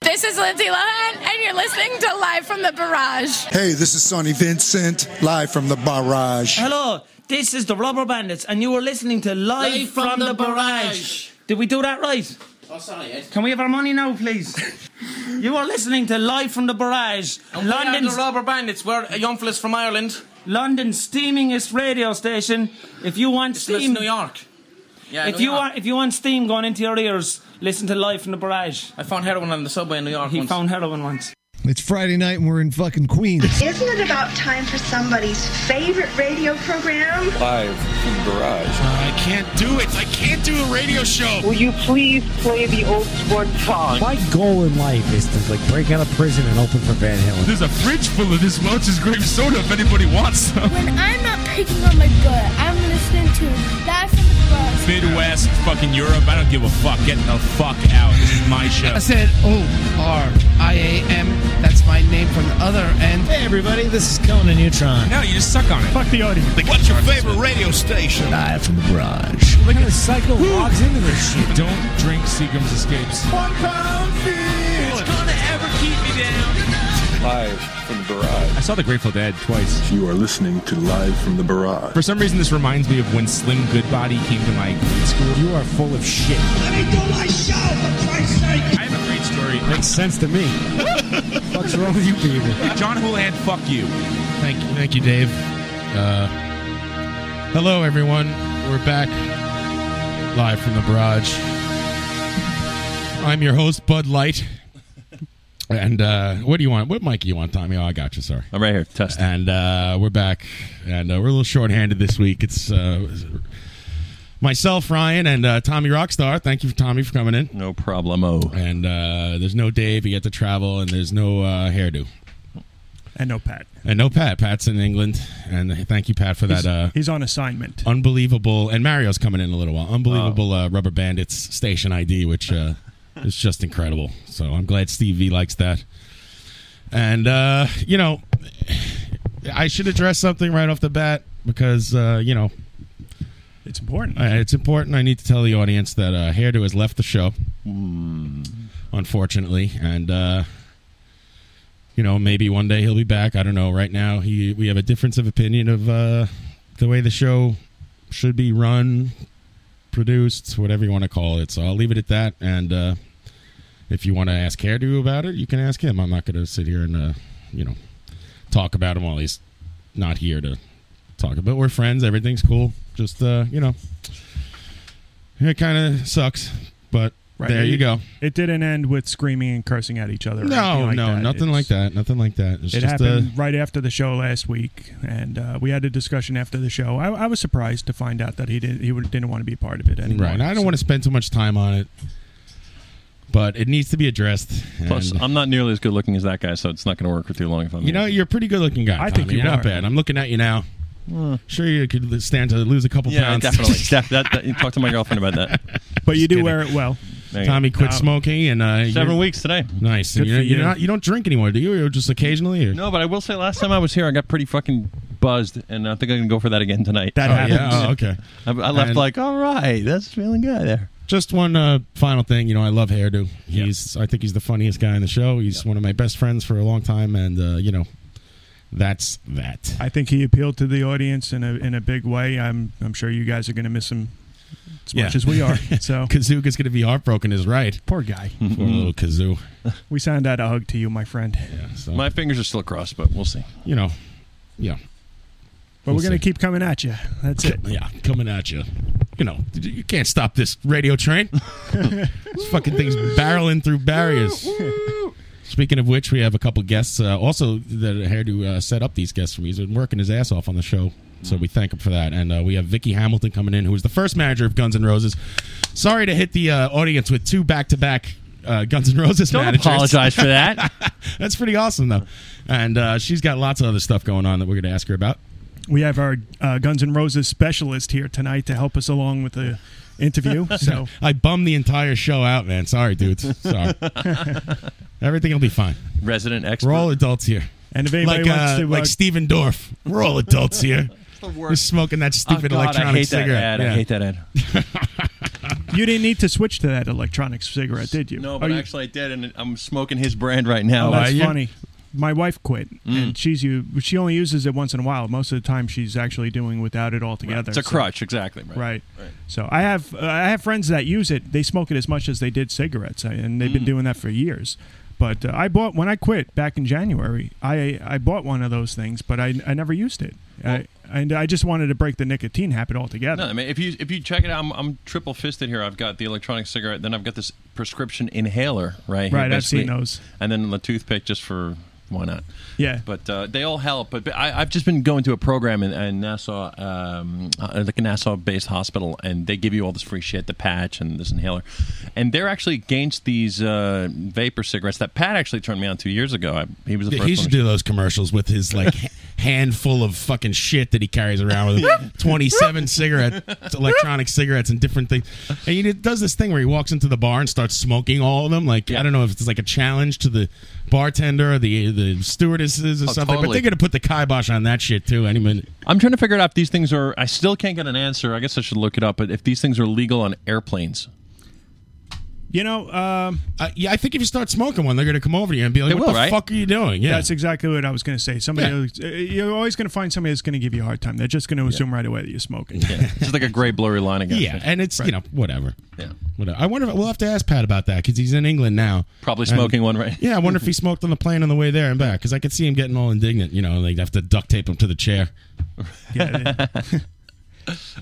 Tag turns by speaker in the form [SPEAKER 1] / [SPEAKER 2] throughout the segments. [SPEAKER 1] This is Lindsay Lohan, and you're listening to Live from the Barrage.
[SPEAKER 2] Hey, this is Sonny Vincent, live from the barrage.
[SPEAKER 3] Hello, this is the Rubber Bandits, and you are listening to Live,
[SPEAKER 4] Live
[SPEAKER 3] from, the, barrage. Did we do that right?
[SPEAKER 4] Oh, sorry, Ed.
[SPEAKER 3] Can we have our money now, please? you are listening to Live from the Barrage,
[SPEAKER 4] London
[SPEAKER 3] London's,
[SPEAKER 4] the Rubber Bandits. We're a young fellas from Ireland.
[SPEAKER 3] London's steamingest radio station. If you want
[SPEAKER 4] It's
[SPEAKER 3] steam,
[SPEAKER 4] New York. Yeah,
[SPEAKER 3] if
[SPEAKER 4] New
[SPEAKER 3] you
[SPEAKER 4] York.
[SPEAKER 3] want, if you want steam going into your ears, listen to Live from the Barrage.
[SPEAKER 4] I found heroin on the subway in New York
[SPEAKER 3] He
[SPEAKER 4] once.
[SPEAKER 3] found heroin once.
[SPEAKER 5] It's Friday night and we're in fucking Queens.
[SPEAKER 6] Isn't it about time for somebody's favorite radio program?
[SPEAKER 7] Live from the garage.
[SPEAKER 8] I can't do it. I can't do a radio show.
[SPEAKER 9] Will you please play the old sport song?
[SPEAKER 10] My goal in life is to like break out of prison and open for Van Halen.
[SPEAKER 8] There's a fridge full of this Welch's grape soda if anybody wants some.
[SPEAKER 11] When I'm not picking on my butt, I'm listening to Live from the Bus.
[SPEAKER 8] Midwest, fucking Europe. I don't give a fuck. Get the fuck out. This is my show.
[SPEAKER 9] I said O R I A M. That's my name from the other end.
[SPEAKER 10] Hey everybody, this is Conan Neutron.
[SPEAKER 8] No, you just suck on it. Fuck the audience.
[SPEAKER 7] What's your favorite radio station?
[SPEAKER 10] Live from the garage. Look at the cycle logs into this shit.
[SPEAKER 8] Don't drink Seagram's Escapes.
[SPEAKER 7] One pound
[SPEAKER 8] gonna ever keep me down.
[SPEAKER 7] Live from the garage.
[SPEAKER 8] I saw The Grateful Dead twice.
[SPEAKER 7] You are listening to Live from the Barrage.
[SPEAKER 8] For some reason, this reminds me of when Slim Goodbody came to my grade school.
[SPEAKER 10] You are full of shit.
[SPEAKER 8] I have a great story.
[SPEAKER 10] Makes sense to me. What's wrong with you people?
[SPEAKER 8] John Houlihan, fuck you.
[SPEAKER 9] Thank you, thank you, Dave. Uh, hello, everyone. We're back live from the barrage. I'm your host, Bud Light. And uh, what do you want? What mic do you want, Tommy? Oh, I got you. Sorry.
[SPEAKER 8] I'm right here. Test.
[SPEAKER 9] And uh, we're back, and uh, we're a little shorthanded this week. It's uh, myself, Ryan, and uh, Tommy Rockstar. Thank you, Tommy, for coming in.
[SPEAKER 8] No problemo.
[SPEAKER 9] And uh, there's no Dave; he had to travel, and there's no uh, hairdo,
[SPEAKER 10] And no Pat.
[SPEAKER 9] and no Pat. Pat's in England, and thank you, Pat, for that. Uh,
[SPEAKER 10] He's on assignment.
[SPEAKER 9] unbelievable and mario's coming in a little while unbelievable uh, rubber bandits station id which uh, is just incredible so i'm glad steve v likes that and uh, you know i should address something right off the bat because uh, you know
[SPEAKER 10] It's important.
[SPEAKER 9] I- it's important i need to tell the audience that uh, hairdo has left the show unfortunately and uh, you know maybe one day he'll be back i don't know right now he we have a difference of opinion of uh, the way the show should be run, produced, whatever you want to call it. So I'll leave it at that. And uh, if you want to ask Hairdo about it, you can ask him. I'm not going to sit here and uh, you know talk about him while he's not here to talk about. We're friends. Everything's cool. Just uh, you know, it kind of sucks, but there you go.
[SPEAKER 10] It didn't end with screaming and cursing at each other. or
[SPEAKER 9] No,
[SPEAKER 10] anything like
[SPEAKER 9] no,
[SPEAKER 10] that.
[SPEAKER 9] nothing
[SPEAKER 10] It's-
[SPEAKER 9] like that. Nothing like that. It's
[SPEAKER 10] It
[SPEAKER 9] just
[SPEAKER 10] happened
[SPEAKER 9] uh,
[SPEAKER 10] right after the show last week, and uh, we had a discussion after the show. I, I was surprised to find out that he didn't he would- didn't want to be a part of it anymore.
[SPEAKER 9] right. And I don't
[SPEAKER 10] So-
[SPEAKER 9] want to spend too much time on it. But it needs to be addressed.
[SPEAKER 7] Plus,
[SPEAKER 9] and-
[SPEAKER 7] I'm not nearly as good looking as that guy, so it's not going to work for too long if I'm.
[SPEAKER 9] You know,
[SPEAKER 7] here.
[SPEAKER 9] you're a pretty good looking guy.
[SPEAKER 10] I
[SPEAKER 9] Tommy.
[SPEAKER 10] think you
[SPEAKER 9] you're
[SPEAKER 10] are.
[SPEAKER 9] not bad. I'm looking at you now. Sure, you could stand to lose a couple
[SPEAKER 7] yeah,
[SPEAKER 9] pounds.
[SPEAKER 7] definitely. Def- that, that- you talk to my girlfriend about that.
[SPEAKER 10] But you do
[SPEAKER 9] kidding.
[SPEAKER 10] wear it well.
[SPEAKER 7] There you go.
[SPEAKER 9] Tommy quit
[SPEAKER 10] No.
[SPEAKER 9] smoking, and uh,
[SPEAKER 7] Several
[SPEAKER 9] you're-
[SPEAKER 7] weeks today.
[SPEAKER 9] Nice. And
[SPEAKER 10] Good
[SPEAKER 9] you're,
[SPEAKER 10] for
[SPEAKER 9] you're
[SPEAKER 10] you.
[SPEAKER 9] not. You don't drink anymore, do you? Or just occasionally? Or?
[SPEAKER 7] No, but I will say, last time I was here, I got pretty fucking buzzed, and I think I'm going to go for that again tonight.
[SPEAKER 10] That
[SPEAKER 9] Oh,
[SPEAKER 10] happens.
[SPEAKER 9] yeah. Oh, okay.
[SPEAKER 7] I, I left
[SPEAKER 9] And-
[SPEAKER 7] like, oh. all right, that's feeling good there.
[SPEAKER 9] Just one uh, final thing. You know, I love hairdo. He's. I think he's the funniest guy in the show. He's one of my best friends for a long time, and uh, you know, that's that.
[SPEAKER 10] I think he appealed to the audience in a in a big way. I'm I'm sure you guys are going to miss him as
[SPEAKER 9] Yeah.
[SPEAKER 10] much as we are. So
[SPEAKER 9] Kazooka's going to be heartbroken, is right.
[SPEAKER 10] poor guy.
[SPEAKER 9] Poor little Kazoo.
[SPEAKER 10] We send out a hug to you, my friend.
[SPEAKER 9] Yeah, so,
[SPEAKER 7] My fingers are still crossed, but we'll see.
[SPEAKER 9] you know, yeah.
[SPEAKER 10] But
[SPEAKER 9] We'll
[SPEAKER 10] we're going
[SPEAKER 9] see.
[SPEAKER 10] to keep coming at you. That's it.
[SPEAKER 9] Yeah, coming at you. You know, you can't stop this radio train. this fucking thing's barreling through barriers. Speaking of which, we have a couple guests uh, also that Hairdo uh, set up these guests for me. He's been working his ass off on the show, so we thank him for that. And uh, we have Vicky Hamilton coming in, who was the first manager of Guns N' Roses. Sorry to hit the uh, audience with two back-to-back uh, Guns N' Roses
[SPEAKER 7] Don't
[SPEAKER 9] managers.
[SPEAKER 7] apologize for that.
[SPEAKER 9] That's pretty awesome, though. And uh, she's got lots of other stuff going on that we're going to ask her about.
[SPEAKER 10] We have our uh, Guns N' Roses specialist here tonight to help us along with the interview. So
[SPEAKER 9] I bummed the entire show out, man. Sorry, dudes. Sorry. Everything will be fine.
[SPEAKER 7] Resident expert.
[SPEAKER 9] We're all adults here.
[SPEAKER 10] and if anybody
[SPEAKER 9] Like
[SPEAKER 10] wants
[SPEAKER 9] uh,
[SPEAKER 10] to
[SPEAKER 9] like
[SPEAKER 10] uh,
[SPEAKER 9] Steven Dorff. We're all adults here. We're smoking that
[SPEAKER 7] Oh,
[SPEAKER 9] stupid
[SPEAKER 7] God,
[SPEAKER 9] electronic
[SPEAKER 7] I hate
[SPEAKER 9] cigarette.
[SPEAKER 7] That ad.
[SPEAKER 9] Yeah.
[SPEAKER 7] I hate that ad.
[SPEAKER 10] you didn't need to switch to that electronic cigarette, did you?
[SPEAKER 7] No,
[SPEAKER 10] Oh,
[SPEAKER 7] but
[SPEAKER 10] you-
[SPEAKER 7] actually I did, and I'm smoking his brand right now.
[SPEAKER 10] Oh, that's
[SPEAKER 7] Are you? Mm.
[SPEAKER 10] funny. My wife quit, and she's you. She only uses it once in a while. Most of the time, she's actually doing without it altogether.
[SPEAKER 7] It's a
[SPEAKER 10] So-
[SPEAKER 7] crutch, exactly. Right.
[SPEAKER 10] Right. So I have uh, I have friends that use it. They smoke it as much as they did cigarettes, uh, and they've
[SPEAKER 7] Mm.
[SPEAKER 10] been doing that for years. But uh, I bought when I quit back in January. I I bought one of those things, but I, I never used it. I, and I just wanted to break the nicotine habit altogether.
[SPEAKER 7] No, I mean if you if you check it out, I'm, I'm triple fisted here. I've got the electronic cigarette, then I've got this prescription inhaler right here.
[SPEAKER 10] Right, I've
[SPEAKER 7] basically.
[SPEAKER 10] seen those.
[SPEAKER 7] And then the toothpick just for why not?
[SPEAKER 10] Yeah.
[SPEAKER 7] But uh, they all help. But, but I, I've just been going to a program in, in Nassau, um, uh, like a Nassau-based hospital, and they give you all this free shit, the patch and this inhaler, and they're actually against these uh, vapor cigarettes. That Pat actually turned me on two years ago. I, he was the first
[SPEAKER 9] he
[SPEAKER 7] one.
[SPEAKER 9] should do those commercials with his like h- handful of fucking shit that he carries around with him. Twenty-seven cigarettes, electronic cigarettes, and different things. And he did- does this thing where he walks into the bar and starts smoking all of them. Like I don't know if it's like a challenge to the bartender or the the stewardesses or
[SPEAKER 7] Oh,
[SPEAKER 9] something. But
[SPEAKER 7] totally.
[SPEAKER 9] they're gonna put the kibosh on that shit too. Any minute.
[SPEAKER 7] I'm trying to figure out if these things are. I still can't get an answer. I guess I should look it up. But if these things are legal on airplanes,
[SPEAKER 10] You know, um,
[SPEAKER 9] Uh, yeah, I think if you start smoking one, they're going to come over to you and be like,
[SPEAKER 10] They
[SPEAKER 9] "What
[SPEAKER 10] will,
[SPEAKER 9] the
[SPEAKER 10] right?
[SPEAKER 9] fuck are you doing?" Oh, Yeah,
[SPEAKER 10] That's exactly what I was going to say. Somebody,
[SPEAKER 9] Yeah.
[SPEAKER 10] who's- uh, you're always going to find somebody that's going to give you a hard time. They're just going to assume right away that you're smoking.
[SPEAKER 7] yeah, it's just like a gray blurry line again.
[SPEAKER 9] yeah, and it's you know whatever.
[SPEAKER 7] Yeah.
[SPEAKER 9] Whatever. I wonder if we'll have to ask Pat about that because he's in England now.
[SPEAKER 7] Probably
[SPEAKER 9] And-
[SPEAKER 7] smoking one, right?
[SPEAKER 9] Yeah, I wonder if he smoked on the plane on the way there and back because I could see him getting all indignant. You know, they'd have to duct tape him to the chair.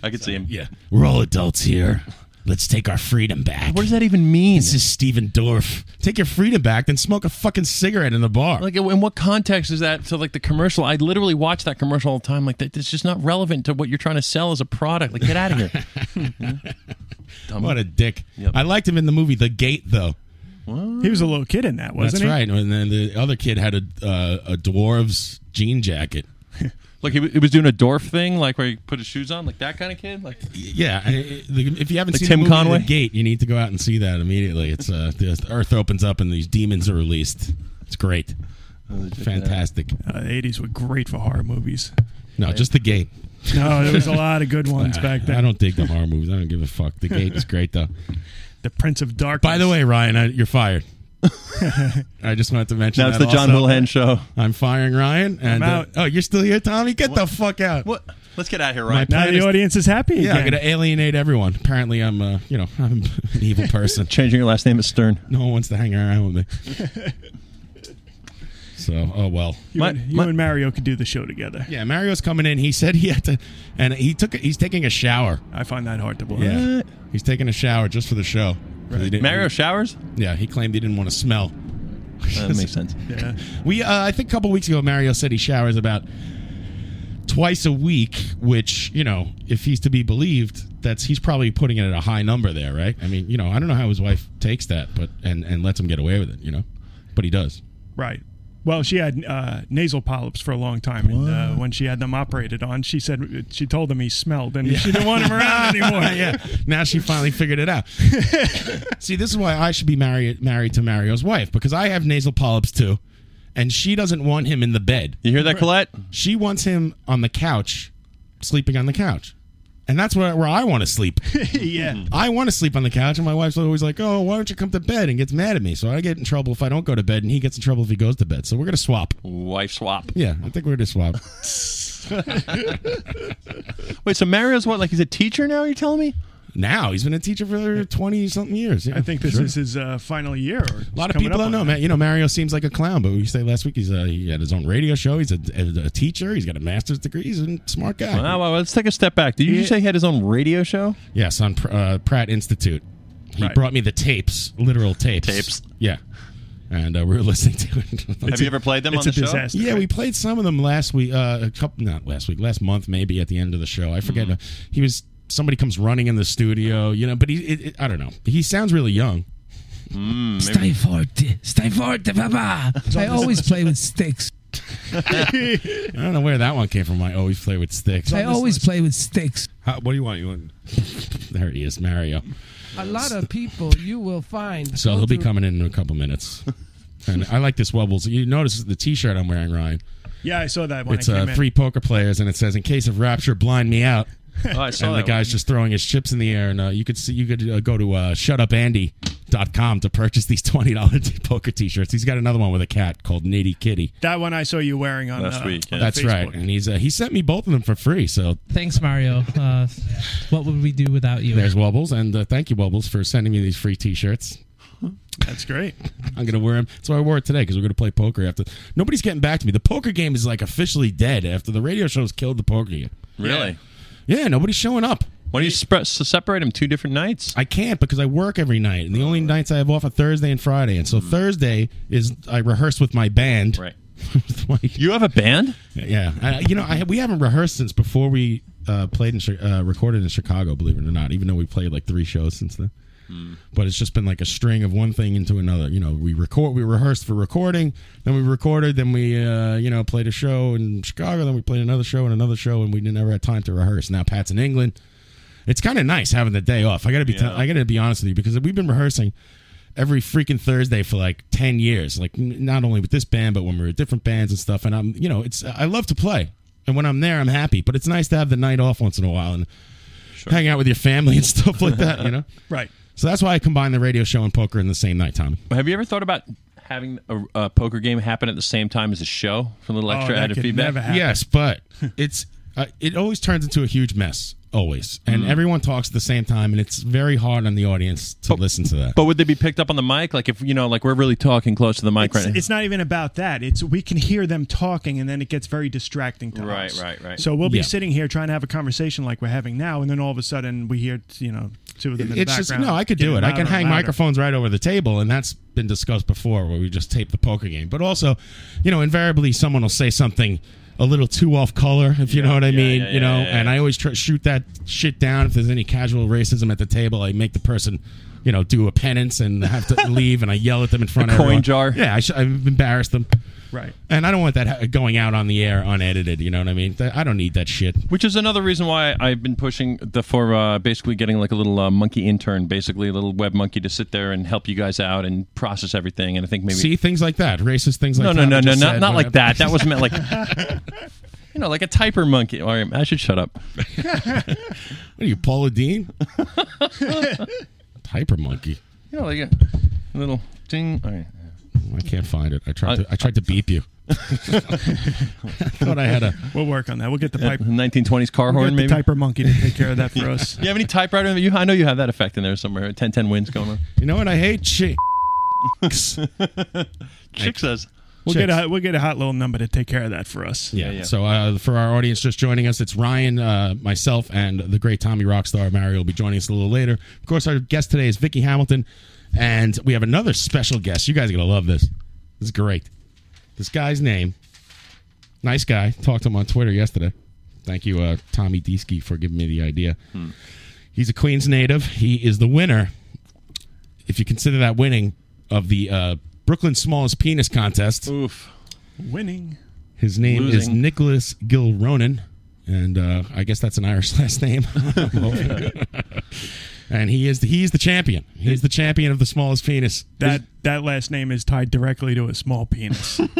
[SPEAKER 7] I could see him. Yeah.
[SPEAKER 9] We're all adults here. Let's take our freedom back. What
[SPEAKER 7] does that even mean?
[SPEAKER 9] This is Steven Dorff. Take your freedom back, then smoke a fucking cigarette in the bar.
[SPEAKER 7] Like, in what context is that to like the commercial? I literally watch that commercial all the time. Like, that, it's just not relevant to what you're trying to sell as a product. Like, get out of here.
[SPEAKER 9] What a dick. I liked him in the movie The Gate, though.
[SPEAKER 10] He was a little kid in that, wasn't
[SPEAKER 9] That's
[SPEAKER 10] he?
[SPEAKER 9] right. And then the other kid had a uh, a dwarves jean jacket.
[SPEAKER 7] like, he, w- he was doing a Dorf thing, like where he put his shoes on, like that kind of kid. Like,
[SPEAKER 9] Yeah, I- I- the- if you haven't
[SPEAKER 7] Like
[SPEAKER 9] seen
[SPEAKER 7] Tim
[SPEAKER 9] the movie
[SPEAKER 7] Conway?
[SPEAKER 9] The Gate, you need to go out and see that immediately. It's uh, the Earth opens up and these demons are released. It's great, Oh,
[SPEAKER 10] Oh,
[SPEAKER 9] fantastic.
[SPEAKER 10] Uh, the 80s were great for horror movies.
[SPEAKER 9] No, just The Gate.
[SPEAKER 10] No, there was a lot of good ones
[SPEAKER 9] I-
[SPEAKER 10] back then.
[SPEAKER 9] I don't dig the horror movies. I don't give a fuck. The Gate is great though.
[SPEAKER 10] The Prince of Darkness.
[SPEAKER 9] By the way, Ryan, I, you're fired. I just wanted to mention
[SPEAKER 7] Now it's
[SPEAKER 9] that
[SPEAKER 7] the John
[SPEAKER 9] also.
[SPEAKER 7] Hulahan show.
[SPEAKER 9] I'm firing Ryan. And,
[SPEAKER 10] I'm out.
[SPEAKER 9] Uh, oh, you're still here, Tommy? Get the fuck out! What?
[SPEAKER 7] let's get out of here,
[SPEAKER 9] My
[SPEAKER 7] right?
[SPEAKER 10] now
[SPEAKER 9] plan
[SPEAKER 10] the
[SPEAKER 9] is-
[SPEAKER 10] audience is happy.
[SPEAKER 9] Yeah, I'm
[SPEAKER 10] again.
[SPEAKER 9] gonna alienate everyone. Apparently, I'm uh, you know I'm an evil person.
[SPEAKER 7] Changing your last name is Stern.
[SPEAKER 9] No one wants to hang around with me. So, oh well.
[SPEAKER 10] You,
[SPEAKER 7] My-
[SPEAKER 10] and, you
[SPEAKER 7] my-
[SPEAKER 10] and Mario could do the show together.
[SPEAKER 9] Yeah, Mario's coming in. He said he had to, and he took. He's taking a shower.
[SPEAKER 10] I find that hard to believe.
[SPEAKER 9] Yeah, he's taking a shower just for the show. 'Cause he didn't-
[SPEAKER 7] Mario showers?
[SPEAKER 9] Yeah, he claimed he didn't want to smell.
[SPEAKER 7] That makes sense.
[SPEAKER 10] Yeah.
[SPEAKER 9] We, uh, I think, a couple weeks ago, Mario said he showers about twice a week. Which, you know, if he's to be believed, that's he's probably putting it at a high number there, right? I mean, you know, I don't know how his wife takes that, but and and lets him get away with it, you know, but he does.
[SPEAKER 10] Right. Well, she had uh, nasal polyps for a long time, and uh, when she had them operated on, she said she told him he smelled, and she didn't want him around anymore.
[SPEAKER 9] yeah. Now she finally figured it out. See, this is why I should be married married to Mario's wife because I have nasal polyps too, and she doesn't want him in the bed.
[SPEAKER 7] You hear that, Colette?
[SPEAKER 9] She wants him on the couch, sleeping on the couch, and that's where where I want to sleep.
[SPEAKER 10] yeah.
[SPEAKER 9] I want to sleep on the couch, and my wife's always like, "Oh, why don't you come to bed?" and gets mad at me. So I get in trouble if I don't go to bed, and he gets in trouble if he goes to bed. So we're gonna swap.
[SPEAKER 7] Wife swap.
[SPEAKER 9] Yeah, I think we're gonna swap.
[SPEAKER 7] Wait, so Mario's what? Like, he's a teacher now, you're telling me?
[SPEAKER 9] now he's been a teacher for twenty something years. Yeah,
[SPEAKER 10] I think this
[SPEAKER 9] sure.
[SPEAKER 10] is his uh, final year. Or
[SPEAKER 9] A lot of people don't know, man. You know, Mario seems like a clown, but we say last week he's uh, he had his own radio show. He's a, a, a teacher. He's got a master's degree. He's a smart guy.
[SPEAKER 7] Wow, wow, let's take a step back. Did you just say he had his own radio show?
[SPEAKER 9] Yes, on Pr- uh, Pratt Institute. He
[SPEAKER 10] Right.
[SPEAKER 9] brought me the tapes, literal tapes.
[SPEAKER 7] Tapes.
[SPEAKER 9] Yeah. And uh, we were listening to it.
[SPEAKER 7] Have you ever played them
[SPEAKER 10] it's
[SPEAKER 7] on
[SPEAKER 10] a
[SPEAKER 7] the show?
[SPEAKER 10] disaster.
[SPEAKER 9] Yeah, we played some of them last week. Uh, a couple, not last week, last month maybe at the end of the show. I forget.
[SPEAKER 7] Mm-hmm.
[SPEAKER 9] Uh, he was somebody comes running in the studio, you know. But he, it, it, I don't know. He sounds really young.
[SPEAKER 12] Mm,
[SPEAKER 13] Stay forte, stay forte, papa. I always play with sticks.
[SPEAKER 9] I don't know where that one came from. I always play with sticks.
[SPEAKER 13] I always play with sticks.
[SPEAKER 8] How, what do you want? You want?
[SPEAKER 9] There he is, Mario.
[SPEAKER 13] A lot of people you will find.
[SPEAKER 9] So
[SPEAKER 13] go
[SPEAKER 9] he'll be
[SPEAKER 13] through-
[SPEAKER 9] coming in in a couple minutes. And I like this Wubbles. You notice the T-shirt I'm wearing, Ryan.
[SPEAKER 10] Yeah, I saw that when
[SPEAKER 9] it's
[SPEAKER 10] I came
[SPEAKER 9] uh,
[SPEAKER 10] in.
[SPEAKER 9] three poker players, and it says, "In case of rapture, blind me out."
[SPEAKER 7] Oh, I saw
[SPEAKER 9] and the
[SPEAKER 7] that
[SPEAKER 9] guy's just throwing his chips in the air. And uh, you could see, you could uh, go to uh, shutupandy.com to purchase these twenty dollars poker T-shirts. He's got another one with a cat called Nitty Kitty.
[SPEAKER 10] That one I saw you wearing on uh, on
[SPEAKER 9] That's
[SPEAKER 10] Facebook.
[SPEAKER 9] right. And he's uh, he sent me both of them for free. So
[SPEAKER 13] Thanks, Mario. Uh, what would we do without you?
[SPEAKER 9] there's Wubbles, and uh, thank you Wubbles for sending me these free T-shirts.
[SPEAKER 10] That's great.
[SPEAKER 9] I'm gonna wear them. That's why I wore it today because we're gonna play poker after. Nobody's getting back to me. The poker game is like officially dead after the radio shows killed the poker game.
[SPEAKER 7] Really?
[SPEAKER 9] Yeah, nobody's showing up.
[SPEAKER 7] Why do you sp- separate them two different nights?
[SPEAKER 9] I can't because I work every night, and the only nights I have off are Thursday and Friday. And so
[SPEAKER 7] Mm.
[SPEAKER 9] Thursday is I rehearse with my band. Right.
[SPEAKER 7] you have a band?
[SPEAKER 9] Yeah. I, you know, I, we haven't rehearsed since before we uh, played in Chi- uh, recorded in Chicago. Believe it or not, even though we played like three shows since then. Mm-hmm. But it's just been like a string of one thing into another. You know, we record, we rehearsed for recording, then we recorded, then we, uh, you know, played a show in Chicago, then we played another show and another show, and we didn't ever have time to rehearse. Now Pat's in England. It's kind of nice having the day off. I gotta be, I I gotta be honest with you because we've been rehearsing every freaking Thursday for like ten years. Like n- not only with this band, but when we were with different bands and stuff. And I'm, you know, it's I love to play, and when I'm there, I'm happy. But it's nice to have the night off once in a while and hang out with your family and stuff like that. You know.
[SPEAKER 10] Right.
[SPEAKER 9] So that's why I combine the radio show and poker in the same night, Tommy.
[SPEAKER 7] Have you ever thought about having a, a poker game happen at the same time as a show for a
[SPEAKER 10] Oh,
[SPEAKER 7] little extra added feedback?
[SPEAKER 9] Yes, but it's uh, it always turns into a huge mess. Always, and
[SPEAKER 7] Mm.
[SPEAKER 9] everyone talks at the same time, and it's very hard on the audience to listen to that.
[SPEAKER 7] But would they be picked up on the mic? Like if you know, like we're really talking close to the mic
[SPEAKER 10] It's,
[SPEAKER 7] right now.
[SPEAKER 10] it's not even about that. It's we can hear them talking, and then it gets very distracting to
[SPEAKER 7] Right,
[SPEAKER 10] us.
[SPEAKER 7] right, right.
[SPEAKER 10] So we'll be
[SPEAKER 7] Yeah.
[SPEAKER 10] sitting here trying to have a conversation like we're having now, and then all of a sudden we hear you know two of them in the
[SPEAKER 9] It's just
[SPEAKER 10] background.
[SPEAKER 9] no, I could do it.
[SPEAKER 10] getting
[SPEAKER 9] I can
[SPEAKER 10] louder
[SPEAKER 9] hang
[SPEAKER 10] and louder.
[SPEAKER 9] microphones right over the table, and that's been discussed before, where we just tape the poker game. But also, you know, invariably someone will say something a little too off color, if you know what I mean.
[SPEAKER 7] yeah,
[SPEAKER 9] you know,
[SPEAKER 7] yeah, yeah,
[SPEAKER 9] and I always try shoot that shit down. If there's any casual racism at the table, I make the person. You know, do a penance and have to leave, and I yell at them in front
[SPEAKER 7] A
[SPEAKER 9] of
[SPEAKER 7] coin
[SPEAKER 9] everyone.
[SPEAKER 7] jar.
[SPEAKER 9] Yeah, I sh- I've embarrassed them.
[SPEAKER 10] Right.
[SPEAKER 9] And I don't want that ha- going out on the air unedited. You know what I mean? Th- I don't need that shit.
[SPEAKER 7] Which is another reason why I've been pushing the for uh, basically getting like a little uh, monkey intern, basically a little web monkey to sit there and help you guys out and process everything. And I think maybe
[SPEAKER 9] See things like that, racist things like
[SPEAKER 7] no,
[SPEAKER 9] that.
[SPEAKER 7] no, no,
[SPEAKER 9] I
[SPEAKER 7] no,
[SPEAKER 9] just
[SPEAKER 7] not,
[SPEAKER 9] said,
[SPEAKER 7] not like
[SPEAKER 9] whatever.
[SPEAKER 7] that. That was meant like you know, like a typer monkey. All right, I should shut up.
[SPEAKER 9] What are you, Paula Dean? Hyper monkey.
[SPEAKER 7] You know, like a little ding. All right.
[SPEAKER 9] I can't find it. I tried. to, I tried to beep you. thought I had a-
[SPEAKER 10] We'll work on that. We'll get the
[SPEAKER 7] Yeah,
[SPEAKER 10] pipe.
[SPEAKER 7] 1920s car
[SPEAKER 10] we'll
[SPEAKER 7] horn,
[SPEAKER 10] get
[SPEAKER 7] maybe.
[SPEAKER 10] the typer monkey to take care of that for us.
[SPEAKER 7] You have any typewriter? in You, I know you have that effect in there somewhere. 1010 wins going on.
[SPEAKER 9] You know what? I hate chicks.
[SPEAKER 7] Chick says.
[SPEAKER 10] We'll get a we'll get a hot little number to take care of that for us.
[SPEAKER 9] Yeah. So uh, for our audience just joining us, it's Ryan, uh, myself, and the great Tommy Rockstar Mario will be joining us a little later. Of course, our guest today is Vicky Hamilton, and we have another special guest. You guys are gonna love this. This is great. This guy's name, nice guy. Talked to him on Twitter yesterday. Thank you, uh, Tommy Deesky, for giving me the idea. He's a Queens native. He is the winner. If you consider that winning of the uh, Brooklyn Smallest Penis contest.
[SPEAKER 7] Oof.
[SPEAKER 10] Winning.
[SPEAKER 9] His name is
[SPEAKER 10] Losing.
[SPEAKER 9] Nicholas Gilronan, and uh, I guess that's an Irish last name. and he is he's the champion. He's the champion of the smallest penis.
[SPEAKER 10] That that last name is tied directly to a small penis.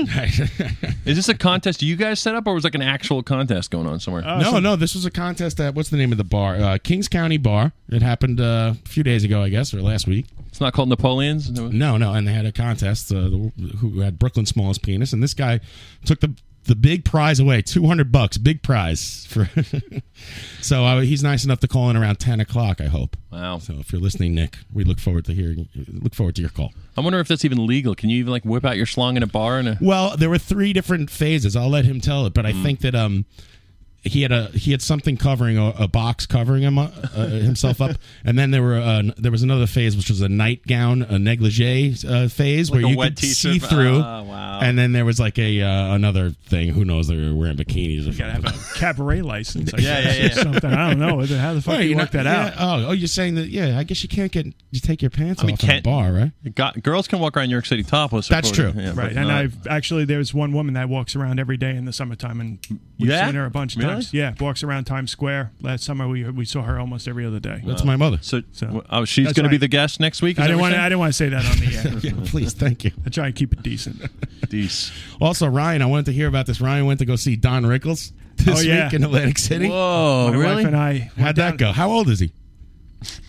[SPEAKER 7] Is this a contest you guys set up, or was like an actual contest going on somewhere?
[SPEAKER 10] Uh,
[SPEAKER 9] no, no, this was a contest at what's the name of the bar? Uh, Kings County Bar. It happened uh, a few days ago, I guess, or last week.
[SPEAKER 7] It's not called Napoleon's. No,
[SPEAKER 9] No, no, and they had a contest uh, the, who had Brooklyn's smallest penis, and this guy took the the big prize away, two hundred bucks, big prize for. so uh, he's nice enough to call in around ten o'clock. I hope.
[SPEAKER 7] Wow.
[SPEAKER 9] So if you're listening, Nick, we look forward to hearing. Look forward to your call.
[SPEAKER 7] I wonder if that's even legal. Can you even like whip out your schlong in a bar and a?
[SPEAKER 9] Well, there were three different phases. I'll let him tell it, but
[SPEAKER 7] Mm.
[SPEAKER 9] I think that um, he had a he had something covering a, a box covering him uh, uh, himself up, and then there were uh, there was another phase which was a nightgown, a negligee uh, phase
[SPEAKER 7] Like
[SPEAKER 9] where
[SPEAKER 7] a
[SPEAKER 9] you
[SPEAKER 7] wet
[SPEAKER 9] could
[SPEAKER 7] t-shirt.
[SPEAKER 9] see through.
[SPEAKER 7] Ah, wow.
[SPEAKER 9] And then there was like a uh, another thing. Who knows? They were wearing bikinis. Or
[SPEAKER 10] Gotta have a cabaret license. I
[SPEAKER 9] Yeah,
[SPEAKER 10] guess,
[SPEAKER 9] yeah, yeah.
[SPEAKER 10] Or something. I don't know. How the fuck
[SPEAKER 9] Wait,
[SPEAKER 10] do you
[SPEAKER 9] you're
[SPEAKER 10] work
[SPEAKER 9] not-
[SPEAKER 10] that out?
[SPEAKER 9] yeah, Oh, oh, you're saying that? Yeah, I guess you can't get you take your pants
[SPEAKER 7] I mean,
[SPEAKER 9] off at a
[SPEAKER 7] can't-
[SPEAKER 9] bar, right?
[SPEAKER 7] Got, girls can walk around New York City topless.
[SPEAKER 9] That's
[SPEAKER 7] according-
[SPEAKER 9] true.
[SPEAKER 7] yeah,
[SPEAKER 10] Right,
[SPEAKER 7] but
[SPEAKER 10] and
[SPEAKER 7] not-
[SPEAKER 10] I've actually there's one woman that walks around every day in the summertime, and we've
[SPEAKER 7] Yeah?
[SPEAKER 10] seen her a bunch of
[SPEAKER 7] Really?
[SPEAKER 10] times. Yeah, walks around Times Square. Last summer we we saw her almost every other day.
[SPEAKER 9] That's my mother.
[SPEAKER 7] So, oh, she's
[SPEAKER 10] That's
[SPEAKER 7] going to be
[SPEAKER 10] right.
[SPEAKER 7] the guest next week.
[SPEAKER 10] I didn't want I didn't want to say that on the air.
[SPEAKER 9] yeah, please, thank you.
[SPEAKER 10] I try and keep it decent.
[SPEAKER 7] Dece.
[SPEAKER 9] Also, Ryan, I wanted to hear about this. Ryan went to go see Don Rickles. this
[SPEAKER 10] Oh, yeah.
[SPEAKER 9] week in Atlantic City.
[SPEAKER 10] Whoa, My wife really? and I went
[SPEAKER 9] How'd that
[SPEAKER 10] down-
[SPEAKER 9] go? How old is he?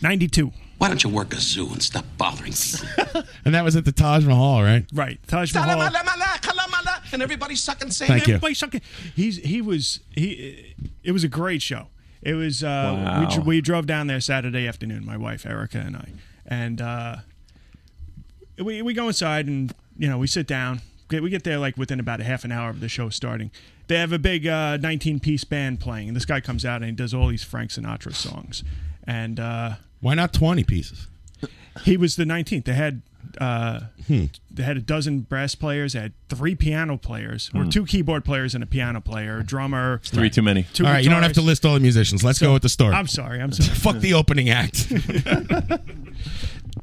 [SPEAKER 10] 92.
[SPEAKER 14] Why don't you work a zoo and stop bothering people?
[SPEAKER 9] And that was at the Taj Mahal, right?
[SPEAKER 10] Right, Taj Mahal.
[SPEAKER 14] and everybody's sucking saying
[SPEAKER 9] Thank you.
[SPEAKER 10] Everybody sucking. He's he was he. It was a great show. It was. Uh,
[SPEAKER 9] Wow.
[SPEAKER 10] we, dr- we drove down there Saturday afternoon. My wife Erica and I, and uh, we we go inside and you know we sit down. Okay, We get there like within about a half an hour of the show starting. They have a big uh, 19 piece band playing, and this guy comes out and he does all these Frank Sinatra songs. And uh,
[SPEAKER 9] why not 20 pieces?
[SPEAKER 10] He was the 19th. They had uh,
[SPEAKER 7] Hmm.
[SPEAKER 10] they had a dozen brass players, they had three piano players, or
[SPEAKER 7] Hmm.
[SPEAKER 10] two keyboard players and a piano player, a drummer.
[SPEAKER 7] Three too many.
[SPEAKER 10] Two
[SPEAKER 9] all right, you don't have to
[SPEAKER 10] guitars.
[SPEAKER 9] list all the musicians. Let's go with the story.
[SPEAKER 10] I'm sorry. I'm sorry.
[SPEAKER 9] Fuck the opening act.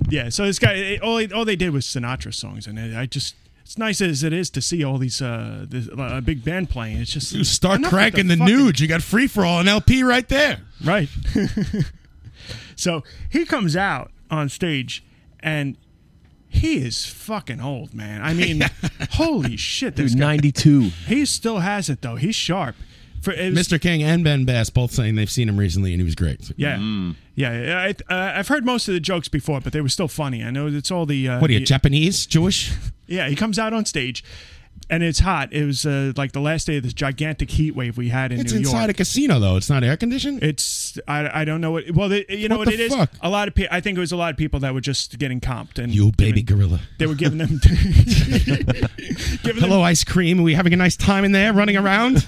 [SPEAKER 10] Yeah. So this guy, it, all all they did was Sinatra songs, and it, I just. It's nice as it is to see all these uh, this, uh big band playing. It's just
[SPEAKER 9] You Start
[SPEAKER 10] enough with
[SPEAKER 9] cranking the,
[SPEAKER 10] fucking-
[SPEAKER 9] nudes. You got free for all and LP right there.
[SPEAKER 10] Right. So he comes out on stage and he is fucking old, man. I mean, holy shit. This
[SPEAKER 7] Dude,
[SPEAKER 10] guy.
[SPEAKER 7] 92.
[SPEAKER 10] He still has it, though. He's sharp. For, it was-
[SPEAKER 9] Mr. King and Ben Bass both saying they've seen him recently and he was great. So-
[SPEAKER 10] Yeah. Yeah. I, uh, I've heard most of the jokes before, but they were still funny. I know it's all the. Uh,
[SPEAKER 9] What are you,
[SPEAKER 10] the-
[SPEAKER 9] Japanese? Jewish?
[SPEAKER 10] Yeah, he comes out on stage. And it's hot. It was uh, like the last day of this gigantic heat wave we had in
[SPEAKER 9] It's
[SPEAKER 10] New York.
[SPEAKER 9] inside a casino, though. It's not air conditioned?
[SPEAKER 10] It's I, I don't know what well they, you know
[SPEAKER 9] What
[SPEAKER 10] what,
[SPEAKER 9] the
[SPEAKER 10] it is
[SPEAKER 9] fuck?
[SPEAKER 10] a lot of people I think it was a lot of people that were just getting comped and
[SPEAKER 9] You baby gorilla.
[SPEAKER 10] they were giving them
[SPEAKER 9] Hello, ice cream. Are we having a nice time in there running around?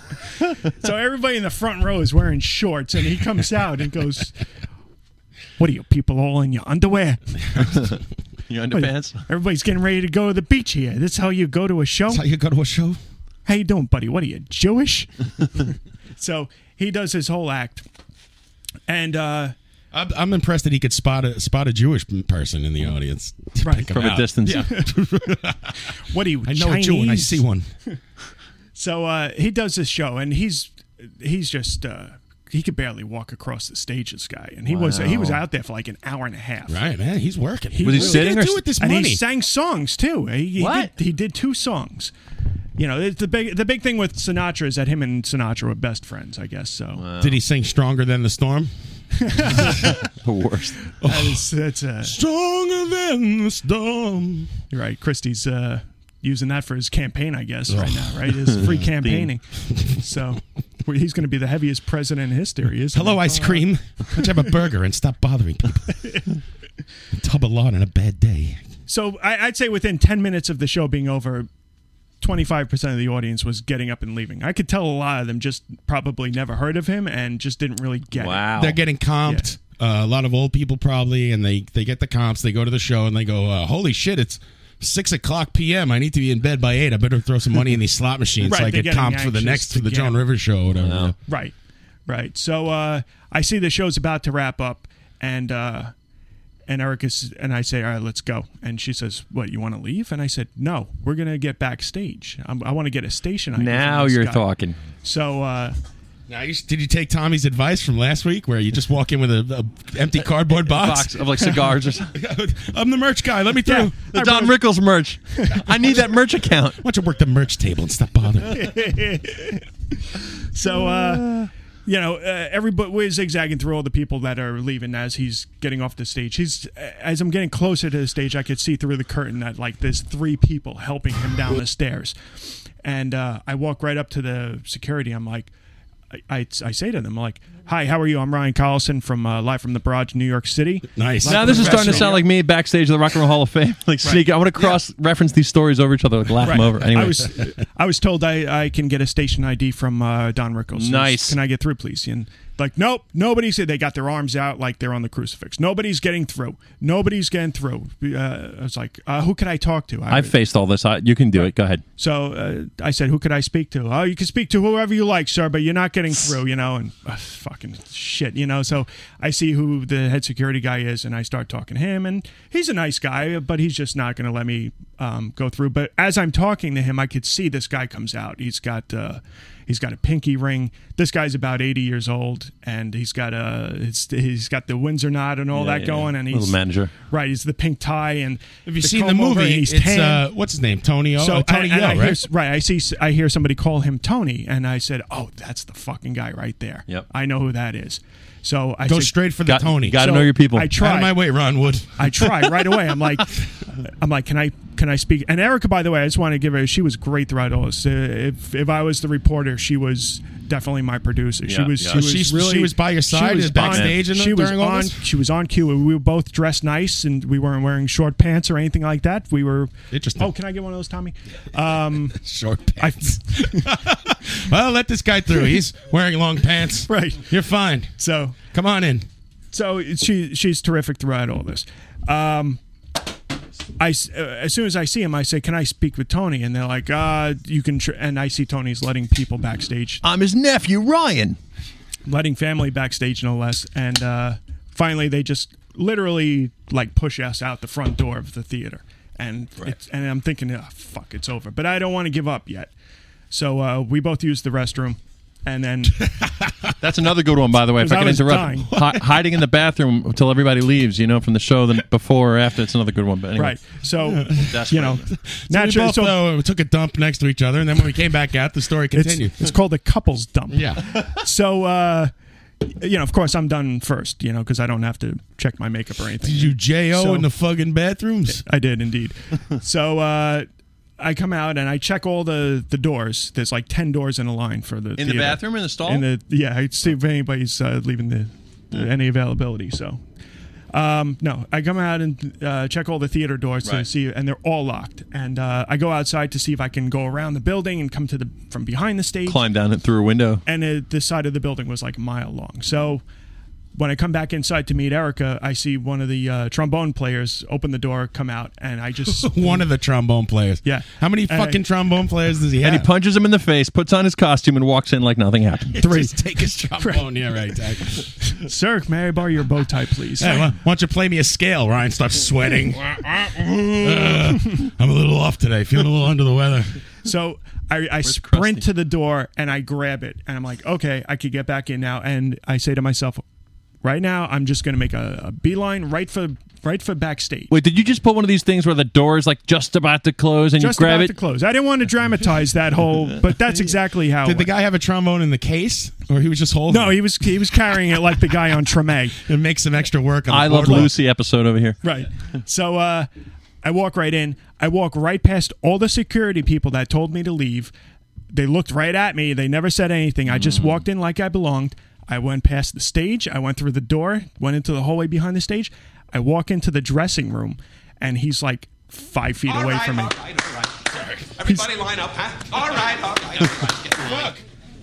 [SPEAKER 10] so everybody in the front row is wearing shorts and he comes out and goes what are you people all in your underwear
[SPEAKER 7] Your underpants?
[SPEAKER 10] everybody's getting ready to go to the beach here that's how you go to a show that's how
[SPEAKER 9] you go to a show
[SPEAKER 10] how you doing buddy what are you jewish so he does his whole act and uh
[SPEAKER 9] I'm, I'm impressed that he could spot a spot a Jewish person in the audience to
[SPEAKER 10] Right.
[SPEAKER 9] pick him
[SPEAKER 10] From a
[SPEAKER 9] out.
[SPEAKER 7] distance.
[SPEAKER 9] Yeah.
[SPEAKER 10] what are you
[SPEAKER 9] I know a Jew when I
[SPEAKER 10] Chinese?
[SPEAKER 9] see one.
[SPEAKER 10] So uh, he does this show, and he's he's just uh, he could barely walk across the stage. This guy, and he was
[SPEAKER 9] Wow.
[SPEAKER 10] he was out there for like an hour and a half.
[SPEAKER 9] Right, man, he's working.
[SPEAKER 10] He
[SPEAKER 9] Was he
[SPEAKER 10] really-
[SPEAKER 9] sitting What are you gonna or- do with this
[SPEAKER 10] and
[SPEAKER 9] money?
[SPEAKER 10] he sang songs too. He, he
[SPEAKER 9] What?
[SPEAKER 10] Did, he did two songs. You know, it's the big the big thing with Sinatra is that him and Sinatra were best friends. I guess so.
[SPEAKER 9] Did he sing "Stronger Than the Storm"?
[SPEAKER 7] the worst.
[SPEAKER 10] That is, that's uh,
[SPEAKER 9] stronger than the storm.
[SPEAKER 10] Right, Christie's uh, using that for his campaign, I guess, right
[SPEAKER 9] Oh.
[SPEAKER 10] now. Right, his free
[SPEAKER 9] Theme.
[SPEAKER 10] campaigning. so well, he's going to be the heaviest president in history. Is Oh
[SPEAKER 9] Hello, ice cream. Let's have a burger and stop bothering people. Tub a lot on a bad day.
[SPEAKER 10] So I, I'd say within 10 minutes of the show being over, 25% of the audience was getting up and leaving. I could tell a lot of them just probably never heard of him and just didn't really get it.
[SPEAKER 9] They're getting comped. Uh, a lot of old people probably, and they they get the comps. They go to the show and they go, uh, "Holy shit! It's six o'clock p.m. I need to be in bed by eight. I better throw some money in these slot machines
[SPEAKER 10] Right,
[SPEAKER 9] so I
[SPEAKER 10] they're
[SPEAKER 9] get
[SPEAKER 10] getting
[SPEAKER 9] comped for the
[SPEAKER 10] anxious
[SPEAKER 9] next
[SPEAKER 10] to
[SPEAKER 9] for the
[SPEAKER 10] get
[SPEAKER 9] Joan
[SPEAKER 10] them.
[SPEAKER 9] Rivers show or whatever."
[SPEAKER 10] Right, right. So uh, I see the show's about to wrap up, and uh, and Erica s- and I say, "All right, let's go." And she says, "What? You want to leave?" And I said, "No, we're gonna get backstage. I'm, I want to get a station." ID from
[SPEAKER 7] Now
[SPEAKER 10] this
[SPEAKER 7] you're
[SPEAKER 10] guy."
[SPEAKER 7] talking.
[SPEAKER 10] So uh,
[SPEAKER 9] Now, you, did you take Tommy's advice from last week, where you just walk in with a, a empty cardboard box?
[SPEAKER 7] Box of, like, cigars or something.
[SPEAKER 9] I'm the merch guy. Let me through.
[SPEAKER 7] Yeah, the I Don brought- Rickles merch. I need that merch account.
[SPEAKER 9] Why don't you work the merch table and stop bothering?
[SPEAKER 10] so uh you know uh, everybody we're zigzagging through all the people that are leaving as he's getting off the stage he's uh, as i'm getting closer to the stage i could see through the curtain that like there's three people helping him down the stairs and uh i walk right up to the security i'm like I, I, I say to them like, "Hi, how are you? I'm Ryan Carlson from uh, live from the Barrage, New York City."
[SPEAKER 9] Nice.
[SPEAKER 7] Now this is starting to sound like me backstage at the Rock and Roll Hall of Fame. Like sneak, I want to cross reference these stories over each other, like laugh them
[SPEAKER 10] Right.
[SPEAKER 7] over. Anyway,
[SPEAKER 10] I was uh, I was told I, I can get a station ID from uh, Don Rickles.
[SPEAKER 7] Nice.
[SPEAKER 10] Can I get through, please? And like, nope, nobody said they got their arms out like they're on the crucifix. Nobody's getting through. Nobody's getting through. Uh, I was like, uh, who could I talk to? I,
[SPEAKER 7] I've faced all this. I, you can do it. Go ahead.
[SPEAKER 10] so uh, I said, who could I speak to? Oh, you can speak to whoever you like, sir, but you're not getting through, you know, and uh, fucking shit, you know. So I see who the head security guy is and I start talking to him, and he's a nice guy, but he's just not going to let me um, go through. But as I'm talking to him, I could see this guy comes out. He's got uh, he's got a pinky ring. This guy's about 80 years old, and he's got a it's, he's got the Windsor knot and all
[SPEAKER 7] Yeah,
[SPEAKER 10] that
[SPEAKER 7] yeah.
[SPEAKER 10] going. And he's
[SPEAKER 7] Little manager.
[SPEAKER 10] right? He's the pink tie and
[SPEAKER 9] Have you seen the movie?
[SPEAKER 10] He's
[SPEAKER 9] It's,
[SPEAKER 10] tan.
[SPEAKER 9] uh, what's his name? Tony O-
[SPEAKER 10] So
[SPEAKER 9] uh, Tony
[SPEAKER 10] I, and
[SPEAKER 9] Yo,
[SPEAKER 10] I
[SPEAKER 9] right?
[SPEAKER 10] Hear, right. I see. I hear somebody call him Tony, and I said, "Oh, that's the fucking guy right there.
[SPEAKER 9] Yep.
[SPEAKER 10] I know who that is." So I
[SPEAKER 9] Go
[SPEAKER 10] said-
[SPEAKER 9] straight for the Got- Tony. gotta
[SPEAKER 10] So
[SPEAKER 9] know your people.
[SPEAKER 10] I tried
[SPEAKER 9] Out of my way, Ron Wood.
[SPEAKER 10] I tried right away. I'm like, I'm like, can I can I speak? And Erica, by the way, I just want to give her. She was great throughout all this. Uh, If if I was the reporter, she was definitely my producer. she
[SPEAKER 9] Yeah,
[SPEAKER 10] was.
[SPEAKER 9] yeah.
[SPEAKER 10] She was
[SPEAKER 9] She- she
[SPEAKER 10] really.
[SPEAKER 9] was by your
[SPEAKER 10] she
[SPEAKER 9] side
[SPEAKER 10] was
[SPEAKER 9] and backstage
[SPEAKER 10] on,
[SPEAKER 9] and
[SPEAKER 10] she was
[SPEAKER 9] during all
[SPEAKER 10] on.
[SPEAKER 9] this?
[SPEAKER 10] She was on cue. We were both dressed nice, and we weren't wearing short pants or anything like that. We were.
[SPEAKER 9] Interesting.
[SPEAKER 10] Oh, can I get one of those, Tommy? Um,
[SPEAKER 9] short pants. well, let this guy through. He's wearing long pants.
[SPEAKER 10] Right.
[SPEAKER 9] You're fine.
[SPEAKER 10] So
[SPEAKER 9] come on in.
[SPEAKER 10] So she she's terrific throughout all this. Um, I s- uh, as soon as I see him, I say, "Can I speak with Tony?" And they're like, "Uh, you can." Tr-. And I see Tony's letting people backstage.
[SPEAKER 7] I'm his nephew, Ryan.
[SPEAKER 10] Letting family backstage, no less. And uh, finally, they just literally like push us out the front door of the theater. And it's, and I'm thinking, oh, "Fuck, it's over." But I don't want to give up yet. So uh, we both use the restroom, and then
[SPEAKER 7] That's another good one, by the way. If
[SPEAKER 10] 'Cause
[SPEAKER 7] I
[SPEAKER 10] I
[SPEAKER 7] can
[SPEAKER 10] was
[SPEAKER 7] interrupt,
[SPEAKER 10] dying.
[SPEAKER 7] Hi- hiding in the bathroom until everybody leaves, you know, from the show, then before or after. It's another good one. But anyway.
[SPEAKER 10] right. So
[SPEAKER 7] That's
[SPEAKER 10] you know,
[SPEAKER 9] So we
[SPEAKER 10] naturally,
[SPEAKER 9] both, though, took a dump next to each other, and then when we came back out, the story continued.
[SPEAKER 10] It's, it's called the couples dump.
[SPEAKER 9] Yeah.
[SPEAKER 10] so, uh, you know, of course, I'm done first, you know, because I don't have to check my makeup or anything.
[SPEAKER 9] Did you J.O.
[SPEAKER 10] So-
[SPEAKER 9] in the fucking bathrooms?
[SPEAKER 10] I did indeed. so uh, I come out and I check all the, the doors. There's like ten doors in a line for the in
[SPEAKER 7] the bathroom, in the stall?
[SPEAKER 10] In the yeah, I see if anybody's uh, leaving the, the- any availability. So. Um, no, I come out and uh, check all the theater doors to
[SPEAKER 7] Right.
[SPEAKER 10] see, and they're all locked. And uh, I go outside to see if I can go around the building and come to the from behind the stage
[SPEAKER 7] Climb down it through a window.
[SPEAKER 10] and uh, the side of the building was like a mile long. So when I come back inside to meet Erica, I see one of the uh, trombone players open the door, come out, and I just
[SPEAKER 9] One of the trombone players.
[SPEAKER 10] Yeah.
[SPEAKER 9] How many
[SPEAKER 10] And I-
[SPEAKER 9] fucking trombone players does he
[SPEAKER 7] And
[SPEAKER 9] have?
[SPEAKER 7] he punches him in the face, puts on his costume, and walks in like nothing happened.
[SPEAKER 10] three.
[SPEAKER 9] take his trombone. yeah, right. I-
[SPEAKER 10] Sir, may I borrow your bow tie, please?
[SPEAKER 9] Hey, why, why don't you play me a scale, Ryan? Stop sweating.
[SPEAKER 8] Hmm.
[SPEAKER 9] Uh, I'm a little off today. Feeling a little under the weather.
[SPEAKER 10] So I, I sprint to the door and I grab it, and I'm like, okay, I could get back in now. And I say to myself, right now, I'm just going to make a, a beeline right for right for backstage.
[SPEAKER 7] Wait, did you just put one of these things where the door is like just about to close and
[SPEAKER 10] Just
[SPEAKER 7] you grab
[SPEAKER 10] about
[SPEAKER 7] it?
[SPEAKER 10] to close. I didn't want to dramatize that whole, but that's exactly how.
[SPEAKER 9] Did
[SPEAKER 10] it
[SPEAKER 9] the
[SPEAKER 10] went.
[SPEAKER 9] guy have a trombone in the case, or he was just holding?
[SPEAKER 10] No, he was he was carrying it like the guy on Treme.
[SPEAKER 9] It makes some extra work. On the
[SPEAKER 7] I love
[SPEAKER 9] boardwalk.
[SPEAKER 7] Lucy episode over here.
[SPEAKER 10] Right. So uh, I walk right in. I walk right past all the security people that told me to leave. They looked right at me. They never said anything. I just walked in like I belonged. I went past the stage. I went through the door, went into the hallway behind the stage. I walk into the dressing room, and he's like five feet away from me.
[SPEAKER 14] All right, all right. Sorry. Everybody line up, huh? All right, all right. All right. Look.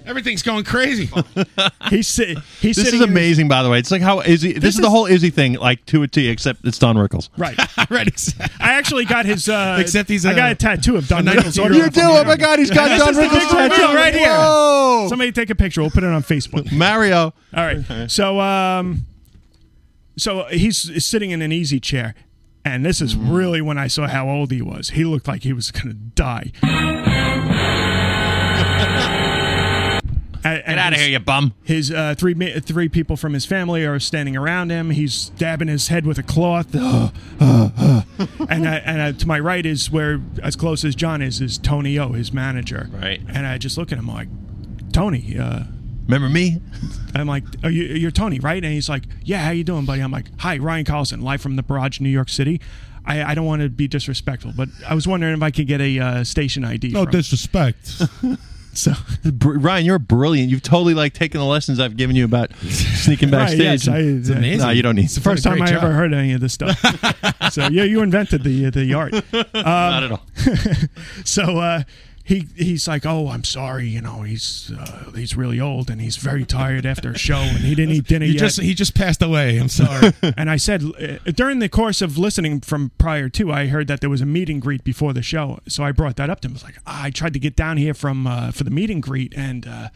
[SPEAKER 9] Everything's going crazy.
[SPEAKER 10] He's, si- he's
[SPEAKER 7] This
[SPEAKER 10] sitting
[SPEAKER 7] is
[SPEAKER 10] in-
[SPEAKER 7] amazing, by the way. It's like how Izzy. This,
[SPEAKER 10] This
[SPEAKER 7] is, the
[SPEAKER 10] is-
[SPEAKER 7] whole Izzy thing, like to a T, except it's Don Rickles.
[SPEAKER 10] Right.
[SPEAKER 9] right. Exactly.
[SPEAKER 10] I actually got his. Uh,
[SPEAKER 9] Except he's,
[SPEAKER 10] I
[SPEAKER 9] uh,
[SPEAKER 10] got a tattoo of Don
[SPEAKER 9] a
[SPEAKER 10] Rickles.
[SPEAKER 9] 19-year-old. You do?
[SPEAKER 7] Oh my God, he's got
[SPEAKER 10] This
[SPEAKER 7] Don
[SPEAKER 10] is the
[SPEAKER 7] Rickles
[SPEAKER 10] picture of
[SPEAKER 7] tattoo
[SPEAKER 10] him right here.
[SPEAKER 7] Whoa.
[SPEAKER 10] Somebody take a picture. We'll put it on Facebook.
[SPEAKER 7] Mario.
[SPEAKER 10] All right. So um so he's sitting in an easy chair and this is
[SPEAKER 7] Mm.
[SPEAKER 10] really when I saw how old he was. He looked like he was going to die. Get
[SPEAKER 7] outta here, you bum.
[SPEAKER 10] His uh, three ma- three people from his family are standing around him. He's dabbing his head with a cloth. and I, and I, to my right is where, as close as John is, is Tony O, his manager.
[SPEAKER 7] Right.
[SPEAKER 10] And I just look at him like, Tony, uh,
[SPEAKER 7] Remember me?
[SPEAKER 10] I'm like, are you, you're Tony, right? And he's like, yeah, how you doing, buddy? I'm like, hi, Ryan Carlson, live from the barrage, New York City. I, I don't want to be disrespectful, but I was wondering if I could get a uh, station ID.
[SPEAKER 9] No
[SPEAKER 10] from-"
[SPEAKER 9] disrespect.
[SPEAKER 10] So,
[SPEAKER 7] Br- Ryan, you're brilliant. You've totally like taken the lessons I've given you about sneaking
[SPEAKER 10] Right,
[SPEAKER 7] backstage.
[SPEAKER 10] yes, I- It's amazing.
[SPEAKER 7] No, you don't need.
[SPEAKER 10] it's the first time I ever heard any of this stuff. uh, so yeah, you invented the the art.
[SPEAKER 7] Not at all.
[SPEAKER 10] Um, So uh, he he's like, oh, I'm sorry, you know, he's uh, he's really old and he's very tired after a show and he didn't eat dinner
[SPEAKER 9] He uh,
[SPEAKER 10] yet.
[SPEAKER 9] just- he just passed away. I'm sorry.
[SPEAKER 10] and I said uh, during the course of listening from prior to, I heard that there was a meet and greet before the show, so I brought that up to him. I was like, ah, I tried to get down here from uh, for the meet and greet, and uh,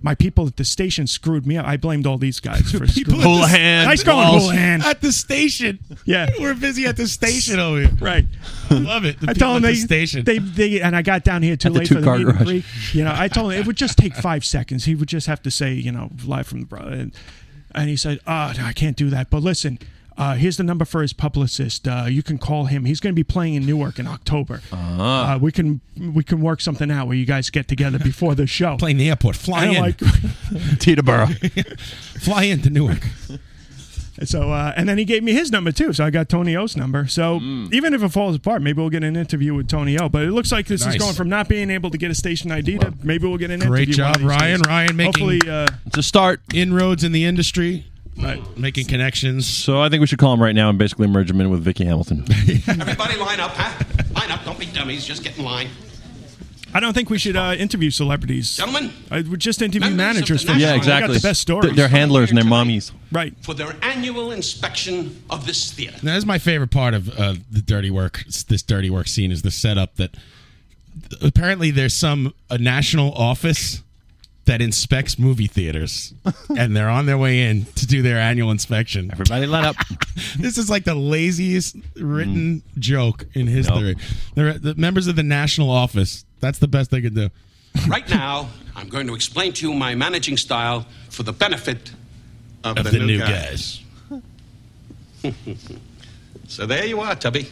[SPEAKER 10] my people at the station screwed me up. I blamed all these guys for
[SPEAKER 9] People
[SPEAKER 10] screwing
[SPEAKER 9] at the-
[SPEAKER 10] Nice going, Houlihan.
[SPEAKER 9] At the station.
[SPEAKER 10] Yeah.
[SPEAKER 9] We're busy at the station over here.
[SPEAKER 10] Right.
[SPEAKER 9] I love it. The
[SPEAKER 10] I
[SPEAKER 9] people
[SPEAKER 10] told them
[SPEAKER 9] at
[SPEAKER 10] they,
[SPEAKER 9] the station.
[SPEAKER 10] They, they, and I got down here too
[SPEAKER 9] At the
[SPEAKER 10] late for the
[SPEAKER 9] two-car
[SPEAKER 10] meet and
[SPEAKER 9] garage.
[SPEAKER 10] greet. You know, I told him it would just take five seconds. He would just have to say, you know, live from the brother. And, and he said, "Ah, no, I can't do that. But listen, uh, here's the number for his publicist. Uh, you can call him. He's going to be playing in Newark in October.
[SPEAKER 9] Uh-huh.
[SPEAKER 10] Uh, we can we can work something out where you guys get together before the show.
[SPEAKER 9] Playing the airport, fly
[SPEAKER 10] And
[SPEAKER 9] in.
[SPEAKER 10] I'm like-
[SPEAKER 9] Teterboro. fly in to Newark.
[SPEAKER 10] And So uh, and then he gave me his number too, so I got Tony O's number. So
[SPEAKER 7] Mm.
[SPEAKER 10] even if it falls apart, maybe we'll get an interview with Tony O. But it looks like this
[SPEAKER 9] Nice.
[SPEAKER 10] is going from not being able to get a station ID to maybe we'll get an
[SPEAKER 9] Great
[SPEAKER 10] interview. one
[SPEAKER 9] job,
[SPEAKER 10] of these
[SPEAKER 9] Ryan.
[SPEAKER 10] days.
[SPEAKER 9] Ryan making
[SPEAKER 10] hopefully uh,
[SPEAKER 7] to start
[SPEAKER 9] inroads in the industry, making connections.
[SPEAKER 7] So I think we should call him right now and basically merge him in with Vicky Hamilton.
[SPEAKER 14] Everybody line up, huh? Line up. Don't be dummies. Just get in line.
[SPEAKER 10] I don't think we should uh, interview celebrities,
[SPEAKER 14] gentlemen.
[SPEAKER 10] I would just interview managers. For
[SPEAKER 7] yeah,
[SPEAKER 10] They
[SPEAKER 7] exactly.
[SPEAKER 10] Got the best stories.
[SPEAKER 7] They're handlers and they're mommies.
[SPEAKER 10] Right.
[SPEAKER 14] For their annual inspection of this theater.
[SPEAKER 9] Now, that's my favorite part of uh, the dirty work. This dirty work scene is the setup that apparently there's some a national office that inspects movie theaters, and they're on their way in to do their annual inspection.
[SPEAKER 7] Everybody, let up.
[SPEAKER 9] this is like the laziest written
[SPEAKER 7] Mm.
[SPEAKER 9] joke in history. They're, the members of the national office. That's the best they could do.
[SPEAKER 14] Right now, I'm going to explain to you my managing style for the benefit of,
[SPEAKER 9] Of
[SPEAKER 14] the,
[SPEAKER 9] the
[SPEAKER 14] new,
[SPEAKER 9] new
[SPEAKER 14] guys. so there you are, Tubby.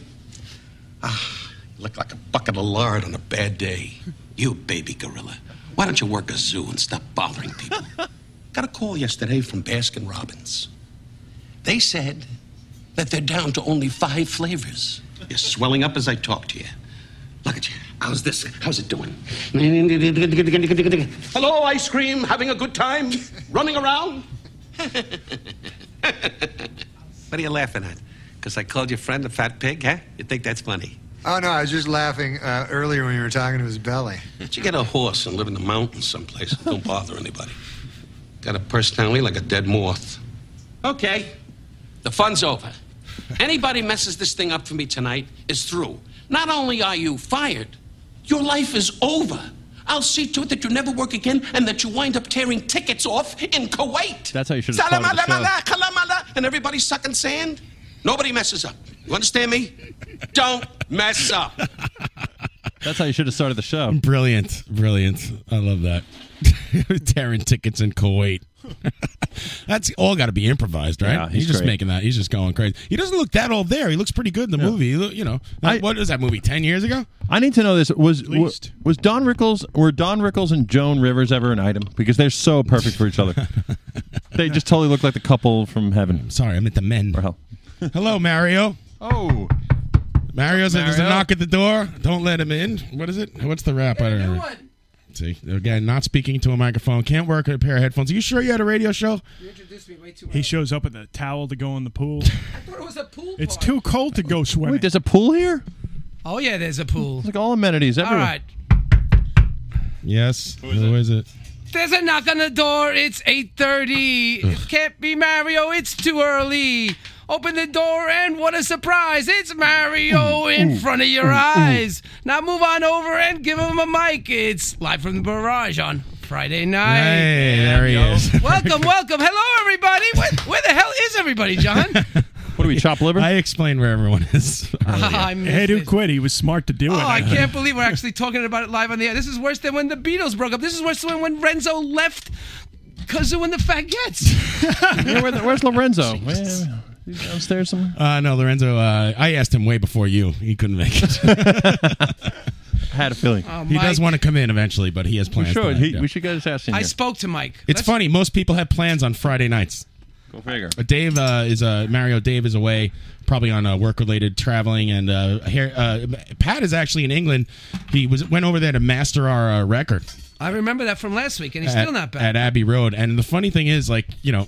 [SPEAKER 14] Ah, you look like a bucket of lard on a bad day. You baby gorilla. Why don't you work a zoo and stop bothering people? Got a call yesterday from Baskin Robbins. They said that they're down to only five flavors. You're swelling up as I talk to you. Look at you. How's this? How's it doing? Hello, ice cream. Having a good time? Running around? what are you laughing at? Because I called your friend a fat pig, huh? You think that's funny?
[SPEAKER 15] Oh no, I was just laughing uh, earlier when you were talking to his belly.
[SPEAKER 14] Did you get a horse and live in the mountains someplace? and Don't bother anybody. Got a personality like a dead moth. Okay. The fun's over. Anybody messes this thing up for me tonight is through. Not only are you fired, your life is over. I'll see to it that you never work again and that you wind up tearing tickets off in Kuwait.
[SPEAKER 7] That's how you should have started the show.
[SPEAKER 14] Salamala, kalamala, and everybody's sucking sand. Nobody messes up. You understand me? Don't mess up.
[SPEAKER 7] That's how you should have started the show.
[SPEAKER 9] Brilliant, brilliant. I love that. Tearing tickets in Kuwait. That's all got to be improvised, right?
[SPEAKER 7] Yeah, he's
[SPEAKER 9] just
[SPEAKER 7] great.
[SPEAKER 9] making that. He's just going crazy. He doesn't look that old there. He looks pretty good in the movie. He look- you know, like, what is that movie? Ten years ago?
[SPEAKER 7] I need to know this. Was was, was Don Rickles were Don Rickles and Joan Rivers ever an item? Because they're so perfect for each other. they just totally look like the couple from heaven.
[SPEAKER 9] sorry, I meant the men.
[SPEAKER 7] Or hell.
[SPEAKER 9] Hello, Mario.
[SPEAKER 7] Oh,
[SPEAKER 9] Mario's there's a
[SPEAKER 7] Mario?
[SPEAKER 9] knock at the door. Don't let him in. What is it? What's the rap? I don't know. See again, not speaking to a microphone. Can't work with a pair of headphones. Are you sure you had a radio show?
[SPEAKER 10] He shows up with a towel to go in the pool.
[SPEAKER 13] It was a pool.
[SPEAKER 10] it's too cold to go swimming.
[SPEAKER 7] Wait, there's a pool here.
[SPEAKER 13] Oh yeah, there's a pool.
[SPEAKER 7] It's like all amenities
[SPEAKER 13] All
[SPEAKER 7] everywhere.
[SPEAKER 13] right.
[SPEAKER 9] Yes. Who is it?
[SPEAKER 13] There's a knock on the door. It's 8:30. It can't be Mario. It's too early. Open the door and what a surprise. It's Mario in
[SPEAKER 16] ooh,
[SPEAKER 13] front of your
[SPEAKER 16] ooh, ooh.
[SPEAKER 13] eyes. Now move on over and give him a mic. It's live from the barrage on Friday night.
[SPEAKER 9] Hey, there he is.
[SPEAKER 13] Welcome, welcome. Hello everybody. Where, where the hell is everybody, John?
[SPEAKER 7] What do we chop liver?
[SPEAKER 9] I explained where everyone is.
[SPEAKER 13] I missed
[SPEAKER 10] Ed who
[SPEAKER 13] it.
[SPEAKER 10] quit, he was smart to do it.
[SPEAKER 13] Oh, I can't believe we're actually talking about it live on the air. This is worse than when the Beatles broke up. This is worse than when Renzo left Kazoo and the Fagettes.
[SPEAKER 7] Yeah, where the- where's Lorenzo? Yeah, he's downstairs somewhere.
[SPEAKER 9] Uh, no, Lorenzo. Uh, I asked him way before you. He couldn't make it.
[SPEAKER 7] Had a feeling.
[SPEAKER 13] Oh,
[SPEAKER 9] he does
[SPEAKER 13] Mike.
[SPEAKER 9] want to come in eventually, but he has plans.
[SPEAKER 7] should.
[SPEAKER 9] tonight,
[SPEAKER 7] He-
[SPEAKER 9] yeah.
[SPEAKER 7] we should get his ass in
[SPEAKER 13] I
[SPEAKER 7] here.
[SPEAKER 13] spoke to Mike.
[SPEAKER 9] It's
[SPEAKER 13] Let's-
[SPEAKER 9] funny. Most people have plans on Friday nights.
[SPEAKER 7] Go figure.
[SPEAKER 9] But Dave uh, is uh, Mario. Dave is away, probably on uh, work-related traveling, and uh, here, uh, Pat is actually in England. He was went over there to master our uh, record.
[SPEAKER 13] I remember that from last week, and he's
[SPEAKER 9] at,
[SPEAKER 13] still not back.
[SPEAKER 9] at Abbey Road. And the funny thing is, like you know,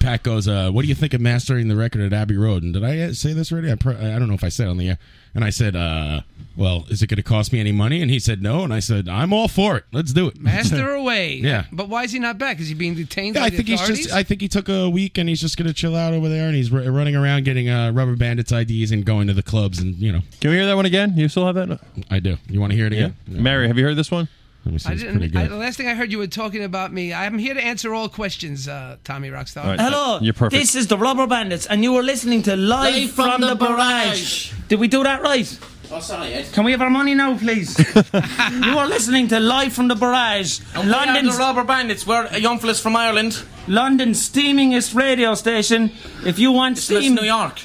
[SPEAKER 9] Pat goes, uh, "What do you think of mastering the record at Abbey Road?" And did I uh, say this already? I, pro- I don't know if I said it on the air. And I said, uh, "Well, is it going to cost me any money?" And he said, "No." And I said, "I'm all for it. Let's do it."
[SPEAKER 13] Master away.
[SPEAKER 9] Yeah.
[SPEAKER 13] But why is he not back? Is he being detained?
[SPEAKER 9] Yeah,
[SPEAKER 13] by
[SPEAKER 9] I
[SPEAKER 13] the
[SPEAKER 9] think he's
[SPEAKER 13] authorities?
[SPEAKER 9] just. I think he took a week and he's just going to chill out over there, and he's r- running around getting uh, rubber bandits IDs and going to the clubs, and you know.
[SPEAKER 7] Can we hear that one again? You still have that?
[SPEAKER 9] I do. You want to hear it again?
[SPEAKER 7] Mary, have you heard this one?
[SPEAKER 9] Let me
[SPEAKER 13] I didn't. I, the last thing I heard you were talking about me. I'm here to answer all questions, uh, Tommy Rockstar.
[SPEAKER 3] Hello.
[SPEAKER 13] uh,
[SPEAKER 9] uh,
[SPEAKER 3] This is the Rubber Bandits, and you were listening to Live,
[SPEAKER 13] Live
[SPEAKER 3] from,
[SPEAKER 13] from
[SPEAKER 3] the,
[SPEAKER 13] the
[SPEAKER 3] barrage. Did we do that right?
[SPEAKER 4] Oh, sorry, Ed.
[SPEAKER 3] Can we have our money now, please? you are listening to Live from the Barrage,
[SPEAKER 4] And London.
[SPEAKER 3] London's
[SPEAKER 4] the Rubber Bandits. We're a young fellas from Ireland.
[SPEAKER 3] London's steamingest radio station. If you want steam,
[SPEAKER 4] New York.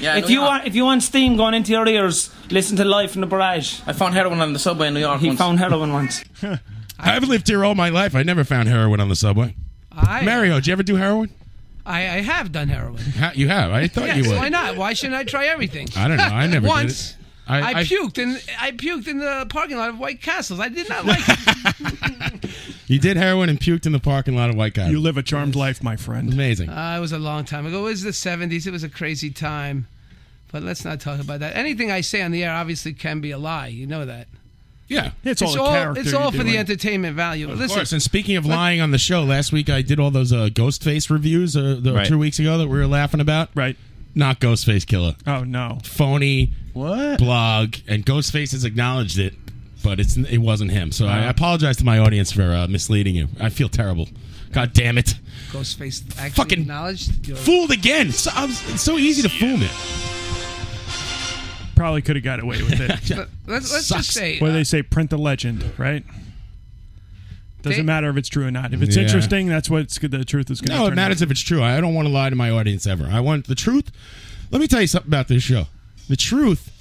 [SPEAKER 4] Yeah,
[SPEAKER 3] if
[SPEAKER 4] New
[SPEAKER 3] you
[SPEAKER 4] York.
[SPEAKER 3] want, if you want steam going into your ears, listen to Live from the Barrage.
[SPEAKER 4] I found heroin on the subway in New York.
[SPEAKER 3] He
[SPEAKER 4] once.
[SPEAKER 3] found heroin once.
[SPEAKER 9] I've lived here all my life. I never found heroin on the subway.
[SPEAKER 13] I,
[SPEAKER 9] Mario, did you ever do heroin?
[SPEAKER 13] I, I have done heroin.
[SPEAKER 9] Ha- You have. I thought
[SPEAKER 13] yes,
[SPEAKER 9] you would.
[SPEAKER 13] why not? Why shouldn't I try everything?
[SPEAKER 9] I don't know. I never did
[SPEAKER 13] Once.
[SPEAKER 9] it.
[SPEAKER 13] I,
[SPEAKER 9] I- I-
[SPEAKER 13] puked in I puked in the parking lot of White Castles. I did not like it.
[SPEAKER 9] You did heroin and puked in the parking lot of White Guy. You
[SPEAKER 10] live a charmed life, my friend.
[SPEAKER 9] Amazing.
[SPEAKER 13] Uh, it was a long time ago. It was the 70s. It was a crazy time. But let's not talk about that. Anything I say on the air obviously can be a lie. You know that.
[SPEAKER 9] Yeah.
[SPEAKER 13] It's, all, it's all for the entertainment value.
[SPEAKER 9] Of
[SPEAKER 13] Listen,
[SPEAKER 9] course. And speaking of lying on the show, last week I did all those uh, Ghostface reviews uh, the,
[SPEAKER 10] Right.
[SPEAKER 9] two weeks ago that we were laughing about.
[SPEAKER 10] Right.
[SPEAKER 9] Not Ghostface Killer.
[SPEAKER 10] Oh no.
[SPEAKER 9] Phony.
[SPEAKER 7] What?
[SPEAKER 9] Blog. And Ghostface has acknowledged it, but it's it wasn't him. So I apologize to my audience for uh, misleading you. I feel terrible. God damn it.
[SPEAKER 13] Ghostface actually
[SPEAKER 9] Fucking
[SPEAKER 13] acknowledged. Your,
[SPEAKER 9] Fooled again. So, I was, it's so easy to fool me.
[SPEAKER 10] Probably could have got away with it.
[SPEAKER 13] let's let's just say. uh,
[SPEAKER 10] Where they say print the legend, right? Doesn't
[SPEAKER 13] They-
[SPEAKER 10] matter if it's true or not. If it's
[SPEAKER 9] Yeah.
[SPEAKER 10] interesting, that's what it's, the truth is going to
[SPEAKER 9] No, it
[SPEAKER 10] turn
[SPEAKER 9] matters
[SPEAKER 10] out.
[SPEAKER 9] if it's true. I don't want to lie to my audience ever. I want the truth. Let me tell you something about this show. The truth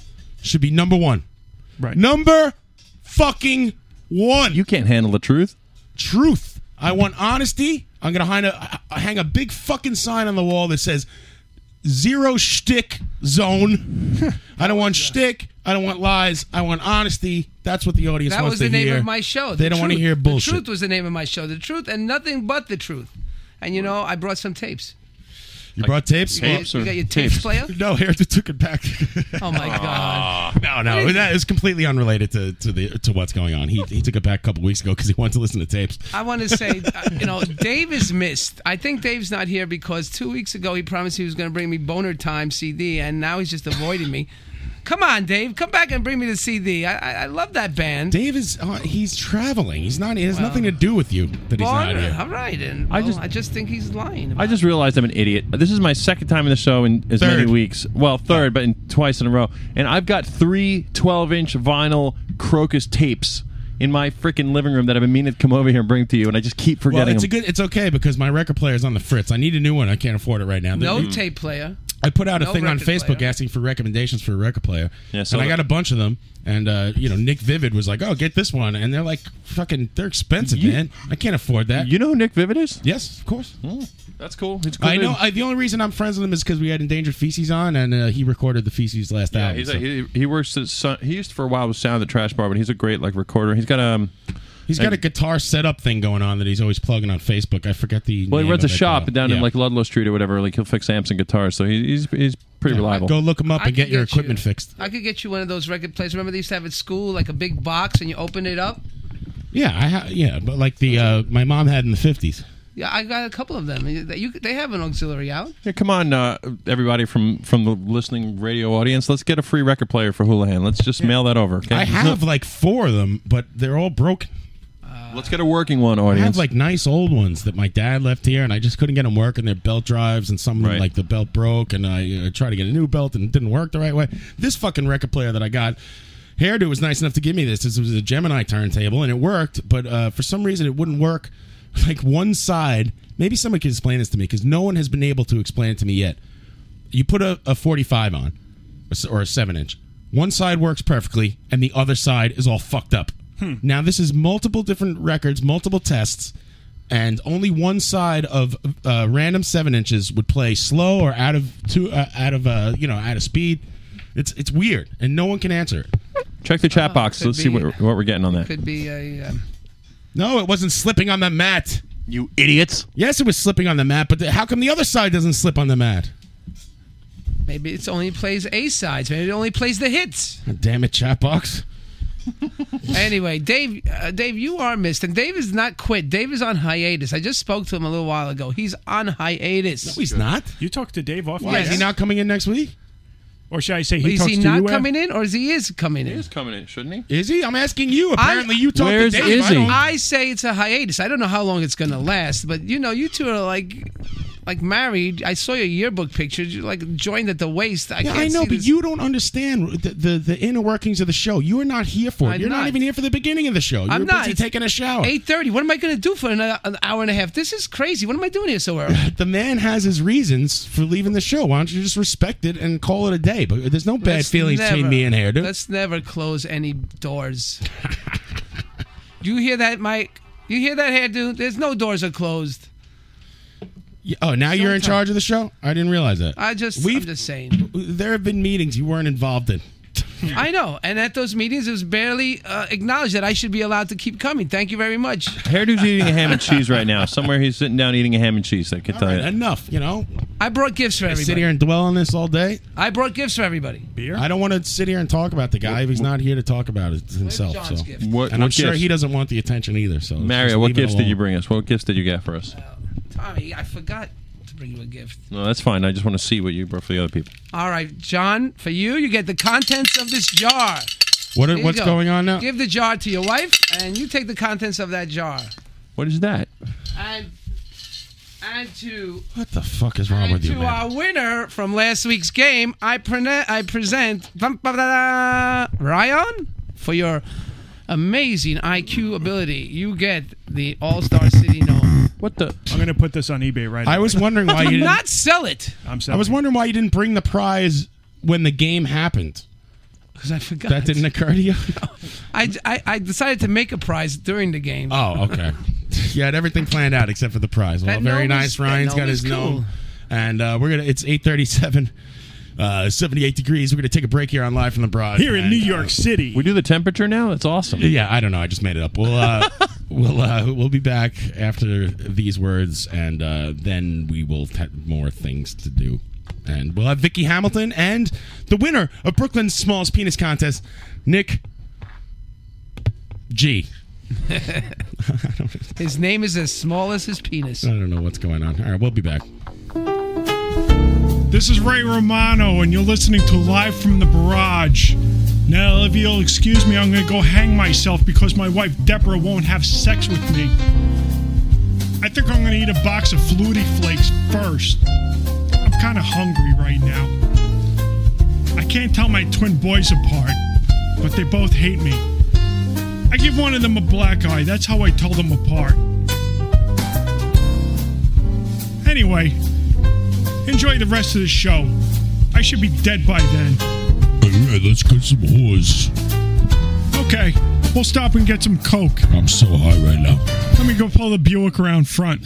[SPEAKER 9] should be number one.
[SPEAKER 10] Right.
[SPEAKER 9] Number fucking one.
[SPEAKER 7] You can't handle the truth.
[SPEAKER 9] Truth. I want honesty. I'm gonna hang a, hang a big fucking sign on the wall that says zero shtick zone. I don't want shtick. I don't want lies. I want honesty. That's what the audience
[SPEAKER 13] that
[SPEAKER 9] wants
[SPEAKER 13] was the
[SPEAKER 9] to
[SPEAKER 13] name
[SPEAKER 9] hear.
[SPEAKER 13] of my show. The
[SPEAKER 9] they don't want to
[SPEAKER 13] Truth.
[SPEAKER 9] hear bullshit.
[SPEAKER 13] The truth was the name of my show. The truth and nothing but the truth. And you know, I brought some tapes.
[SPEAKER 9] You brought tapes?
[SPEAKER 13] You got- you got your tapes player?
[SPEAKER 9] No, Heritage took it back.
[SPEAKER 13] Oh my god.
[SPEAKER 9] No, no, that is completely unrelated to, to the to what's going on. He he took it back a couple weeks ago because he wanted to listen to tapes.
[SPEAKER 13] I want to say, uh, you know, Dave is missed. I think Dave's not here because two weeks ago he promised he was going to bring me Boner Time CD, and now he's just avoiding me. Come on, Dave, come back and bring me the CD. I, I, I love that band.
[SPEAKER 9] Dave is uh, he's traveling. He's not. It has
[SPEAKER 13] Well.
[SPEAKER 9] nothing to do with you that he's not
[SPEAKER 13] Boner,
[SPEAKER 9] here.
[SPEAKER 13] all right. And, well, I, just, I just think he's lying.
[SPEAKER 7] I just realized I'm an idiot. This is my second time in the show in as
[SPEAKER 9] Third.
[SPEAKER 7] many weeks. Well, third, but in, twice in a row. And I've got three 12 inch vinyl crocus tapes in my freaking living room that I've been meaning to come over here and bring to you, and I just keep
[SPEAKER 9] Well,
[SPEAKER 7] forgetting
[SPEAKER 9] it's a
[SPEAKER 7] them.
[SPEAKER 9] good. It's okay because my record player is on the fritz. I need a new one. I can't afford it right now.
[SPEAKER 13] No
[SPEAKER 9] You-
[SPEAKER 13] tape player.
[SPEAKER 9] I put out a
[SPEAKER 13] No
[SPEAKER 9] thing on
[SPEAKER 13] record
[SPEAKER 9] Facebook
[SPEAKER 13] player.
[SPEAKER 9] asking for recommendations for a record player,
[SPEAKER 7] Yeah, so
[SPEAKER 9] and I
[SPEAKER 7] the-
[SPEAKER 9] got a bunch of them. And uh, you know, Nick Vivid was like, "Oh, get this one," and they're like, "Fucking, they're expensive, man. I can't afford that."
[SPEAKER 7] You know who Nick Vivid is? Oh.
[SPEAKER 9] Yes, of course.
[SPEAKER 7] That's cool. It's cool.
[SPEAKER 9] I know.
[SPEAKER 7] dude.
[SPEAKER 9] I, the only reason I'm friends with him is because we had Endangered Feces on, and uh, he recorded the Feces last
[SPEAKER 7] Yeah,
[SPEAKER 9] album.
[SPEAKER 7] he's
[SPEAKER 9] so.
[SPEAKER 7] a, he, he works. At, Sun- he used to for a while with Sound at the Trash Bar, but he's a great like recorder. He's got um,
[SPEAKER 9] he's got a guitar setup thing going on that he's always plugging on Facebook. I forget the.
[SPEAKER 7] well, he
[SPEAKER 9] name
[SPEAKER 7] runs a
[SPEAKER 9] of it,
[SPEAKER 7] shop
[SPEAKER 9] though.
[SPEAKER 7] down in
[SPEAKER 9] Yeah.
[SPEAKER 7] like Ludlow Street or whatever. Like he'll fix amps and guitars, so he, he's he's pretty reliable.
[SPEAKER 9] Go look him up
[SPEAKER 13] I
[SPEAKER 9] and get
[SPEAKER 13] could
[SPEAKER 9] your
[SPEAKER 13] get you.
[SPEAKER 9] equipment fixed.
[SPEAKER 13] I could get you one of those record players. Remember they used to have at school, like a big box, and you open it up?
[SPEAKER 9] Yeah, I ha- yeah, but like the uh, my mom had in the fifties.
[SPEAKER 13] Yeah, I got a couple of them. You- you- they have an auxiliary out.
[SPEAKER 7] Yeah, come on, uh, everybody from from the listening radio audience. Let's get a free record player for Houlihan. Let's just mail that over. Okay?
[SPEAKER 9] I have like four of them, but they're all broken.
[SPEAKER 7] Let's get a working one,
[SPEAKER 9] I
[SPEAKER 7] audience.
[SPEAKER 9] have like nice old ones that my dad left here, and I just couldn't get them working. Their belt drives, and some of them,
[SPEAKER 7] Right.
[SPEAKER 9] like the belt broke, and I uh, tried to get a new belt, and it didn't work the right way. This fucking record player that I got, Hairdo was nice enough to give me this. This was a Gemini turntable, and it worked, but uh, for some reason it wouldn't work. Like one side, maybe somebody could explain this to me because no one has been able to explain it to me yet. You put a, a 45 on, or s- or a seven inch. One side works perfectly, and the other side is all fucked up. Now this is multiple different records, multiple tests, and only one side of uh, random seven inches would play slow or out of two, uh, out of uh, you know, out of speed. It's it's weird, and no one can answer it.
[SPEAKER 7] Check the chat box.
[SPEAKER 13] could
[SPEAKER 7] Let's see
[SPEAKER 13] be.
[SPEAKER 7] what, what we're getting on that.
[SPEAKER 13] Could be a. Um,
[SPEAKER 9] No, it wasn't slipping on the mat.
[SPEAKER 7] You idiots.
[SPEAKER 9] Yes, it was slipping on the mat, but the- how come the other side doesn't slip on the mat?
[SPEAKER 13] Maybe it's only plays A sides. Maybe it only plays the hits.
[SPEAKER 9] God damn it, chat box.
[SPEAKER 13] anyway, Dave, uh, Dave, you are missed, and Dave is not quit. Dave is on hiatus. I just spoke to him a little while ago. He's on hiatus. No,
[SPEAKER 9] he's not.
[SPEAKER 10] You talked to Dave off.
[SPEAKER 9] Why is he not coming in next week?
[SPEAKER 10] Or should I say
[SPEAKER 13] is he not coming in, or is he is coming in?
[SPEAKER 7] He's coming in, shouldn't he?
[SPEAKER 9] Is he? I'm asking you. Apparently,
[SPEAKER 13] I-
[SPEAKER 9] you talked to Dave. I don't-
[SPEAKER 13] I say it's a hiatus. I don't know how long it's going to last, but you know, you two are like, like married. I saw your yearbook pictures. You're like joined at the waist. I
[SPEAKER 9] yeah,
[SPEAKER 13] can't
[SPEAKER 9] I know,
[SPEAKER 13] see
[SPEAKER 9] but
[SPEAKER 13] this.
[SPEAKER 9] you don't understand the, the, the inner workings of the show. You are not here for it.
[SPEAKER 13] I'm
[SPEAKER 9] You're not.
[SPEAKER 13] not.
[SPEAKER 9] even here for the beginning of the show. You're
[SPEAKER 13] I'm not
[SPEAKER 9] busy
[SPEAKER 13] It's
[SPEAKER 9] taking a shower.
[SPEAKER 13] Eight thirty. What am I going to do for an, an hour and a half? This is crazy. What am I doing here so early?
[SPEAKER 9] the man has his reasons for leaving the show. Why don't you just respect it and call it a day? But there's no bad
[SPEAKER 13] Let's
[SPEAKER 9] feelings between
[SPEAKER 13] never-
[SPEAKER 9] me and Hairdo.
[SPEAKER 13] Let's never close any doors. you hear that, Mike? You hear that, hairdo? There's no doors are closed.
[SPEAKER 9] Yeah, Oh, now you're in
[SPEAKER 13] Sometime.
[SPEAKER 9] charge of the show? I didn't realize that.
[SPEAKER 13] I just, I'm just saying.
[SPEAKER 9] There have been meetings you weren't involved in.
[SPEAKER 13] I know. And at those meetings, it was barely uh, acknowledged that I should be allowed to keep coming. Thank you very much.
[SPEAKER 7] Hairdo's eating a ham and cheese right now. Somewhere he's sitting down eating a ham and cheese. I can tell you.
[SPEAKER 9] Enough, you know.
[SPEAKER 13] I brought gifts for
[SPEAKER 9] I
[SPEAKER 13] everybody.
[SPEAKER 9] sit here and dwell on this all day.
[SPEAKER 13] I brought gifts for everybody. Beer?
[SPEAKER 9] I don't want to sit here and talk about the guy if he's not here to talk about it himself.
[SPEAKER 13] John's
[SPEAKER 9] so.
[SPEAKER 13] gift?
[SPEAKER 7] What-
[SPEAKER 9] and I'm
[SPEAKER 7] what
[SPEAKER 9] sure
[SPEAKER 7] gifts?
[SPEAKER 9] he doesn't want the attention either. So let's just
[SPEAKER 7] Mario, what
[SPEAKER 9] leave it
[SPEAKER 7] gifts did
[SPEAKER 9] alone.
[SPEAKER 7] you bring us? What gifts did you get for us?
[SPEAKER 13] Tommy, I forgot to bring you a gift.
[SPEAKER 7] No, that's fine. I just want to see what you brought for the other people.
[SPEAKER 13] All right, John, for you, you get the contents of this jar.
[SPEAKER 7] What-
[SPEAKER 13] Here you
[SPEAKER 7] what's
[SPEAKER 13] go.
[SPEAKER 7] going on now?
[SPEAKER 13] Give the jar to your wife, and you take the contents of that jar.
[SPEAKER 7] What is that?
[SPEAKER 13] And and to
[SPEAKER 9] What the fuck is wrong with you,
[SPEAKER 13] to
[SPEAKER 9] man?
[SPEAKER 13] our winner from last week's game, I present I present bum, bum, da, da, Ryan for your amazing IQ ability. You get the All Star City gnome.
[SPEAKER 7] What the?
[SPEAKER 10] I'm gonna put this on eBay right now.
[SPEAKER 9] I was wondering why you
[SPEAKER 13] Do
[SPEAKER 9] didn't.
[SPEAKER 13] not sell it.
[SPEAKER 10] I'm
[SPEAKER 9] I was wondering why you didn't bring the prize when the game happened.
[SPEAKER 13] Because I forgot.
[SPEAKER 9] That didn't occur to you.
[SPEAKER 13] I, I, I decided to make a prize during the game.
[SPEAKER 9] Oh, okay. you had everything planned out except for the prize. Well,
[SPEAKER 13] That
[SPEAKER 9] very
[SPEAKER 13] gnome is-
[SPEAKER 9] nice.
[SPEAKER 13] that
[SPEAKER 9] Ryan's
[SPEAKER 13] gnome
[SPEAKER 9] got
[SPEAKER 13] is
[SPEAKER 9] his
[SPEAKER 13] cool.
[SPEAKER 9] gnome, and uh, we're gonna. It's eight thirty-seven. Uh, 78 degrees. We're going to take a break here on Live from the Broad. uh,
[SPEAKER 10] Here in New York City.
[SPEAKER 7] We do the temperature now? That's awesome.
[SPEAKER 9] Yeah, I don't know. I just made it up. We'll uh, we'll uh, we'll be back after these words, and uh, then we will have more things to do, and we'll have Vicky Hamilton and the winner of Brooklyn's Smallest Penis Contest, Nick G.
[SPEAKER 13] his name is as small as his penis.
[SPEAKER 9] I don't know what's going on. All right, we'll be back.
[SPEAKER 10] This is Ray Romano, and you're listening to Live from the Barrage. Now, if you'll excuse me, I'm going to go hang myself because my wife Deborah won't have sex with me. I think I'm going to eat a box of Flutie Flakes first. I'm kind of hungry right now. I can't tell my twin boys apart, but they both hate me. I give one of them a black eye. That's how I tell them apart. Anyway, Enjoy the rest of the show. I should be dead by then.
[SPEAKER 8] All right, let's get some whores.
[SPEAKER 10] Okay, we'll stop and get some coke.
[SPEAKER 8] I'm so high right now.
[SPEAKER 10] Let me go pull the Buick around front.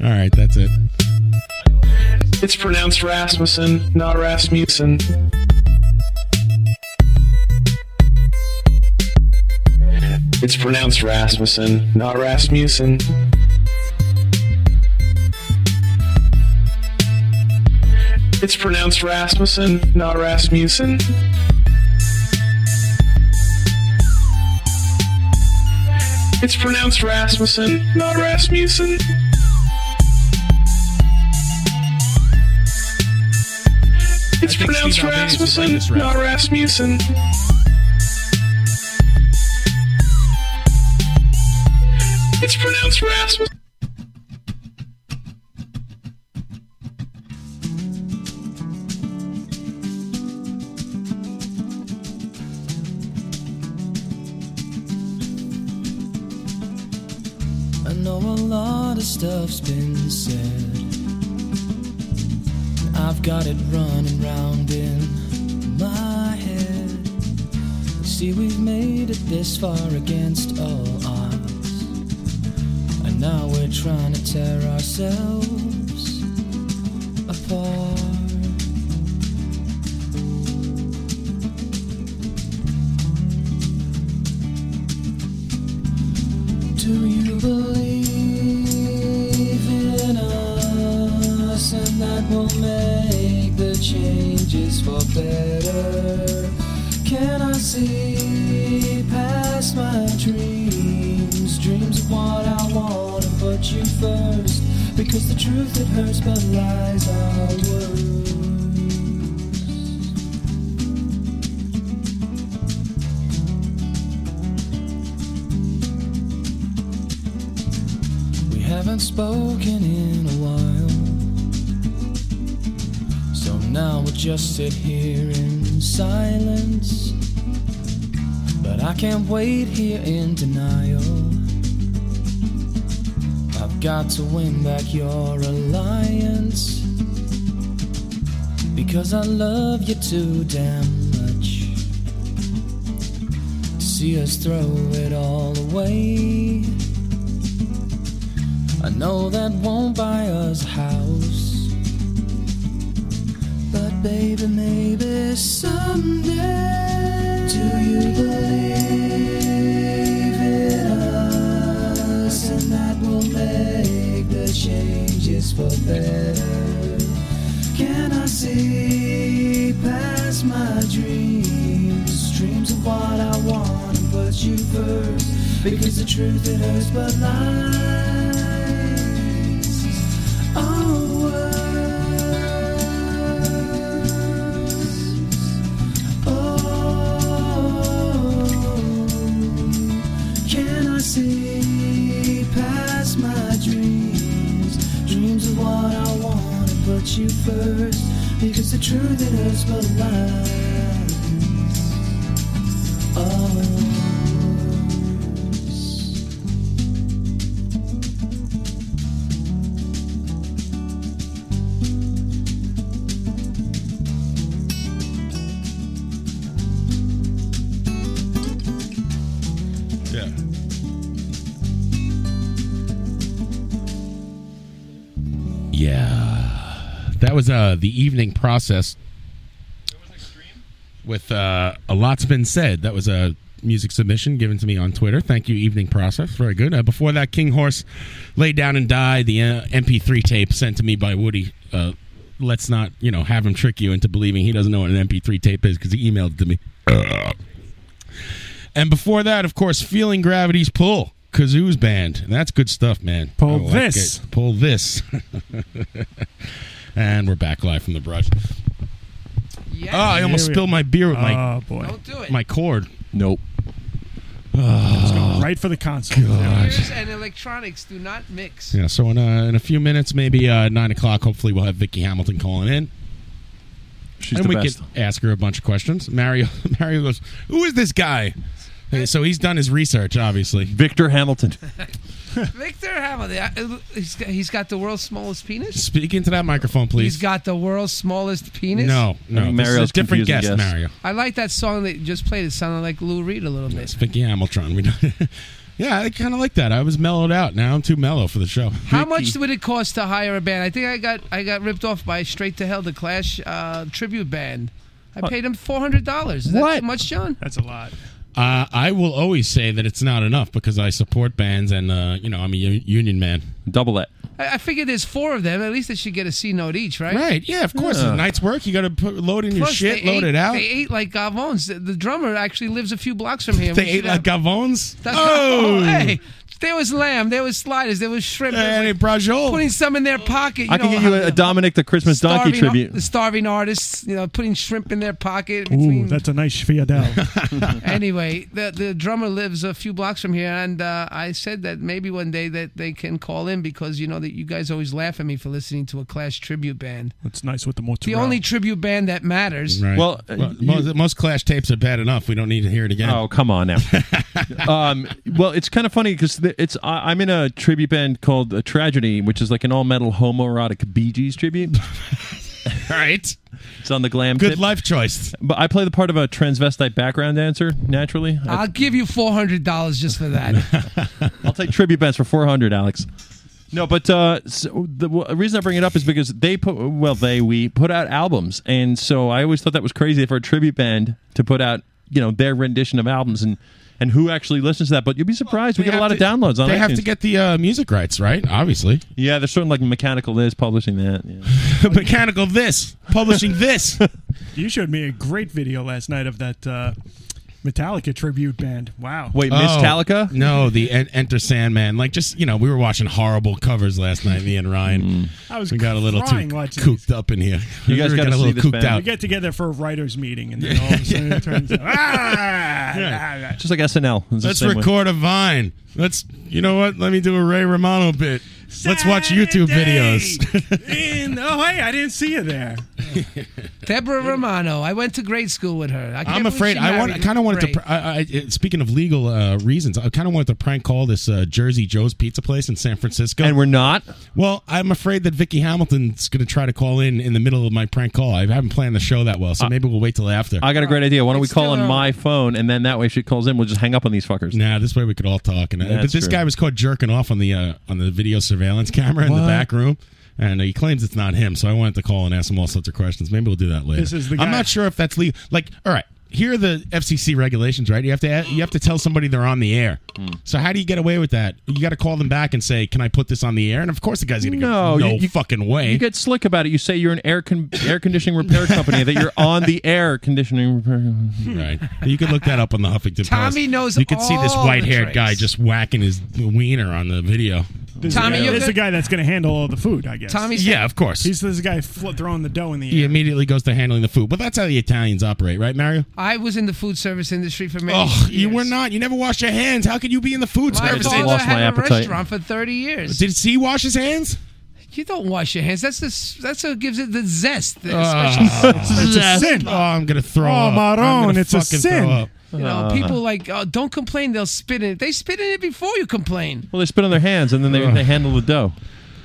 [SPEAKER 9] right, that's it.
[SPEAKER 16] It's pronounced Rasmussen, not Rasmussen. It's pronounced Rasmussen, not Rasmussen. It's pronounced Rasmussen, not Rasmussen. It's pronounced Rasmussen, not Rasmussen. It's pronounced Rasmussen, not Rasmussen. It's pronounced Rasmussen.
[SPEAKER 17] I know a lot of stuff's been said. I've got it running round in my head. See, we've made it this far against all odds. And now we're trying to tear ourselves apart. Do you believe in us and that we'll make the changes for better? Can I see past my dreams? Dreams of what I want to put you first. Because the truth it hurts, but lies are worse. We haven't spoken in a while. So now we'll just sit here in silence. But I can't wait here in denial. I've got to win back your alliance. Because I love you too damn much. To see us throw it all away. I know that won't buy us a house. But baby, maybe someday. Do you believe in us and that we'll make the changes for better? Can I see past my dreams? Dreams of what I want to put you first. Because the truth it hurts, but lies are worse. Oh, can I see past my dreams? Dreams of what I want to put you first. Because the truth it hurts, but lies. Oh. Oh.
[SPEAKER 9] Yeah. Yeah. That was uh the evening process. With uh, a lot's been said. That was a music submission given to me on Twitter. Thank you, Evening Process. Very good. Uh, before that, King Horse laid down and died. The uh, MP3 tape sent to me by Woody. Uh, let's not, you know, have him trick you into believing he doesn't know what an MP3 tape is because he emailed it to me. And before that, of course, Feeling Gravity's Pull, Kazoo's band. And that's good stuff, man.
[SPEAKER 10] Pull
[SPEAKER 9] I like
[SPEAKER 10] this.
[SPEAKER 9] it. Pull this. and we're back live from the brush. Oh, I almost
[SPEAKER 10] Here we
[SPEAKER 9] spilled
[SPEAKER 10] are.
[SPEAKER 9] my beer with my
[SPEAKER 10] Oh, boy. Don't do it.
[SPEAKER 9] my cord. Ah. Nope.
[SPEAKER 10] right for the console.
[SPEAKER 13] Computers and electronics do not mix.
[SPEAKER 9] Yeah, so in a, in a few minutes, maybe uh, 9 o'clock, hopefully we'll have Vicky Hamilton calling in.
[SPEAKER 7] She's
[SPEAKER 9] and
[SPEAKER 7] the
[SPEAKER 9] we
[SPEAKER 7] best.
[SPEAKER 9] could ask her a bunch of questions. Mario Mario goes, Who is this guy? Uh, So he's done his research, obviously. Victor Hamilton.
[SPEAKER 13] Victor Hamilton, I- he's got, he's got the world's smallest penis.
[SPEAKER 9] Speak into that microphone, please.
[SPEAKER 13] He's got the world's smallest penis.
[SPEAKER 9] No, no. this is
[SPEAKER 7] Mario's
[SPEAKER 9] a different guest,
[SPEAKER 7] confusing guess.
[SPEAKER 9] Mario.
[SPEAKER 13] I like that song that you just played. It sounded like Lou Reed a little bit.
[SPEAKER 9] It's Vicky Hamilton. We don't- Yeah, I kind of like that. I was mellowed out. Now I'm too mellow for the show.
[SPEAKER 13] How much would it cost to hire a band? I think I got I got ripped off by Straight to Hell, the Clash uh, tribute band. I paid them four hundred dollars. Is that too much, John?
[SPEAKER 10] That's a lot.
[SPEAKER 9] Uh, I will always say that it's not enough because I support bands and uh, you know I'm a u- union man.
[SPEAKER 7] Double that.
[SPEAKER 13] I, I figure there's four of them. At least they should get a C note each, right?
[SPEAKER 9] Right? Yeah, of course. It's a night's work. You got to put load in your
[SPEAKER 13] Plus,
[SPEAKER 9] shit,
[SPEAKER 13] they
[SPEAKER 9] load
[SPEAKER 13] ate-
[SPEAKER 9] it out.
[SPEAKER 13] They ate like Gavones. The, the drummer actually lives a few blocks from here.
[SPEAKER 9] They
[SPEAKER 13] We
[SPEAKER 9] ate
[SPEAKER 13] should
[SPEAKER 9] like Gavones.
[SPEAKER 13] That's
[SPEAKER 9] oh,
[SPEAKER 13] oh, hey. There was lamb, there was sliders, there was shrimp. there was,
[SPEAKER 9] like,
[SPEAKER 13] Putting some in their pocket. You
[SPEAKER 7] I can
[SPEAKER 13] know, uh,
[SPEAKER 7] get you a, a Dominic the Christmas Donkey
[SPEAKER 13] starving ar-
[SPEAKER 7] tribute.
[SPEAKER 13] the starving artists, you know, putting shrimp in their pocket.
[SPEAKER 10] Ooh, that's a nice fiadel.
[SPEAKER 13] anyway, the the drummer lives a few blocks from here, and uh, I said that maybe one day that they can call in because you know that you guys always laugh at me for listening to a Clash tribute band.
[SPEAKER 10] That's nice with the
[SPEAKER 13] The
[SPEAKER 10] mozzarella.
[SPEAKER 13] only tribute band that matters.
[SPEAKER 9] Right. most, most Clash tapes are bad enough. We don't need to hear it again.
[SPEAKER 7] Oh, come on now. um, well, it's kind of funny because it's I, I'm in a tribute band called uh, Tragedy, which is like an all metal homoerotic Bee Gees tribute.
[SPEAKER 9] right.
[SPEAKER 7] It's on the glam.
[SPEAKER 9] Good
[SPEAKER 7] tip.
[SPEAKER 9] life choice.
[SPEAKER 7] But I play the part of a transvestite background dancer. Naturally, I,
[SPEAKER 13] I'll give you four hundred dollars just for that.
[SPEAKER 7] I'll take tribute bands for 400, Alex. No, but uh, so the w- reason I bring it up is because they put well, they we put out albums, and so I always thought that was crazy for a tribute band to put out you know their rendition of albums and. And who actually listens to that? But you'll be surprised. We
[SPEAKER 9] They
[SPEAKER 7] get a lot of
[SPEAKER 9] have to-
[SPEAKER 7] downloads on
[SPEAKER 9] They have
[SPEAKER 7] iTunes.
[SPEAKER 9] to get the uh, music rights, right? Obviously.
[SPEAKER 7] Yeah, there's certain like Mechanical Liz publishing that. Yeah.
[SPEAKER 9] Mechanical this, publishing this.
[SPEAKER 10] you showed me a great video last night of that uh, Metallica tribute band. Wow.
[SPEAKER 7] Wait,
[SPEAKER 9] Oh, No, the en- Enter Sandman. Like, just you know, we were watching horrible covers last night. Me and Ryan.
[SPEAKER 10] I was
[SPEAKER 9] we got a little too
[SPEAKER 10] crying watching
[SPEAKER 9] cooped up in here.
[SPEAKER 7] Mm. You guys
[SPEAKER 9] we
[SPEAKER 7] gotta
[SPEAKER 9] got a
[SPEAKER 7] see
[SPEAKER 9] little
[SPEAKER 7] this
[SPEAKER 9] cooped
[SPEAKER 7] band.
[SPEAKER 9] out.
[SPEAKER 10] We get together for a writers' meeting, and then all of a sudden it turns out. Ah, ah, ah.
[SPEAKER 7] Just like SNL. It's the
[SPEAKER 9] Let's
[SPEAKER 7] same way.
[SPEAKER 9] record a Vine. Let's. You know what? Let me do a Ray Romano bit. Let's watch YouTube videos.
[SPEAKER 10] And- oh, hey, I didn't see you there.
[SPEAKER 13] Deborah Romano. I went to grade school with her. I can't
[SPEAKER 9] I'm
[SPEAKER 13] believe
[SPEAKER 9] afraid
[SPEAKER 13] she
[SPEAKER 9] I want.
[SPEAKER 13] married
[SPEAKER 9] I kind of wanted
[SPEAKER 13] Ray.
[SPEAKER 9] to. Pr- I, I, it- speaking of legal uh, reasons, I kind of wanted to prank call this uh, Jersey Joe's Pizza Place in San Francisco, and
[SPEAKER 7] we're not.
[SPEAKER 9] Well, I'm afraid that Vicky Hamilton's going to try to call in in the middle of my prank call. I haven't planned the show that well,
[SPEAKER 7] Uh,
[SPEAKER 9] so maybe we'll wait till after.
[SPEAKER 7] I got a great idea. Why don't we
[SPEAKER 9] It's
[SPEAKER 7] call
[SPEAKER 9] still
[SPEAKER 7] on
[SPEAKER 9] early.
[SPEAKER 7] my phone and then that way if she calls in, we'll just hang up on these fuckers.
[SPEAKER 9] Nah, this way we could all talk. And Uh, but
[SPEAKER 7] That's
[SPEAKER 9] this
[SPEAKER 7] true.
[SPEAKER 9] guy was caught jerking off on the uh, on the video surveillance camera in
[SPEAKER 7] What?
[SPEAKER 9] the back room. And he claims it's not him, so I wanted to call and ask him all sorts of questions. Maybe we'll do that later.
[SPEAKER 10] This is the
[SPEAKER 9] I'm
[SPEAKER 10] guy.
[SPEAKER 9] not sure if that's legal. Like, all right, here are the FCC regulations, right? You have to you have to tell somebody they're on the air.
[SPEAKER 7] Hmm.
[SPEAKER 9] So how do you get away with that? You got to call them back and say, "Can I put this on the air?" And of course, the guy's gonna
[SPEAKER 7] No,
[SPEAKER 9] go, "No
[SPEAKER 7] you- you-
[SPEAKER 9] fucking way."
[SPEAKER 7] You get slick about it. You say you're an air con- air conditioning repair company, that you're on the air conditioning repair
[SPEAKER 9] Right. You could look that up on the Huffington Post.
[SPEAKER 13] Tommy knows
[SPEAKER 9] You could see this
[SPEAKER 13] all the
[SPEAKER 9] white-haired
[SPEAKER 13] tricks.
[SPEAKER 9] guy just whacking his wiener on the video.
[SPEAKER 10] This
[SPEAKER 13] Tommy,
[SPEAKER 10] is,
[SPEAKER 13] you're
[SPEAKER 10] this is the
[SPEAKER 13] good-
[SPEAKER 10] guy that's going to handle all the food, I guess.
[SPEAKER 13] Tommy's-
[SPEAKER 9] Yeah, of course.
[SPEAKER 10] He's this guy fl- throwing the dough in the air.
[SPEAKER 9] he immediately goes to handling the food. But that's how the Italians operate, right, Mario?
[SPEAKER 13] I was in the food service industry for many.
[SPEAKER 9] Oh,
[SPEAKER 13] years.
[SPEAKER 9] you were not. You never washed your hands. How could you be in the food
[SPEAKER 13] My
[SPEAKER 9] service?
[SPEAKER 13] father
[SPEAKER 9] industry?
[SPEAKER 13] had a restaurant for thirty years.
[SPEAKER 9] Did he wash his hands?
[SPEAKER 13] You don't wash your hands. That's the that's what gives it the zest. the
[SPEAKER 9] Ah,
[SPEAKER 13] special zest.
[SPEAKER 10] a sin.
[SPEAKER 9] Oh, I'm gonna throw
[SPEAKER 10] Oh,
[SPEAKER 9] up.
[SPEAKER 10] Maron,
[SPEAKER 9] I'm gonna
[SPEAKER 10] it's a
[SPEAKER 9] fucking
[SPEAKER 10] sin.
[SPEAKER 9] throw up.
[SPEAKER 13] You
[SPEAKER 7] Ah.
[SPEAKER 13] know, people like oh, don't complain. They'll spit in it. They spit in it before you complain.
[SPEAKER 7] Well, they spit on their hands and then they, they handle the dough.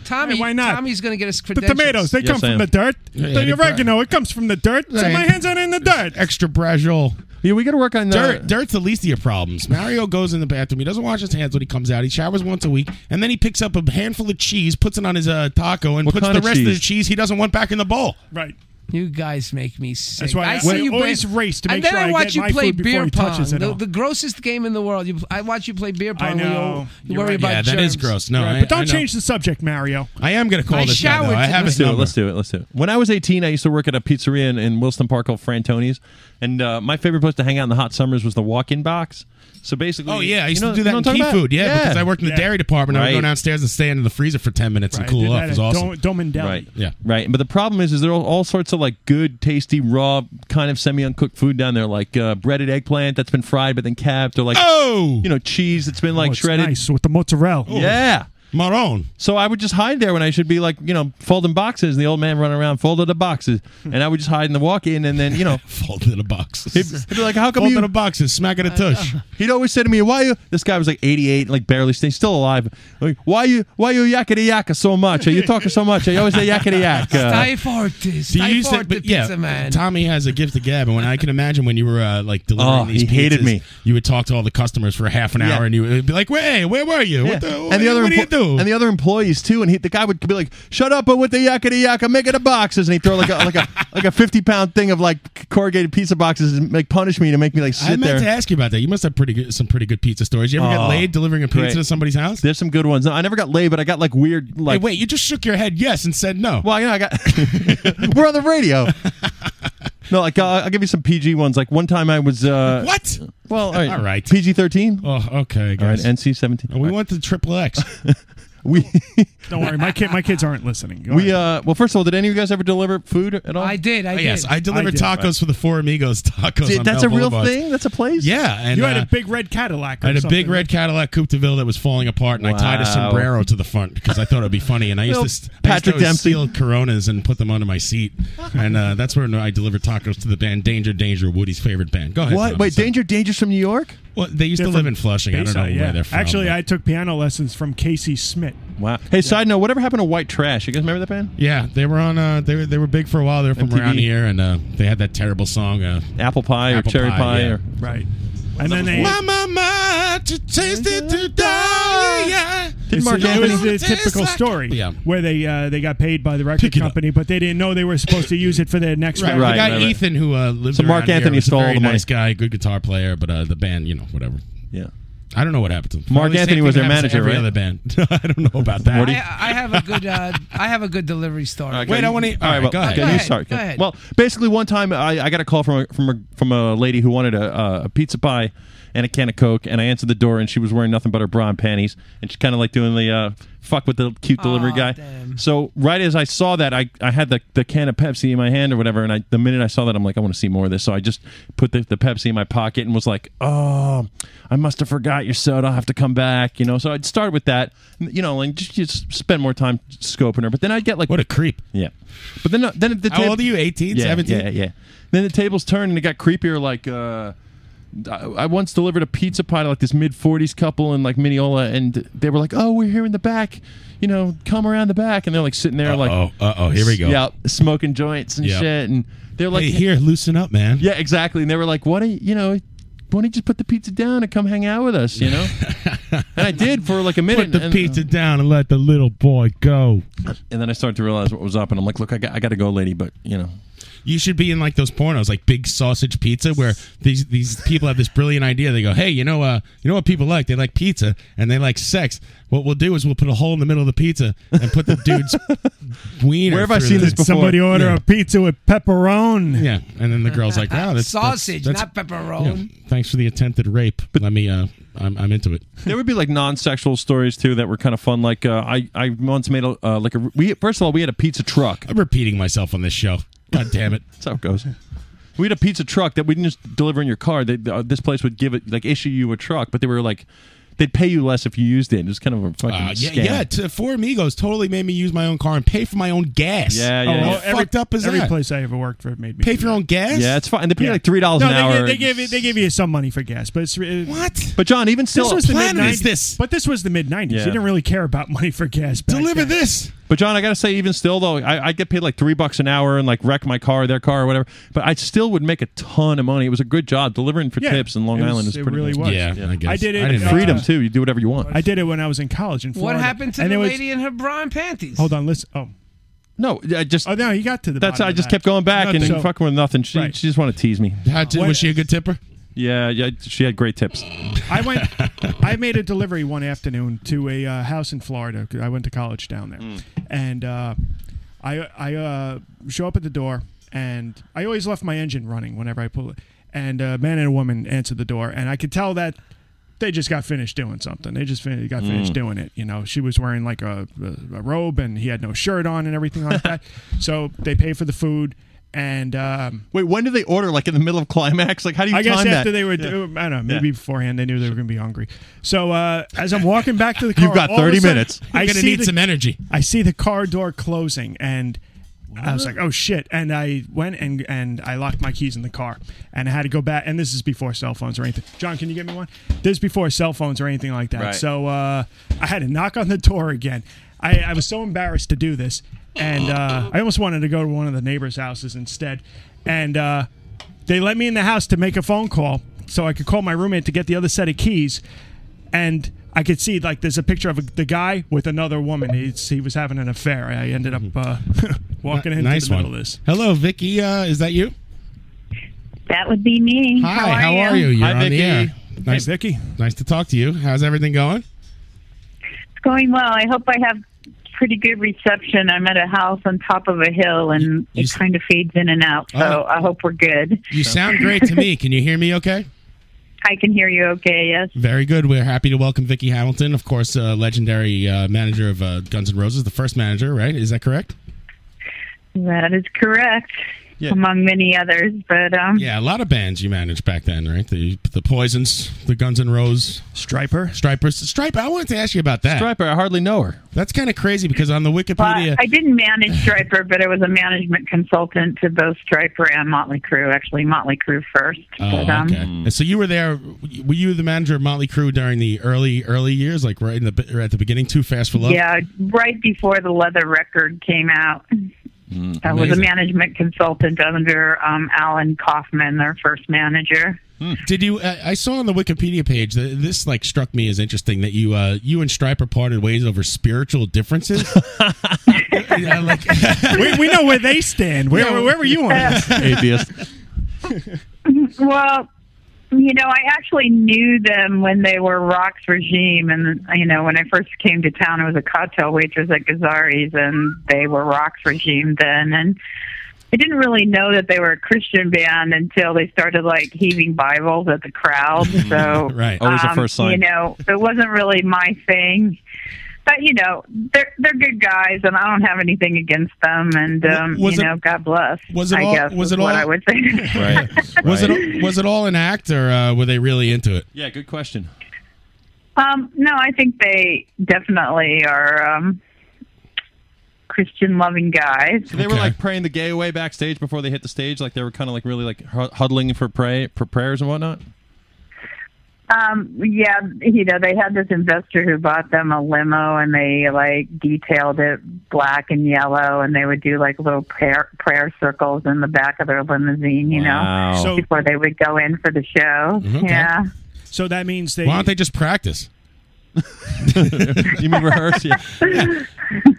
[SPEAKER 13] Tommy,
[SPEAKER 10] why not?
[SPEAKER 13] Tommy's gonna get us
[SPEAKER 10] The
[SPEAKER 13] credentials.
[SPEAKER 10] tomatoes, they
[SPEAKER 7] Yes,
[SPEAKER 10] come
[SPEAKER 7] I
[SPEAKER 10] from
[SPEAKER 7] am.
[SPEAKER 10] the dirt.
[SPEAKER 7] Yeah, yeah,
[SPEAKER 10] the
[SPEAKER 7] they-
[SPEAKER 10] oregano, it comes from the dirt. So
[SPEAKER 9] Right.
[SPEAKER 10] my hands aren't in the dirt.
[SPEAKER 9] Extra brajol.
[SPEAKER 7] Yeah, we got to work on uh,
[SPEAKER 9] Dirt, dirt's the least of your problems. Mario goes in the bathroom. He doesn't wash his hands when he comes out. He showers once a week, and then he picks up a handful of cheese, puts it on his uh, taco, and
[SPEAKER 7] What
[SPEAKER 9] puts
[SPEAKER 7] kind
[SPEAKER 9] the
[SPEAKER 7] of
[SPEAKER 9] rest of the
[SPEAKER 7] cheese?
[SPEAKER 9] cheese he doesn't want back in the bowl.
[SPEAKER 10] Right.
[SPEAKER 13] You guys make me sick.
[SPEAKER 10] That's why I- I always
[SPEAKER 13] play-
[SPEAKER 10] race to
[SPEAKER 13] and
[SPEAKER 10] make
[SPEAKER 13] then
[SPEAKER 10] sure
[SPEAKER 13] I
[SPEAKER 10] I
[SPEAKER 13] watch
[SPEAKER 10] get
[SPEAKER 13] you
[SPEAKER 10] my
[SPEAKER 13] play
[SPEAKER 10] food
[SPEAKER 13] beer
[SPEAKER 10] before he
[SPEAKER 13] pong.
[SPEAKER 10] touches it
[SPEAKER 13] The,
[SPEAKER 10] all.
[SPEAKER 13] the grossest game in the world. You, I watch you play beer pong.
[SPEAKER 10] I
[SPEAKER 13] where you-
[SPEAKER 10] know.
[SPEAKER 13] You,
[SPEAKER 10] You're
[SPEAKER 13] worry
[SPEAKER 10] right.
[SPEAKER 13] about
[SPEAKER 9] Yeah, that
[SPEAKER 13] germs.
[SPEAKER 9] is gross. No, I-
[SPEAKER 10] but don't
[SPEAKER 9] I know.
[SPEAKER 10] change the subject, Mario.
[SPEAKER 9] I am gonna call
[SPEAKER 13] I
[SPEAKER 9] this guy. Though.
[SPEAKER 13] showered
[SPEAKER 9] I have
[SPEAKER 7] Let's
[SPEAKER 9] his
[SPEAKER 7] do it.
[SPEAKER 9] number.
[SPEAKER 7] Let's do it. Let's do it. When I was 18, I used to work at a pizzeria in, in Wilson Park called Frantoni's, and uh, my favorite place to hang out in the hot summers was the walk-in box. So basically,
[SPEAKER 9] Oh yeah, I used
[SPEAKER 7] you know,
[SPEAKER 9] to do
[SPEAKER 7] you
[SPEAKER 9] that
[SPEAKER 7] know
[SPEAKER 9] in
[SPEAKER 7] what I'm
[SPEAKER 9] key
[SPEAKER 7] talking about?
[SPEAKER 9] food. Yeah, because I worked in the
[SPEAKER 10] Yeah.
[SPEAKER 9] dairy department. I would go
[SPEAKER 7] Right.
[SPEAKER 9] downstairs and stand in the freezer for ten minutes
[SPEAKER 10] Right,
[SPEAKER 9] and cool
[SPEAKER 10] did
[SPEAKER 9] off.
[SPEAKER 10] that
[SPEAKER 9] It was
[SPEAKER 10] at
[SPEAKER 9] awesome.
[SPEAKER 10] Dom- Domendelli.
[SPEAKER 7] Right.
[SPEAKER 9] Yeah.
[SPEAKER 7] Right. But the problem is, is there are all sorts of like good, tasty, raw, kind of semi-uncooked food down there, like uh, breaded eggplant that's been fried but then capped, or like
[SPEAKER 9] Oh!
[SPEAKER 7] you know, cheese that's been like
[SPEAKER 10] Oh, it's
[SPEAKER 7] shredded.
[SPEAKER 10] nice with the mozzarella.
[SPEAKER 7] Yeah.
[SPEAKER 9] Maroon.
[SPEAKER 7] So I would just hide there when I should be like, you know, folding boxes. And the old man running around folded the boxes, and I would just hide in the walk-in, and then you know,
[SPEAKER 9] Hmm. folded the boxes.
[SPEAKER 7] He'd, he'd be like, how come
[SPEAKER 9] Folded
[SPEAKER 7] you
[SPEAKER 9] the boxes, smack it a tush?
[SPEAKER 7] He'd always say to me, why you? This guy was like 88, like barely staying, still alive. Like, why you? Why you yakety yaka so much? Are you talking so much? I always uh, say yakety yak.
[SPEAKER 13] Stay fortis.
[SPEAKER 9] Do you
[SPEAKER 13] Stay
[SPEAKER 9] used to-
[SPEAKER 13] fortis,
[SPEAKER 9] but yeah,
[SPEAKER 13] pizza man.
[SPEAKER 9] Tommy has a gift of gab, and when I can imagine when you were uh, like delivering
[SPEAKER 7] Oh,
[SPEAKER 9] these,
[SPEAKER 7] he hated
[SPEAKER 9] pizzas,
[SPEAKER 7] me.
[SPEAKER 9] You would talk to all the customers for half an
[SPEAKER 7] Yeah.
[SPEAKER 9] hour, and you would be like, "Wait, where were you? What the?
[SPEAKER 7] Yeah.
[SPEAKER 9] What, what do you
[SPEAKER 7] emplo-
[SPEAKER 9] do?"
[SPEAKER 7] and the other employees too. And he, the guy would be like, "Shut up!" But with the yakety yaka, make it a boxes, and he'd throw like a like a like a fifty pound thing of like corrugated pizza boxes and like punish me to make me like sit
[SPEAKER 9] I meant
[SPEAKER 7] there.
[SPEAKER 9] to ask you about that. You must have pretty good, some pretty good pizza stories. You ever
[SPEAKER 7] Oh,
[SPEAKER 9] got laid delivering a pizza
[SPEAKER 7] great.
[SPEAKER 9] to somebody's house?
[SPEAKER 7] There's some good ones. No, I never got laid, but I got like weird like.
[SPEAKER 9] hey, wait, you just shook your head yes and said no.
[SPEAKER 7] Well, you know, I got. we're on the radio. No, like uh, I'll give you some PG ones. Like one time I was uh,
[SPEAKER 9] what?
[SPEAKER 7] Well, all right,
[SPEAKER 9] All right.
[SPEAKER 7] PG thirteen.
[SPEAKER 9] Oh, okay. I
[SPEAKER 7] All right,
[SPEAKER 9] guess.
[SPEAKER 7] NC seventeen.
[SPEAKER 9] we went to triple X.
[SPEAKER 7] we
[SPEAKER 10] Don't worry, my kid, my kids aren't listening. Go
[SPEAKER 7] we uh well first of all, did any of you guys ever deliver food at all?
[SPEAKER 13] I did. I
[SPEAKER 9] Oh,
[SPEAKER 13] did.
[SPEAKER 9] yes, I delivered tacos for the Four Amigos tacos.
[SPEAKER 7] Dude,
[SPEAKER 9] on
[SPEAKER 7] that's
[SPEAKER 9] Bell
[SPEAKER 7] a real
[SPEAKER 9] Boulevard.
[SPEAKER 7] thing. That's a place.
[SPEAKER 9] Yeah, and
[SPEAKER 10] you had
[SPEAKER 9] uh,
[SPEAKER 10] a big red Cadillac. Or
[SPEAKER 9] I had a
[SPEAKER 10] something,
[SPEAKER 9] big red Cadillac Coupe de Ville that was falling apart, and I tied a
[SPEAKER 7] Wow.
[SPEAKER 9] sombrero to the front because I thought it'd be funny. And I used
[SPEAKER 7] Little
[SPEAKER 9] to, st- I used to
[SPEAKER 7] Patrick
[SPEAKER 9] always
[SPEAKER 7] Dempsey.
[SPEAKER 9] steal Coronas and put them under my seat, and uh, that's where I delivered tacos to the band Danger Danger, Woody's favorite band. Go ahead.
[SPEAKER 7] What?
[SPEAKER 9] Tom.
[SPEAKER 7] Wait, Danger Danger's from New York?
[SPEAKER 9] Well, they used to
[SPEAKER 10] Different
[SPEAKER 9] live in Flushing. I don't know
[SPEAKER 10] Bayside,
[SPEAKER 9] where
[SPEAKER 10] yeah.
[SPEAKER 9] they're from.
[SPEAKER 10] Actually,
[SPEAKER 9] but-
[SPEAKER 10] I took piano lessons from Casey Smith.
[SPEAKER 7] Wow. Hey, side note, whatever happened to White Trash? You guys remember that band?
[SPEAKER 9] yeah, they were on. Uh, they were they were big for a while. They were from
[SPEAKER 7] MTV.
[SPEAKER 9] around here, and uh, they had that terrible song. Uh,
[SPEAKER 7] Apple Pie
[SPEAKER 9] Apple
[SPEAKER 7] or Cherry
[SPEAKER 9] Pie,
[SPEAKER 7] Pie,
[SPEAKER 9] yeah.
[SPEAKER 7] or
[SPEAKER 10] Right. And then they.
[SPEAKER 9] My mama to taste it to die. Yeah.
[SPEAKER 7] Did Mark
[SPEAKER 10] It's a- it
[SPEAKER 7] Anthony?
[SPEAKER 10] was a typical story
[SPEAKER 9] Yeah.
[SPEAKER 10] where they uh, they got paid by the record
[SPEAKER 9] Pick it up.
[SPEAKER 10] company, but they didn't know they were supposed to use it for their next
[SPEAKER 9] Right,
[SPEAKER 10] record.
[SPEAKER 9] the
[SPEAKER 7] Right,
[SPEAKER 9] guy
[SPEAKER 7] right, right.
[SPEAKER 9] Ethan who uh, lived.
[SPEAKER 7] So Mark
[SPEAKER 9] around here
[SPEAKER 7] Anthony
[SPEAKER 9] was a
[SPEAKER 7] stole all
[SPEAKER 9] very
[SPEAKER 7] the money.
[SPEAKER 9] nice guy, good guitar player, but uh, the band, you know, whatever.
[SPEAKER 7] Yeah.
[SPEAKER 9] I don't know what happened to him.
[SPEAKER 7] Mark
[SPEAKER 9] Probably the
[SPEAKER 7] Anthony
[SPEAKER 9] same
[SPEAKER 7] was
[SPEAKER 9] thing
[SPEAKER 7] their
[SPEAKER 9] happens
[SPEAKER 7] manager,
[SPEAKER 9] to every
[SPEAKER 7] right?
[SPEAKER 9] Other band. I don't know about that.
[SPEAKER 7] Morty?
[SPEAKER 13] I, I have a good. Uh, I have a good delivery story.
[SPEAKER 7] Okay.
[SPEAKER 9] Wait, I wanna-
[SPEAKER 7] All right, well,
[SPEAKER 9] go ahead.
[SPEAKER 7] okay,
[SPEAKER 13] Go
[SPEAKER 7] you
[SPEAKER 13] ahead,
[SPEAKER 7] start.
[SPEAKER 13] go
[SPEAKER 7] Okay.
[SPEAKER 13] ahead.
[SPEAKER 7] Well, basically, one time I, I got a call from a, from a, from a lady who wanted a, uh, a pizza pie and a can of Coke, and I answered the door, and she was wearing nothing but her bra and panties, and she kind of like doing the uh, fuck with the cute delivery guy. So right as I saw that, I, I had the, the can of Pepsi in my hand or whatever, and I the minute I saw that, I'm like, I want to see more of this. So I just put the, the Pepsi in my pocket and was like, oh, I must have forgot your soda. I'll have to come back, you know. So I'd start with that, you know, and just, just spend more time scoping her. But then I'd get like
[SPEAKER 9] What a creep.
[SPEAKER 7] yeah, but then uh, then at the
[SPEAKER 9] How old are you? 18,
[SPEAKER 7] yeah,
[SPEAKER 9] 17?
[SPEAKER 7] Yeah, yeah. Then the tables turned and it got creepier. Like uh, I, I once delivered a pizza pie to like this mid forties couple in like Mineola, and they were like, "Oh, we're here in the back, you know, come around the back," and they're like sitting there
[SPEAKER 9] Uh-oh,
[SPEAKER 7] like,
[SPEAKER 9] uh-oh, here we go.
[SPEAKER 7] yeah, smoking joints and
[SPEAKER 9] Yep.
[SPEAKER 7] shit, and they're like,
[SPEAKER 9] Hey, here, loosen up, man.
[SPEAKER 7] yeah, exactly. And they were like, "Why don't you, you know?" Why don't you just put the pizza down and come hang out with us, you know? and I did for like a minute.
[SPEAKER 9] Put the
[SPEAKER 7] and- uh,
[SPEAKER 9] pizza down and let the little boy go.
[SPEAKER 7] and then I started to realize what was up, and I'm like, "Look, I got, I got to go, lady." But you know,
[SPEAKER 9] You should be in like those pornos, like big sausage pizza, where these these people have this brilliant idea. They go, "Hey, you know, uh, you know what people like? They like pizza and they like sex. What we'll do is we'll put a hole in the middle of the pizza and put the dude's wiener."
[SPEAKER 7] Where have I
[SPEAKER 9] through
[SPEAKER 7] seen
[SPEAKER 9] the-
[SPEAKER 7] this before?
[SPEAKER 10] Somebody order
[SPEAKER 9] Yeah.
[SPEAKER 10] a pizza with pepperoni.
[SPEAKER 9] Yeah, and then the girl's like, "Wow, that's
[SPEAKER 13] Sausage,
[SPEAKER 9] that's-
[SPEAKER 13] not
[SPEAKER 9] that's-
[SPEAKER 13] pepperoni.
[SPEAKER 9] yeah, thanks for the attempted rape. Let me. Uh, I'm I'm into it.
[SPEAKER 7] There would be like non-sexual stories too that were kind of fun. Like uh, I, I once made a uh, like a we first of all we had a pizza truck.
[SPEAKER 9] I'm repeating myself on this show. God damn it.
[SPEAKER 7] That's how it goes. We had a pizza truck that we didn't just deliver in your car. They, uh, this place would give it like issue you a truck, but they were like they'd pay you less if you used it. It was kind of a fucking
[SPEAKER 9] Uh, yeah,
[SPEAKER 7] scam.
[SPEAKER 9] yeah. T- Four Amigos totally made me use my own car and pay for my own gas.
[SPEAKER 7] Yeah, yeah,
[SPEAKER 9] How
[SPEAKER 7] yeah.
[SPEAKER 9] fucked up is
[SPEAKER 10] Oh, every
[SPEAKER 9] that?
[SPEAKER 10] place I ever worked for made me
[SPEAKER 9] Pay
[SPEAKER 10] do
[SPEAKER 9] for your
[SPEAKER 10] that.
[SPEAKER 9] own gas?
[SPEAKER 7] Yeah, it's fine. They pay
[SPEAKER 10] Yeah.
[SPEAKER 7] like three dollars
[SPEAKER 10] No,
[SPEAKER 7] an
[SPEAKER 10] they,
[SPEAKER 7] hour.
[SPEAKER 10] Give, they give you they give you some money for gas, but it's it,
[SPEAKER 9] What?
[SPEAKER 7] But John, even still,
[SPEAKER 10] This was the
[SPEAKER 9] planet
[SPEAKER 10] mid
[SPEAKER 9] is
[SPEAKER 10] nineties.
[SPEAKER 9] this?
[SPEAKER 10] But this was the mid nineties.
[SPEAKER 7] Yeah.
[SPEAKER 10] You didn't really care about money for gas. Back
[SPEAKER 9] Deliver
[SPEAKER 10] then.
[SPEAKER 9] this.
[SPEAKER 7] But John, I gotta say, even still though, I, I get paid like three bucks an hour and like wreck my car, their car, or whatever. But I still would make a ton of money. It was a good job delivering for
[SPEAKER 10] Yeah,
[SPEAKER 7] tips in Long
[SPEAKER 10] it was-
[SPEAKER 7] Island. Is
[SPEAKER 10] it
[SPEAKER 7] pretty
[SPEAKER 10] really
[SPEAKER 7] nice.
[SPEAKER 10] was.
[SPEAKER 9] Yeah, I guess.
[SPEAKER 10] I did it,
[SPEAKER 9] I didn't
[SPEAKER 10] uh,
[SPEAKER 9] make-
[SPEAKER 7] Freedom too. You do whatever you want.
[SPEAKER 10] I did it when I was in college in Florida.
[SPEAKER 13] What happened to
[SPEAKER 10] And
[SPEAKER 13] the
[SPEAKER 10] it was-
[SPEAKER 13] lady in her bra and panties?
[SPEAKER 10] Hold on, listen. Oh,
[SPEAKER 7] no, I just
[SPEAKER 10] oh, no, he got to the.
[SPEAKER 7] That's
[SPEAKER 10] bottom
[SPEAKER 7] I
[SPEAKER 10] of
[SPEAKER 7] just
[SPEAKER 10] that.
[SPEAKER 7] kept going back and
[SPEAKER 10] So-
[SPEAKER 7] fucking with nothing. She
[SPEAKER 10] Right.
[SPEAKER 7] she just wanted to tease me.
[SPEAKER 9] How did, was she a good tipper?
[SPEAKER 7] Yeah, yeah, she had great tips.
[SPEAKER 10] I went. I made a delivery one afternoon to a uh, house in Florida. 'cause I went to college down there, and uh, I I uh, show up at the door, and I always left my engine running whenever I pull it. And a man and a woman answered the door, and I could tell that they just got finished doing something. They just fin- got finished doing it. You know, she was wearing like a, a, a robe, and he had no shirt on, and everything like that. So they pay for the food. And um,
[SPEAKER 7] Wait, when did they order? Like in the middle of climax? Like how do you
[SPEAKER 10] I guess
[SPEAKER 7] time that?
[SPEAKER 10] after they were, oh, I don't know, maybe beforehand they knew they were going to be hungry. So uh, as I'm walking back to the car,
[SPEAKER 7] You've got
[SPEAKER 10] all of a
[SPEAKER 7] 30
[SPEAKER 10] sudden,
[SPEAKER 7] minutes.
[SPEAKER 10] I
[SPEAKER 9] You're gonna
[SPEAKER 10] see
[SPEAKER 9] need
[SPEAKER 10] the-
[SPEAKER 9] some energy.
[SPEAKER 10] I see the car door closing, and I was like, "Oh shit!" And I went and and I locked my keys in the car, and I had to go back. And this is before cell phones or anything. John, can you get me one? This is before cell phones or anything like that.
[SPEAKER 18] Right.
[SPEAKER 10] So uh, I had to knock on the door again. I, I was so embarrassed to do this, and uh, I almost wanted to go to one of the neighbors' houses instead. And uh, they let me in the house to make a phone call so I could call my roommate to get the other set of keys. And I could see like there's a picture of a, the guy with another woman. He's, he was having an affair. I ended up uh, walking into
[SPEAKER 9] nice
[SPEAKER 10] the middle of
[SPEAKER 9] one.
[SPEAKER 10] this.
[SPEAKER 9] Hello, Vicky. Uh, is that you?
[SPEAKER 19] That would be me.
[SPEAKER 9] Hi. How are you? You're on the air. Nice,
[SPEAKER 10] Vicky.
[SPEAKER 9] Nice to talk to you. How's everything going?
[SPEAKER 19] It's going well. I hope I have pretty good reception. I'm at a house on top of a hill, and it kind of fades in and out. So
[SPEAKER 9] Oh.
[SPEAKER 19] I hope we're good.
[SPEAKER 9] You sound great to me. Can you hear me? Okay.
[SPEAKER 19] I can hear you okay. Yes.
[SPEAKER 9] Very good. We're happy to welcome Vicky Hamilton, of course, uh, legendary uh, manager of uh, Guns N' Roses, the first manager, right? Is that correct?
[SPEAKER 19] That is correct,
[SPEAKER 9] Yeah.
[SPEAKER 19] among many others. But um,
[SPEAKER 9] Yeah, a lot of bands you managed back then, right? The the Poisons, the Guns N' Roses,
[SPEAKER 10] Striper,
[SPEAKER 9] Stripers, Striper. I wanted to ask you about that. Striper,
[SPEAKER 7] I hardly know her.
[SPEAKER 9] That's kind of crazy because on the Wikipedia,
[SPEAKER 19] I didn't manage Striper, but I was a management consultant to both Striper and Motley Crue. Actually, Motley Crue first. but, um,
[SPEAKER 9] Oh, okay. And so you were there. Were you the manager of Motley Crue during the early early years, like right in the right at the beginning? Too fast for love.
[SPEAKER 19] Yeah, right before the leather record came out. I was a
[SPEAKER 9] Mm-hmm. Amazing.
[SPEAKER 19] management consultant under um, Alan Kaufman, their first manager.
[SPEAKER 9] Did you? I I saw on the Wikipedia page that this like struck me as interesting that you uh, you and Striper parted ways over spiritual differences.
[SPEAKER 10] we, we know where they stand. Where, where were you on this?
[SPEAKER 7] Atheist.
[SPEAKER 19] Well, you know, I actually knew them when they were Rock's Regime, and you know, when I first came to town, I was a cocktail waitress at Gazari's, and they were Rock's Regime then, and. I didn't really know that they were a Christian band until they started like heaving Bibles at the crowd. So, um,
[SPEAKER 7] Right. Always a first sign.
[SPEAKER 19] You know, it wasn't really my thing. But you know, they're they're good guys, and I don't have anything against them. And um,
[SPEAKER 9] Was
[SPEAKER 19] you
[SPEAKER 9] it-
[SPEAKER 19] know, God bless.
[SPEAKER 9] was it
[SPEAKER 19] I
[SPEAKER 9] all-
[SPEAKER 19] guess
[SPEAKER 9] was
[SPEAKER 19] is
[SPEAKER 9] it
[SPEAKER 19] what
[SPEAKER 9] all-
[SPEAKER 19] I would say.
[SPEAKER 7] Right.
[SPEAKER 9] Was it was it all an act, or uh, were they really into it?
[SPEAKER 7] Yeah, good question.
[SPEAKER 19] Um, no, I think they definitely are um, Christian loving guys.
[SPEAKER 7] They were like praying the gay away backstage before they hit the stage. Like they were kind of like really like hu- huddling for pray for prayers and whatnot.
[SPEAKER 19] Um, yeah, you know, they had this investor who bought them a limo and they like detailed it black and yellow and they would do like little prayer, prayer circles in the back of their limousine, you
[SPEAKER 9] Wow.
[SPEAKER 19] know,
[SPEAKER 9] So-
[SPEAKER 19] before they would go in for the show.
[SPEAKER 9] Okay.
[SPEAKER 19] Yeah.
[SPEAKER 10] Mm-hmm. So that means they.
[SPEAKER 9] Why don't they just practice?
[SPEAKER 7] you mean rehearse? Yeah.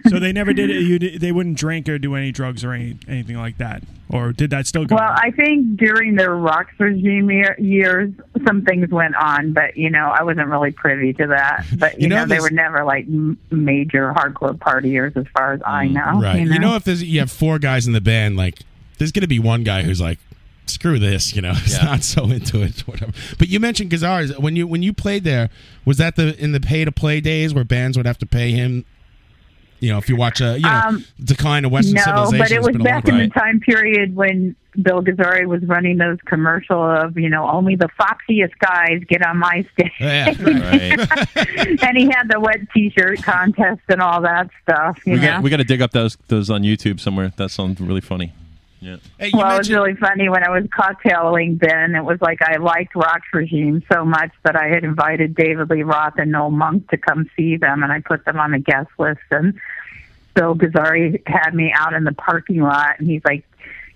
[SPEAKER 10] So they never did it. You di- they wouldn't drink or do any drugs or any, anything like that. Or did that still go?
[SPEAKER 19] Well, I think during their Rocks regime year, years, some things went on, but you know, I wasn't really privy to that. But you,
[SPEAKER 9] You know,
[SPEAKER 19] know, they
[SPEAKER 9] there's-
[SPEAKER 19] were never like m- major hardcore partiers, as far as I know.
[SPEAKER 9] Mm, Right.
[SPEAKER 19] You know,
[SPEAKER 9] if there's you have four guys in the band, like there's gonna be one guy who's like, screw this, you know, he's not so into it, whatever. But you mentioned Gazars when you when you played there, was that the in the pay to play days where bands would have to pay him? You know, if you watch a you know
[SPEAKER 19] Um,
[SPEAKER 9] decline of Western
[SPEAKER 19] no,
[SPEAKER 9] civilization,
[SPEAKER 19] but it
[SPEAKER 9] it's
[SPEAKER 19] was
[SPEAKER 9] been a long
[SPEAKER 19] back in
[SPEAKER 9] time.
[SPEAKER 19] the time period when Bill Gazzari was running those commercial of you know only the foxiest guys get on my stage,
[SPEAKER 9] Yeah, right.
[SPEAKER 19] and he had the wet T-shirt contest and all that stuff. You
[SPEAKER 7] We
[SPEAKER 19] know,
[SPEAKER 7] got we got to dig up those those on YouTube somewhere. That sounds really funny. Yeah.
[SPEAKER 19] well, it was really funny when I was cocktailing then. It was like I liked Rock's Regime so much that I had invited David Lee Roth and Noel Monk to come see them, and I put them on the guest list. And Bill Gazzari had me out in the parking lot, and he's like,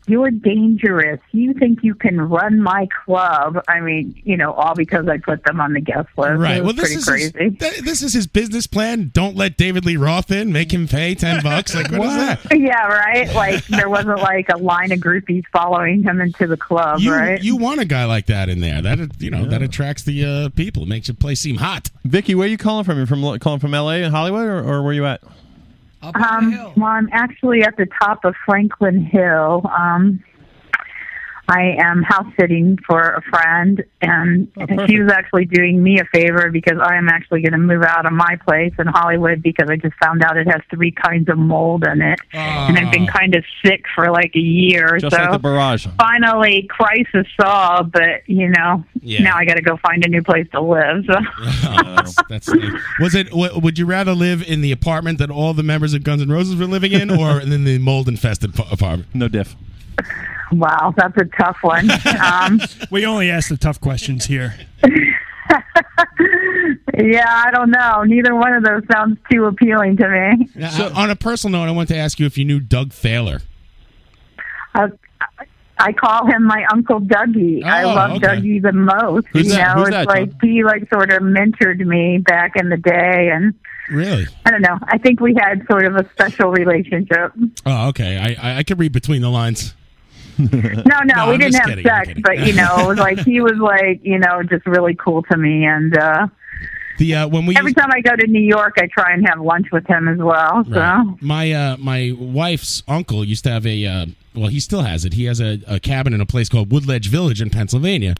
[SPEAKER 19] "You're dangerous. You think you can run my club?" I mean, you know, all because I put them on the guest list.
[SPEAKER 9] Right.
[SPEAKER 19] It
[SPEAKER 9] Well,
[SPEAKER 19] was
[SPEAKER 9] this
[SPEAKER 19] pretty
[SPEAKER 9] is
[SPEAKER 19] crazy.
[SPEAKER 9] His, th- this is his business plan. Don't let David Lee Roth in. Make him pay ten bucks. Like what is that?
[SPEAKER 19] Yeah, right. Like there wasn't like a line of groupies following him into the club,
[SPEAKER 9] You,
[SPEAKER 19] right?
[SPEAKER 9] you want a guy like that in there? That you know that attracts the uh, people. It makes your place seem hot.
[SPEAKER 7] Vicky, where are you calling from? You're from Lo- calling from L.A. and Hollywood, or, or where you at?
[SPEAKER 19] um, Well, I'm actually at the top of Franklin Hill. Um, I am house sitting for a friend, and
[SPEAKER 7] Oh,
[SPEAKER 19] she was actually doing me a favor because I am actually going to move out of my place in Hollywood because I just found out it has three kinds of mold in it, and I've been kind of sick for like a year.
[SPEAKER 7] Ah. Just
[SPEAKER 19] so
[SPEAKER 7] like the barrage.
[SPEAKER 19] finally, crisis solved, but you know, now I got to go find a new place to live. So.
[SPEAKER 9] Oh, That's was it? W- would you rather live in the apartment that all the members of Guns N' Roses were living in, or in the mold infested apartment?
[SPEAKER 7] No diff.
[SPEAKER 19] Wow, that's a tough one. Um,
[SPEAKER 10] we only ask the tough questions here.
[SPEAKER 19] yeah, I don't know. Neither one of those sounds too appealing to me.
[SPEAKER 9] So, on a personal note, I want to ask you if you knew Doug Thaler.
[SPEAKER 19] Uh, I call him my Uncle Dougie. I
[SPEAKER 9] Oh,
[SPEAKER 19] love
[SPEAKER 9] okay.
[SPEAKER 19] Dougie the most.
[SPEAKER 9] Who's
[SPEAKER 19] you
[SPEAKER 9] that?
[SPEAKER 19] know,
[SPEAKER 9] Who's
[SPEAKER 19] it's
[SPEAKER 9] that,
[SPEAKER 19] like he like sort of mentored me back in the day, and
[SPEAKER 9] Really?
[SPEAKER 19] I don't know. I think we had sort of a special relationship.
[SPEAKER 9] Oh, okay. I I, I could read between the lines. no,
[SPEAKER 19] No, no, we
[SPEAKER 9] I'm
[SPEAKER 19] didn't
[SPEAKER 9] just
[SPEAKER 19] have
[SPEAKER 9] kidding, I'm
[SPEAKER 19] sex,
[SPEAKER 9] kidding.
[SPEAKER 19] but you know, it was like he was like you know just really cool to me, and uh,
[SPEAKER 9] the uh, when we
[SPEAKER 19] every time I go to New York, I try and have lunch with him as well. So.
[SPEAKER 9] Right. My uh, my wife's uncle used to have a uh, well, he still has it. He has a, a cabin in a place called Woodledge Village in Pennsylvania,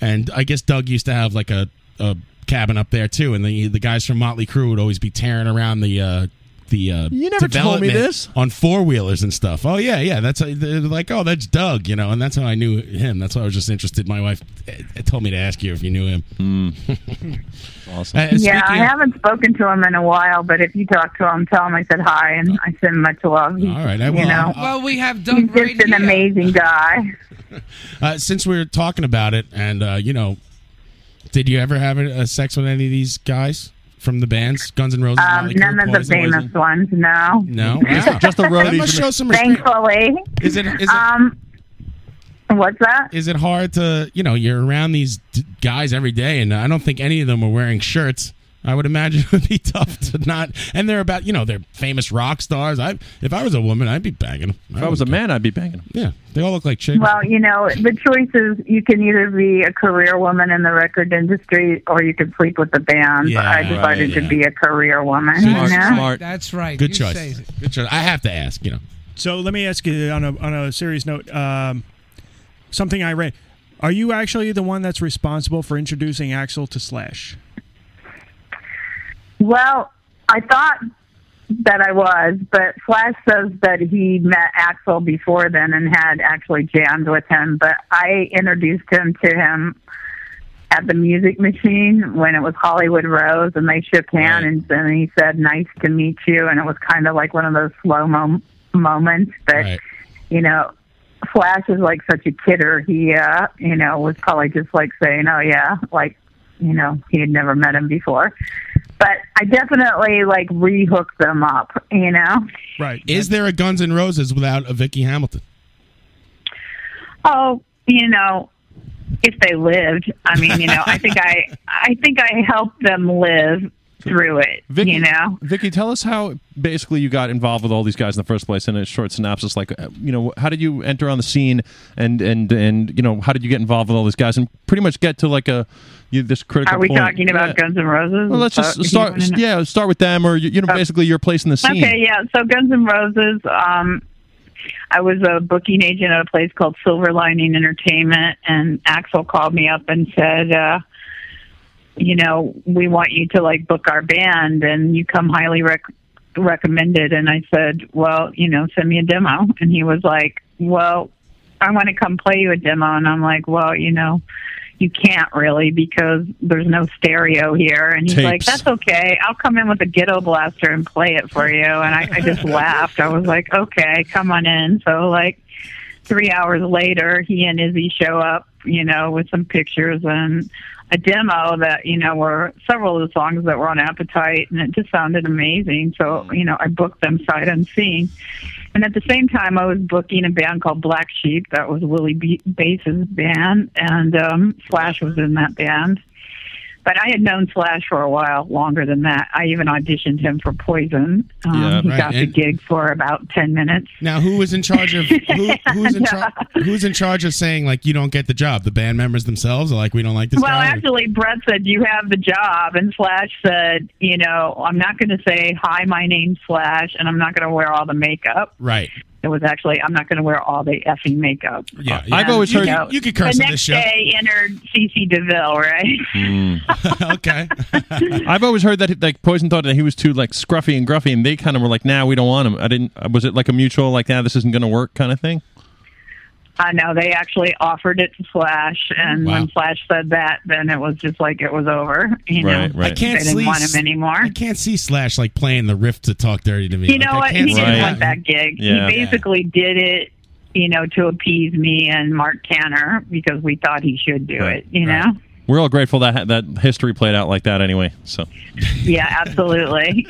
[SPEAKER 9] and I guess Doug used to have like a, a cabin up there too. And the the guys from Motley Crue would always be tearing around the. Uh, the uh,
[SPEAKER 7] You never told me
[SPEAKER 9] development
[SPEAKER 7] this.
[SPEAKER 9] on four wheelers and stuff. Oh yeah, yeah. That's uh, they're like oh that's Doug, you know, and that's how I knew him. That's why I was just interested. My wife uh, told me to ask you if you knew him. Uh, awesome.
[SPEAKER 19] yeah, I haven't spoken to him in a while, but if you talk to him, tell him I said hi and I send much love. He's,
[SPEAKER 9] All right, I
[SPEAKER 19] you
[SPEAKER 9] will.
[SPEAKER 19] know,
[SPEAKER 13] well, we have Doug
[SPEAKER 19] he's just an amazing guy.
[SPEAKER 9] Uh, since we are talking about it, and uh, you know, did you ever have a, a sex with any of these guys from the bands, Guns N' Roses?
[SPEAKER 19] Um,
[SPEAKER 9] Motley Crue,
[SPEAKER 19] none of the
[SPEAKER 9] Poison,
[SPEAKER 19] famous
[SPEAKER 9] Poison?
[SPEAKER 19] ones, no.
[SPEAKER 9] No, Wow. That must show some respect.
[SPEAKER 19] Thankfully,
[SPEAKER 9] Is it- is it-
[SPEAKER 19] um, what's that?
[SPEAKER 9] Is it hard to you know you're around these d- guys every day, and I don't think any of them are wearing shirts. I would imagine it would be tough to not. And they're about you know they're famous rock stars. I if I was a woman, I'd be banging them.
[SPEAKER 7] If I was a man, I'd be banging them.
[SPEAKER 9] Yeah, they all look like chicks.
[SPEAKER 19] Well, you know, the choice is you can either be a career woman in the record industry or you can sleep with the band.
[SPEAKER 9] Yeah,
[SPEAKER 19] I decided to
[SPEAKER 9] right, yeah.
[SPEAKER 19] be a career woman.
[SPEAKER 9] Smart,
[SPEAKER 19] you know?
[SPEAKER 9] smart.
[SPEAKER 13] That's right.
[SPEAKER 9] Good
[SPEAKER 13] You say
[SPEAKER 9] choice.
[SPEAKER 13] it.
[SPEAKER 9] Good choice. I have to ask. You know.
[SPEAKER 10] So let me ask you on a on a serious note, um, something I read. Are you actually the one that's responsible for introducing Axel to Slash?
[SPEAKER 19] Well, I thought that I was, but Flash says that he met Axel before then and had actually jammed with him, but I introduced him to him at the music machine when it was Hollywood Rose and they shook hand and then he said, Nice to meet you and it was kind of like one of those slow mo moments but you know, Flash is like such a kidder. He, uh, you know, was probably just like saying, "Oh yeah," like you know, he had never met him before. But I definitely like rehooked them up. You know,
[SPEAKER 10] Right.
[SPEAKER 9] Is there a Guns N' Roses without a Vicki Hamilton?
[SPEAKER 19] oh, you know, if they lived, I mean, you know, I think I, I think I helped them live through it.
[SPEAKER 7] Vicky,
[SPEAKER 19] You know,
[SPEAKER 7] Vicky, tell us how basically you got involved with all these guys in the first place. In a short synopsis, like uh, you know, how did you enter on the scene, and and and you know, how did you get involved with all these guys, and pretty much get to like a you, this critical.
[SPEAKER 19] are we
[SPEAKER 7] point.
[SPEAKER 19] talking
[SPEAKER 7] Yeah.
[SPEAKER 19] about Guns N' Roses?
[SPEAKER 7] Well, let's
[SPEAKER 19] Uh,
[SPEAKER 7] just
[SPEAKER 19] if you
[SPEAKER 7] start.
[SPEAKER 19] wanna know- Oh.
[SPEAKER 7] Yeah, start with them, or you, you know, basically your place in the scene.
[SPEAKER 19] Okay, yeah. So Guns N' Roses. Um, I was a booking agent at a place called Silver Lining Entertainment, and Axel called me up and said, uh, "You know, we want you to like book our band, and you come highly rec- recommended." And I said, "Well, you know, send me a demo." And he was like, "Well, I want to come play you a demo," and I'm like, "Well, you know." You can't really because there's no stereo here. And he's like,
[SPEAKER 18] Tapes.
[SPEAKER 19] that's okay. I'll come in with a ghetto blaster and play it for you. And I, I just laughed. I was like, okay, come on in. So, like, three hours later, he and Izzy show up, you know, with some pictures and a demo that, you know, were several of the songs that were on Appetite. And it just sounded amazing. So, you know, I booked them sight unseen. And at the same time, I was booking a band called Black Sheep. That was Willie B- Bass's band. And um, Flash was in that band. But I had known Slash for a while, longer than that. I even auditioned him for Poison. Um,
[SPEAKER 9] Yeah,
[SPEAKER 19] he
[SPEAKER 9] right,
[SPEAKER 19] got the
[SPEAKER 9] and-
[SPEAKER 19] gig for about ten minutes.
[SPEAKER 9] Now, who was in charge of who, who's in charge? Who's in charge of saying like you don't get the job? The band members themselves are like we don't like this
[SPEAKER 19] Well,
[SPEAKER 9] guy.
[SPEAKER 19] actually, Brett said you have the job, and Slash said, you know, I'm not going to say hi. My name's Slash, and I'm not going to wear all the makeup.
[SPEAKER 9] right.
[SPEAKER 19] It was actually, I'm not going to wear all the effing makeup.
[SPEAKER 8] Yeah,
[SPEAKER 19] yeah.
[SPEAKER 8] I've always
[SPEAKER 19] You
[SPEAKER 8] heard-
[SPEAKER 19] know,
[SPEAKER 8] you could curse
[SPEAKER 19] the
[SPEAKER 8] on
[SPEAKER 19] next
[SPEAKER 8] this show.
[SPEAKER 19] day entered CC DeVille, right?
[SPEAKER 7] Hmm.
[SPEAKER 8] okay.
[SPEAKER 7] I've always heard that like Poison thought that he was too like scruffy and gruffy, and they kind of were like, "Nah, we don't want him." I didn't. uh, Was it like a mutual like, "Nah, this isn't going to work" kind of thing?
[SPEAKER 19] I know they actually offered it to Flash, and
[SPEAKER 7] Wow.
[SPEAKER 19] when Flash said that, then it was just like it was over. You
[SPEAKER 9] Right,
[SPEAKER 19] know,
[SPEAKER 9] right. I can't
[SPEAKER 19] they didn't
[SPEAKER 9] sleep-
[SPEAKER 19] want him anymore.
[SPEAKER 9] I can't see Slash like playing the riff to talk dirty to me.
[SPEAKER 19] You know
[SPEAKER 9] Like, I
[SPEAKER 19] what? He
[SPEAKER 9] can't see
[SPEAKER 19] didn't
[SPEAKER 9] that.
[SPEAKER 19] want that gig.
[SPEAKER 9] Yeah.
[SPEAKER 19] He basically did it, you know, to appease me and Mark Tanner because we thought he should do it. You know?
[SPEAKER 7] We're all grateful that that history played out like that anyway. So
[SPEAKER 19] Yeah, absolutely.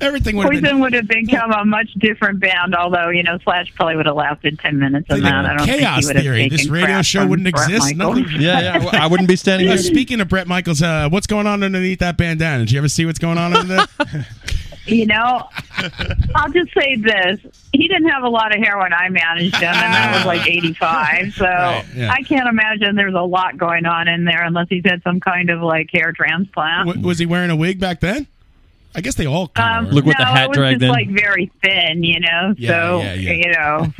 [SPEAKER 9] Everything
[SPEAKER 19] Poison would have become a much different band, although you know Slash probably would have lasted ten minutes on that. I don't think
[SPEAKER 9] chaos
[SPEAKER 19] he would have
[SPEAKER 9] theory.
[SPEAKER 19] taken
[SPEAKER 9] This radio
[SPEAKER 19] crap
[SPEAKER 9] show
[SPEAKER 19] from
[SPEAKER 9] wouldn't
[SPEAKER 19] Brett
[SPEAKER 9] exist.
[SPEAKER 19] Michaels.
[SPEAKER 9] Nothing.
[SPEAKER 7] I wouldn't be standing
[SPEAKER 9] here.
[SPEAKER 7] here.
[SPEAKER 9] Speaking of Brett Michaels, uh, what's going on underneath that bandana? Did you ever see what's going on under there?
[SPEAKER 19] You know, I'll just say this: he didn't have a lot of hair when I managed him, and I was like eighty-five. So
[SPEAKER 9] Right, yeah.
[SPEAKER 19] I can't imagine there's a lot going on in there unless he's had some kind of like hair transplant.
[SPEAKER 9] W- was he wearing a wig back then? I guess they all. kinda
[SPEAKER 19] Um,
[SPEAKER 9] were.
[SPEAKER 19] no, it was just like very thin, you know.
[SPEAKER 9] Yeah,
[SPEAKER 19] so
[SPEAKER 9] yeah, yeah.
[SPEAKER 19] you know,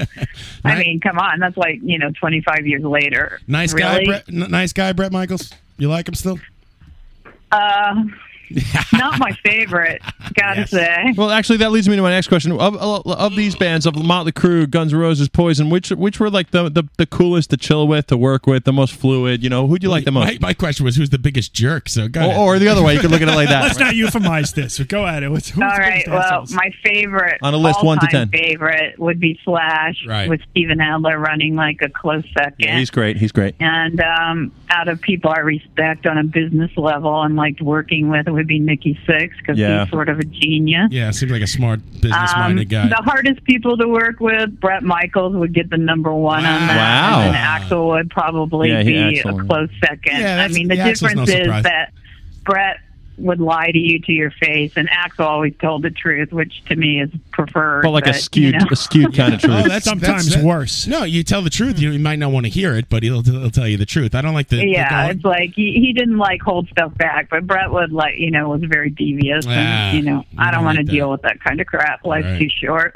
[SPEAKER 19] I mean, come on, that's like you know, twenty-five years later.
[SPEAKER 9] nice guy,
[SPEAKER 19] really?
[SPEAKER 9] Brett, n- nice guy, Brett Michaels. You like him still?
[SPEAKER 19] Uh, not my favorite, gotta say.
[SPEAKER 7] Well, actually, that leads me to my next question. Of, of, of these bands, of Motley Crue, Guns N' Roses, Poison, which which were like the, the, the coolest to chill with, to work with, the most fluid? You know, who do you like the most?
[SPEAKER 9] My, my question was, who's the biggest jerk? So, go
[SPEAKER 7] Or-
[SPEAKER 9] ahead.
[SPEAKER 7] or the other way, you could look at it like that.
[SPEAKER 10] Let's not euphemize this. Go at it. What's, who's
[SPEAKER 19] All
[SPEAKER 10] the
[SPEAKER 19] right.
[SPEAKER 10] biggest
[SPEAKER 19] Well,
[SPEAKER 10] assholes?
[SPEAKER 19] my favorite
[SPEAKER 10] On a list, one to
[SPEAKER 19] all-time
[SPEAKER 10] 10.
[SPEAKER 19] Favorite would be Slash
[SPEAKER 7] Right.
[SPEAKER 19] with Steven Adler running like a close second.
[SPEAKER 7] Yeah, he's great. He's great.
[SPEAKER 19] and um, out of people I respect on a business level and liked working with, it would be Nikki Six because
[SPEAKER 9] Yeah.
[SPEAKER 19] he's sort of a genius.
[SPEAKER 9] Yeah, seems like a smart
[SPEAKER 19] Um,
[SPEAKER 9] business-minded guy.
[SPEAKER 19] The hardest people to work with, Brett Michaels would get the number one on that.
[SPEAKER 9] Wow.
[SPEAKER 19] And then Axel would probably
[SPEAKER 9] Yeah, he-
[SPEAKER 19] be
[SPEAKER 9] Axl.
[SPEAKER 19] a close second.
[SPEAKER 9] Yeah,
[SPEAKER 19] I
[SPEAKER 9] that's-
[SPEAKER 19] mean, the
[SPEAKER 9] yeah, Axl's no
[SPEAKER 19] difference is
[SPEAKER 9] surprise.
[SPEAKER 19] that Brett would lie to you to your face, and Axel always told the truth, which to me is preferred.
[SPEAKER 7] But like a
[SPEAKER 19] you
[SPEAKER 7] skewed
[SPEAKER 19] know.
[SPEAKER 7] a skewed kind of
[SPEAKER 9] Oh,
[SPEAKER 19] Oh,
[SPEAKER 7] truth.
[SPEAKER 9] worse. No, you tell the truth. You might not want to hear it, but he'll, he'll tell you the truth. I don't like the. the
[SPEAKER 19] yeah,
[SPEAKER 9] guy-
[SPEAKER 19] it's like he, he didn't like hold stuff back, but Brett would like you know was very devious.
[SPEAKER 7] Ah,
[SPEAKER 19] and, you know, I don't want to deal with that kind of crap. Life's
[SPEAKER 7] Right.
[SPEAKER 19] too short.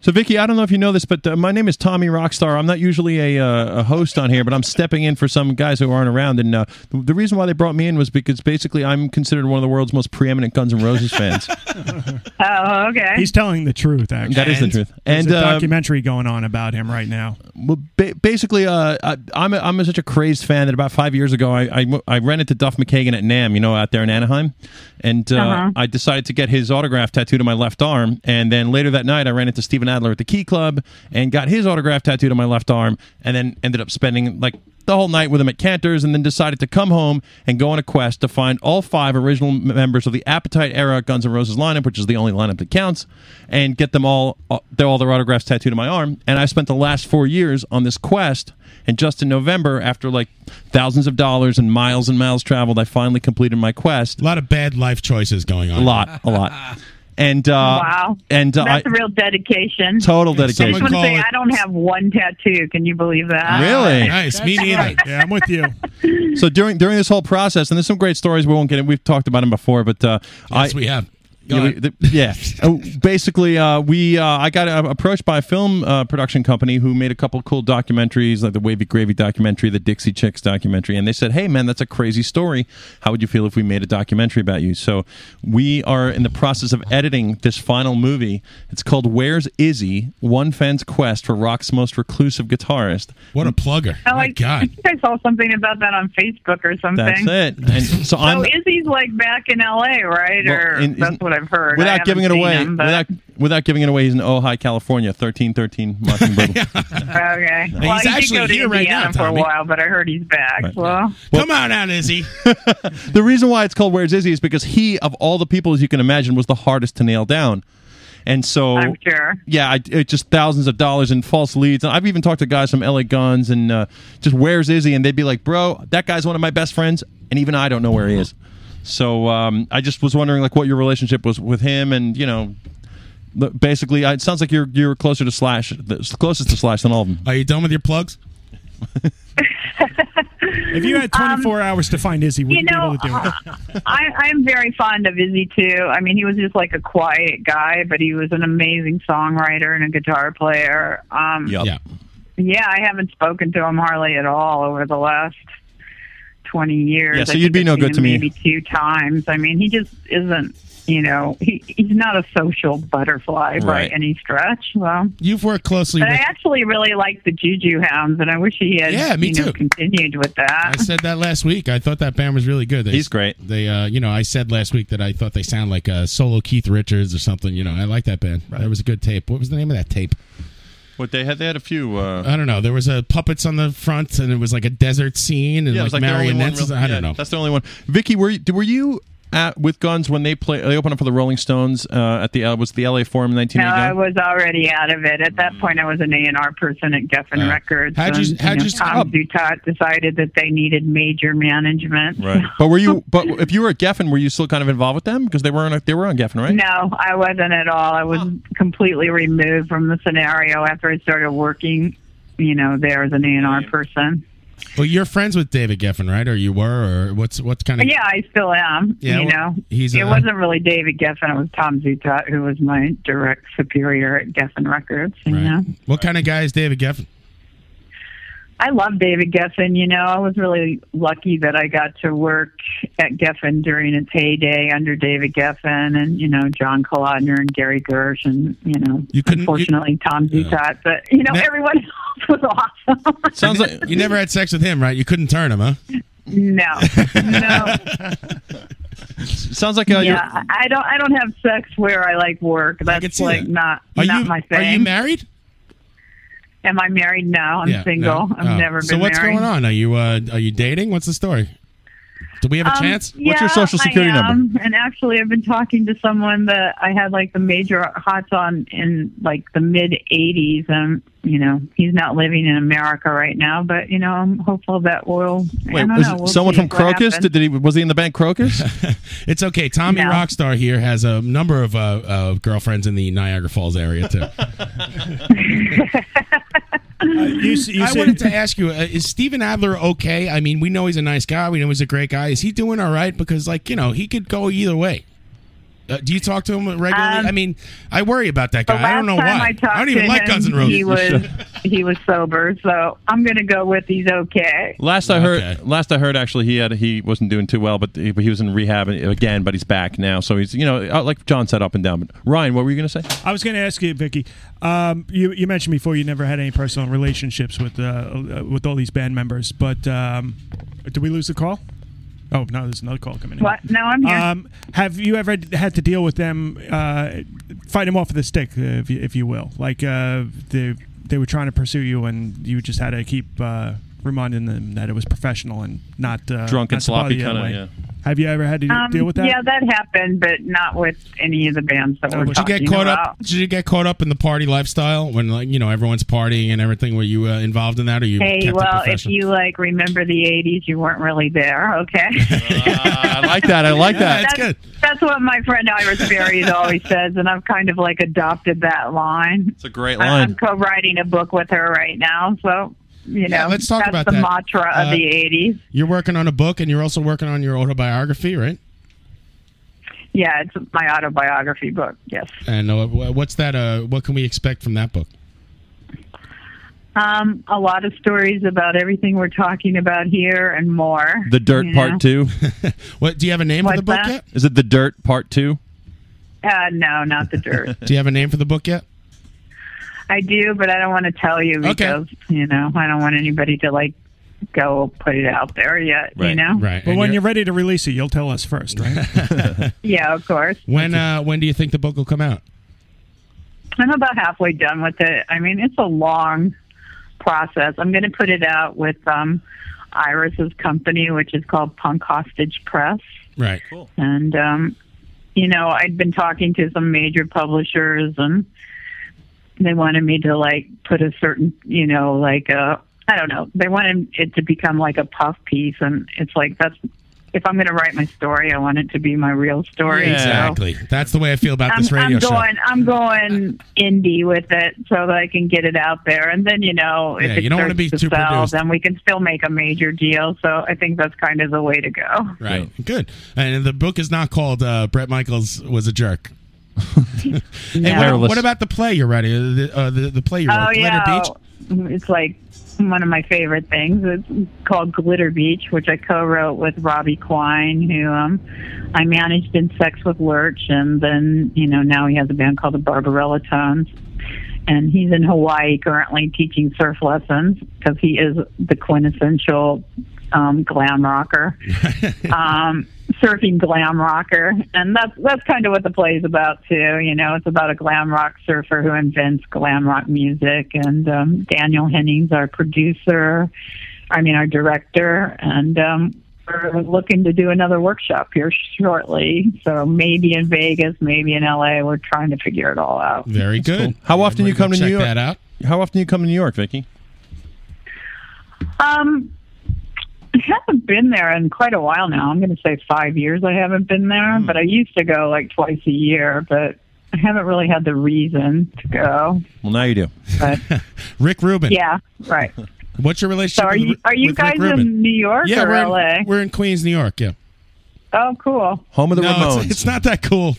[SPEAKER 7] So, Vicky, I don't know if you know this, but uh, my name is Tommy Rockstar. I'm not usually a, uh, a host on here, but I'm stepping in for some guys who aren't around. And uh, the, the reason why they brought me in was because basically I'm considered one of the world's most preeminent Guns N' Roses fans.
[SPEAKER 19] Oh, okay.
[SPEAKER 10] He's telling the truth. Actually,
[SPEAKER 7] That is the truth.
[SPEAKER 10] There's
[SPEAKER 7] And,
[SPEAKER 10] a
[SPEAKER 7] uh,
[SPEAKER 10] documentary going on about him right now.
[SPEAKER 7] Well, ba- basically, uh, I, I'm a, I'm a, such a crazed fan that about five years ago, I, I w- I rented to Duff McKagan at Nam, you know, out there in Anaheim, and uh,
[SPEAKER 16] Uh-huh.
[SPEAKER 7] I decided to get his autograph tattooed on my left arm. And then later that night, I ran into Steven Adler at the Key Club and got his autograph tattooed on my left arm, and then ended up spending like the whole night with him at Cantor's, and then decided to come home and go on a quest to find all five original m- members of the Appetite era Guns N' Roses lineup, which is the only lineup that counts, and get them all uh, their- all their autographs tattooed on my arm. And I spent the last four years on this quest. And just in November, after like thousands of dollars and miles and miles traveled, I finally completed my quest. A
[SPEAKER 9] lot of bad life choices going on.
[SPEAKER 7] A lot, a lot. And uh,
[SPEAKER 19] wow.
[SPEAKER 7] And uh,
[SPEAKER 19] That's
[SPEAKER 7] I-
[SPEAKER 19] real dedication.
[SPEAKER 7] Total
[SPEAKER 19] I just
[SPEAKER 7] dedication.
[SPEAKER 19] want to
[SPEAKER 7] Someone
[SPEAKER 19] say,
[SPEAKER 7] call it-
[SPEAKER 19] I don't have one tattoo. Can you believe that?
[SPEAKER 7] Really?
[SPEAKER 10] Yeah, I'm with you.
[SPEAKER 7] so during during this whole process, and there's some great stories we won't get in. We've talked about them before, but uh, yes, I,
[SPEAKER 9] we have. Go
[SPEAKER 7] Yeah, we-
[SPEAKER 9] on.
[SPEAKER 7] the- yeah. Oh, basically, uh, we uh, I got uh, approached by a film uh, production company who made a couple cool documentaries, like the Wavy Gravy documentary, the Dixie Chicks documentary, and they said, "Hey, man, that's a crazy story. How would you feel if we made a documentary about you?" So we are in the process of editing this final movie. It's called "Where's Izzy: One Fan's Quest for Rock's Most Reclusive Guitarist."
[SPEAKER 9] What a plugger!
[SPEAKER 19] I like, I think I saw something about that on Facebook or something.
[SPEAKER 7] That's it. And so
[SPEAKER 19] So
[SPEAKER 7] I'm
[SPEAKER 19] Izzy's like back in LA, right?
[SPEAKER 7] Well,
[SPEAKER 19] or
[SPEAKER 7] in-
[SPEAKER 19] that's what I've heard. I
[SPEAKER 7] without
[SPEAKER 19] haven't
[SPEAKER 7] giving it
[SPEAKER 19] seen
[SPEAKER 7] away.
[SPEAKER 19] him, but-
[SPEAKER 7] without without giving it away, he's in Ojai, California, thirteen thirteen Mockingbird.
[SPEAKER 19] okay. Well,
[SPEAKER 9] he's
[SPEAKER 19] he
[SPEAKER 9] actually
[SPEAKER 19] did go to
[SPEAKER 9] here right
[SPEAKER 19] Indiana
[SPEAKER 9] now,
[SPEAKER 19] for a
[SPEAKER 9] Tommy.
[SPEAKER 19] while, but I heard he's back. Well,
[SPEAKER 9] Come on out, Izzy.
[SPEAKER 7] the reason why it's called Where's Izzy is because he, of all the people as you can imagine, was the hardest to nail down. And so,
[SPEAKER 19] I'm sure.
[SPEAKER 7] yeah, I, it just thousands of dollars in false leads. And I've even talked to guys from LA Guns and uh, just where's Izzy, and they'd be like, "Bro, that guy's one of my best friends, and even I don't know where he is." So um, I just was wondering, like, what your relationship was with him, and you know, the- basically, I- it sounds like you're you're closer to Slash, the closest to Slash than all of them.
[SPEAKER 9] Are you done with your plugs?
[SPEAKER 10] If you had 24 hours to find Izzy, would you,
[SPEAKER 19] Um, you know, uh,
[SPEAKER 10] be able to do it?
[SPEAKER 19] I, I'm very fond of Izzy too. I mean, he was just like a quiet guy, but he was an amazing songwriter and a guitar player. Um,
[SPEAKER 7] Yeah.
[SPEAKER 19] Yeah, I haven't spoken to him hardly at all over the last twenty years.
[SPEAKER 7] Yeah, so
[SPEAKER 19] I think
[SPEAKER 7] you'd be
[SPEAKER 19] I've
[SPEAKER 7] no
[SPEAKER 19] seen
[SPEAKER 7] good
[SPEAKER 19] him
[SPEAKER 7] to me.
[SPEAKER 19] Maybe two times. I mean, he just isn't. You know, he he's not a social butterfly by
[SPEAKER 9] Right.
[SPEAKER 19] any stretch. Well,
[SPEAKER 9] You've worked closely
[SPEAKER 19] but I
[SPEAKER 9] with.
[SPEAKER 19] actually really like the Juju Hounds, and I wish he had
[SPEAKER 9] Yeah, me
[SPEAKER 19] you know,
[SPEAKER 9] too.
[SPEAKER 19] continued with that.
[SPEAKER 9] I said that last week. I thought that band was really good. They, He's great. They, uh, you know, I said last week that I thought they sound like uh, solo Keith Richards or something. You know, I like that band. That was a good tape. What was the name of that tape?
[SPEAKER 7] What they had, they had a few. Uh,
[SPEAKER 9] I don't know. There was a puppets on the front, and it was like a desert scene, and
[SPEAKER 7] yeah, it was
[SPEAKER 9] like,
[SPEAKER 7] like the only one
[SPEAKER 9] marionettes.
[SPEAKER 7] real-
[SPEAKER 9] I don't
[SPEAKER 7] yeah,
[SPEAKER 9] know.
[SPEAKER 7] That's the only one. Vicky, were you, were you at with Guns when they play? They opened up for the Rolling Stones uh, at the L was it the L.A. Forum in
[SPEAKER 19] No, I
[SPEAKER 7] 1989.
[SPEAKER 19] was already out of it. At that point, I was an A&R person at Geffen
[SPEAKER 7] Uh,
[SPEAKER 19] Records.
[SPEAKER 7] how'd you-
[SPEAKER 19] and,
[SPEAKER 7] how'd
[SPEAKER 19] know,
[SPEAKER 7] you oh.
[SPEAKER 19] Tom Dutat decided that they needed major management.
[SPEAKER 7] Right, but were you? But if you were at Geffen, were you still kind of involved with them because they were on they were on Geffen, right?
[SPEAKER 19] No, I wasn't at all. I was completely removed from the scenario after I started working, you know, there as an A&R person.
[SPEAKER 9] Well, you're friends with David Geffen, right? Or you were, or what's what kind
[SPEAKER 19] But
[SPEAKER 9] of?
[SPEAKER 19] yeah, I still am,
[SPEAKER 9] Yeah,
[SPEAKER 19] you
[SPEAKER 9] well,
[SPEAKER 19] know.
[SPEAKER 9] he's
[SPEAKER 19] it
[SPEAKER 7] uh,
[SPEAKER 9] a-
[SPEAKER 19] wasn't really David Geffen. It was Tom Dutat, who was my direct superior at Geffen Records, you know.
[SPEAKER 9] What kind of guy is David Geffen?
[SPEAKER 19] I love David Geffen. You know, I was really lucky that I got to work at Geffen during its heyday under David Geffen and, you know, John Kolodner and Gary Gersh and, you know,
[SPEAKER 9] you couldn't,
[SPEAKER 19] unfortunately Tom
[SPEAKER 9] Yeah.
[SPEAKER 19] Dutat. But, you know, everyone else was awesome.
[SPEAKER 9] Sounds like you never had sex with him, right? You couldn't turn him, huh?
[SPEAKER 19] No, no.
[SPEAKER 7] Sounds like uh, you're-
[SPEAKER 19] yeah, I don't. I don't have sex where I like work. That's
[SPEAKER 7] see
[SPEAKER 19] like
[SPEAKER 7] that.
[SPEAKER 19] not
[SPEAKER 7] Are
[SPEAKER 19] not
[SPEAKER 7] you-
[SPEAKER 19] my
[SPEAKER 7] are
[SPEAKER 19] thing.
[SPEAKER 7] you
[SPEAKER 9] married?
[SPEAKER 19] Am I married? No, I'm
[SPEAKER 9] Yeah,
[SPEAKER 19] single.
[SPEAKER 9] no?
[SPEAKER 19] I've
[SPEAKER 9] Oh.
[SPEAKER 19] never been.
[SPEAKER 9] So what's
[SPEAKER 19] married.
[SPEAKER 9] going on? Are you uh, are you dating? What's the story? Do we have a
[SPEAKER 19] Um,
[SPEAKER 9] chance?
[SPEAKER 19] yeah, I am. And actually, I've been talking to someone that I had like the major hots on in like the mid '80s. Um, you know, he's not living in America right now, but you know, I'm hopeful that we'll. I
[SPEAKER 7] Wait,
[SPEAKER 19] don't
[SPEAKER 7] was
[SPEAKER 19] know, we'll
[SPEAKER 7] someone
[SPEAKER 19] see
[SPEAKER 7] from
[SPEAKER 19] what
[SPEAKER 7] Crocus?
[SPEAKER 19] happens.
[SPEAKER 7] Did, did he was he in the band Crocus?
[SPEAKER 9] It's okay. Tommy
[SPEAKER 19] No.
[SPEAKER 9] Rockstar here has a number of uh, uh, girlfriends in the Niagara Falls area too.
[SPEAKER 10] Uh, you, s- you
[SPEAKER 9] I
[SPEAKER 10] said-
[SPEAKER 9] wanted to ask you: uh, Is Steven Adler okay? I mean, we know he's a nice guy. We know he's a great guy. Is he doing all right? Because, like, you know, he could go either way. Uh, do you talk to him regularly? I mean, I worry about that
[SPEAKER 19] Um, The
[SPEAKER 9] guy. I don't
[SPEAKER 19] last
[SPEAKER 9] know
[SPEAKER 19] time
[SPEAKER 9] why.
[SPEAKER 19] I, talked
[SPEAKER 9] don't even
[SPEAKER 19] to
[SPEAKER 9] like
[SPEAKER 19] him,
[SPEAKER 9] Guns N' Roses.
[SPEAKER 19] He was he was sober, so I'm going to go with he's okay.
[SPEAKER 7] Last I heard, last I heard, actually, he had he wasn't doing too well, but he, but he was in rehab again. But he's back now, so he's you know uh, like John said, up and down. But Ryan, what were you going to say?
[SPEAKER 10] I was going to ask you, Vicky. Um, you you mentioned before you never had any personal relationships with uh, uh, with all these band members, but um, did we lose the call? Oh no, there's another call coming in.
[SPEAKER 19] What? No, I'm here.
[SPEAKER 10] Um, have you ever had to deal with them, uh, fight them off with a stick, uh, if you, if you will? Like uh, they they were trying to pursue you, and you just had to keep uh, reminding them that it was professional and not uh,
[SPEAKER 7] Drunk and
[SPEAKER 10] not to bother
[SPEAKER 7] sloppy
[SPEAKER 10] you in
[SPEAKER 7] kinda,
[SPEAKER 10] a way.
[SPEAKER 7] yeah.
[SPEAKER 10] Have you ever had to
[SPEAKER 19] Um,
[SPEAKER 10] deal with that?
[SPEAKER 19] Yeah, that happened, but not with any of the bands that were
[SPEAKER 9] Did you get caught up? Did you get caught up in the party lifestyle when, like, you know, everyone's partying and everything? Were you uh, involved in that, or you?
[SPEAKER 19] Hey,
[SPEAKER 9] kept it
[SPEAKER 19] well, if
[SPEAKER 9] professional?
[SPEAKER 19] you like remember the '80s, you weren't really there, okay?
[SPEAKER 7] I like that. I like that.
[SPEAKER 19] that's That's what my friend Iris Berries always says, and I've kind of like adopted that line.
[SPEAKER 7] It's a great
[SPEAKER 19] I- I'm
[SPEAKER 7] line.
[SPEAKER 19] co-writing a book with her right now, so you
[SPEAKER 9] Yeah,
[SPEAKER 19] know
[SPEAKER 9] let's talk
[SPEAKER 19] that's
[SPEAKER 9] about
[SPEAKER 19] the
[SPEAKER 9] that.
[SPEAKER 19] mantra of
[SPEAKER 9] Uh,
[SPEAKER 19] the '80s.
[SPEAKER 9] You're working on a book, and you're also working on your autobiography, right?
[SPEAKER 19] Yeah, it's my autobiography book. Yes.
[SPEAKER 9] And uh, wh- what's that? Uh, what can we expect from that book?
[SPEAKER 19] Um, a lot of stories about everything we're talking about here and more.
[SPEAKER 7] The Dirt
[SPEAKER 19] you know.
[SPEAKER 7] Part Two.
[SPEAKER 9] what do you have a name
[SPEAKER 19] for the What's book that? yet?
[SPEAKER 7] Is it The Dirt Part Two?
[SPEAKER 19] Uh, no, not the dirt.
[SPEAKER 9] Do you have a name for the book yet?
[SPEAKER 19] I do, but I don't want to tell you because you know I don't want anybody to like go put it out there yet. You know,
[SPEAKER 10] But when you're, ready to release it, you'll tell us first, right?
[SPEAKER 19] yeah, of course.
[SPEAKER 9] When uh, when do you think the book will come out?
[SPEAKER 19] I'm about halfway done with it. I mean, it's a long process. I'm going to put it out with um, Iris's company, which is called Punk Hostage Press.
[SPEAKER 9] Right. Cool.
[SPEAKER 19] And, um, you know, I'd been talking to some major publishers and they wanted me to like put a certain, you know, uh, like a, I don't know, they wanted it to become like a puff piece. And it's like, that's if I'm going to write my story, I want it to be my real story. so-
[SPEAKER 9] Exactly. That's the way I feel about this
[SPEAKER 19] I'm,
[SPEAKER 9] radio
[SPEAKER 19] I'm going, I'm going indie with it so that I can get it out there, and then you know if
[SPEAKER 9] Yeah,
[SPEAKER 19] it
[SPEAKER 9] you don't wanna
[SPEAKER 19] starts
[SPEAKER 9] be
[SPEAKER 19] to
[SPEAKER 9] too
[SPEAKER 19] sell,
[SPEAKER 9] produced.
[SPEAKER 19] then we can still make a major deal. So I think that's kind of the way to go.
[SPEAKER 9] show. Right. Good. And the book is not called uh, Brett Michaels Was a Jerk. And
[SPEAKER 19] No.
[SPEAKER 9] what- what, about the play you're writing? The, uh, the, the play you wrote,
[SPEAKER 19] Oh
[SPEAKER 9] Glitter
[SPEAKER 19] yeah,
[SPEAKER 9] Beach?
[SPEAKER 19] it's like one of my favorite things. It's called Glitter Beach, which I co-wrote with Robbie Quine, who um, I managed in Sex with Lurch, and then you know now he has a band called the Barbarella Tones, and he's in Hawaii currently teaching surf lessons because he is the quintessential um, glam rocker. um, surfing glam rocker, and that's that's kind of what the play is about too. You know, it's about a glam rock surfer who invents glam rock music, and um, Daniel Hennings, our producer, I mean our director, and um, we're looking to do another workshop here shortly. So maybe in Vegas, maybe in LA. We're trying to figure it all out.
[SPEAKER 9] Very good.
[SPEAKER 7] How often you come to
[SPEAKER 9] check
[SPEAKER 7] New York?
[SPEAKER 9] that out.
[SPEAKER 7] How often you come to New York, Vicky?
[SPEAKER 19] Um, I haven't been there in quite a while now. I'm going to say five years I haven't been
[SPEAKER 9] Hmm.
[SPEAKER 19] there, but I used to go like twice a year, but I haven't really had the reason to go.
[SPEAKER 7] Well, now you do.
[SPEAKER 9] Rick Rubin.
[SPEAKER 19] Uh, Yeah, right.
[SPEAKER 9] What's your relationship
[SPEAKER 19] So are
[SPEAKER 9] with
[SPEAKER 19] you
[SPEAKER 9] Rick-
[SPEAKER 19] are you
[SPEAKER 9] with Rick
[SPEAKER 19] guys
[SPEAKER 9] Rubin?
[SPEAKER 19] in New York
[SPEAKER 9] yeah,
[SPEAKER 19] or
[SPEAKER 9] we're in,
[SPEAKER 19] LA?
[SPEAKER 9] we're in Queens, New York. Yeah.
[SPEAKER 19] Oh, cool.
[SPEAKER 7] Home of the
[SPEAKER 9] no,
[SPEAKER 7] Ramones.
[SPEAKER 9] It's, it's not that cool.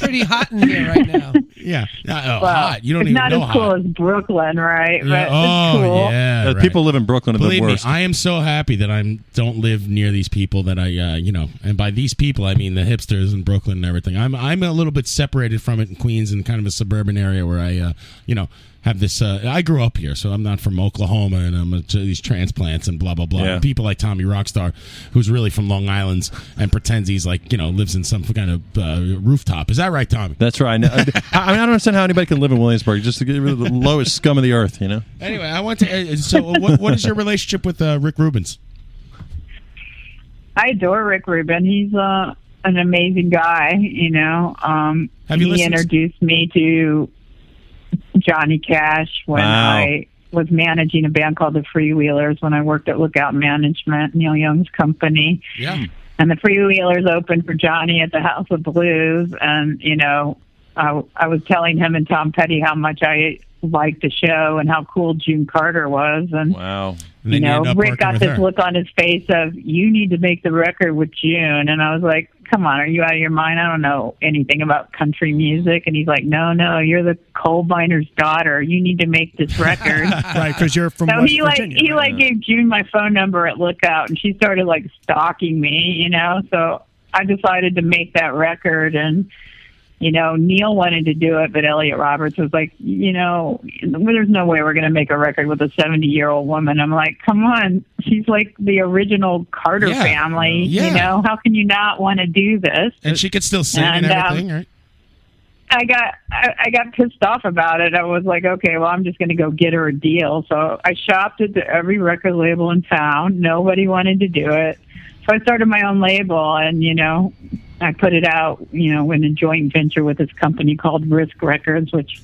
[SPEAKER 13] Pretty hot in here right now.
[SPEAKER 9] Yeah. Uh, oh,
[SPEAKER 19] Well,
[SPEAKER 9] hot. You don't
[SPEAKER 19] it's
[SPEAKER 9] even
[SPEAKER 19] not
[SPEAKER 9] know
[SPEAKER 19] as
[SPEAKER 9] hot.
[SPEAKER 19] cool as Brooklyn, right?
[SPEAKER 9] Yeah.
[SPEAKER 19] But it's
[SPEAKER 9] Oh,
[SPEAKER 19] cool.
[SPEAKER 9] yeah.
[SPEAKER 7] Uh,
[SPEAKER 9] right.
[SPEAKER 7] People live in Brooklyn are
[SPEAKER 9] Believe
[SPEAKER 7] the worst.
[SPEAKER 9] me, I am so happy that I'm don't live near these people that I, uh, you know, and by these people I mean the hipsters in Brooklyn and everything. I'm I'm a little bit separated from it in Queens and kind of a suburban area where I, uh, you know, have this. Uh, I grew up here, so I'm not from Oklahoma, and I'm a, to these transplants and blah blah blah.
[SPEAKER 7] Yeah.
[SPEAKER 9] And people like Tommy Rockstar, who's really from Long Island and pretends he's like you know lives in some kind of uh, rooftop. Is that right, Tommy?
[SPEAKER 7] That's right. I, know- I, I mean, I don't understand how anybody can live in Williamsburg. Just to get rid of the lowest scum of the earth, you know.
[SPEAKER 9] Anyway, I want to. Uh, so, what, what is your relationship with uh, Rick Rubens?
[SPEAKER 19] I adore Rick Rubin. He's uh, an amazing guy. You know, um,
[SPEAKER 9] Have you
[SPEAKER 19] he
[SPEAKER 9] listened to-
[SPEAKER 19] introduced me to Johnny Cash when
[SPEAKER 18] Wow.
[SPEAKER 19] I was managing a band called the Freewheelers when I worked at Lookout Management, Neil Young's company.
[SPEAKER 9] Yeah.
[SPEAKER 19] And the Freewheelers opened for Johnny at the House of Blues, and you know, I, I was telling him and Tom Petty how much I liked the show and how cool June Carter was, and
[SPEAKER 7] Wow.
[SPEAKER 19] you know, Rick got this look on his face of you need to make the record with June, and I was like, "Come on, are you out of your mind? I don't know anything about country music." And he's like, "No, no, you're the coal miner's daughter. You need to make this record."
[SPEAKER 10] right, because you're from
[SPEAKER 19] so
[SPEAKER 10] West
[SPEAKER 19] he
[SPEAKER 10] Virginia.
[SPEAKER 19] like he like gave June my phone number at Lookout, and she started like stalking me, you know. So I decided to make that record, and you know Neil wanted to do it, but Elliot Roberts was like, you know, there's no way we're going to make a record with a 70 year old woman. I'm like, come on, she's like the original Carter
[SPEAKER 9] Yeah.
[SPEAKER 19] family,
[SPEAKER 9] Yeah.
[SPEAKER 19] you know. How can you not want to do this?
[SPEAKER 9] And she could still sing and,
[SPEAKER 19] And, um,
[SPEAKER 9] everything, right?
[SPEAKER 19] I got I, I got pissed off about it. I was like, okay, well, I'm just going to go get her a deal. So I shopped it to every record label in town. Nobody wanted to do it, so I started my own label, and you know, I put it out, you know, in a joint venture with this company called Risk Records, which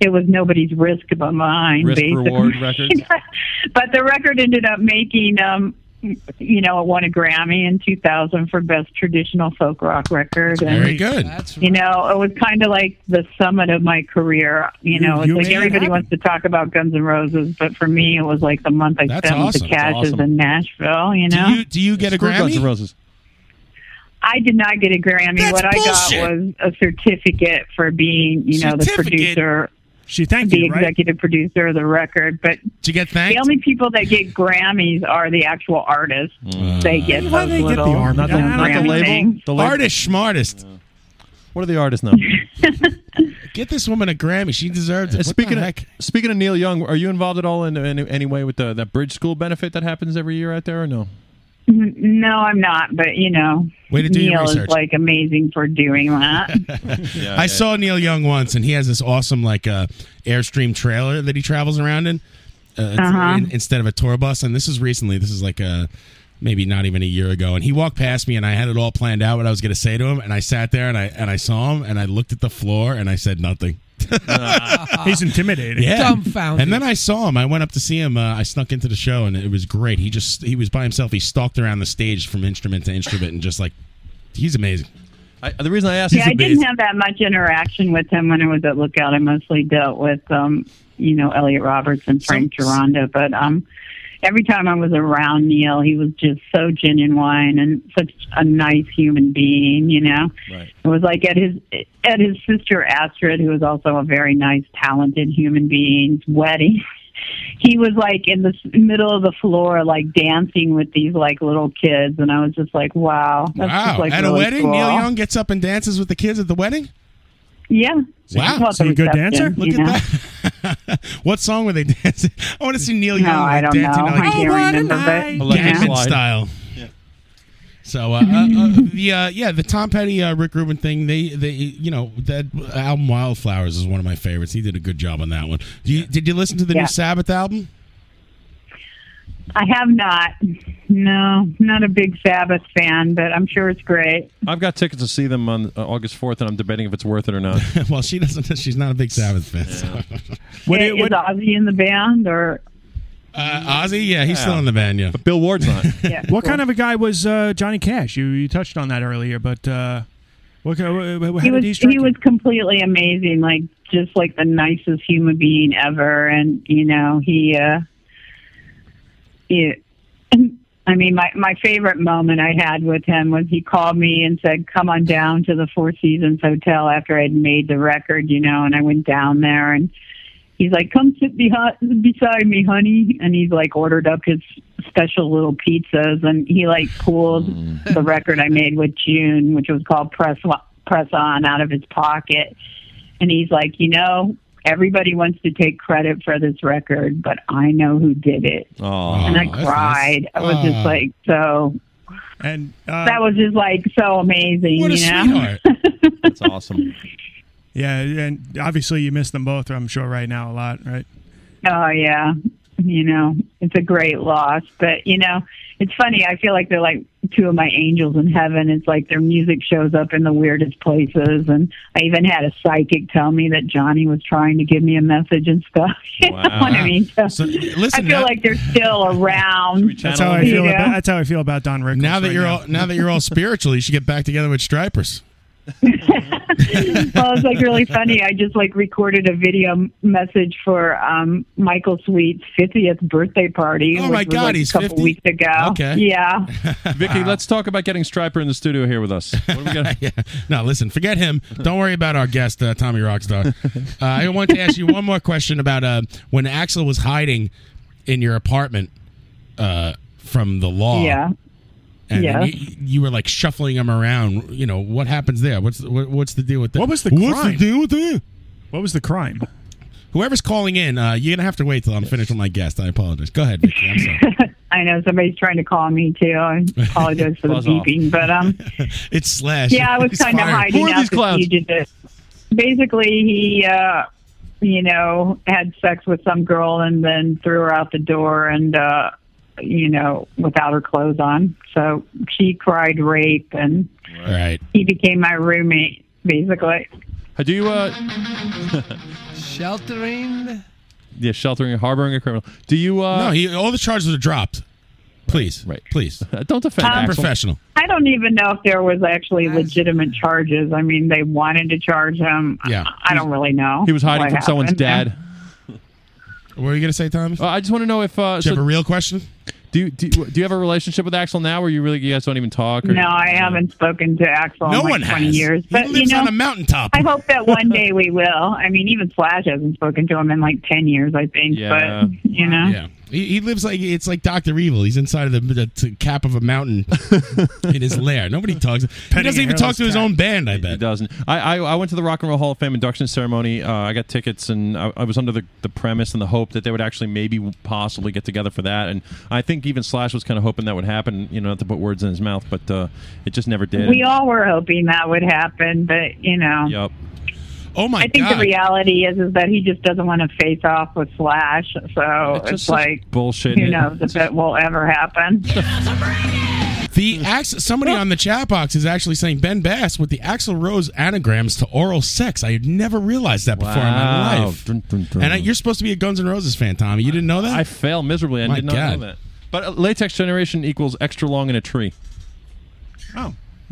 [SPEAKER 19] it was nobody's risk but mine,
[SPEAKER 7] Risk
[SPEAKER 19] basically
[SPEAKER 7] reward records.
[SPEAKER 19] but the record ended up making um you know it won a grammy in 2000 for best traditional folk rock record and
[SPEAKER 9] Very good.
[SPEAKER 19] you know it was kind of like the summit of my career you know it's
[SPEAKER 9] you
[SPEAKER 19] like
[SPEAKER 9] made it
[SPEAKER 19] everybody
[SPEAKER 9] happen.
[SPEAKER 19] wants to talk about guns N' roses but for me it was like the month i
[SPEAKER 9] That's
[SPEAKER 19] spent
[SPEAKER 9] awesome.
[SPEAKER 19] with the
[SPEAKER 9] That's
[SPEAKER 19] cashes
[SPEAKER 9] awesome.
[SPEAKER 19] in nashville you know
[SPEAKER 9] Do you do you get a
[SPEAKER 7] Screw
[SPEAKER 9] Grammy?
[SPEAKER 7] Guns N' Roses.
[SPEAKER 19] I did not get a Grammy.
[SPEAKER 9] That's
[SPEAKER 19] what I
[SPEAKER 9] bullshit.
[SPEAKER 19] got was a certificate for being, you know, the
[SPEAKER 9] Certificate.
[SPEAKER 19] producer.
[SPEAKER 10] She thanked
[SPEAKER 19] the
[SPEAKER 10] you, right?
[SPEAKER 19] executive producer of the record. But
[SPEAKER 9] did you get thanked?
[SPEAKER 19] The only people that get Grammys are the actual artists. they get those
[SPEAKER 10] Why they get the
[SPEAKER 19] little
[SPEAKER 10] arm-
[SPEAKER 19] you know,
[SPEAKER 7] Not
[SPEAKER 19] Grammy
[SPEAKER 7] the label.
[SPEAKER 19] things.
[SPEAKER 7] The label.
[SPEAKER 9] Artist, smartest.
[SPEAKER 7] What are the artists now?
[SPEAKER 9] Get this woman a Grammy. She deserves it. What
[SPEAKER 7] Uh, speaking
[SPEAKER 9] the
[SPEAKER 7] of,
[SPEAKER 9] heck?
[SPEAKER 7] speaking of Neil Young, are you involved at all in, in any way with the that bridge school benefit that happens every year out there, or no?
[SPEAKER 19] N- No, I'm not. But you know,
[SPEAKER 9] Way to do your
[SPEAKER 19] Neil
[SPEAKER 9] research.
[SPEAKER 19] is like amazing for doing that.
[SPEAKER 9] I saw Neil Young once, and he has this awesome like uh, airstream trailer that he travels around in, uh,
[SPEAKER 19] Uh-huh.
[SPEAKER 9] in- instead of a tour bus. And this is recently. This is like uh maybe not even a year ago. And he walked past me, and I had it all planned out what I was going to say to him. And I sat there, and I and I saw him, and I looked at the floor, and I said nothing.
[SPEAKER 7] Uh,
[SPEAKER 10] He's intimidating.
[SPEAKER 9] Yeah.
[SPEAKER 10] Dumbfounded.
[SPEAKER 9] And then I saw him. I went up to see him. Uh, I snuck into the show, and it was great. He just he was by himself. He stalked around the stage from instrument to instrument, and just like he's amazing.
[SPEAKER 7] I, the reason I asked
[SPEAKER 19] yeah, I didn't have that much interaction with him when I was at Lookout. I mostly dealt with, um, you know, Elliot Roberts and Frank Gironda. But um, every time I was around Neil, he was just so genuine and such a nice human being. You know,
[SPEAKER 10] Hmm.
[SPEAKER 7] Right.
[SPEAKER 19] it was like at his at his sister Astrid, who was also a very nice, talented human being's wedding. He was like in the s- middle of the floor, like dancing with these like little kids, and I was just like, "Wow, that's
[SPEAKER 9] wow!
[SPEAKER 19] just, like,
[SPEAKER 9] at
[SPEAKER 19] really
[SPEAKER 9] a wedding,
[SPEAKER 19] cool.
[SPEAKER 9] Neil Young gets up and dances with the kids at the wedding.
[SPEAKER 19] Yeah.
[SPEAKER 9] Wow!
[SPEAKER 19] Well, the reception,
[SPEAKER 9] Look
[SPEAKER 19] you
[SPEAKER 9] at
[SPEAKER 19] know.
[SPEAKER 9] that. what song were they dancing? I want to see Neil
[SPEAKER 19] No,
[SPEAKER 9] Young
[SPEAKER 19] I
[SPEAKER 9] like,
[SPEAKER 19] don't
[SPEAKER 9] dancing
[SPEAKER 19] know.
[SPEAKER 9] like
[SPEAKER 19] I can't
[SPEAKER 9] Oh, what a
[SPEAKER 19] remember, but-
[SPEAKER 9] night.
[SPEAKER 19] Electric
[SPEAKER 9] Gavin
[SPEAKER 19] slide.
[SPEAKER 9] style. So uh, uh, uh, the uh, yeah the Tom Petty uh, Rick Rubin thing they they you know that album Wildflowers is one of my favorites he did a good job on that one Do you, did you listen to the
[SPEAKER 19] Yeah.
[SPEAKER 9] new Sabbath album
[SPEAKER 19] I have not. No, not a big Sabbath fan, but I'm sure it's great.
[SPEAKER 7] I've got tickets to see them on uh, August 4th, and I'm debating if it's worth it or not.
[SPEAKER 9] well she doesn't she's not a big Sabbath fan
[SPEAKER 19] What, is Ozzy in the band or?
[SPEAKER 9] uh, Ozzy yeah he's still in the band yeah but
[SPEAKER 7] Bill Ward's not
[SPEAKER 19] Yeah,
[SPEAKER 10] what kind of a guy was uh, Johnny Cash? You you touched on that earlier, but uh, what kind? How
[SPEAKER 19] he
[SPEAKER 10] did
[SPEAKER 19] was
[SPEAKER 10] he strike
[SPEAKER 19] he was completely amazing, like just like the nicest human being ever, and you know he. uh it, I mean, my my favorite moment I had with him was he called me and said, "Come on down to the Four Seasons Hotel after I'd made the record, you know." And I went down there, and he's like, "Come sit behind beside me, honey." And he's like ordered up his special little pizzas, and he like pulled the record I made with June, which was called Press Wa- Press On, out of his pocket, and he's like, "You know." Everybody wants to take credit for this record, but I know who did it
[SPEAKER 7] Oh,
[SPEAKER 19] and I cried. I was just like so.
[SPEAKER 10] And uh,
[SPEAKER 19] that was just like so amazing.
[SPEAKER 10] What a
[SPEAKER 19] you know?
[SPEAKER 10] sweetheart.
[SPEAKER 7] That's awesome.
[SPEAKER 10] Yeah, and obviously you miss them both. I'm sure right now a lot, right?
[SPEAKER 19] Oh yeah, you know it's a great loss, but you know it's funny. I feel like they're like two of my angels in heaven. It's like their music shows up in the weirdest places, and I even had a psychic tell me that Johnny was trying to give me a message and stuff. You know
[SPEAKER 9] Wow.
[SPEAKER 19] what I mean? So, I
[SPEAKER 9] listen,
[SPEAKER 19] feel
[SPEAKER 9] that-
[SPEAKER 19] like they're still around.
[SPEAKER 10] That's how I
[SPEAKER 19] you
[SPEAKER 10] feel.
[SPEAKER 19] know?
[SPEAKER 10] About, that's how I feel about Don Rickles.
[SPEAKER 9] now that
[SPEAKER 10] right
[SPEAKER 9] you're
[SPEAKER 10] now.
[SPEAKER 9] all now that you're all spiritual you should get back together with Stripers
[SPEAKER 19] well, it's like really funny. I just like recorded a video m- message for um, Michael Sweet's 50th birthday party.
[SPEAKER 7] Oh,
[SPEAKER 19] which
[SPEAKER 7] my
[SPEAKER 19] was,
[SPEAKER 7] God,
[SPEAKER 19] like,
[SPEAKER 7] he's
[SPEAKER 19] a couple
[SPEAKER 7] 50?
[SPEAKER 19] weeks ago.
[SPEAKER 7] Okay.
[SPEAKER 19] Yeah.
[SPEAKER 7] Vicky, let's talk about getting Striper in the studio here with us. What are we gonna-
[SPEAKER 9] yeah. No, listen, forget him. Don't worry about our guest, uh, Tommy Rockstar. Uh, I want to ask you one more question about uh, when Axel was hiding in your apartment uh, from the law.
[SPEAKER 19] Yeah.
[SPEAKER 9] And
[SPEAKER 19] Yeah.
[SPEAKER 9] You, you were like shuffling him around. You know what happens there? What's what, what's the deal with that? What was
[SPEAKER 10] the
[SPEAKER 9] What's
[SPEAKER 10] crime?
[SPEAKER 9] the deal with that?
[SPEAKER 10] What was the crime?
[SPEAKER 9] Whoever's calling in, uh, you're gonna have to wait till I'm finished with my guest. I apologize. Go ahead, Vicky. I'm sorry.
[SPEAKER 19] I know somebody's trying to call me too. I apologize for the
[SPEAKER 9] Buzz off.
[SPEAKER 19] beeping, but um,
[SPEAKER 9] it's Slash.
[SPEAKER 19] yeah, I was
[SPEAKER 9] He's
[SPEAKER 19] kind of
[SPEAKER 9] fired.
[SPEAKER 19] hiding
[SPEAKER 9] Who are
[SPEAKER 19] out
[SPEAKER 9] these
[SPEAKER 19] the
[SPEAKER 9] clowns?
[SPEAKER 19] fugitive. Basically, he, uh, you know, had sex with some girl and then threw her out the door and, uh, you know, without her clothes on. So she cried rape and
[SPEAKER 9] All right.
[SPEAKER 19] he became my roommate, basically.
[SPEAKER 7] Uh, Do you, uh,
[SPEAKER 13] Sheltering.
[SPEAKER 7] yeah, sheltering, harboring a criminal. Do you, uh,
[SPEAKER 9] No, he, all the charges are dropped. Please,
[SPEAKER 7] right,
[SPEAKER 9] please,
[SPEAKER 7] don't defend
[SPEAKER 19] Um,
[SPEAKER 7] Axel.
[SPEAKER 9] professional.
[SPEAKER 19] I don't even know if there was actually legitimate charges. I mean, they wanted to charge him.
[SPEAKER 7] Yeah.
[SPEAKER 19] I, I don't really know.
[SPEAKER 7] He was hiding
[SPEAKER 19] Oh, what
[SPEAKER 7] from someone's
[SPEAKER 19] happened.
[SPEAKER 7] dad.
[SPEAKER 9] What were you gonna say, Thomas?
[SPEAKER 7] I just want to know if uh,
[SPEAKER 9] Do you have a real question?
[SPEAKER 7] Do you, do, you, do you have a relationship with Axel now, or you really you guys don't even talk? Or,
[SPEAKER 19] No, I haven't spoken to Axel
[SPEAKER 7] No
[SPEAKER 19] in like
[SPEAKER 7] one
[SPEAKER 19] 20
[SPEAKER 7] has.
[SPEAKER 19] years.
[SPEAKER 7] He
[SPEAKER 19] But
[SPEAKER 7] lives
[SPEAKER 19] you know,
[SPEAKER 7] on a mountaintop.
[SPEAKER 19] I hope that one day we will. I mean, even Slash hasn't spoken to him in like 10 years, I think.
[SPEAKER 9] Yeah.
[SPEAKER 19] But, you know.
[SPEAKER 9] Yeah. He, he lives like it's like Doctor Evil. He's inside of the, the t- cap of a mountain in his lair. Nobody talks. he doesn't even talk to his own band. I bet he
[SPEAKER 7] doesn't. I, I I went to the Rock and Roll Hall of Fame induction ceremony. Uh, I got tickets, and I, I was under the, the premise and the hope that they would actually maybe possibly get together for that. And I think even Slash was kind of hoping that would happen. You know, not to put words in his mouth, but uh, it just never did.
[SPEAKER 19] We all were hoping that would happen, but, you know.
[SPEAKER 7] Yep.
[SPEAKER 9] Oh my
[SPEAKER 19] I think
[SPEAKER 7] God.
[SPEAKER 19] the reality is is that he just doesn't want to face off with Slash, so it's,
[SPEAKER 7] just such
[SPEAKER 19] like
[SPEAKER 7] bullshit.
[SPEAKER 19] Who knows if it will ever happen?
[SPEAKER 9] The ax- somebody on the chat box is actually saying Ben Bass with the Axl Rose anagrams to oral sex. I had never realized that before in my
[SPEAKER 7] Wow.
[SPEAKER 9] life.
[SPEAKER 7] Dun, dun, dun.
[SPEAKER 9] And I, you're supposed to be a Guns N' Roses fan, Tommy. You didn't know that? I
[SPEAKER 7] fail miserably. I
[SPEAKER 9] My
[SPEAKER 7] did not
[SPEAKER 9] God.
[SPEAKER 7] know that. But uh, latex generation equals extra long in a tree.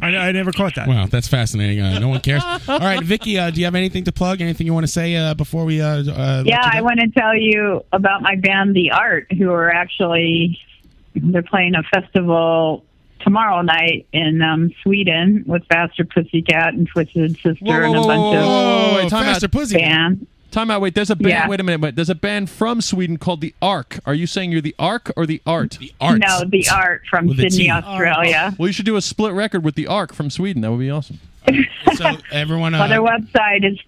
[SPEAKER 9] I, I never caught that. Wow, that's fascinating. Uh, no one cares. All right, Vicky, uh, do you have anything to plug? Anything you want to say uh, before we? Uh, uh,
[SPEAKER 19] yeah, I want to tell you about my band, The Art, who are actually they're playing a festival tomorrow night in um, Sweden with Faster Pussycat and Twisted Sister and a bunch of bands.
[SPEAKER 7] Time out. Wait, there's a band.
[SPEAKER 19] Yeah.
[SPEAKER 7] Wait a minute. Wait, there's a band from Sweden called the Ark. Are you saying you're the Ark or the Art? The
[SPEAKER 19] No, The Art from Sydney, Australia.
[SPEAKER 7] Well, you should do a split record with the Ark from Sweden. That would be awesome.
[SPEAKER 9] So everyone,
[SPEAKER 7] uh,
[SPEAKER 19] Well, their website is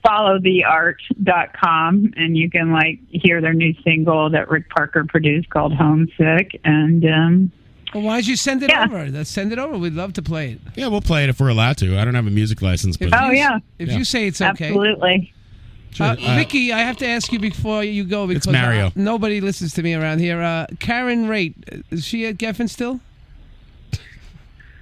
[SPEAKER 19] followtheart.com, and you can like hear their new single that Rick Parker produced called "Homesick." And um,
[SPEAKER 13] Well, why don't you send it over? Let's send it over. We'd love to play it.
[SPEAKER 9] Yeah, we'll play it if we're allowed to. I don't have a music license, but
[SPEAKER 13] you- If you say it's okay.
[SPEAKER 19] Absolutely.
[SPEAKER 9] Sure.
[SPEAKER 13] Uh,
[SPEAKER 9] Uh,
[SPEAKER 13] Vicky, I have to ask you before you go because
[SPEAKER 9] Mario.
[SPEAKER 13] uh, nobody listens to me around here. Uh, Karen Raitt, is she at Geffen still?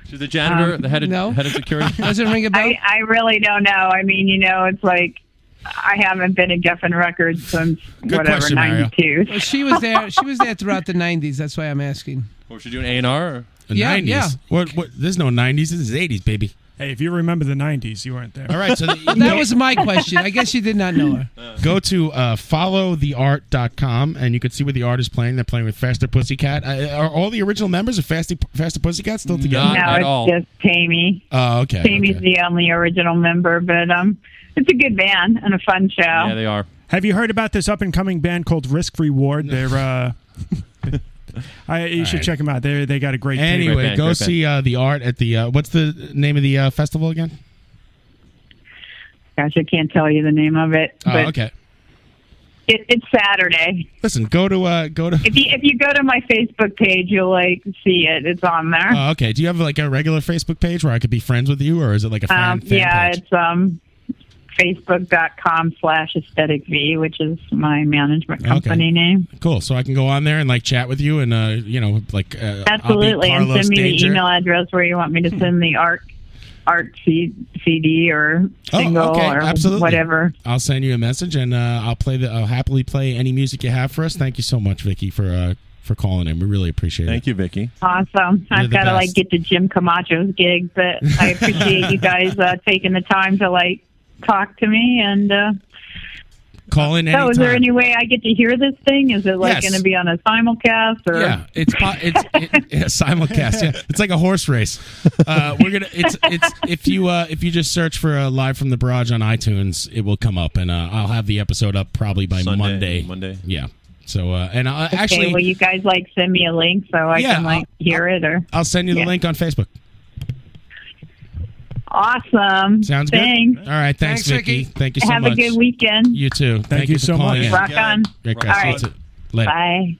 [SPEAKER 7] She's the janitor,
[SPEAKER 13] Um,
[SPEAKER 7] the head of,
[SPEAKER 13] no.
[SPEAKER 7] head of security.
[SPEAKER 13] Does it ring a bell?
[SPEAKER 19] I, I really don't know. I mean, you know, it's like I haven't been at Geffen Records since whatever '92.
[SPEAKER 13] Well, she was there. She was there throughout the '90s. That's why I'm asking.
[SPEAKER 7] Or should you do an A&R?
[SPEAKER 9] The
[SPEAKER 13] Yeah,
[SPEAKER 9] 90s.
[SPEAKER 13] yeah.
[SPEAKER 9] What, what? There's no 90s. This is 80s, baby.
[SPEAKER 10] Hey, if you remember the '90s, you weren't there.
[SPEAKER 9] All right, so the-
[SPEAKER 13] That was my question. I guess you did not know her.
[SPEAKER 9] Go to uh, followtheart.com and you can see where the art is playing. They're playing with Faster Pussycat. Uh, are all the original members of Faster, Faster Pussycat still together?
[SPEAKER 19] no, it's just Tammy.
[SPEAKER 9] Oh, okay.
[SPEAKER 19] Tammy's the only original member, but um, it's a good band and a fun show.
[SPEAKER 7] they are.
[SPEAKER 10] Have you heard about this up and coming band called Risk Reward? They're uh, I, you
[SPEAKER 9] All
[SPEAKER 10] should
[SPEAKER 9] right.
[SPEAKER 10] check them out. They they got a great tape.
[SPEAKER 9] Anyway, go see uh, the art at the. Uh, what's the name of the uh, festival again?
[SPEAKER 19] Gosh, I can't tell you the name of it.
[SPEAKER 9] Oh,
[SPEAKER 19] but
[SPEAKER 9] okay.
[SPEAKER 19] It, it's Saturday.
[SPEAKER 9] Listen, go to uh, go to.
[SPEAKER 19] If you if you go to my Facebook page, you'll like see it. It's on there.
[SPEAKER 9] Oh, okay. Do you have like a regular Facebook page where I could be friends with you, or is it like a fan?
[SPEAKER 19] um,
[SPEAKER 9] fan
[SPEAKER 19] yeah,
[SPEAKER 9] page?
[SPEAKER 19] it's um, facebook.com slash aesthetic v, which is my management company name.
[SPEAKER 9] Cool. So I can go on there and like chat with you, and uh, you know, like uh, I'll be
[SPEAKER 19] Absolutely, and
[SPEAKER 9] Carlos
[SPEAKER 19] send me
[SPEAKER 9] Danger. Hmm.
[SPEAKER 19] the email address where you want me to send the art art C- CD or single
[SPEAKER 9] Oh, okay,
[SPEAKER 19] or
[SPEAKER 9] absolutely.
[SPEAKER 19] whatever.
[SPEAKER 9] I'll send you a message, and uh, I'll play the. I'll happily play any music you have for us. Thank you so much, Vicky, for uh, for calling in. We really appreciate it. Thank
[SPEAKER 7] you, Vicky.
[SPEAKER 19] Awesome.
[SPEAKER 9] You're
[SPEAKER 19] I've
[SPEAKER 9] the
[SPEAKER 19] got to like
[SPEAKER 9] best.
[SPEAKER 19] get to Jim Camacho's gig, but I appreciate you guys uh, taking the time to like talk to me. And uh,
[SPEAKER 9] Call in anytime.
[SPEAKER 19] so, Oh, is there any way I get to hear this thing? Is it like
[SPEAKER 9] Yes.
[SPEAKER 19] going to be on a simulcast or?
[SPEAKER 9] Yeah, it's po- it's it, yeah, simulcast. Yeah, it's like a horse race. Uh, we're gonna. It's it's if you uh, if you just search for uh, live from the barrage on iTunes, it will come up, and uh, I'll have the episode up probably by Monday. Monday. Yeah. So uh, and I,
[SPEAKER 19] Okay,
[SPEAKER 9] actually,
[SPEAKER 19] will you guys like send me a link so I
[SPEAKER 9] Yeah,
[SPEAKER 19] can like hear it or?
[SPEAKER 9] I'll send you the link on Facebook.
[SPEAKER 19] Awesome.
[SPEAKER 9] Sounds
[SPEAKER 19] Thanks.
[SPEAKER 9] good. All right. Thanks, Vicky. Thank you so
[SPEAKER 19] Have
[SPEAKER 9] much.
[SPEAKER 19] a good weekend.
[SPEAKER 9] You too. Thank,
[SPEAKER 10] you
[SPEAKER 9] for
[SPEAKER 10] so
[SPEAKER 9] calling
[SPEAKER 10] much.
[SPEAKER 9] in.
[SPEAKER 19] Rock on.
[SPEAKER 9] Great,
[SPEAKER 19] All
[SPEAKER 9] guys.
[SPEAKER 19] right.
[SPEAKER 9] That's it. Later.
[SPEAKER 19] Bye.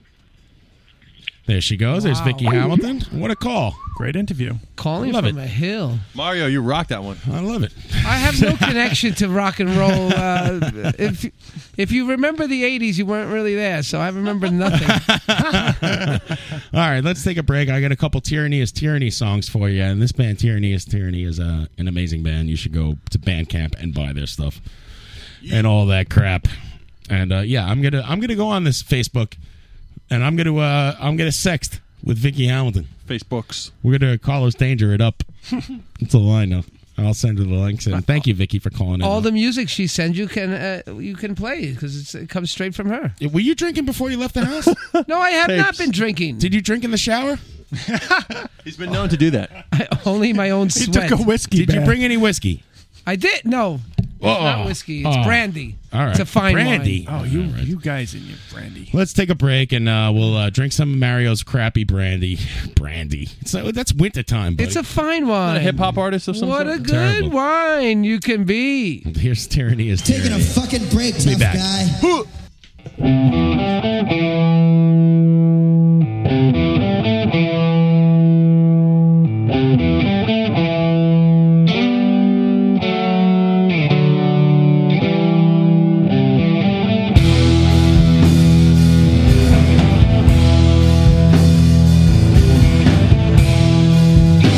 [SPEAKER 9] There she goes. There's
[SPEAKER 13] Wow.
[SPEAKER 9] Vicky Hamilton. What a call!
[SPEAKER 10] Great interview.
[SPEAKER 13] Calling
[SPEAKER 9] Love
[SPEAKER 13] from
[SPEAKER 9] it.
[SPEAKER 13] a hill.
[SPEAKER 7] Mario, you rocked that one.
[SPEAKER 9] I love it.
[SPEAKER 13] I have no connection to rock and roll. Uh, if if you remember the '80s, you weren't really there, so I remember nothing.
[SPEAKER 9] All right, let's take a break. I got a couple Tyranny is Tyranny songs for you, and this band Tyranny is Tyranny is uh, an amazing band. You should go to Bandcamp and buy their stuff and all that crap. And uh, yeah, I'm gonna I'm gonna go on this Facebook, and I'm gonna uh, I'm gonna sext with Vicky Hamilton.
[SPEAKER 7] Facebooks.
[SPEAKER 9] We're gonna Carlos Danger it up. That's the line though. I'll send her the links and thank you, Vicky, for calling in.
[SPEAKER 13] All the music she sends you can uh, you can play because it comes straight from her.
[SPEAKER 9] Were you drinking before you left the house?
[SPEAKER 13] no, I have not
[SPEAKER 9] Tapes.
[SPEAKER 13] been drinking.
[SPEAKER 9] Did you drink in the shower?
[SPEAKER 7] He's been known to do that.
[SPEAKER 13] Only my own
[SPEAKER 9] He
[SPEAKER 13] sweat.
[SPEAKER 9] took a whiskey Did you bath. bring any whiskey?
[SPEAKER 13] I did. No, it's not
[SPEAKER 9] Uh-oh.
[SPEAKER 13] whiskey. It's
[SPEAKER 9] Oh.
[SPEAKER 13] brandy.
[SPEAKER 9] All right.
[SPEAKER 13] it's a fine
[SPEAKER 9] Brandy.
[SPEAKER 13] Wine.
[SPEAKER 10] Oh, you you guys and your brandy.
[SPEAKER 9] Let's take a break and uh, we'll uh, drink some of Mario's crappy brandy. Brandy. So that's wintertime, buddy.
[SPEAKER 13] It's a fine wine.
[SPEAKER 9] a hip-hop
[SPEAKER 7] artist
[SPEAKER 9] of some
[SPEAKER 13] What a
[SPEAKER 9] sort?
[SPEAKER 13] good
[SPEAKER 9] Terrible.
[SPEAKER 13] wine you can be.
[SPEAKER 9] Here's tyranny is
[SPEAKER 13] Taking a
[SPEAKER 9] tyranny.
[SPEAKER 13] fucking break,
[SPEAKER 9] Be
[SPEAKER 13] tough
[SPEAKER 9] back.
[SPEAKER 16] Thank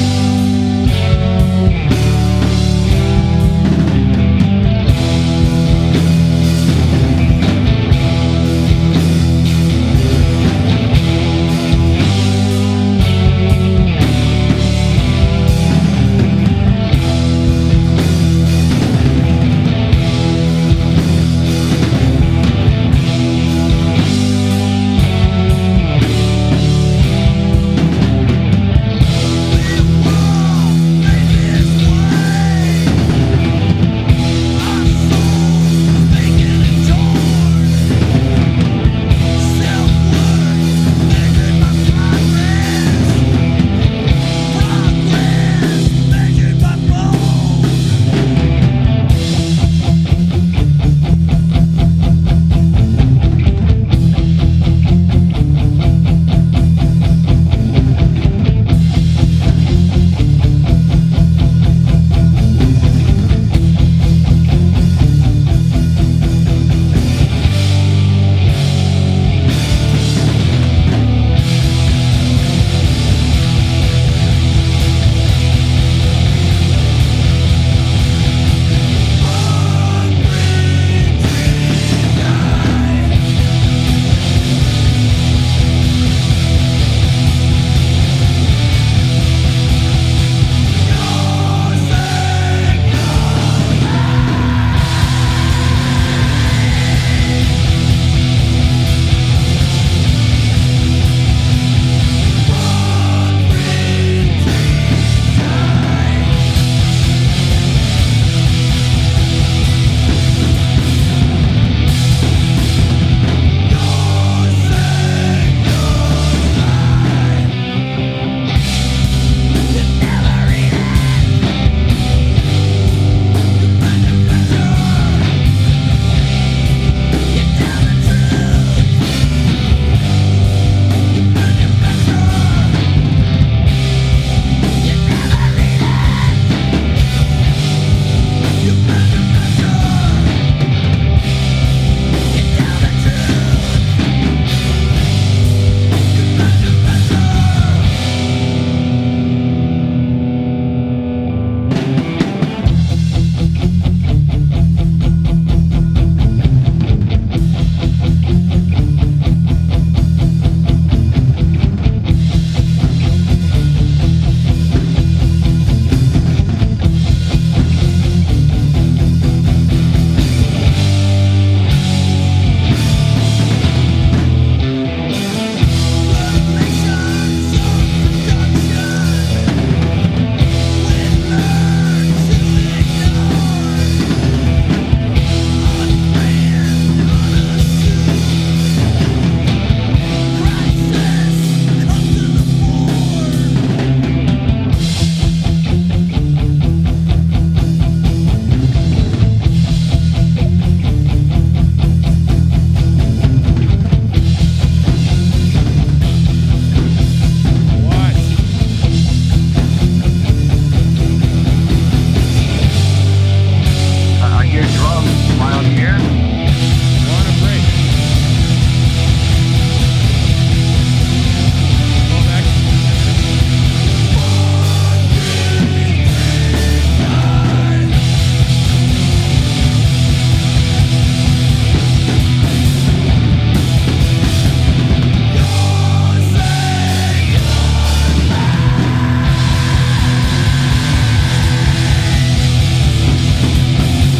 [SPEAKER 18] Uh,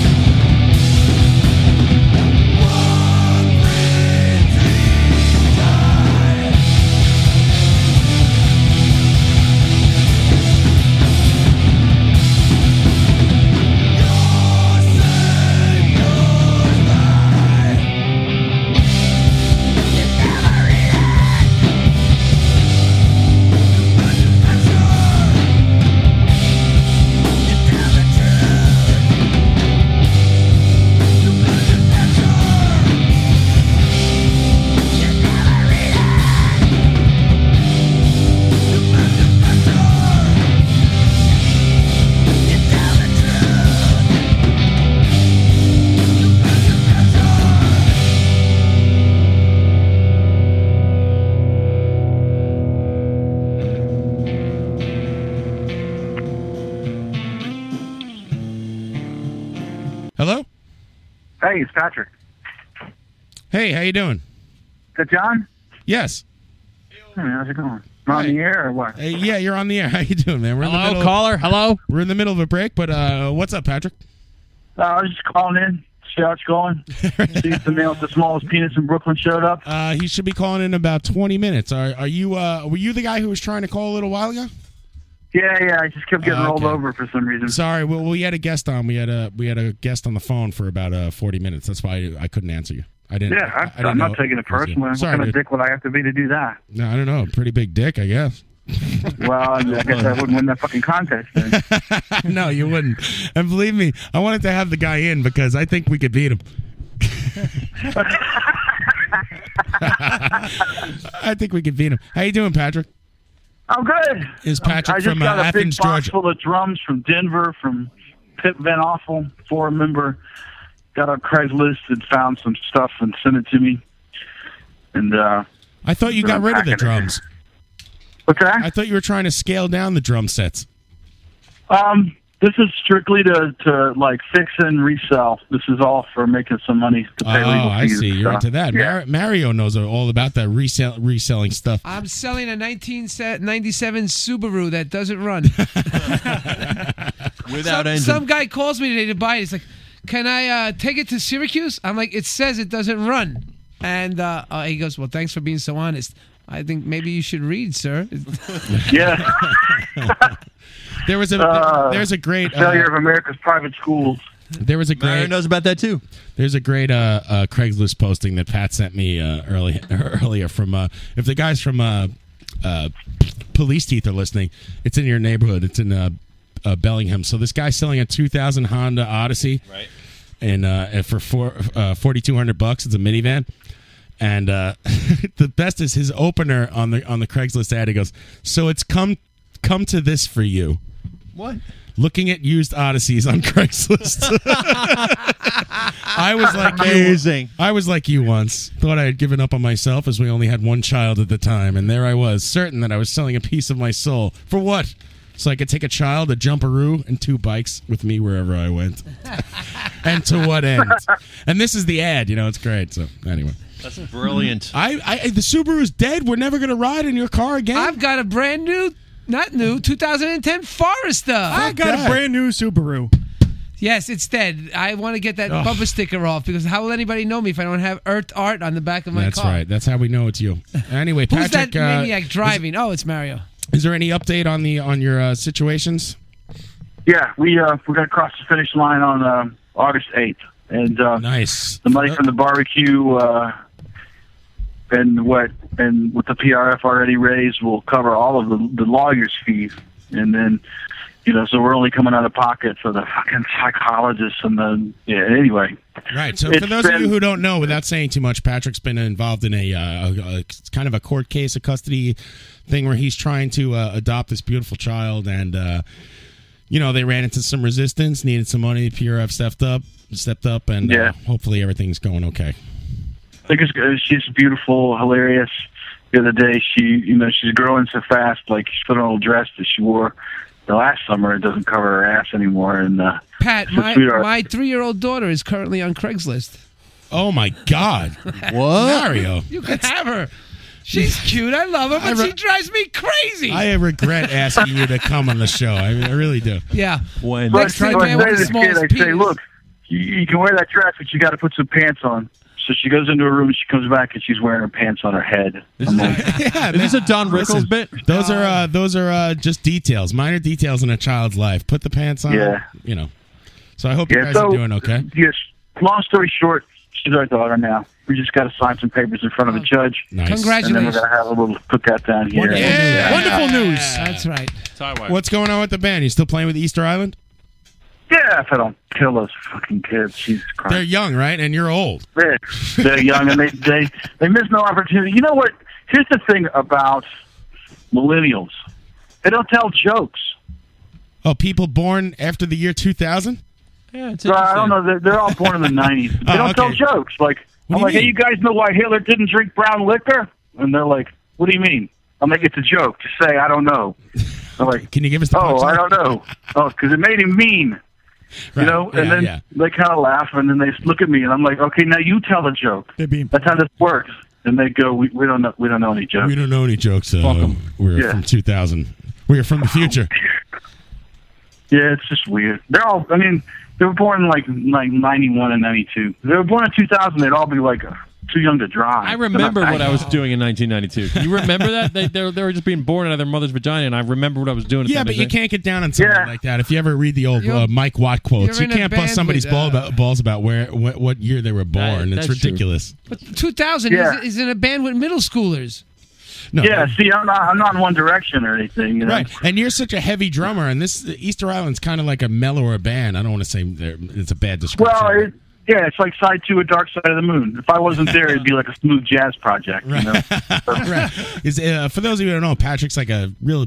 [SPEAKER 9] Hello.
[SPEAKER 18] Hey, it's Patrick.
[SPEAKER 9] Hey, how you doing?
[SPEAKER 18] Is that John?
[SPEAKER 9] Yes.
[SPEAKER 18] Hey, man, how's it going? Am I on the air or what?
[SPEAKER 9] Hey, yeah, you're on the air. How you doing, man? We're in the
[SPEAKER 18] Hello,
[SPEAKER 9] middle
[SPEAKER 18] caller?
[SPEAKER 9] Hello. We're in the middle of a break, but uh, what's up, Patrick?
[SPEAKER 18] Uh, I was just calling in, see how it's going. see if the male with the smallest penis in Brooklyn showed up.
[SPEAKER 9] Uh, he should be calling in about 20 minutes. Are are you? Uh, were you the guy who was trying to call a little while ago?
[SPEAKER 18] Yeah, yeah, I just kept getting
[SPEAKER 9] Uh,
[SPEAKER 18] rolled
[SPEAKER 9] okay.
[SPEAKER 18] over for some reason.
[SPEAKER 9] Sorry, well, we had a guest on. We had a we had a guest on the phone for about uh, 40 minutes. That's why I, couldn't answer you. I didn't.
[SPEAKER 18] yeah,
[SPEAKER 9] I,
[SPEAKER 18] I,
[SPEAKER 9] I didn't
[SPEAKER 18] am not
[SPEAKER 9] know
[SPEAKER 18] taking it
[SPEAKER 9] was you.
[SPEAKER 18] personally. What
[SPEAKER 9] Sorry,
[SPEAKER 18] kind of
[SPEAKER 9] dude.
[SPEAKER 18] dick would I have to be to do that?
[SPEAKER 9] No, I don't know. Pretty big dick, I guess.
[SPEAKER 18] Well, I guess I wouldn't win that fucking contest. Then.
[SPEAKER 9] no, you wouldn't. And believe me, I wanted to have the guy in because I think we could beat him. I think we could beat him. How you doing, Patrick?
[SPEAKER 18] I'm good.
[SPEAKER 9] Is Patrick
[SPEAKER 18] I just
[SPEAKER 9] from,
[SPEAKER 18] got
[SPEAKER 9] uh,
[SPEAKER 18] a big
[SPEAKER 9] Athens,
[SPEAKER 18] box
[SPEAKER 9] Georgia?
[SPEAKER 18] full of drums from Denver, from Pip Van Offel, four member. Got on Craigslist and found some stuff and sent it to me. And uh,
[SPEAKER 9] I thought you got rid of the drums.
[SPEAKER 18] What's that?
[SPEAKER 9] I thought you were trying to scale down the drum sets.
[SPEAKER 18] um, this is strictly to, to like fix and resell. This is all for making some money to
[SPEAKER 9] Oh,
[SPEAKER 18] pay legal
[SPEAKER 9] I
[SPEAKER 18] fees.
[SPEAKER 9] see. You're
[SPEAKER 18] so.
[SPEAKER 9] into that. Mar- Mario knows all about that resell- reselling stuff.
[SPEAKER 13] I'm selling a 1997 Subaru that doesn't run.
[SPEAKER 7] Without
[SPEAKER 13] some,
[SPEAKER 7] engine.
[SPEAKER 13] Some guy calls me today to buy it. He's like, "Can I uh, take it to Syracuse?" I'm like, "It says it doesn't run." And uh, uh, he goes, "Well, thanks for being so honest. I think maybe you should read, sir."
[SPEAKER 18] yeah.
[SPEAKER 9] There was a
[SPEAKER 18] Uh,
[SPEAKER 9] there's a great uh,
[SPEAKER 18] failure of America's private schools.
[SPEAKER 9] There was a great.
[SPEAKER 18] Mario
[SPEAKER 9] knows about that too. There's a great uh, uh, Craigslist posting that Pat sent me uh, early, earlier from uh, if the guys from uh, uh, Police Teeth are listening. It's in your neighborhood. It's in uh, uh, Bellingham. So this guy's selling a 2000 Honda Odyssey, right? And, uh, and for four, uh, 4200 bucks, it's a minivan. And uh, the best is his opener on the on the Craigslist ad. He goes, "So it's come come to this for you."
[SPEAKER 7] What?
[SPEAKER 9] Looking at used Odysseys on Craigslist. I was like you-
[SPEAKER 7] Amazing.
[SPEAKER 9] I was like you once. Thought I had given up on myself as we only had one child at the time, and there I was, certain that I was selling a piece of my soul. For what? So I could take a child, a jumperoo, and two bikes with me wherever I went. and to what end? And this is the ad, you know, it's great. So anyway.
[SPEAKER 7] That's brilliant.
[SPEAKER 9] I, I the Subaru's dead. We're never gonna ride in your car again.
[SPEAKER 13] I've got a brand new, not new, 2010 Forester.
[SPEAKER 9] Oh,
[SPEAKER 10] I got a brand new Subaru.
[SPEAKER 13] Yes, it's dead. I want to get that
[SPEAKER 9] Ugh.
[SPEAKER 13] bumper sticker off because how will anybody know me if I don't have Earth Art on the back of my
[SPEAKER 9] That's
[SPEAKER 13] car?
[SPEAKER 9] right. That's how we know it's you. Anyway,
[SPEAKER 13] Who's
[SPEAKER 9] Patrick,
[SPEAKER 13] that
[SPEAKER 9] uh,
[SPEAKER 13] maniac driving? oh, it's Mario.
[SPEAKER 9] Is there any update on the on your uh, situations?
[SPEAKER 18] Yeah, we uh, we got to cross the finish line on uh, August eighth, and uh,
[SPEAKER 9] nice.
[SPEAKER 18] The money from the barbecue uh, and what and with the PRF already raised will cover all of the, the lawyer's fees, and then you know, so we're only coming out of pocket for the fucking psychologists and the yeah. Anyway,
[SPEAKER 9] Right. So,
[SPEAKER 18] It's
[SPEAKER 9] for those of
[SPEAKER 18] been-
[SPEAKER 9] you who don't know, without saying too much, Patrick's been involved in a, uh, a, a kind of a court case, a custody thing where he's trying to uh, adopt this beautiful child, and uh, you know they ran into some resistance, needed some money. PRF stepped up, stepped up, and uh,
[SPEAKER 18] Yeah.
[SPEAKER 9] hopefully everything's going okay.
[SPEAKER 18] I think it's good. She's beautiful, hilarious. The other day, she, you know, she's growing so fast. Like she put on a little dress that she wore the last summer. It doesn't cover her ass anymore. And uh,
[SPEAKER 13] Pat,
[SPEAKER 18] it's a
[SPEAKER 13] my,
[SPEAKER 18] sweetheart.
[SPEAKER 13] my three year old daughter is currently on Craigslist.
[SPEAKER 9] Oh my God!
[SPEAKER 13] What?
[SPEAKER 9] Mario?
[SPEAKER 13] You can have her. She's cute. I love her,
[SPEAKER 9] I
[SPEAKER 13] but
[SPEAKER 9] re-
[SPEAKER 13] she drives me crazy.
[SPEAKER 9] I regret asking you to come on the show. I, I really do.
[SPEAKER 13] yeah.
[SPEAKER 7] When
[SPEAKER 18] But-
[SPEAKER 13] Next thing
[SPEAKER 18] but I
[SPEAKER 13] man with
[SPEAKER 18] say
[SPEAKER 13] the
[SPEAKER 18] to this
[SPEAKER 13] smallest
[SPEAKER 18] kid, I say,
[SPEAKER 13] penis.
[SPEAKER 18] look, you, you can wear that dress, but you got to put some pants on. So she goes into her room. She comes back and she's wearing her pants on her head. I'm like,
[SPEAKER 9] yeah, is this a Don Rickles bit? Those are uh, those are uh, just details, minor details in a child's life. Put the pants on.
[SPEAKER 18] Yeah.
[SPEAKER 9] You know. So I hope you
[SPEAKER 18] Yeah,
[SPEAKER 9] guys
[SPEAKER 18] so-
[SPEAKER 9] are doing okay.
[SPEAKER 18] yes. Long story short, she's our daughter now. We just got to sign some papers in front of a judge.
[SPEAKER 9] Nice.
[SPEAKER 18] And then we're
[SPEAKER 9] Congratulations.
[SPEAKER 18] gonna have a little cookout down here.
[SPEAKER 9] Wonderful news. Wonderful news.
[SPEAKER 13] That's right.
[SPEAKER 9] What's going on with the band? You still playing with Easter Island?
[SPEAKER 18] Yeah, if I don't kill those fucking kids, Jesus Christ.
[SPEAKER 9] They're young, right? And you're old.
[SPEAKER 18] They're, they're young and they, they they miss no opportunity. You know what? Here's the thing about millennials. They don't tell jokes.
[SPEAKER 9] Oh, people born after the year 2000?
[SPEAKER 7] Yeah,
[SPEAKER 18] So I don't know. They're, they're all born in the nineties. They
[SPEAKER 9] Oh,
[SPEAKER 18] don't
[SPEAKER 9] okay.
[SPEAKER 18] tell jokes. Like
[SPEAKER 9] What do
[SPEAKER 18] I'm
[SPEAKER 9] you
[SPEAKER 18] like,
[SPEAKER 9] mean?
[SPEAKER 18] hey, you guys know why Hitler didn't drink brown liquor? And they're like, what do you mean? I'm like, it's a joke. Just say I don't know. I'm like,
[SPEAKER 9] can you give us?
[SPEAKER 18] oh, I don't know. Oh, because it made him mean. You know, and
[SPEAKER 16] Yeah,
[SPEAKER 18] then
[SPEAKER 16] yeah.
[SPEAKER 18] they kind of laugh, and then they look at me, and I'm like, "Okay, now you tell a joke."
[SPEAKER 10] They're being
[SPEAKER 18] That's how this works. And they go, "We, we don't know, we don't know any jokes."
[SPEAKER 9] We don't know any jokes. Uh, We're
[SPEAKER 18] Yeah.
[SPEAKER 9] from 2000. We're from the future.
[SPEAKER 18] Yeah, it's just weird. They're all. I mean, they were born in like like ninety one and ninety two. They were born in two thousand. They'd all be like too young to drive.
[SPEAKER 7] I remember what I was doing in 1992. Can you remember that? They, they, were- they were just being born out of their mother's vagina, and I remember what I was doing. at
[SPEAKER 9] Yeah,
[SPEAKER 7] that
[SPEAKER 9] but
[SPEAKER 7] age.
[SPEAKER 9] you can't get down on something like that. If you ever read the old uh, Mike Watt quotes,
[SPEAKER 13] you're
[SPEAKER 9] you
[SPEAKER 13] in a
[SPEAKER 9] can't
[SPEAKER 13] band
[SPEAKER 9] bust somebody's
[SPEAKER 13] with,
[SPEAKER 9] ball
[SPEAKER 13] uh,
[SPEAKER 9] about, balls about where what, what year they were born.
[SPEAKER 13] that's
[SPEAKER 9] it's
[SPEAKER 13] true.
[SPEAKER 9] ridiculous.
[SPEAKER 13] But 2000
[SPEAKER 18] Yeah.
[SPEAKER 13] is, is in a band with middle schoolers.
[SPEAKER 18] yeah, see, I'm not. I'm not in one direction or anything. You know?
[SPEAKER 9] Right, and you're such a heavy drummer, and this Easter Island's kind of like a mellower band. I don't want to say they're- it's a bad description.
[SPEAKER 18] Well, Oh, it, yeah, it's like side two of Dark Side of the Moon. If I wasn't there, it'd be like a smooth jazz project. You know?
[SPEAKER 9] right. Is, uh, for those of you who don't know, Patrick's like a real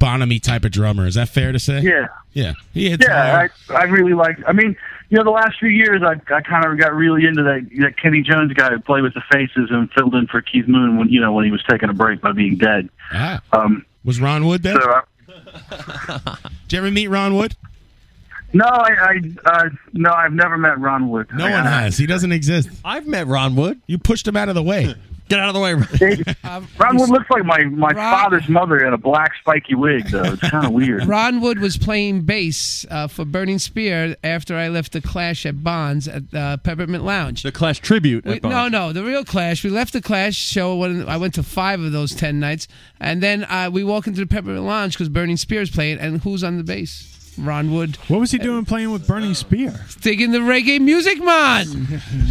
[SPEAKER 9] Bonhamy type of drummer. Is that fair to say?
[SPEAKER 18] Yeah.
[SPEAKER 9] Yeah. He hits
[SPEAKER 18] Yeah, I, I really like. I mean, you know, the last few years, I I kind of got really into that that Kenny Jones guy who played with the Faces and filled in for Keith Moon when you know when he was taking a break by being dead.
[SPEAKER 9] Ah.
[SPEAKER 18] Um,
[SPEAKER 9] Was Ron Wood there?
[SPEAKER 18] So uh, I,
[SPEAKER 9] Did you ever meet Ron Wood?
[SPEAKER 18] no, I, I uh, no, I've never met Ron Wood.
[SPEAKER 9] No one has. He doesn't exist. I've met Ron Wood. You pushed him out of the way. Get out of the way.
[SPEAKER 13] Um,
[SPEAKER 18] Ron Wood looks like my my father's mother in a black spiky wig, though. It's kind of weird.
[SPEAKER 13] Ron Wood was playing bass uh, for Burning Spear after I left the Clash at Bonds at uh, Peppermint Lounge.
[SPEAKER 7] The Clash tribute.
[SPEAKER 13] We,
[SPEAKER 7] at Bonds.
[SPEAKER 13] no, no, the real Clash. We left the Clash show when I went to five of those ten nights, and then uh, we walk into the Peppermint Lounge because Burning Spear's playing, and who's on the bass? Ron Wood.
[SPEAKER 10] What was he doing playing with Burning Spear?
[SPEAKER 13] Digging the reggae music, man.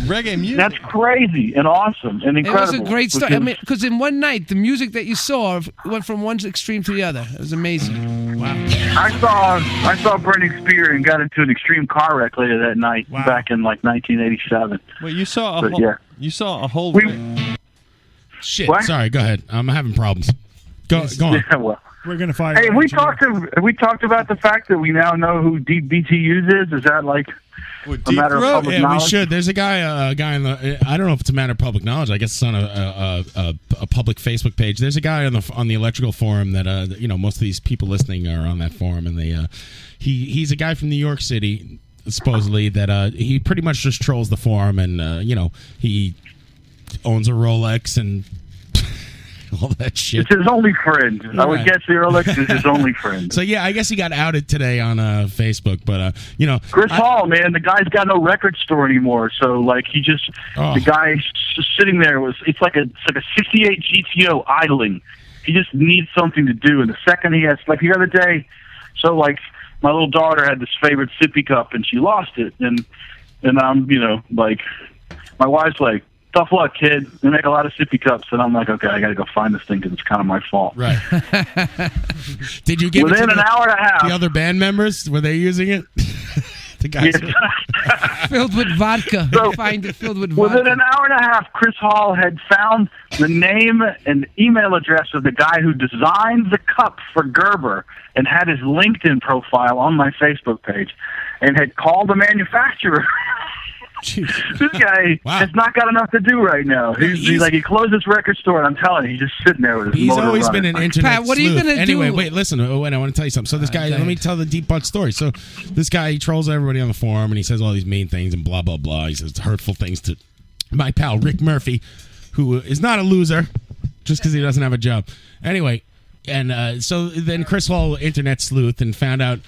[SPEAKER 7] reggae music.
[SPEAKER 18] That's crazy and awesome and incredible.
[SPEAKER 13] It was a great story. I
[SPEAKER 18] Because-
[SPEAKER 13] mean, because in one night, the music that you saw went from one extreme to the other. It was amazing. Wow.
[SPEAKER 18] I saw I saw Burning Spear and got into an extreme car wreck later that night back in like 1987.
[SPEAKER 7] Well, you saw a
[SPEAKER 18] But
[SPEAKER 7] whole.
[SPEAKER 18] yeah.
[SPEAKER 7] You saw a whole.
[SPEAKER 9] Shit.
[SPEAKER 18] What?
[SPEAKER 9] Sorry, go ahead. I'm having problems. Go, go on.
[SPEAKER 18] Yeah, well.
[SPEAKER 10] We're gonna fire.
[SPEAKER 18] Hey, we talked to, we talked about the fact that we now know who Deep BTUs is. Is that like a matter of public
[SPEAKER 9] yeah,
[SPEAKER 18] knowledge?
[SPEAKER 9] we should. There's a guy, uh, a guy in the. I don't know if it's a matter of public knowledge. I guess it's on a a, a, a public Facebook page. There's a guy on the on the electrical forum that uh, you know most of these people listening are on that forum, and they uh, he he's a guy from New York City supposedly that uh, he pretty much just trolls the forum, and uh, you know he owns a Rolex and all that shit.
[SPEAKER 18] It's his only friend. I would
[SPEAKER 9] Right.
[SPEAKER 18] guess the Rolex is his only friend.
[SPEAKER 9] So yeah, I guess he got outed today on uh, Facebook, but uh, you know,
[SPEAKER 18] Chris Hall, man, the guy's got no record store anymore. So like, he just the guy s- sitting there was it's like a it's like a '68 GTO idling. He just needs something to do, and the second he has, like the other day, so like my little daughter had this favorite sippy cup, and she lost it, and and I'm you know like my wife's like. Tough luck, kid. They make a lot of sippy cups, and I'm like, okay, I got to go find this thing because it's kind of my fault.
[SPEAKER 9] Right. Did you give it
[SPEAKER 18] Within
[SPEAKER 9] to
[SPEAKER 18] an
[SPEAKER 9] the,
[SPEAKER 18] hour and a half.
[SPEAKER 9] The other band members were they using it? the guys.
[SPEAKER 13] filled with vodka.
[SPEAKER 18] So-
[SPEAKER 13] Find it filled with vodka.
[SPEAKER 18] Within an hour and a half, Chris Hall had found the name and email address of the guy who designed the cup for Gerber and had his LinkedIn profile on my Facebook page and had called the manufacturer. this guy has not got enough to do right now. He's, he's like, he closed his record store, and I'm telling you, he's just sitting there with his
[SPEAKER 9] He's
[SPEAKER 18] motor
[SPEAKER 9] always
[SPEAKER 18] running.
[SPEAKER 9] been an internet sleuth.
[SPEAKER 18] gonna
[SPEAKER 9] Anyway, wait, listen. Oh, wait, I want to tell you something. So this guy, let me tell the deep butt story. So this guy, he trolls everybody on the forum, and he says all these mean things and blah blah blah. He says hurtful things to my pal Rick Murphy, who is not a loser just because he doesn't have a job. Anyway, and uh, so then Chris Hall, internet sleuth, and found out.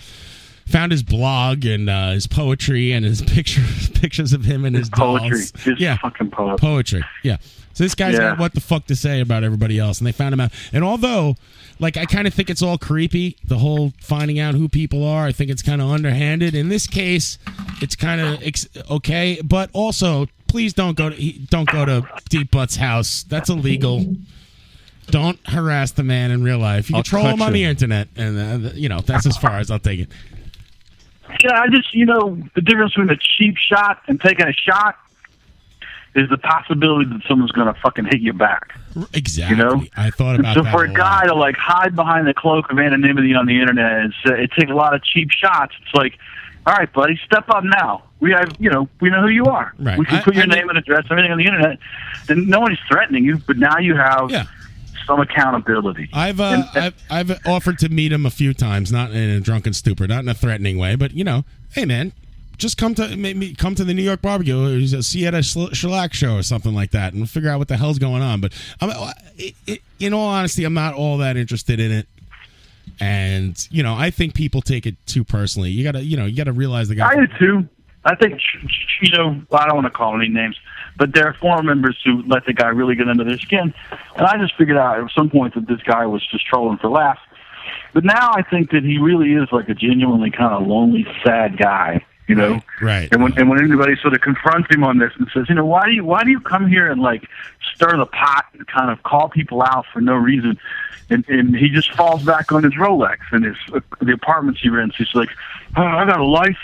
[SPEAKER 9] Found his blog and uh, his poetry and his pictures pictures of him and his,
[SPEAKER 18] Poetry.
[SPEAKER 9] dolls.
[SPEAKER 18] His fucking poetry.
[SPEAKER 9] Poetry. Yeah. So this guy's
[SPEAKER 18] Yeah.
[SPEAKER 9] got what the fuck to say about everybody else, and they found him out. And although, like, I kind of think it's all creepy, the whole finding out who people are. I think it's kind of underhanded. In this case, it's kind of ex- okay, but also, please don't go to he- don't go to Deep Butt's house. That's illegal. Don't harass the man in real life. You
[SPEAKER 16] I'll
[SPEAKER 9] can troll
[SPEAKER 16] cut
[SPEAKER 9] him on
[SPEAKER 16] you.
[SPEAKER 9] the internet, and uh, you know that's as far as I'll take it.
[SPEAKER 18] Yeah, I just you know the difference between a cheap shot and taking a shot is the possibility that someone's going to fucking hit you back.
[SPEAKER 9] Exactly.
[SPEAKER 18] You know,
[SPEAKER 9] I thought
[SPEAKER 18] And
[SPEAKER 9] about
[SPEAKER 18] so
[SPEAKER 9] that
[SPEAKER 18] for
[SPEAKER 9] a
[SPEAKER 18] a guy to like hide behind the cloak of anonymity on the internet, it's, uh, it takes a lot of cheap shots. It's like, all right, buddy, step up now. We have you know we know who you are.
[SPEAKER 9] Right.
[SPEAKER 18] We can
[SPEAKER 9] I-
[SPEAKER 18] put your
[SPEAKER 9] I mean-
[SPEAKER 18] name and address, everything on the internet, and no one's threatening you. But now you have some accountability.
[SPEAKER 9] I've, uh, I've I've offered to meet him a few times, not in a drunken stupor, not in a threatening way, but you know, hey man, just come to make me come to the New York barbecue, or see you at a shl- shellac show or something like that, and we'll figure out what the hell's going on. But I'm, i i in all honesty, I'm not all that interested in it. And you know, I think people take it too personally. You gotta, you know, you gotta realize the guy.
[SPEAKER 18] I do too. I think you know. I don't want to call any names, but there are forum members who let the guy really get under their skin, and I just figured out at some point that this guy was just trolling for laughs. But now I think that he really is like a genuinely kind of lonely, sad guy. You know,
[SPEAKER 9] Right.
[SPEAKER 18] and when and when anybody sort of confronts him on this and says, you know, why do you why do you come here and like stir the pot and kind of call people out for no reason, and and he just falls back on his Rolex and his uh, the apartments he rents. He's like, oh, I got a life.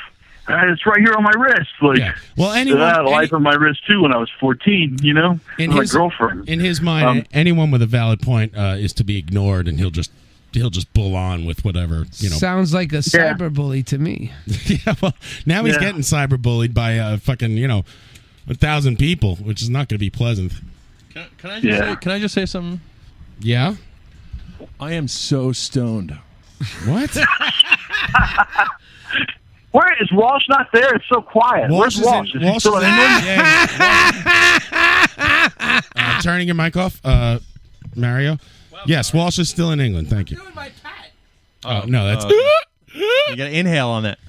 [SPEAKER 18] Uh, it's right here on my wrist. Like,
[SPEAKER 9] well,
[SPEAKER 18] anyone, I had a life on my wrist too when I was fourteen. You know,
[SPEAKER 9] In
[SPEAKER 18] my
[SPEAKER 9] his-
[SPEAKER 18] girlfriend.
[SPEAKER 9] In his mind, eh,
[SPEAKER 18] Um,
[SPEAKER 9] anyone with a valid point uh, is to be ignored, and he'll just he'll just bull on with whatever you know.
[SPEAKER 13] Sounds like a cyberbully to me.
[SPEAKER 9] Now he's
[SPEAKER 13] Yeah.
[SPEAKER 9] getting cyberbullied by uh, fucking you know a thousand people, which is not going to be pleasant.
[SPEAKER 7] Can, can I just
[SPEAKER 9] Yeah.
[SPEAKER 7] say, can I just say something?
[SPEAKER 9] Yeah.
[SPEAKER 7] I am so stoned.
[SPEAKER 9] What?
[SPEAKER 18] Where is Walsh? Not there. It's so quiet.
[SPEAKER 9] Walsh
[SPEAKER 18] Where's Walsh?
[SPEAKER 9] is in-
[SPEAKER 18] he
[SPEAKER 9] Walsh
[SPEAKER 18] still
[SPEAKER 9] is
[SPEAKER 18] in
[SPEAKER 9] in-
[SPEAKER 18] England?
[SPEAKER 9] Uh, turning your mic off, uh, Mario. yes, Walsh is still in England. Thank you. Oh,
[SPEAKER 7] Uh,
[SPEAKER 9] no, that's
[SPEAKER 7] you gotta inhale on that.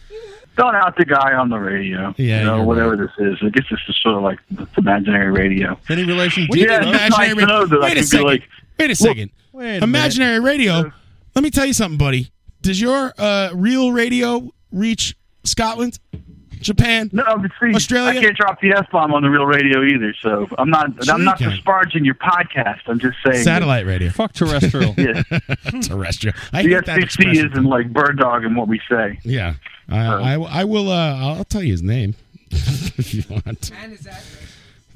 [SPEAKER 18] Don't out the guy on the radio.
[SPEAKER 9] Yeah,
[SPEAKER 18] you know, whatever this is. I guess this is sort of like the imaginary radio.
[SPEAKER 7] Any relation?
[SPEAKER 9] What do you mean imaginary
[SPEAKER 18] Nice to know that
[SPEAKER 9] radio?
[SPEAKER 18] I
[SPEAKER 9] Wait a
[SPEAKER 18] can be
[SPEAKER 9] second.
[SPEAKER 18] like,
[SPEAKER 9] Wait a
[SPEAKER 18] look,
[SPEAKER 9] second.
[SPEAKER 7] Wait a
[SPEAKER 9] imaginary radio. Let me tell you something, buddy. Does your uh, real radio reach Scotland, Japan,
[SPEAKER 18] no,
[SPEAKER 9] Australia?
[SPEAKER 18] I can't drop the f bomb on the real radio either, so I'm not.
[SPEAKER 9] Sure
[SPEAKER 18] I'm
[SPEAKER 9] you
[SPEAKER 18] not
[SPEAKER 9] can.
[SPEAKER 18] disparaging your podcast. I'm just saying
[SPEAKER 9] Satellite radio.
[SPEAKER 7] Fuck terrestrial.
[SPEAKER 18] yeah,
[SPEAKER 9] terrestrial. I
[SPEAKER 18] the
[SPEAKER 9] hate that
[SPEAKER 18] FCC
[SPEAKER 9] expression.
[SPEAKER 18] isn't like bird dog in what we say.
[SPEAKER 9] Yeah, I, I, I will. Uh, I'll tell you his name if you want. I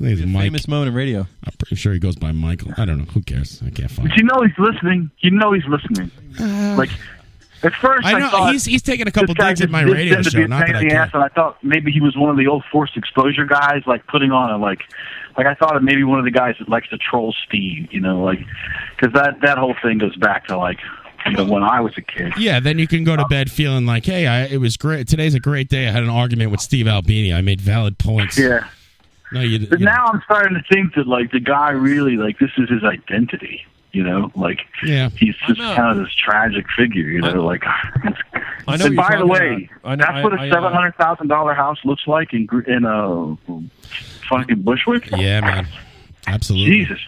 [SPEAKER 9] think it's Mike.
[SPEAKER 7] Famous moment in radio.
[SPEAKER 9] I'm pretty sure he goes by Michael. I don't know. Who cares? I can't find.
[SPEAKER 18] But you know he's listening. You know he's listening.
[SPEAKER 20] Uh,
[SPEAKER 18] like at first,
[SPEAKER 9] I
[SPEAKER 18] I,
[SPEAKER 9] know,
[SPEAKER 18] thought
[SPEAKER 9] he's- he's taking a couple
[SPEAKER 18] this guy
[SPEAKER 9] digs at
[SPEAKER 18] just
[SPEAKER 9] my
[SPEAKER 18] did
[SPEAKER 9] radio
[SPEAKER 18] tend to
[SPEAKER 9] show,
[SPEAKER 18] be a
[SPEAKER 9] not
[SPEAKER 18] pain
[SPEAKER 9] that
[SPEAKER 18] in the
[SPEAKER 9] I
[SPEAKER 18] ass, and I thought maybe he was one of the old forced exposure guys, like putting on a like. Like I thought, maybe one of the guys that likes to troll Steve, you know, like because that that whole thing goes back to like you know when I was a kid.
[SPEAKER 9] Yeah, then you can go to bed feeling like, hey, I, it was great. Today's a great day. I had an argument with Steve Albini. I made valid points.
[SPEAKER 18] Yeah.
[SPEAKER 9] No, you.
[SPEAKER 18] But now I'm starting to think that like the guy really like this is his identity, you know, like
[SPEAKER 9] Yeah.
[SPEAKER 18] he's just kind of this tragic figure, you know, like.
[SPEAKER 7] I know
[SPEAKER 18] and
[SPEAKER 7] what
[SPEAKER 18] by
[SPEAKER 7] you're
[SPEAKER 18] the
[SPEAKER 7] talking
[SPEAKER 18] way,
[SPEAKER 7] about. I know-
[SPEAKER 18] that's
[SPEAKER 7] I-
[SPEAKER 18] what
[SPEAKER 7] I,
[SPEAKER 18] a
[SPEAKER 7] uh,
[SPEAKER 18] seven hundred thousand dollar house looks like in Gr- in uh, fucking Bushwick.
[SPEAKER 9] Yeah, man, absolutely.
[SPEAKER 18] Jesus,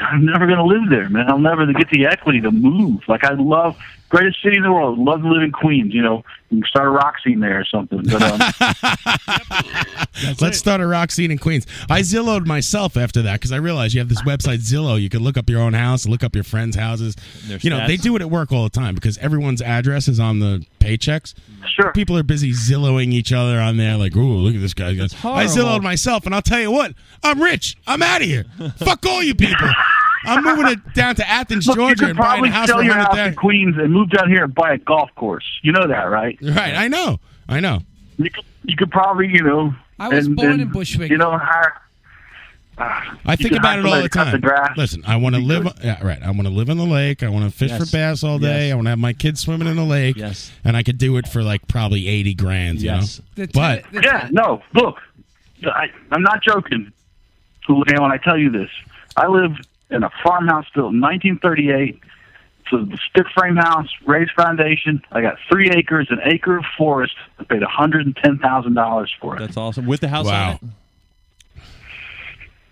[SPEAKER 18] I'm never gonna live there, man. I'll never get the equity to move. Like I love greatest city in the world. Love to live in Queens. You know, you can start a rock scene there or something. But, um,
[SPEAKER 9] Let's start a rock scene in Queens. I Zillowed myself after that because I realized you have this website Zillow. You can look up your own house, look up your friends' houses.
[SPEAKER 7] Their
[SPEAKER 9] you know
[SPEAKER 7] stats.
[SPEAKER 9] they do it at work all the time because everyone's address is on the paychecks. Sure. People are busy Zillowing each other on there. Like, ooh, look at this guy. I
[SPEAKER 7] horrible.
[SPEAKER 9] Zillowed myself, and I'll tell you what, I'm rich. I'm out of here. Fuck all you people. I'm moving it down to Athens,
[SPEAKER 18] look, you
[SPEAKER 9] Georgia,
[SPEAKER 18] could
[SPEAKER 9] and buying
[SPEAKER 18] probably
[SPEAKER 9] a house
[SPEAKER 18] sell
[SPEAKER 9] for
[SPEAKER 18] your house
[SPEAKER 9] 100,000.
[SPEAKER 18] in Queens and move down here and buy a golf course. You know that, right?
[SPEAKER 9] Right. I know. I know.
[SPEAKER 18] You could, you could probably, you know.
[SPEAKER 9] I was born in
[SPEAKER 18] Bushwick. You know, hire. Ah,
[SPEAKER 9] I
[SPEAKER 18] you
[SPEAKER 9] think
[SPEAKER 18] could
[SPEAKER 9] about
[SPEAKER 18] hire
[SPEAKER 9] it all
[SPEAKER 18] somebody to
[SPEAKER 9] the
[SPEAKER 18] cut
[SPEAKER 9] time.
[SPEAKER 18] grass.
[SPEAKER 9] Listen, I want to live. Yeah, right. I want to live on the lake. I want to fish
[SPEAKER 7] Yes.
[SPEAKER 9] for bass all day.
[SPEAKER 7] Yes.
[SPEAKER 9] I want to have my kids swimming in the lake.
[SPEAKER 7] Yes.
[SPEAKER 9] And I could do it for like probably eighty grand. You
[SPEAKER 7] Yes.
[SPEAKER 9] know. But
[SPEAKER 18] yeah, no, look, I, I'm not joking, Julian, when I tell you this. I live in a farmhouse built in 1938. It's a stick frame house, raised foundation. I got three acres, an acre of forest. I paid $110,000 for it.
[SPEAKER 7] That's awesome. With the house
[SPEAKER 9] Wow.
[SPEAKER 7] on it.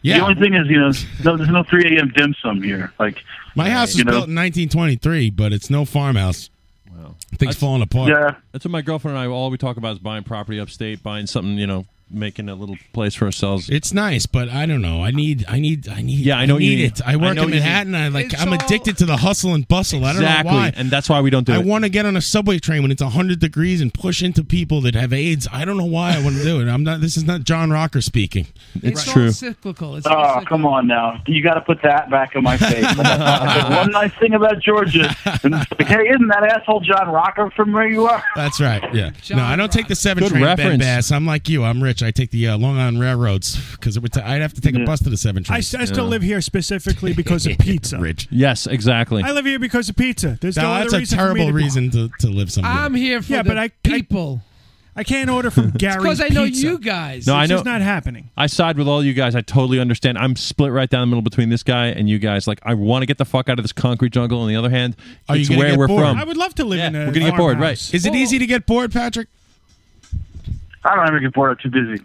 [SPEAKER 9] Yeah.
[SPEAKER 18] The only thing is, you know, no, there's no 3 a.m. dim sum here. Like
[SPEAKER 9] my house was
[SPEAKER 18] you know,
[SPEAKER 9] built in 1923, but it's no farmhouse. Wow. Things falling apart.
[SPEAKER 7] That's what my girlfriend and I all we talk about is buying property upstate, buying something, you know, making a little place for ourselves.
[SPEAKER 9] It's nice, but I don't know. I need. I need. I need.
[SPEAKER 7] Yeah, I know
[SPEAKER 9] I
[SPEAKER 7] you
[SPEAKER 9] need
[SPEAKER 7] need-
[SPEAKER 9] it. I
[SPEAKER 7] I
[SPEAKER 9] work
[SPEAKER 7] know
[SPEAKER 9] in
[SPEAKER 7] you need-
[SPEAKER 9] Manhattan. I like.
[SPEAKER 7] It's
[SPEAKER 9] I'm addicted to the hustle and bustle. I don't
[SPEAKER 7] exactly.
[SPEAKER 9] know why.
[SPEAKER 7] And that's why we don't do
[SPEAKER 9] I
[SPEAKER 7] it.
[SPEAKER 9] want to get on a subway train when it's 100 degrees and push into people that have AIDS. I don't know why I want to do it. I'm not. This is not John Rocker speaking.
[SPEAKER 13] It's all cyclical. It's all
[SPEAKER 18] Oh, come on now. You got to put that back in my face. There's one nice thing about Georgia. And it's like, hey, isn't that asshole John Rocker from where you are?
[SPEAKER 9] That's right. Yeah. no, I don't take the seven
[SPEAKER 7] Good
[SPEAKER 9] train to bed
[SPEAKER 7] reference.
[SPEAKER 9] bass. I'm like you. I'm rich. I take the uh, Long Island Railroads because it would. T- I'd have to take
[SPEAKER 18] Mm-hmm.
[SPEAKER 9] a bus to the seven
[SPEAKER 10] I, I
[SPEAKER 9] train.
[SPEAKER 10] still live here specifically because of pizza.
[SPEAKER 9] Rich.
[SPEAKER 7] Yes, exactly.
[SPEAKER 10] I live here because of pizza. There's no,
[SPEAKER 9] Now,
[SPEAKER 10] other
[SPEAKER 9] that's a
[SPEAKER 10] reason for me
[SPEAKER 9] terrible
[SPEAKER 10] to be-
[SPEAKER 9] reason to, to live somewhere.
[SPEAKER 13] I'm here for
[SPEAKER 10] yeah,
[SPEAKER 13] the
[SPEAKER 10] but I,
[SPEAKER 13] people.
[SPEAKER 10] I, can't order from Gary's
[SPEAKER 13] because I know
[SPEAKER 10] Pizza.
[SPEAKER 13] you guys.
[SPEAKER 7] No,
[SPEAKER 13] It's
[SPEAKER 7] I know.
[SPEAKER 13] just not
[SPEAKER 10] happening.
[SPEAKER 7] I side with all you guys. I totally understand. I'm split right down the middle between this guy and you guys. Like, I want to get the fuck out of this concrete jungle. On the other hand,
[SPEAKER 9] Are you
[SPEAKER 7] it's
[SPEAKER 9] gonna
[SPEAKER 7] where
[SPEAKER 9] get
[SPEAKER 7] we're
[SPEAKER 9] bored?
[SPEAKER 7] from.
[SPEAKER 10] I would love to live in a
[SPEAKER 7] we're gonna get bored,
[SPEAKER 10] farmhouse.
[SPEAKER 7] right. Is it
[SPEAKER 10] Well,
[SPEAKER 9] Easy to get bored, Patrick.
[SPEAKER 18] I don't have anything for it. Too busy.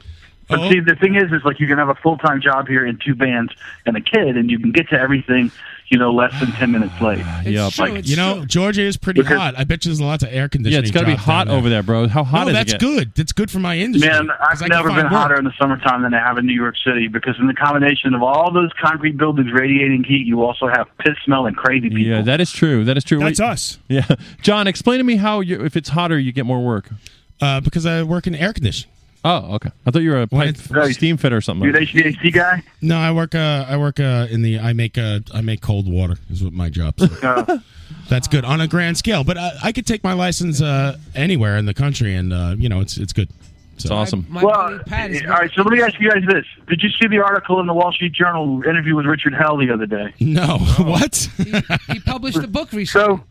[SPEAKER 18] But
[SPEAKER 9] Oh.
[SPEAKER 18] see, the thing is, is like you can have a full time job here and two bands and a kid, and you can get to everything, you know, less than ten minutes late.
[SPEAKER 7] Yeah,
[SPEAKER 18] like,
[SPEAKER 9] you know, Georgia is pretty
[SPEAKER 18] Because-
[SPEAKER 9] hot. I bet you there's lots of air conditioning.
[SPEAKER 7] yeah, it's got to be
[SPEAKER 9] jobs down
[SPEAKER 7] hot over there, bro. How hot
[SPEAKER 9] no,
[SPEAKER 7] is
[SPEAKER 9] that's
[SPEAKER 7] it? get?
[SPEAKER 9] good. That's good for my industry.
[SPEAKER 18] Man,
[SPEAKER 9] 'cause
[SPEAKER 18] I've
[SPEAKER 9] I can
[SPEAKER 18] never
[SPEAKER 9] find
[SPEAKER 18] been
[SPEAKER 9] work.
[SPEAKER 18] hotter in the summertime than I have in New York City because in the combination of all those concrete buildings radiating heat, you also have piss smelling crazy people.
[SPEAKER 7] Yeah, that is true. That is true.
[SPEAKER 18] That's
[SPEAKER 7] Wait-
[SPEAKER 10] us.
[SPEAKER 7] Yeah, John, explain to me how you, if it's hotter, you get more work.
[SPEAKER 9] Uh, because I work in air conditioning.
[SPEAKER 7] Oh, okay. I thought you were a pipe steam fitter or something.
[SPEAKER 18] You're an HVAC guy?
[SPEAKER 9] No, I work. Uh, I work uh, in the. I make. Uh, I make cold water. Is what my job. Is. That's good on a grand scale. But uh, I, I could take my license uh, anywhere in the country, and uh, you know, it's it's good. It's
[SPEAKER 7] awesome.
[SPEAKER 18] well, eh, all right, so let me ask you guys this. Did you see the article in the Wall Street Journal interview with Richard Hell the other day?
[SPEAKER 9] No, what?
[SPEAKER 13] He published a book recently. So,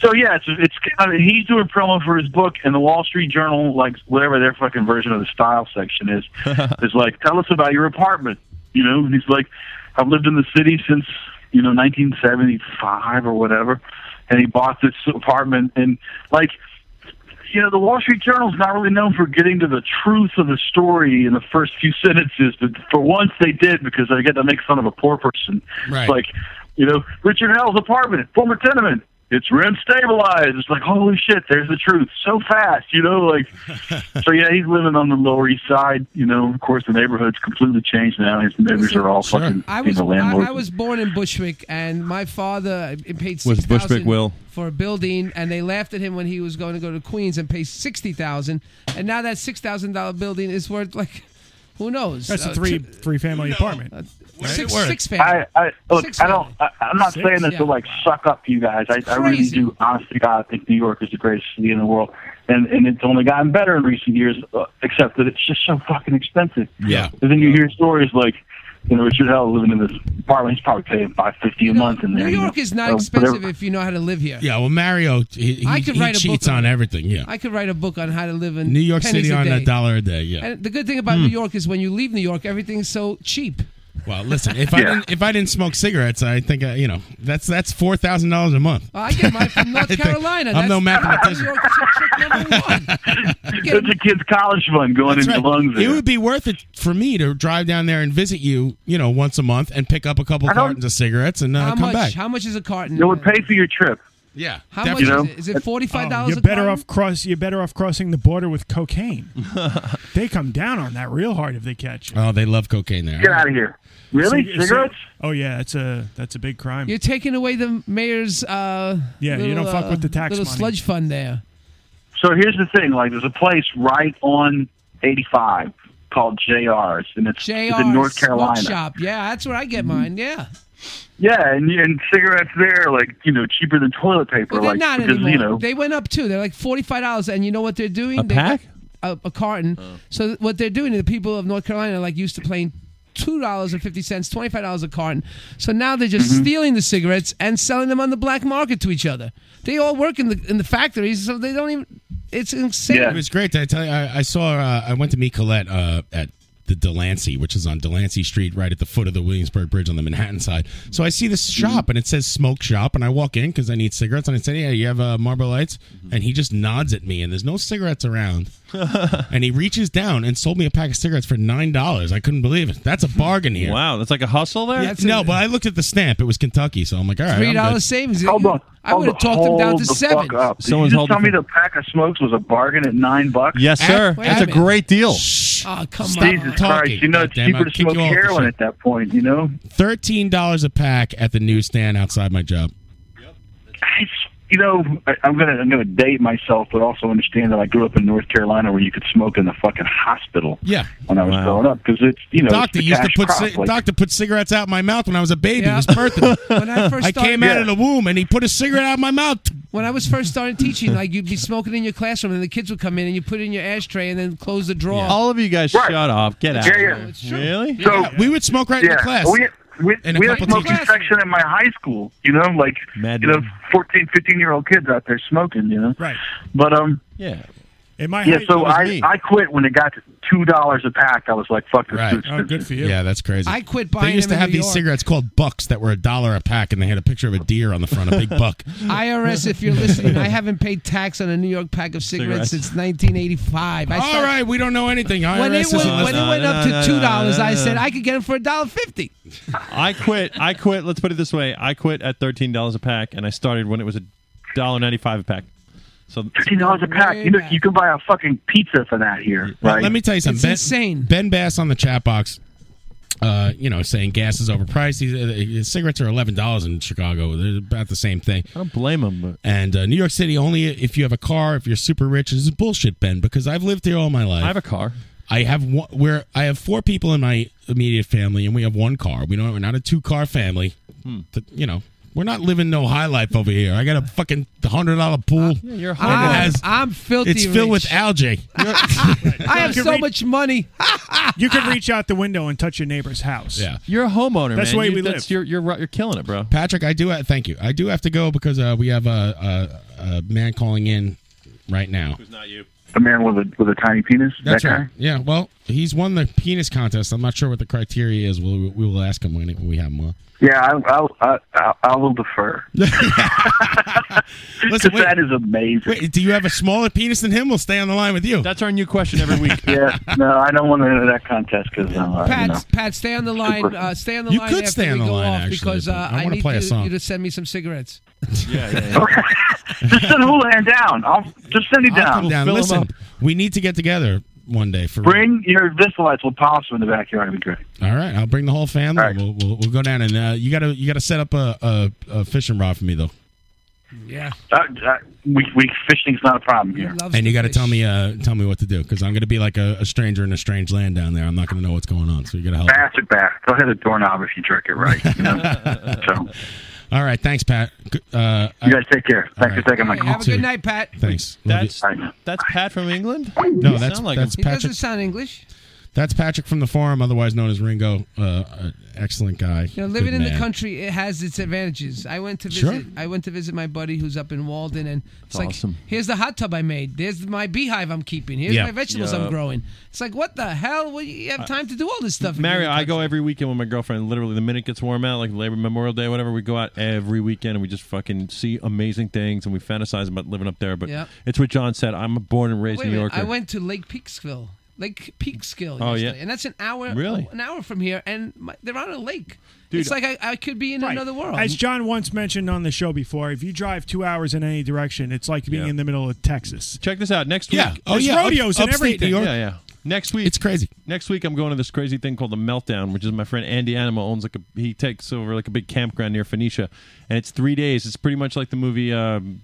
[SPEAKER 18] So yeah, it's it's kind of, he's doing promo for his book, and the Wall Street Journal, like whatever their fucking version of the style section is, is like, tell us about your apartment. You know, and he's like, I've lived in the city since you know 1975 or whatever, and he bought this apartment, and like, you know, the Wall Street Journal's not really known for getting to the truth of the story in the first few sentences, but for once they did because they get to make fun of a poor person.
[SPEAKER 16] Right.
[SPEAKER 18] Like, you know, Richard Hell's apartment, former tenement. It's rent stabilized. It's like holy shit. There's the truth so fast, you know. Like, so yeah, he's living on the Lower East Side. You know, of course, the neighborhood's completely changed now. His neighbors are all fucking
[SPEAKER 13] I was
[SPEAKER 18] the landlords.
[SPEAKER 13] I, I was born in Bushwick, and my father uh, paid
[SPEAKER 7] Was
[SPEAKER 13] six
[SPEAKER 7] Bushwick
[SPEAKER 13] thousand
[SPEAKER 7] Will?
[SPEAKER 13] for a building, and they laughed at him when he was going to go to Queens and pay sixty thousand, and now that six thousand dollar building is worth like, who knows?
[SPEAKER 10] That's
[SPEAKER 13] Uh,
[SPEAKER 10] a three
[SPEAKER 13] t-
[SPEAKER 10] three family apartment.
[SPEAKER 13] six
[SPEAKER 10] Word.
[SPEAKER 13] six family.
[SPEAKER 18] I, I look.
[SPEAKER 13] Six
[SPEAKER 18] I don't. I, I'm not
[SPEAKER 13] Six?
[SPEAKER 18] saying this
[SPEAKER 13] Yeah.
[SPEAKER 18] to like suck up you guys. I, I really
[SPEAKER 13] Crazy.
[SPEAKER 18] do. Honest to God, I think New York is the greatest city in the world, and and it's only gotten better in recent years. uh, Except that it's just so fucking expensive.
[SPEAKER 9] Yeah.
[SPEAKER 18] And then you hear stories like, you know, Richard Hell living in this apartment. He's probably paying five fifty a month in there.
[SPEAKER 13] New
[SPEAKER 18] you know.
[SPEAKER 13] York is not
[SPEAKER 18] Uh,
[SPEAKER 13] expensive
[SPEAKER 18] whatever.
[SPEAKER 13] if you know how to live here.
[SPEAKER 9] Yeah, well, Mario, he, he,
[SPEAKER 13] I could
[SPEAKER 9] he
[SPEAKER 13] write a
[SPEAKER 9] cheats
[SPEAKER 13] book on
[SPEAKER 9] on
[SPEAKER 13] it.
[SPEAKER 9] everything. Yeah,
[SPEAKER 13] I could write a book on how to live in
[SPEAKER 9] New York
[SPEAKER 13] pennies
[SPEAKER 9] City on
[SPEAKER 13] a,
[SPEAKER 9] a
[SPEAKER 13] day.
[SPEAKER 9] dollar a day. Yeah.
[SPEAKER 13] And the good thing about
[SPEAKER 9] Hmm.
[SPEAKER 13] New York is when you leave New York, everything's so cheap.
[SPEAKER 9] Well, listen, if I didn't if I didn't smoke cigarettes, I think I, you know that's that's four thousand dollars a month.
[SPEAKER 13] I get mine from North Carolina.
[SPEAKER 9] I'm no
[SPEAKER 13] That's-
[SPEAKER 9] mathematician.
[SPEAKER 13] New York chick- chick number one.
[SPEAKER 18] It's a kid's college fund going
[SPEAKER 9] That's
[SPEAKER 18] in your
[SPEAKER 9] right.
[SPEAKER 18] lungs.
[SPEAKER 9] It
[SPEAKER 18] there.
[SPEAKER 9] would be worth it for me to drive down there and visit you, you know, once a month and pick up a couple
[SPEAKER 18] I don't-
[SPEAKER 9] cartons of cigarettes and uh,
[SPEAKER 13] How
[SPEAKER 9] come
[SPEAKER 13] much?
[SPEAKER 9] back.
[SPEAKER 13] How much is a carton?
[SPEAKER 18] It would pay for your trip.
[SPEAKER 9] Yeah.
[SPEAKER 13] How
[SPEAKER 9] Definitely.
[SPEAKER 13] much
[SPEAKER 9] You know?
[SPEAKER 13] is it? Is it forty five dollars?
[SPEAKER 10] Oh, You're better off cross. You're better off crossing the border with cocaine. they come down on that real hard if they catch you.
[SPEAKER 9] Oh, they love cocaine there.
[SPEAKER 10] Get
[SPEAKER 18] out of here! Really?
[SPEAKER 10] So- so-
[SPEAKER 18] Cigarettes?
[SPEAKER 10] oh yeah, that's a that's a big crime.
[SPEAKER 13] You're taking away the mayor's. Uh,
[SPEAKER 10] Yeah, you
[SPEAKER 13] little,
[SPEAKER 10] don't fuck
[SPEAKER 13] uh,
[SPEAKER 10] with the tax
[SPEAKER 13] Little
[SPEAKER 10] money.
[SPEAKER 13] sludge fund there.
[SPEAKER 18] So here's the thing: like, there's a place right on 85 called JR's, and it's, it's
[SPEAKER 13] JR
[SPEAKER 18] in North
[SPEAKER 13] Smoke
[SPEAKER 18] Carolina.
[SPEAKER 13] Shop. Yeah, that's where I get
[SPEAKER 10] Mm-hmm.
[SPEAKER 13] mine. Yeah.
[SPEAKER 18] Yeah, and and cigarettes there are, like you know cheaper than toilet paper,
[SPEAKER 13] But they're
[SPEAKER 18] like
[SPEAKER 13] not
[SPEAKER 18] because
[SPEAKER 13] anymore.
[SPEAKER 18] you know
[SPEAKER 13] They went up too. They're like forty five dollars, and you know what they're doing?
[SPEAKER 18] A
[SPEAKER 13] They-
[SPEAKER 18] pack?
[SPEAKER 13] a, a carton.
[SPEAKER 18] Uh.
[SPEAKER 13] So th- what they're doing, the people of North Carolina are like used to paying two dollars and fifty cents, twenty five dollars a carton. So now they're just
[SPEAKER 18] Mm-hmm.
[SPEAKER 13] stealing the cigarettes and selling them on the black market to each other. They all work in the in the factories, so they don't even. It's insane.
[SPEAKER 9] It was great. I tell you, I, I saw. Uh, I went to meet Colette uh, at the Delancey, which is on Delancey Street, right at the foot of the Williamsburg Bridge on the Manhattan side. So I see this
[SPEAKER 18] Mm-hmm.
[SPEAKER 9] shop, and it says smoke shop, and I walk in because I need cigarettes, and I said, "Yeah, you have uh, Marlboro Lights,"
[SPEAKER 18] Mm-hmm.
[SPEAKER 9] and he just nods at me, and there's no cigarettes around, and he reaches down and sold me a pack of cigarettes for nine dollars. I couldn't believe it. That's a bargain here.
[SPEAKER 7] Wow, that's like a hustle there.
[SPEAKER 9] Yeah, no, but I looked at the stamp. It was Kentucky, so I'm like, all right, I'm
[SPEAKER 13] Three dollar
[SPEAKER 9] good.
[SPEAKER 13] savings.
[SPEAKER 18] Hold on.
[SPEAKER 13] I would have talked them down
[SPEAKER 18] Hold
[SPEAKER 13] to
[SPEAKER 18] the
[SPEAKER 13] seven.
[SPEAKER 18] Fuck up. Did
[SPEAKER 7] Someone's
[SPEAKER 18] you just
[SPEAKER 7] holding
[SPEAKER 18] tell me the pack of smokes was a bargain at nine bucks?
[SPEAKER 7] Yes, sir.
[SPEAKER 13] Eh? Wait
[SPEAKER 7] That's a
[SPEAKER 13] minute.
[SPEAKER 7] great deal.
[SPEAKER 13] Oh come
[SPEAKER 18] Jesus
[SPEAKER 13] on!
[SPEAKER 18] Christ! You know it's
[SPEAKER 9] Goddamn,
[SPEAKER 18] cheaper to
[SPEAKER 9] I'll kick you
[SPEAKER 18] smoke
[SPEAKER 9] off for
[SPEAKER 18] heroin
[SPEAKER 9] sure.
[SPEAKER 18] at that point. You know,
[SPEAKER 9] Thirteen dollars a pack at the newsstand outside my job.
[SPEAKER 18] you know, I, I'm gonna I'm gonna date myself, but also understand that I grew up in North Carolina where you could smoke in the fucking hospital.
[SPEAKER 9] Yeah.
[SPEAKER 18] when I was growing up, because it's you know,
[SPEAKER 9] doctor
[SPEAKER 18] it's the
[SPEAKER 9] used to
[SPEAKER 18] cash
[SPEAKER 9] put
[SPEAKER 18] crop,
[SPEAKER 9] ci-
[SPEAKER 18] like-
[SPEAKER 9] doctor put cigarettes out my mouth when I was a baby. It was birthday.
[SPEAKER 13] When I first started-
[SPEAKER 9] came out of the womb and he put a cigarette out my mouth.
[SPEAKER 13] When I was first starting teaching, like you'd be smoking in your classroom, and the kids would come in, and you put it in your ashtray, and then close the drawer.
[SPEAKER 7] All of you guys, shut up. Get out.
[SPEAKER 13] Yeah,
[SPEAKER 7] of
[SPEAKER 13] yeah.
[SPEAKER 7] here.
[SPEAKER 13] It's true.
[SPEAKER 7] Really?
[SPEAKER 18] So
[SPEAKER 9] we would smoke right in the class.
[SPEAKER 18] We, we,
[SPEAKER 9] And a
[SPEAKER 18] we had
[SPEAKER 9] couple
[SPEAKER 18] smoking
[SPEAKER 9] teachers.
[SPEAKER 18] section in my high school, you know, like you know, 14, 15 year old kids out there smoking, you know.
[SPEAKER 10] Right.
[SPEAKER 18] But um,
[SPEAKER 7] Yeah.
[SPEAKER 10] In my
[SPEAKER 18] yeah.
[SPEAKER 10] height,
[SPEAKER 18] So
[SPEAKER 10] that was
[SPEAKER 18] I
[SPEAKER 10] me.
[SPEAKER 18] I quit when it got to two dollars a pack. I was like, fuck this. Right.
[SPEAKER 9] Oh, good for you. Yeah, that's crazy.
[SPEAKER 13] I quit
[SPEAKER 9] They
[SPEAKER 13] buying
[SPEAKER 9] used to
[SPEAKER 13] them in
[SPEAKER 9] have
[SPEAKER 13] New
[SPEAKER 9] these
[SPEAKER 13] York.
[SPEAKER 9] cigarettes called bucks that were a dollar a pack, and they had a picture of a deer on the front, a big buck.
[SPEAKER 13] IRS, if you're listening, I haven't paid tax on a New York pack of cigarettes
[SPEAKER 9] Cigarettes.
[SPEAKER 13] since 1985. I
[SPEAKER 9] All
[SPEAKER 13] started-
[SPEAKER 9] right, we don't know anything. IRS
[SPEAKER 13] When it,
[SPEAKER 9] isn't
[SPEAKER 13] went, when
[SPEAKER 9] listening.
[SPEAKER 13] it went up to
[SPEAKER 7] No, no,
[SPEAKER 13] two
[SPEAKER 7] no,
[SPEAKER 13] dollars,
[SPEAKER 7] no,
[SPEAKER 13] I
[SPEAKER 7] no,
[SPEAKER 13] said
[SPEAKER 7] no.
[SPEAKER 13] I could get them for a dollar fifty.
[SPEAKER 7] I quit. I quit. Let's put it this way: I quit at thirteen dollars a pack, and I started when it was a dollar ninety-five a pack. So
[SPEAKER 18] Fifteen dollars a pack. You know, you can buy a fucking pizza for that here. Right.
[SPEAKER 9] Let me tell you something. ben,
[SPEAKER 13] insane.
[SPEAKER 9] Ben Bass on the chat box, uh, you know, saying gas is overpriced. He's, uh, uh, cigarettes are eleven dollars in Chicago. They're about the same thing. I
[SPEAKER 7] don't blame him. But.
[SPEAKER 9] And uh, New York City only if you have a car, if you're super rich. This is bullshit, Ben, because I've lived here all my life. I have
[SPEAKER 7] a car.
[SPEAKER 9] I have one where I have four people in my immediate family, and we have one car. We don't. We're not a two car family.
[SPEAKER 7] Hmm.
[SPEAKER 9] But, you know. We're not living no high life over here. I got a fucking hundred dollar pool.
[SPEAKER 7] Uh, you're
[SPEAKER 9] and it
[SPEAKER 13] I'm,
[SPEAKER 9] has-
[SPEAKER 13] I'm filthy.
[SPEAKER 9] It's filled
[SPEAKER 13] rich.
[SPEAKER 9] with algae.
[SPEAKER 13] I have
[SPEAKER 10] You could
[SPEAKER 13] so
[SPEAKER 10] reach-
[SPEAKER 13] much money.
[SPEAKER 10] you could reach out the window and touch your neighbor's house.
[SPEAKER 9] Yeah.
[SPEAKER 7] You're a homeowner.
[SPEAKER 10] That's
[SPEAKER 7] man.
[SPEAKER 10] the way
[SPEAKER 7] You-
[SPEAKER 10] we
[SPEAKER 7] that's-
[SPEAKER 10] live.
[SPEAKER 7] You're, you're ri- you're killing it, bro.
[SPEAKER 9] Patrick, I do. ha- Thank you. I do have to go because uh, we have a, a, a man calling in right now.
[SPEAKER 18] The man with a with a tiny penis.
[SPEAKER 9] That's
[SPEAKER 18] that guy?
[SPEAKER 9] right. Yeah. Well, he's won the penis contest. I'm not sure what the criteria is. We'll, we will ask him when it- when we have him on.
[SPEAKER 18] Yeah, I, I'll, I, I, I will defer.
[SPEAKER 9] Listen,
[SPEAKER 18] that is amazing.
[SPEAKER 9] Wait, do you have a smaller penis than him? We'll stay on the line with you.
[SPEAKER 7] That's our new question every week.
[SPEAKER 18] yeah, no, I don't want to enter that contest because I'm, uh, you know.
[SPEAKER 13] Pat, Pat, stay on the line. Uh, stay on the
[SPEAKER 9] You
[SPEAKER 13] line.
[SPEAKER 9] could
[SPEAKER 13] after
[SPEAKER 9] stay on
[SPEAKER 13] we
[SPEAKER 9] the
[SPEAKER 13] go
[SPEAKER 9] line,
[SPEAKER 13] off
[SPEAKER 9] actually,
[SPEAKER 13] because uh,
[SPEAKER 9] but I
[SPEAKER 13] I,
[SPEAKER 9] wanna
[SPEAKER 13] need
[SPEAKER 9] play a
[SPEAKER 13] you,
[SPEAKER 9] song.
[SPEAKER 13] you to send me some cigarettes.
[SPEAKER 7] Yeah,
[SPEAKER 18] just send Houlihan down. I'll just send him
[SPEAKER 9] I'll
[SPEAKER 18] down.
[SPEAKER 9] come down. Listen, we need to get together one day for.
[SPEAKER 18] Bring your Vistalites with possum in the backyard. It'd be great.
[SPEAKER 9] All right, I'll bring the whole family. We'll, we'll, we'll go down and uh, you gotta you gotta set up a, a, a fishing rod for me though,
[SPEAKER 13] Yeah.
[SPEAKER 18] Uh, uh, we, we fishing's not a problem here.
[SPEAKER 9] and you gotta tell me uh, tell me what to do because I'm gonna be like a, a stranger in a strange land down there. I'm not gonna know what's going on, so you gotta help.
[SPEAKER 18] Bass it back. Go ahead a doorknob if you jerk it right. You, know? so,
[SPEAKER 9] All right, thanks, Pat. Good- Uh,
[SPEAKER 18] you guys take care. Thanks for taking my
[SPEAKER 9] Hey,
[SPEAKER 18] call.
[SPEAKER 9] have a good
[SPEAKER 13] night, Pat.
[SPEAKER 9] Thanks. Love
[SPEAKER 7] That's that's Pat from England.
[SPEAKER 9] No,
[SPEAKER 7] You
[SPEAKER 9] that's-
[SPEAKER 7] sound like
[SPEAKER 9] that's
[SPEAKER 7] him.
[SPEAKER 13] He doesn't
[SPEAKER 9] Patrick-
[SPEAKER 13] sound English.
[SPEAKER 9] you. That's Patrick from the forum, otherwise known as Ringo. Uh, uh, excellent guy.
[SPEAKER 13] You know, living
[SPEAKER 9] Good
[SPEAKER 13] in the
[SPEAKER 9] man.
[SPEAKER 13] country it has its advantages. I went to visit.
[SPEAKER 9] Sure.
[SPEAKER 13] I went to visit my buddy who's up in Walden, and it's
[SPEAKER 9] That's
[SPEAKER 13] like,
[SPEAKER 9] awesome.
[SPEAKER 13] here's the hot tub I made. There's my beehive I'm keeping. Here's
[SPEAKER 7] Yeah.
[SPEAKER 13] my vegetables
[SPEAKER 7] Yeah.
[SPEAKER 13] I'm growing. It's like, what the hell? Well, you have time to do all this stuff. if
[SPEAKER 7] Mario,
[SPEAKER 13] you're-
[SPEAKER 7] I go every weekend with my girlfriend. Literally, the minute it gets warm out, like Labor Memorial Day, whatever, we go out every weekend and we just fucking see amazing things and we fantasize about living up there. But
[SPEAKER 13] Yeah.
[SPEAKER 7] it's what John said. I'm a born and raised
[SPEAKER 13] Wait a
[SPEAKER 7] New
[SPEAKER 13] minute,
[SPEAKER 7] Yorker.
[SPEAKER 13] I went to Lake Peekskill. Lake Peekskill.
[SPEAKER 7] Oh,
[SPEAKER 13] yesterday,
[SPEAKER 7] yeah.
[SPEAKER 13] and that's an hour.
[SPEAKER 7] Really?
[SPEAKER 13] an hour from here, and my, they're on a lake.
[SPEAKER 10] Dude,
[SPEAKER 13] it's like I, I could be in
[SPEAKER 10] Right.
[SPEAKER 13] another world.
[SPEAKER 10] As John once mentioned on the show before, if you drive two hours in any direction, it's like being in the middle of Texas.
[SPEAKER 7] Check this out. Next
[SPEAKER 10] Yeah.
[SPEAKER 7] week.
[SPEAKER 10] Oh, There's yeah, up- rodeos and upstate everything. New York.
[SPEAKER 7] Yeah, yeah. Next week.
[SPEAKER 9] It's crazy.
[SPEAKER 7] Next week, I'm going to this crazy thing called the Meltdown, which is my friend Andy Anima owns like a, he takes over like a big campground near Phoenicia. And it's three days. It's pretty much like the movie, um,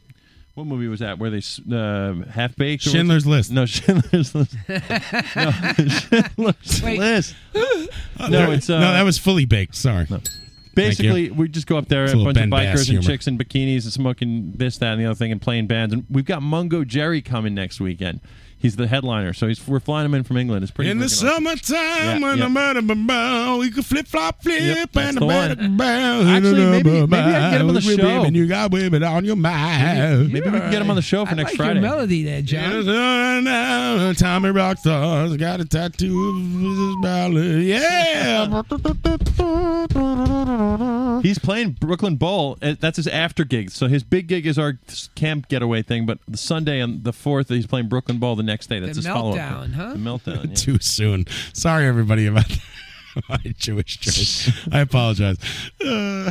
[SPEAKER 7] what movie was that? Where they s- uh, half baked?
[SPEAKER 9] Schindler's List.
[SPEAKER 7] No, Schindler's List. no, Schindler's
[SPEAKER 13] Wait.
[SPEAKER 7] List.
[SPEAKER 9] No,
[SPEAKER 7] No, it's uh,
[SPEAKER 9] no, that was fully baked. Sorry. Thank you.
[SPEAKER 7] Basically, we just go up there,
[SPEAKER 9] It's
[SPEAKER 7] a
[SPEAKER 9] a little
[SPEAKER 7] bunch of
[SPEAKER 9] Ben Bass
[SPEAKER 7] bikers and
[SPEAKER 9] humor.
[SPEAKER 7] chicks in bikinis and smoking this, that, and the other thing, and playing bands. And we've got Mungo Jerry coming next weekend. He's the headliner, so he's, we're flying him in from England. It's pretty.
[SPEAKER 9] in the
[SPEAKER 7] freaking awesome.
[SPEAKER 9] summertime,
[SPEAKER 7] Yeah,
[SPEAKER 9] when
[SPEAKER 7] yeah.
[SPEAKER 9] I'm out of my bow, you can flip, flop, flip,
[SPEAKER 7] Yep, that's
[SPEAKER 9] and
[SPEAKER 7] the one.
[SPEAKER 9] I'm bow.
[SPEAKER 7] Actually, maybe- maybe I can get him on the show.
[SPEAKER 9] And you got women on your mind.
[SPEAKER 7] Maybe- maybe we can get him on the show for
[SPEAKER 13] I
[SPEAKER 7] next
[SPEAKER 13] like
[SPEAKER 7] Friday.
[SPEAKER 13] your melody there, John.
[SPEAKER 9] Yeah. Tommy Rockstar's got a tattoo of his ballad. Yeah.
[SPEAKER 7] He's playing Brooklyn Bowl. Uh, That's his after gig. So his big gig is our camp getaway thing. But the Sunday on the fourth, he's playing Brooklyn Bowl. The next day, that's
[SPEAKER 13] The
[SPEAKER 7] his follow up.
[SPEAKER 13] Meltdown, huh?
[SPEAKER 7] The meltdown. yeah.
[SPEAKER 9] Too soon. Sorry, everybody, about my Jewish choice. I apologize. Uh,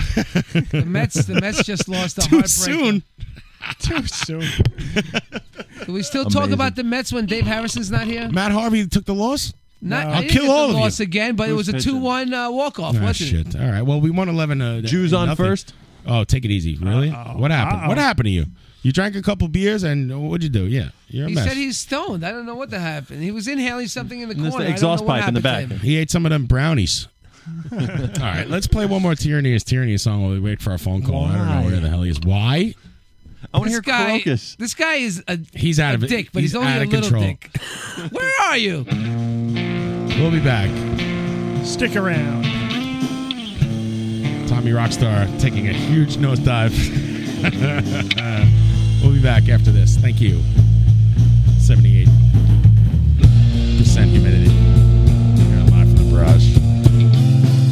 [SPEAKER 13] the Mets, the Mets just lost a
[SPEAKER 9] Too
[SPEAKER 13] heartbreaker.
[SPEAKER 9] soon.
[SPEAKER 10] Too soon.
[SPEAKER 13] Do we still talk
[SPEAKER 9] Amazing.
[SPEAKER 13] about the Mets when Dave Harrison's not here?
[SPEAKER 9] Matt Harvey took the loss.
[SPEAKER 13] Not, I
[SPEAKER 9] I'll
[SPEAKER 13] didn't
[SPEAKER 9] kill
[SPEAKER 13] get
[SPEAKER 9] all
[SPEAKER 13] the
[SPEAKER 9] of
[SPEAKER 13] loss
[SPEAKER 9] you.
[SPEAKER 13] again, but it was a two-one uh, walk-off,
[SPEAKER 9] Ah,
[SPEAKER 13] wasn't it?
[SPEAKER 9] shit. All right. Well, we won eleven. Uh,
[SPEAKER 7] Jews on
[SPEAKER 9] nothing.
[SPEAKER 7] first?
[SPEAKER 13] Uh,
[SPEAKER 9] Oh, take it easy. Really? What happened?
[SPEAKER 10] Uh-oh.
[SPEAKER 9] What happened to you? You drank a couple beers, and what'd you do? Yeah, you're a
[SPEAKER 13] He
[SPEAKER 9] mess.
[SPEAKER 13] said he's stoned. I don't know what the happened. He was inhaling something in the
[SPEAKER 9] That's
[SPEAKER 13] corner.
[SPEAKER 9] the
[SPEAKER 13] I don't know what happened to him.
[SPEAKER 9] He ate some of them brownies. All right, let's play one more Tyranny is Tyranny song while we wait for our phone call. I don't know where the hell he is. Why? I
[SPEAKER 13] this guy, This guy is a
[SPEAKER 9] He's out
[SPEAKER 13] a
[SPEAKER 9] of it.
[SPEAKER 13] dick, but he's,
[SPEAKER 9] He's
[SPEAKER 13] only
[SPEAKER 9] out
[SPEAKER 13] a
[SPEAKER 9] of
[SPEAKER 13] little
[SPEAKER 9] control.
[SPEAKER 13] dick. Where are you?
[SPEAKER 9] We'll be back.
[SPEAKER 10] Stick around.
[SPEAKER 9] Tommy Rockstar taking a huge nosedive. we'll be back after this. Thank you. 78% humidity. Here on live from the barrage.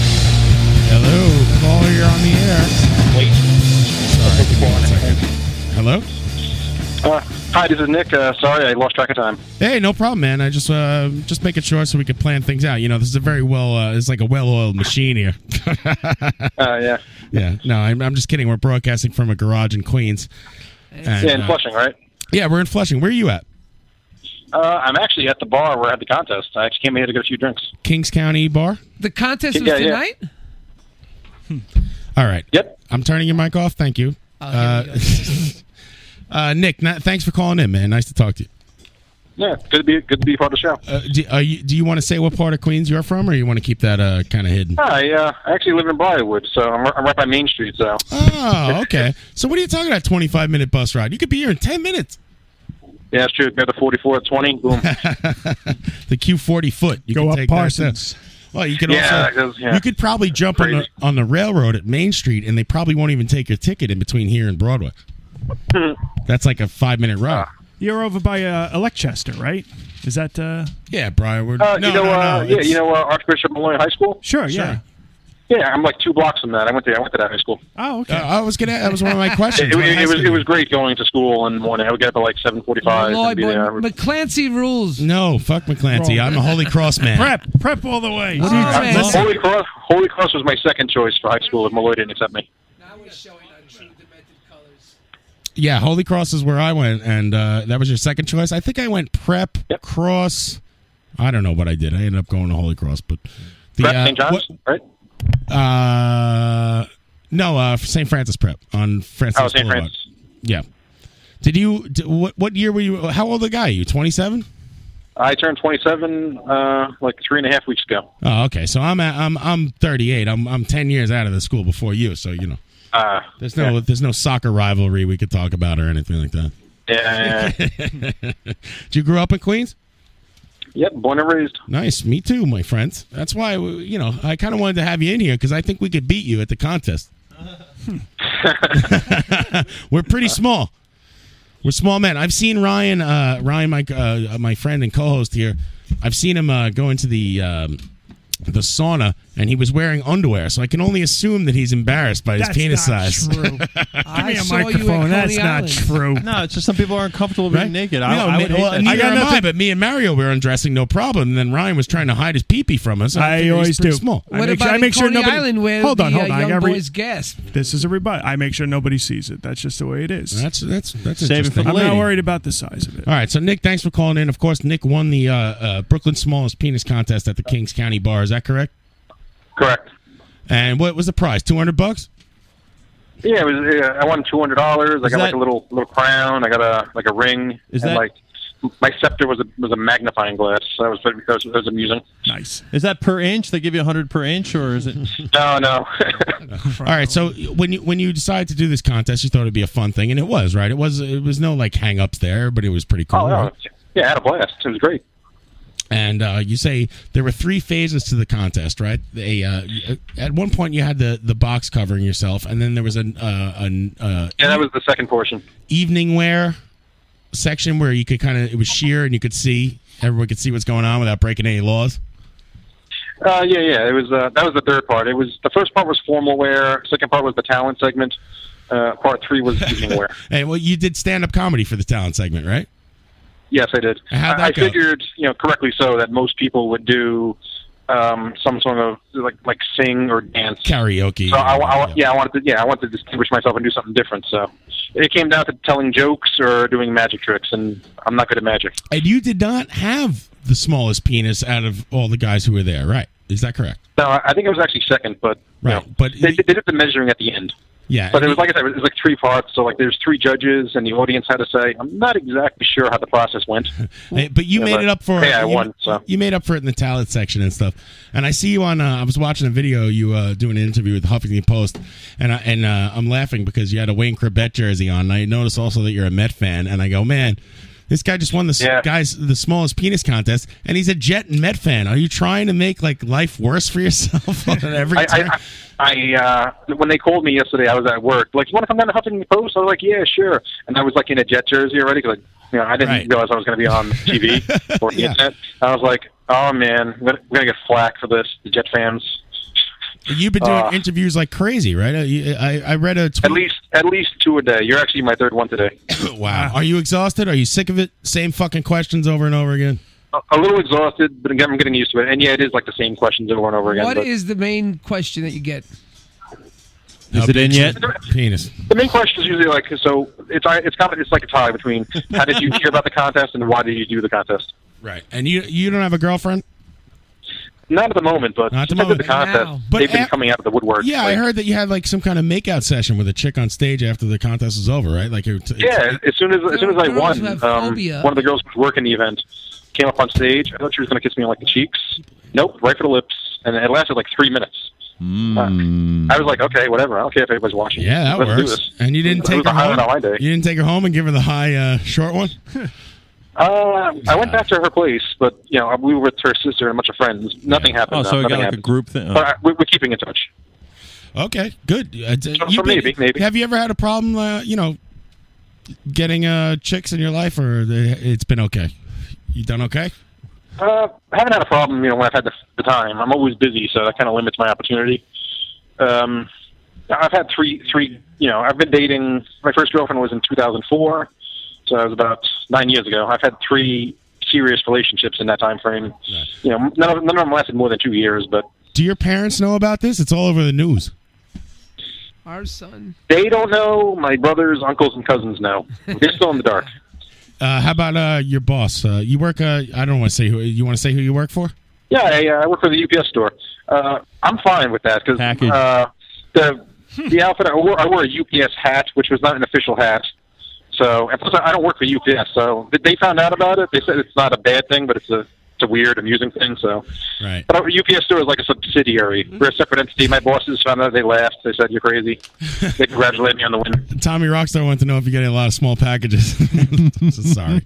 [SPEAKER 9] Hello, caller, you're on the air. Wait. Sorry, give me one second. Hello?
[SPEAKER 20] Uh, hi, this is Nick. Uh, sorry, I lost track of time.
[SPEAKER 9] Hey, no problem, man. I just uh, just making sure so we could plan things out. You know, this is a very well, uh, it's like a well-oiled machine here.
[SPEAKER 20] Uh, yeah.
[SPEAKER 9] yeah, no, I'm, I'm just kidding. We're broadcasting from a garage in Queens. And,
[SPEAKER 20] yeah, in
[SPEAKER 9] uh,
[SPEAKER 20] Flushing, right?
[SPEAKER 9] yeah, we're in Flushing. Where are you at?
[SPEAKER 20] Uh, I'm actually at the bar where I had the contest. I actually came here to get a few drinks.
[SPEAKER 9] Kings County Bar.
[SPEAKER 13] The contest was
[SPEAKER 20] Yeah, yeah.
[SPEAKER 13] tonight.
[SPEAKER 9] All right. Yep. I'm turning your mic off. Thank you. Uh, uh, Nick, na- thanks for calling in, man. Nice to talk to you.
[SPEAKER 20] Yeah, good to be good to be part of the show.
[SPEAKER 9] Uh, do, are you, do you want to say what part of Queens you're from, or you want to keep that uh, kind of hidden?
[SPEAKER 20] Hi, uh, I actually live in Briarwood, so I'm, r- I'm right by Main Street. So
[SPEAKER 9] Oh, okay. So what are you talking about? 25 minute bus ride. You could be here in 10 minutes.
[SPEAKER 20] yeah, that's true. Got the 44 at 20. Boom.
[SPEAKER 9] the Q40 foot. You
[SPEAKER 10] Go
[SPEAKER 9] can
[SPEAKER 10] up
[SPEAKER 9] take that,
[SPEAKER 10] Parsons.
[SPEAKER 9] too. Well, you could
[SPEAKER 20] Yeah,
[SPEAKER 9] also
[SPEAKER 20] that goes- yeah.
[SPEAKER 9] you could probably jump on the, on the railroad at Main Street, and they probably won't even take your ticket in between here and Broadway. That's like a five minute ride.
[SPEAKER 20] Ah.
[SPEAKER 10] You're over by uh, Electchester, right? Is that? Uh...
[SPEAKER 9] Yeah, Briarwood.
[SPEAKER 20] Uh, you know, uh, yeah, you know uh, Archbishop Maloney High School.
[SPEAKER 10] Sure, yeah.
[SPEAKER 20] Yeah, I'm like two blocks from that. I went to I went to that high school.
[SPEAKER 10] Oh, okay.
[SPEAKER 9] Uh, I was gonna. That was one of my questions.
[SPEAKER 20] It,
[SPEAKER 9] What
[SPEAKER 20] it-
[SPEAKER 9] high
[SPEAKER 20] it was
[SPEAKER 9] school?
[SPEAKER 20] it was great going to school in the morning. I would get up at like 7:45 and be there.
[SPEAKER 13] McClancy rules.
[SPEAKER 9] No, fuck McClancy. I'm a Holy Cross man.
[SPEAKER 10] Prep, prep all the way.
[SPEAKER 9] What do you
[SPEAKER 20] Uh, Holy Cross, Holy Cross was my second choice for high school if Malloy didn't accept me.
[SPEAKER 9] Yeah, Holy Cross is where I went, and uh, that was your second choice. I think I went prep cross. I don't know what I did. I ended up going to Holy Cross, but the
[SPEAKER 20] Prep
[SPEAKER 9] uh,
[SPEAKER 20] St. John's, right?
[SPEAKER 9] what- uh, no, uh, St. Francis Prep on Francis.
[SPEAKER 20] Oh, St.
[SPEAKER 9] Boulevard.
[SPEAKER 20] Francis.
[SPEAKER 9] Yeah. Did you? d what What year were you? How old a guy? Are you twenty seven?
[SPEAKER 20] I turned 27 uh, like three and a half weeks ago.
[SPEAKER 9] Oh, okay. So I'm at, I'm I'm thirty eight. I'm I'm ten years out of the school before you. So you know,
[SPEAKER 20] Uh,
[SPEAKER 9] there's no there's no soccer rivalry we could talk about or anything like that.
[SPEAKER 20] Yeah. yeah, yeah.
[SPEAKER 9] Did you grow up in Queens?
[SPEAKER 20] Yep, born and raised.
[SPEAKER 9] Nice. Me too, my friends. That's why, you know, I kind of wanted to have you in here because I think we could beat you at the contest. We're pretty small. We're small men. I've seen Ryan, uh, Ryan, my uh, my friend and co-host here. I've seen him uh, go into the um, the sauna, and he was wearing underwear. So I can only assume that he's embarrassed by his
[SPEAKER 10] That's
[SPEAKER 9] penis
[SPEAKER 10] not
[SPEAKER 9] size.
[SPEAKER 10] true. Give me a microphone. That's not true.
[SPEAKER 7] No, it's just some people are uncomfortable being naked. I,
[SPEAKER 9] No,
[SPEAKER 7] I
[SPEAKER 9] me-
[SPEAKER 7] would hate
[SPEAKER 9] well,
[SPEAKER 7] that.
[SPEAKER 9] neither am I, but me and Mario were undressing, no problem. And then Ryan was trying to hide his pee-pee from us. and
[SPEAKER 10] I
[SPEAKER 9] figured he's
[SPEAKER 10] always
[SPEAKER 9] pretty
[SPEAKER 10] do.
[SPEAKER 9] Small.
[SPEAKER 10] I What make sure- about I make sure
[SPEAKER 13] Coney
[SPEAKER 10] nobody-
[SPEAKER 13] Island where
[SPEAKER 10] Hold on,
[SPEAKER 13] the
[SPEAKER 10] hold
[SPEAKER 13] uh,
[SPEAKER 10] on, I
[SPEAKER 13] young
[SPEAKER 10] gotta re-
[SPEAKER 13] boys gasp.
[SPEAKER 10] This is a rebut. I make sure nobody sees it. That's just the way it is.
[SPEAKER 9] That's that's that's
[SPEAKER 10] Save it for
[SPEAKER 9] interesting.
[SPEAKER 10] the I'm not lady. worried about the size of it.
[SPEAKER 9] All right, so Nick, thanks for calling in. Of course, Nick won the uh, uh, Brooklyn Smallest Penis Contest at the Kings County Bar. Is that correct?
[SPEAKER 20] Correct.
[SPEAKER 9] And what was the prize? Two hundred bucks.
[SPEAKER 20] Yeah, it was. Uh, I won two hundred dollars. I
[SPEAKER 9] Is
[SPEAKER 20] got like
[SPEAKER 9] that-
[SPEAKER 20] a little little crown. I got a like a ring.
[SPEAKER 7] Is
[SPEAKER 20] and
[SPEAKER 7] that-
[SPEAKER 20] like my scepter was a was a magnifying glass. So that was pretty- that was, that was amusing.
[SPEAKER 10] Nice.
[SPEAKER 7] Is that per inch? They give you 100 per inch, or is it?
[SPEAKER 20] No, no.
[SPEAKER 9] All right, so when you when you decided to do this contest, you thought it'd be a fun thing, and it was right. It was it was no like hang-ups there, but it was pretty cool.
[SPEAKER 20] oh no.
[SPEAKER 9] right?
[SPEAKER 20] Yeah, I had a blast. It was great.
[SPEAKER 9] And uh, you say there were three phases to the contest, right? They uh, at one point you had the the box covering yourself, and then there was an uh, an uh,
[SPEAKER 20] Yeah, that was the second portion.
[SPEAKER 9] evening wear section where you could kind of it was sheer and you could see everyone could see what's going on without breaking any laws.
[SPEAKER 20] Uh, yeah, yeah. It was uh, that was the third part. It was the first part was formal wear. Second part was the talent segment. Uh, part three was evening wear.
[SPEAKER 9] And well, you did stand up comedy for the talent segment, right?
[SPEAKER 20] Yes, I did.
[SPEAKER 9] How'd
[SPEAKER 20] I, I
[SPEAKER 9] that go?
[SPEAKER 20] figured, you know, correctly so that most people would do um, some sort of like like sing or dance
[SPEAKER 9] Karaoke.
[SPEAKER 20] So I, I- yeah, I wanted to yeah I wanted to distinguish myself and do something different. So it came down to telling jokes or doing magic tricks, and I'm not good at magic.
[SPEAKER 9] And you did not have the smallest penis out of all the guys who were there, right? Is that correct?
[SPEAKER 20] No, I I think it was actually second, but
[SPEAKER 9] Right. But
[SPEAKER 20] they, they did the measuring at the end.
[SPEAKER 9] yeah,
[SPEAKER 20] But it was like I said, it was like three parts. So like there's three judges, and the audience had to say. I'm not exactly sure how the process went.
[SPEAKER 9] Hey, but you
[SPEAKER 20] Yeah,
[SPEAKER 9] made
[SPEAKER 20] but-
[SPEAKER 9] it up for
[SPEAKER 20] yeah, I
[SPEAKER 9] you,
[SPEAKER 20] won, so.
[SPEAKER 9] you made up for it in the talent section and stuff. And I see you on. Uh, I was watching a video you uh, doing an interview with the Huffington Post, and I, and uh, I'm laughing because you had a Wayne Corbett jersey on. And I noticed also that you're a Met fan, and I go, man, this guy just won the s guys the smallest penis contest, and he's a Jet and Met fan. Are you trying to make like life worse for yourself on every
[SPEAKER 20] I,
[SPEAKER 9] turn?
[SPEAKER 20] I, I, uh, when they called me yesterday, I was at work. Like, you want to come down to Huffington Post? I was like, yeah, sure. And I was like in a jet jersey already because, you know, I didn't realize I was going to be on TV or the internet. I was like, oh man, I'm going to get flack for this. The Jet fans.
[SPEAKER 9] You've been doing
[SPEAKER 20] Uh,
[SPEAKER 9] interviews like crazy, right? Uh, you- I I read a tweet.
[SPEAKER 20] At least, at least two a day. You're actually my third one today.
[SPEAKER 9] wow, are you exhausted? Are you sick of it? Same fucking questions over and over again.
[SPEAKER 20] A, a little exhausted, but again, I'm getting used to it. And yeah, it is like the same questions over and over again.
[SPEAKER 13] What
[SPEAKER 20] but
[SPEAKER 13] is the main question that you get?
[SPEAKER 9] Is it in yet? Penis.
[SPEAKER 20] the main question is usually like, so it's it's kind of it's like a tie between how did you hear about the contest and why did you do the contest?
[SPEAKER 9] Right. And you you don't have a girlfriend?
[SPEAKER 20] Not at the moment, but
[SPEAKER 9] Not at the
[SPEAKER 20] since I did the
[SPEAKER 9] moment.
[SPEAKER 20] contest,
[SPEAKER 9] But
[SPEAKER 20] they've been
[SPEAKER 9] a-
[SPEAKER 20] coming out of the woodwork.
[SPEAKER 9] Yeah, I
[SPEAKER 20] Like,
[SPEAKER 9] heard that you had like some kind of makeout session with a chick on stage after the contest was over, right? Like, it,
[SPEAKER 20] Yeah, as soon as as soon as I
[SPEAKER 9] Girls
[SPEAKER 20] won,
[SPEAKER 9] who have
[SPEAKER 20] um,
[SPEAKER 9] phobia.
[SPEAKER 20] one of the girls who was working the event came up on stage. I thought she was going to kiss me on like the cheeks. Nope, right for the lips, and it lasted like three minutes. Uh, I was like, okay, whatever. I don't care if anybody's watching.
[SPEAKER 9] Hmm. yeah, that
[SPEAKER 20] Let's do
[SPEAKER 9] works.
[SPEAKER 20] this.
[SPEAKER 9] And you didn't
[SPEAKER 20] It was
[SPEAKER 9] take her
[SPEAKER 20] the highlight
[SPEAKER 9] home.
[SPEAKER 20] of my day.
[SPEAKER 9] You didn't take her home and give her the high uh, short one.
[SPEAKER 20] Uh, I went back to her place, but you know we were with her sister and a bunch of friends. Nothing happened.
[SPEAKER 7] Oh, so
[SPEAKER 20] though.
[SPEAKER 7] we got
[SPEAKER 20] Nothing
[SPEAKER 7] like a
[SPEAKER 20] happened.
[SPEAKER 7] group thing.
[SPEAKER 20] But I, we- we're keeping in touch.
[SPEAKER 9] Okay, good. Uh, d-
[SPEAKER 20] So-
[SPEAKER 9] you've
[SPEAKER 20] so
[SPEAKER 9] been-
[SPEAKER 20] maybe, maybe.
[SPEAKER 9] Have you ever had a problem? Uh, you know, getting uh, chicks in your life, or the, it's been okay? You done okay?
[SPEAKER 20] Uh, I haven't had a problem, you know, when I've had the, the time. I'm always busy, so that kind of limits my opportunity. Um, I've had three, three, you know, I've been dating. My first girlfriend was in 2004, so that was about nine years ago. I've had three serious relationships in that time frame. You know, none of, none of them lasted more than two years, but
[SPEAKER 9] Do your parents know about this? It's all over the news.
[SPEAKER 13] Our son.
[SPEAKER 20] they don't know. My brothers, uncles, and cousins know. They're still in the dark.
[SPEAKER 9] Uh, how about uh, your boss? Uh, you work. Uh, I don't want to say who. You want to say who you work for?
[SPEAKER 20] Yeah, I, uh, I work for the UPS store. Uh, I'm fine with that because uh, the the outfit I wore, I wore a UPS hat, which was not an official hat. So, and plus, I I don't work for UPS, so th- they found out about it. They said it's not a bad thing, but it's a it's a weird, amusing thing. So,
[SPEAKER 9] right.
[SPEAKER 20] But our UPS store is like a subsidiary. We're a separate entity. My bosses found out. They laughed. They said, "You're crazy." They congratulated me on the win.
[SPEAKER 9] Tommy Rockstar wants to know if you get a lot of small packages. so sorry.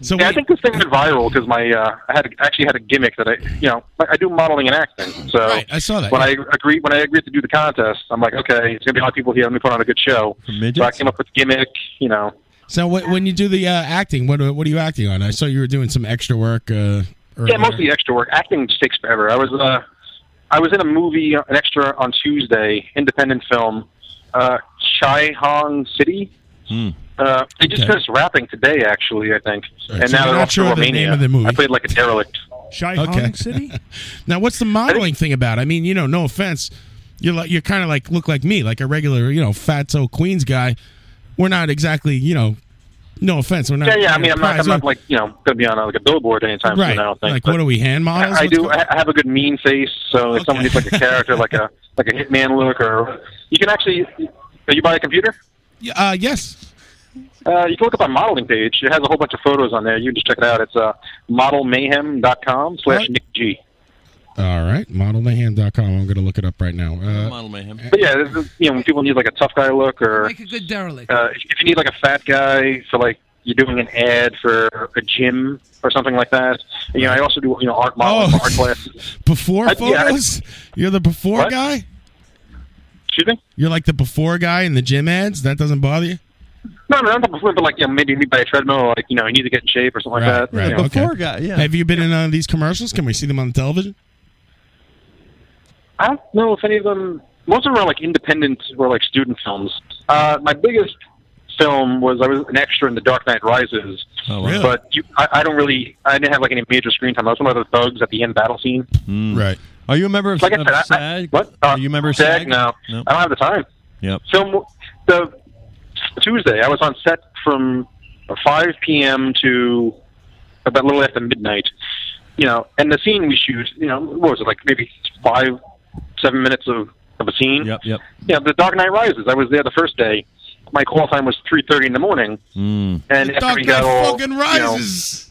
[SPEAKER 9] So
[SPEAKER 20] yeah, I think this thing went viral because my uh, I had actually had a gimmick that I you know I, I do modeling and acting. So
[SPEAKER 9] I saw that,
[SPEAKER 20] when
[SPEAKER 9] yeah.
[SPEAKER 20] I agreed when I agreed to do the contest, I'm like, okay, it's gonna be a lot of people here. Let me put on a good show. So I
[SPEAKER 9] midgets?
[SPEAKER 20] came up with gimmick. You know,
[SPEAKER 9] So wh- when you do the uh, acting, what what are you acting on? I saw you were doing some extra work. Uh, earlier.
[SPEAKER 20] yeah, mostly extra work. Acting just takes forever. I was uh, I was in a movie, uh, an extra on Tuesday, independent film, uh, Chai Hong City. Uh, they just
[SPEAKER 9] Hmm. Okay.
[SPEAKER 20] finished wrapping today, actually. I think, and
[SPEAKER 9] so
[SPEAKER 20] now
[SPEAKER 9] you're
[SPEAKER 20] they're
[SPEAKER 9] not
[SPEAKER 20] off
[SPEAKER 9] sure
[SPEAKER 20] to
[SPEAKER 9] of the name
[SPEAKER 20] Romania.
[SPEAKER 9] of the movie.
[SPEAKER 20] I played like a derelict.
[SPEAKER 10] Shy
[SPEAKER 9] Okay.
[SPEAKER 10] Hong City?
[SPEAKER 9] Now, what's the modeling thing about? I mean, you know, no offense, you're like, you're kind of like look like me, like a regular, you know, fatso Queens guy. We're not exactly, you know, no offense, we're not.
[SPEAKER 20] yeah, yeah. I mean, I'm not, I'm
[SPEAKER 9] prize-
[SPEAKER 20] not like you know going to be on uh, like a billboard anytime
[SPEAKER 9] right.
[SPEAKER 20] soon. I don't think.
[SPEAKER 9] like,
[SPEAKER 20] but
[SPEAKER 9] what are we hand models?
[SPEAKER 20] I, I
[SPEAKER 9] What's
[SPEAKER 20] do. I I have a good mean face, so if somebody's like a character, like a like a hitman look, or you can actually. Are you by a computer?
[SPEAKER 9] go- Uh, yes.
[SPEAKER 20] Uh, you can look up our modeling page. It has a whole bunch of photos on there. You can just check it out. It's uh, modelmayhem.com slash Nick G.
[SPEAKER 9] All right, modelmayhem.com. I'm going to look it up right now. Uh,
[SPEAKER 7] Model mayhem.
[SPEAKER 20] But yeah, this is, you know, when people need like a tough guy look, or
[SPEAKER 13] Make a good derelict.
[SPEAKER 20] uh, if if you need like a fat guy for like you're doing an ad for a gym or something like that. You know, I also do you know art modeling,
[SPEAKER 9] Oh.
[SPEAKER 20] for art classes.
[SPEAKER 9] before
[SPEAKER 20] I- yeah, I-
[SPEAKER 9] photos, you're the before
[SPEAKER 20] What?
[SPEAKER 9] guy.
[SPEAKER 20] Excuse me.
[SPEAKER 9] You're like the before guy in the gym ads. That doesn't bother you.
[SPEAKER 20] No, no, not before, but like you know, maybe you need by a treadmill, or, like you know, you need to get in shape or something like that. you know.
[SPEAKER 9] guy. Yeah. Have you been in none of these commercials? Can we see them on television?
[SPEAKER 20] I don't know if any of them. Most of them are like independent or like student films. Uh, my biggest film was I was an extra in The Dark Knight Rises.
[SPEAKER 7] Oh, wow.
[SPEAKER 20] But you, I, I don't really. I didn't have like any major screen time. I was one of the thugs at the end battle scene.
[SPEAKER 7] Mm.
[SPEAKER 9] Right.
[SPEAKER 7] Are you a member of,
[SPEAKER 20] Like I
[SPEAKER 7] of
[SPEAKER 20] said, I- I-
[SPEAKER 7] SAG?
[SPEAKER 20] what?
[SPEAKER 7] Are you a member of SAG?
[SPEAKER 20] SAG? No,
[SPEAKER 7] Nope.
[SPEAKER 20] I don't have the time.
[SPEAKER 7] Yep.
[SPEAKER 20] Film the Tuesday. I was on set from 5 p.m. to about a little after midnight. You know, and the scene we shoot. You know, what was it like? Maybe five, seven minutes of of a scene.
[SPEAKER 7] Yep. Yep.
[SPEAKER 20] Yeah, The Dark Knight Rises. I was there the first day. My call time was 3:30 in the morning,
[SPEAKER 7] Mm.
[SPEAKER 20] and after we got all you know,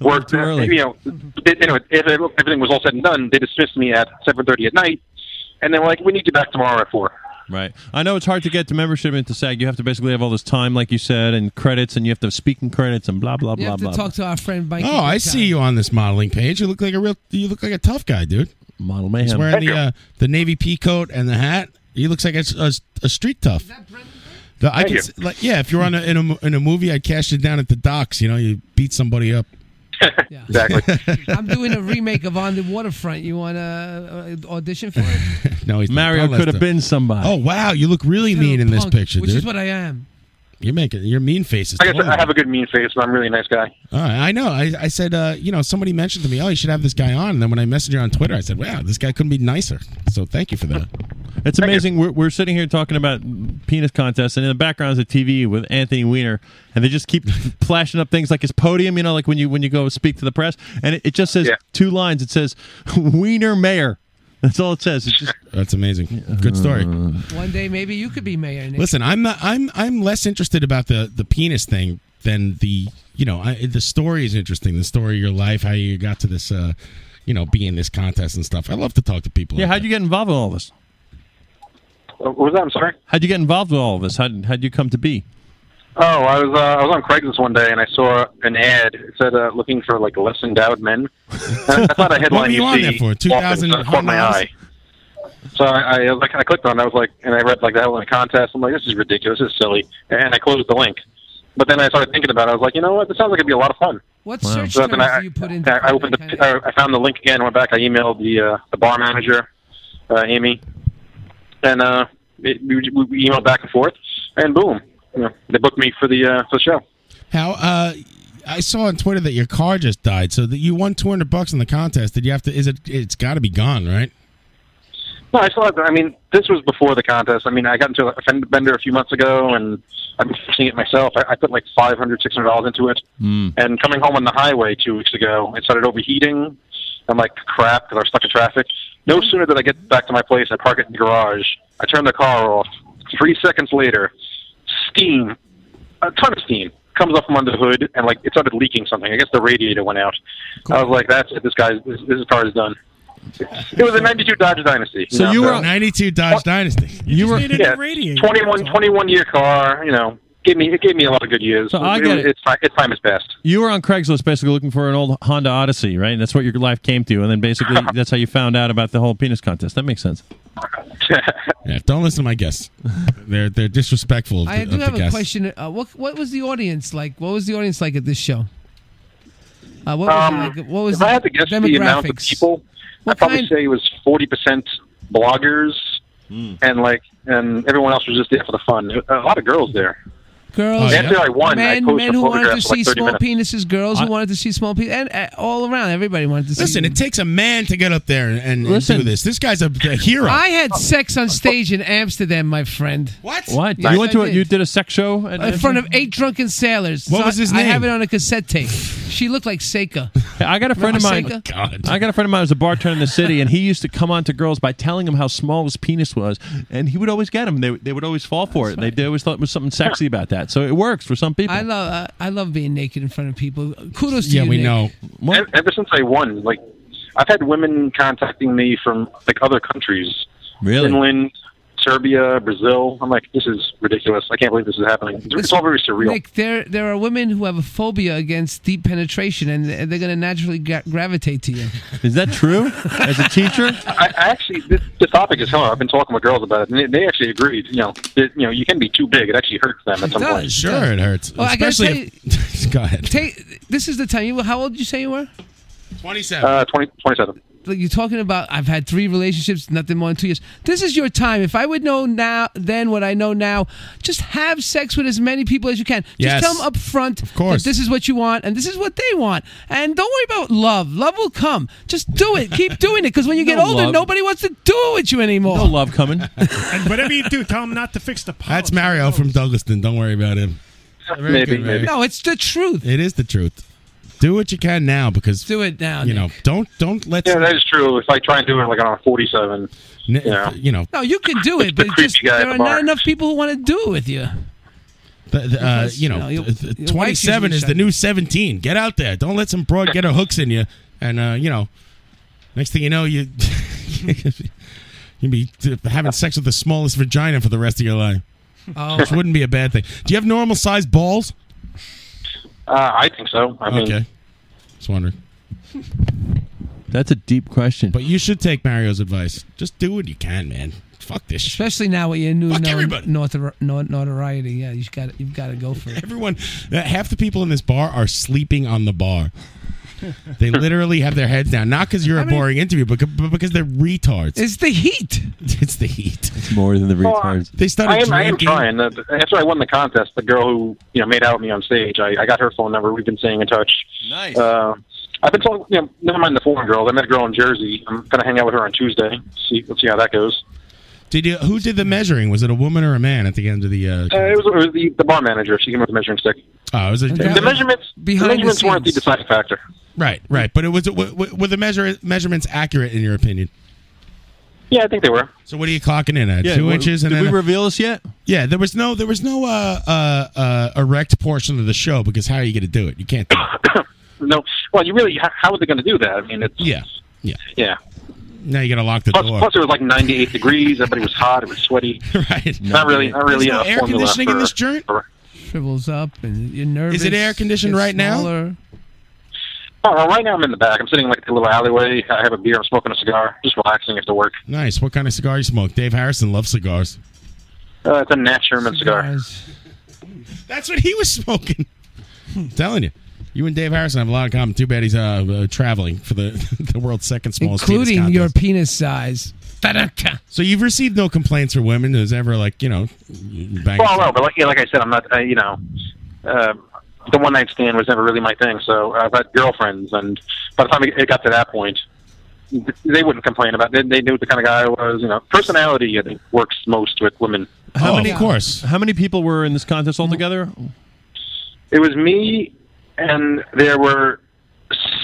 [SPEAKER 20] worked,
[SPEAKER 7] too early.
[SPEAKER 20] you know, it, anyway, if it- everything was all said and done, they dismissed me at 7:30 at night, and they were like, "We need you back tomorrow at 4.
[SPEAKER 7] Right. I know it's hard to get to membership into SAG. You have to basically have all this time, like you said, and credits, and you have to have speaking credits and blah blah
[SPEAKER 13] you
[SPEAKER 7] blah
[SPEAKER 13] have to
[SPEAKER 7] blah.
[SPEAKER 13] talk to our friend Mike.
[SPEAKER 9] Oh, I see you on this modeling page. You look like a real. You look like a tough guy, dude.
[SPEAKER 7] Model
[SPEAKER 9] He's
[SPEAKER 7] mayhem.
[SPEAKER 9] wearing the uh, the navy pea coat and the hat. He looks like a, a, a street tough. The- I
[SPEAKER 20] Thank
[SPEAKER 9] can,
[SPEAKER 20] you.
[SPEAKER 9] s- like, yeah, if you're on a, in a in a movie, I'd cash it down at the docks. You know, you beat somebody up.
[SPEAKER 20] Exactly.
[SPEAKER 13] I'm doing a remake of On the Waterfront. You want to uh, audition for it?
[SPEAKER 9] no, he's not.
[SPEAKER 7] Mario
[SPEAKER 9] Don't let
[SPEAKER 7] could have
[SPEAKER 9] them-
[SPEAKER 7] been somebody.
[SPEAKER 9] Oh wow, you look really mean in this
[SPEAKER 13] Punk,
[SPEAKER 9] picture,
[SPEAKER 13] which
[SPEAKER 9] dude.
[SPEAKER 13] is what I am.
[SPEAKER 9] you're making your mean faces.
[SPEAKER 20] I guess
[SPEAKER 9] totally.
[SPEAKER 20] I have a good mean face, but I'm a really nice guy.
[SPEAKER 9] All right, I know. I, I said, uh, you know, somebody mentioned to me, oh, you should have this guy on. And then when I messaged her on Twitter, I said, wow, this guy couldn't be nicer. So thank you for that.
[SPEAKER 7] It's amazing. We're, we're sitting here talking about penis contests, and in the background is a TV with Anthony Weiner, and they just keep flashing up things like his podium. You know, like when you when you go speak to the press, and it, it just says two lines. It says Weiner Mayor. That's all it says. It's just
[SPEAKER 9] That's amazing. Good story.
[SPEAKER 13] One day, maybe you could be mayor. Nick.
[SPEAKER 9] Listen, I'm not, I'm I'm less interested about the the penis thing than the you know I, the story is interesting. The story of your life, how you got to this, uh, you know, be in this contest and stuff. I love to talk to people.
[SPEAKER 7] yeah. How'd you get involved with all this?
[SPEAKER 20] What was that? I'm sorry.
[SPEAKER 7] How'd you get involved with all of this? How would how'd you come to be?
[SPEAKER 20] Oh, I was uh, I was on Craigslist one day and I saw an ad. It said uh, looking for like less endowed men. And I thought a
[SPEAKER 9] What were
[SPEAKER 20] headline
[SPEAKER 9] you
[SPEAKER 20] you
[SPEAKER 9] on
[SPEAKER 20] see
[SPEAKER 9] there for?
[SPEAKER 20] often,
[SPEAKER 9] 2,000
[SPEAKER 20] so it caught my
[SPEAKER 9] homeowners?
[SPEAKER 20] eye. So I, I like I clicked on. it. I was like, and I read like the hell in a contest. I'm like, this is ridiculous. This is silly. And I closed the link. But then I started thinking about it. I was like, you know what? This sounds like it'd be a lot of fun.
[SPEAKER 13] What
[SPEAKER 20] So
[SPEAKER 13] search
[SPEAKER 20] then
[SPEAKER 13] terms
[SPEAKER 20] I-
[SPEAKER 13] do you put in?
[SPEAKER 20] I, I opened the. I, I found the link again. Went back. I emailed the uh, the bar manager, uh, Amy, and uh, it, we, we emailed back and forth, and boom, you know, they booked me for the uh, for the show.
[SPEAKER 9] How uh, I saw on Twitter that your car just died. So that you won two hundred bucks in the contest. Did you have to? Is it? It's got to be gone, right?
[SPEAKER 20] No, I still have. I mean, this was before the contest. I mean, I got into a fender bender a few months ago, and I've been fixing it myself. I, I put like five hundred, six hundred dollars into it. And coming home on the highway two weeks ago, it started overheating. I'm like, crap, because I was stuck in traffic. No
[SPEAKER 7] Mm-hmm.
[SPEAKER 20] sooner did I get back to my place, I park it in the garage. I turn the car off. Three seconds later, steam, a ton of steam comes up from under the hood and like it started leaking something. I guess the radiator went out. I was like, that's it. This guy's this, this car is done. It was a '92 Dodge Dynasty.
[SPEAKER 9] So
[SPEAKER 20] know,
[SPEAKER 9] you were a 92 Dodge Dynasty. You, were
[SPEAKER 20] yeah, 21, 21 year car. You know, gave me it gave me a lot of good years.
[SPEAKER 7] So I
[SPEAKER 20] It
[SPEAKER 7] get
[SPEAKER 20] was-
[SPEAKER 7] it.
[SPEAKER 20] It's time. It's time is past.
[SPEAKER 7] You were on Craigslist basically looking for an old Honda Odyssey, right? And that's what your life came to. And then basically that's how you found out about the whole penis contest. That makes sense.
[SPEAKER 9] Yeah, don't listen to my guests. They're they're disrespectful. Of the,
[SPEAKER 13] I
[SPEAKER 9] of
[SPEAKER 13] do
[SPEAKER 9] the
[SPEAKER 13] have a
[SPEAKER 9] guests.
[SPEAKER 13] question. Uh, what what was the audience like? What was the audience like at this show? Uh, what was
[SPEAKER 20] Um,
[SPEAKER 13] like, what was
[SPEAKER 20] if
[SPEAKER 13] the
[SPEAKER 20] I had to guess the amount of
[SPEAKER 13] demographics?
[SPEAKER 20] people, I'd probably say it was forty percent bloggers, and like, and everyone else was just there for the fun. A lot of girls there.
[SPEAKER 13] Girls,
[SPEAKER 20] After I won, I
[SPEAKER 13] men,
[SPEAKER 20] posted
[SPEAKER 13] men who wanted to
[SPEAKER 20] photographs for
[SPEAKER 13] see
[SPEAKER 20] like thirty
[SPEAKER 13] small
[SPEAKER 20] minutes.
[SPEAKER 13] penises, girls who wanted to see small penises, and uh, all around, everybody wanted to see.
[SPEAKER 9] Listen, it takes a man to get up there and, and do this. This guy's a, a hero.
[SPEAKER 13] I had sex on stage in Amsterdam, my friend.
[SPEAKER 9] What?
[SPEAKER 7] What?
[SPEAKER 13] Yes,
[SPEAKER 7] you went
[SPEAKER 13] I
[SPEAKER 7] to a,
[SPEAKER 13] did.
[SPEAKER 7] you did a sex show at,
[SPEAKER 13] in front of eight drunken sailors.
[SPEAKER 7] What
[SPEAKER 13] So
[SPEAKER 7] was his
[SPEAKER 13] I- I
[SPEAKER 7] name?
[SPEAKER 13] have it on a cassette tape. She looked like Seika.
[SPEAKER 7] I got a friend of mine.
[SPEAKER 13] Remember Seika?
[SPEAKER 7] I got a friend of mine who's a bartender in the city, and he used to come on to girls by telling them how small his penis was, and he would always get them. They, they would always fall for it. They, they always thought it was something sexy about that. So it works for some people.
[SPEAKER 13] I love uh, I love being naked in front of people. Kudos to you. Nick.
[SPEAKER 20] Ev- E-, Ever since I won, like, I've had women contacting me from like other countries,
[SPEAKER 7] Really?
[SPEAKER 20] Finland, Serbia, Brazil. I'm like, this is ridiculous. I can't believe this is happening. It's, it's all very surreal.
[SPEAKER 13] Nick, there there are women who have a phobia against deep penetration, and they're going to naturally gra- gravitate to you.
[SPEAKER 7] Is that true? As a teacher,
[SPEAKER 20] I, I actually this, this topic is hell. I've been talking with girls about it, and they, they actually agreed. You know, that, you know, you can be too big; it actually hurts them at some point.
[SPEAKER 9] Sure, it hurts.
[SPEAKER 13] Well, I gotta
[SPEAKER 9] Especially. if- go ahead.
[SPEAKER 13] Take this is the time. You how old did you say you were?
[SPEAKER 9] Twenty-seven.
[SPEAKER 20] Uh, 20, 27.
[SPEAKER 13] Like you're talking about. I've had three relationships, nothing more than two years. This is your time. If I would know now, then what I know now, just have sex with as many people as you can. Just
[SPEAKER 9] Yes.
[SPEAKER 13] tell them up front of
[SPEAKER 9] course.
[SPEAKER 13] that this is what you want and this is what they want. And don't worry about love. Love will come. Just do it. Keep doing it because when you get
[SPEAKER 7] No
[SPEAKER 13] older,
[SPEAKER 7] love.
[SPEAKER 13] nobody wants to do it with you anymore.
[SPEAKER 7] no love coming.
[SPEAKER 10] And whatever you do, tell him not to fix the pot.
[SPEAKER 9] That's Mario from Douglaston. Don't worry about him. Very good, Mario.
[SPEAKER 13] No, it's the truth.
[SPEAKER 9] It is the truth. Do what you can now because
[SPEAKER 13] do it now.
[SPEAKER 9] You know, don't don't let
[SPEAKER 20] Yeah, that is true. If I try and do it like on a forty-seven,
[SPEAKER 9] you
[SPEAKER 20] know,
[SPEAKER 9] you know
[SPEAKER 13] No, you can do it, but it's just
[SPEAKER 20] guy at
[SPEAKER 13] there
[SPEAKER 20] the
[SPEAKER 13] are
[SPEAKER 20] bar.
[SPEAKER 13] not enough people who want to do it with you.
[SPEAKER 9] The, the, uh, you know,
[SPEAKER 13] you know,
[SPEAKER 9] th- th-
[SPEAKER 13] your- your wife
[SPEAKER 9] 27
[SPEAKER 13] usually
[SPEAKER 9] is the
[SPEAKER 13] shut
[SPEAKER 9] new 17. Get out there. Don't let some broad get her hooks in you. And, uh, you know, next thing you know, you, you'll be t- having sex with the smallest vagina for the rest of your life.
[SPEAKER 13] Oh.
[SPEAKER 9] Which wouldn't be a bad thing. Do you have normal sized balls?
[SPEAKER 20] uh, I think so. I mean,
[SPEAKER 9] Okay. Just wondering.
[SPEAKER 7] That's a deep question.
[SPEAKER 9] But you should take Mario's advice. Just do what you can, man. Fuck this shit.
[SPEAKER 13] Especially now with your new
[SPEAKER 9] everybody.
[SPEAKER 13] known notor- no- notoriety, yeah, you got you've got to go for it.
[SPEAKER 9] Everyone, uh, half the people in this bar are sleeping on the bar. They literally have their heads down, not because you're a boring interview, but, c- but because they're retards.
[SPEAKER 13] It's the heat.
[SPEAKER 9] It's the heat.
[SPEAKER 7] It's more than the retards.
[SPEAKER 9] They started
[SPEAKER 20] I am, I am
[SPEAKER 9] drinking.
[SPEAKER 20] trying. Uh, After I won the contest, the girl who you know made out with me on stage, I, I got her phone number. We've been staying in touch.
[SPEAKER 7] Nice.
[SPEAKER 20] Uh, I've been talking. You know, never mind the foreign girl. I met a girl in Jersey. I'm gonna hang out with her on Tuesday. See, let's see how that goes.
[SPEAKER 9] Did you? Who did the measuring? Was it a woman or a man at the end of the? Uh,
[SPEAKER 20] Uh, it was, it was the, the bar manager. She came with the measuring stick.
[SPEAKER 9] oh, it was a,
[SPEAKER 20] The measurements, the
[SPEAKER 9] Behind the
[SPEAKER 20] measurements weren't the
[SPEAKER 9] scenes.
[SPEAKER 20] deciding factor.
[SPEAKER 9] right, right. But it was. W- w- were the measure measurements accurate in your opinion?
[SPEAKER 20] Yeah, I think they were.
[SPEAKER 9] So what are you clocking in at?
[SPEAKER 7] Yeah,
[SPEAKER 9] Two
[SPEAKER 7] wh-
[SPEAKER 9] inches? And
[SPEAKER 7] did
[SPEAKER 9] then
[SPEAKER 7] we reveal this yet?
[SPEAKER 9] yeah, there was no there was no uh, uh, uh, erect portion of the show because how are you going to do it? You can't. Do it.
[SPEAKER 20] No, well, you really. How, how are they going to do that? I mean, it's
[SPEAKER 9] Yeah, yeah.
[SPEAKER 20] yeah.
[SPEAKER 9] Now you got to lock the
[SPEAKER 20] Plus,
[SPEAKER 9] door.
[SPEAKER 20] plus, it was like 98 degrees. Everybody was hot. It was sweaty.
[SPEAKER 9] right.
[SPEAKER 20] Not really. Not really.
[SPEAKER 9] There's no
[SPEAKER 20] a
[SPEAKER 9] air
[SPEAKER 20] formula
[SPEAKER 9] conditioning in
[SPEAKER 20] for-
[SPEAKER 9] this joint?
[SPEAKER 20] for-
[SPEAKER 13] Shrivels up and you're nervous.
[SPEAKER 9] Is it air conditioned right now?
[SPEAKER 20] Oh, well, right now I'm in the back. I'm sitting in like a little alleyway. I have a beer. I'm smoking a cigar. Just relaxing after work.
[SPEAKER 9] nice. What kind of cigar you smoke? Dave Harrison loves cigars.
[SPEAKER 20] Uh, it's a Nat Sherman cigar.
[SPEAKER 9] That's what he was smoking. I'm telling you. You and Dave Harrison have a lot in common. Too bad he's uh, uh, traveling for the, the world's second smallest penis
[SPEAKER 13] Including
[SPEAKER 9] contest.
[SPEAKER 13] your penis size. Ta-da-ta.
[SPEAKER 9] So you've received no complaints from women who's ever like you know, bang.
[SPEAKER 20] Well, no, but like, yeah, like I said, I'm not. Uh, you know, uh, the one night stand was never really my thing. So I've had girlfriends, and by the time it got to that point, th- they wouldn't complain about. It. They, they knew the kind of guy I was. You know, personality I think works most with women.
[SPEAKER 7] How
[SPEAKER 9] many, Oh, of course.
[SPEAKER 7] How many people were in this contest altogether?
[SPEAKER 20] It was me, and there were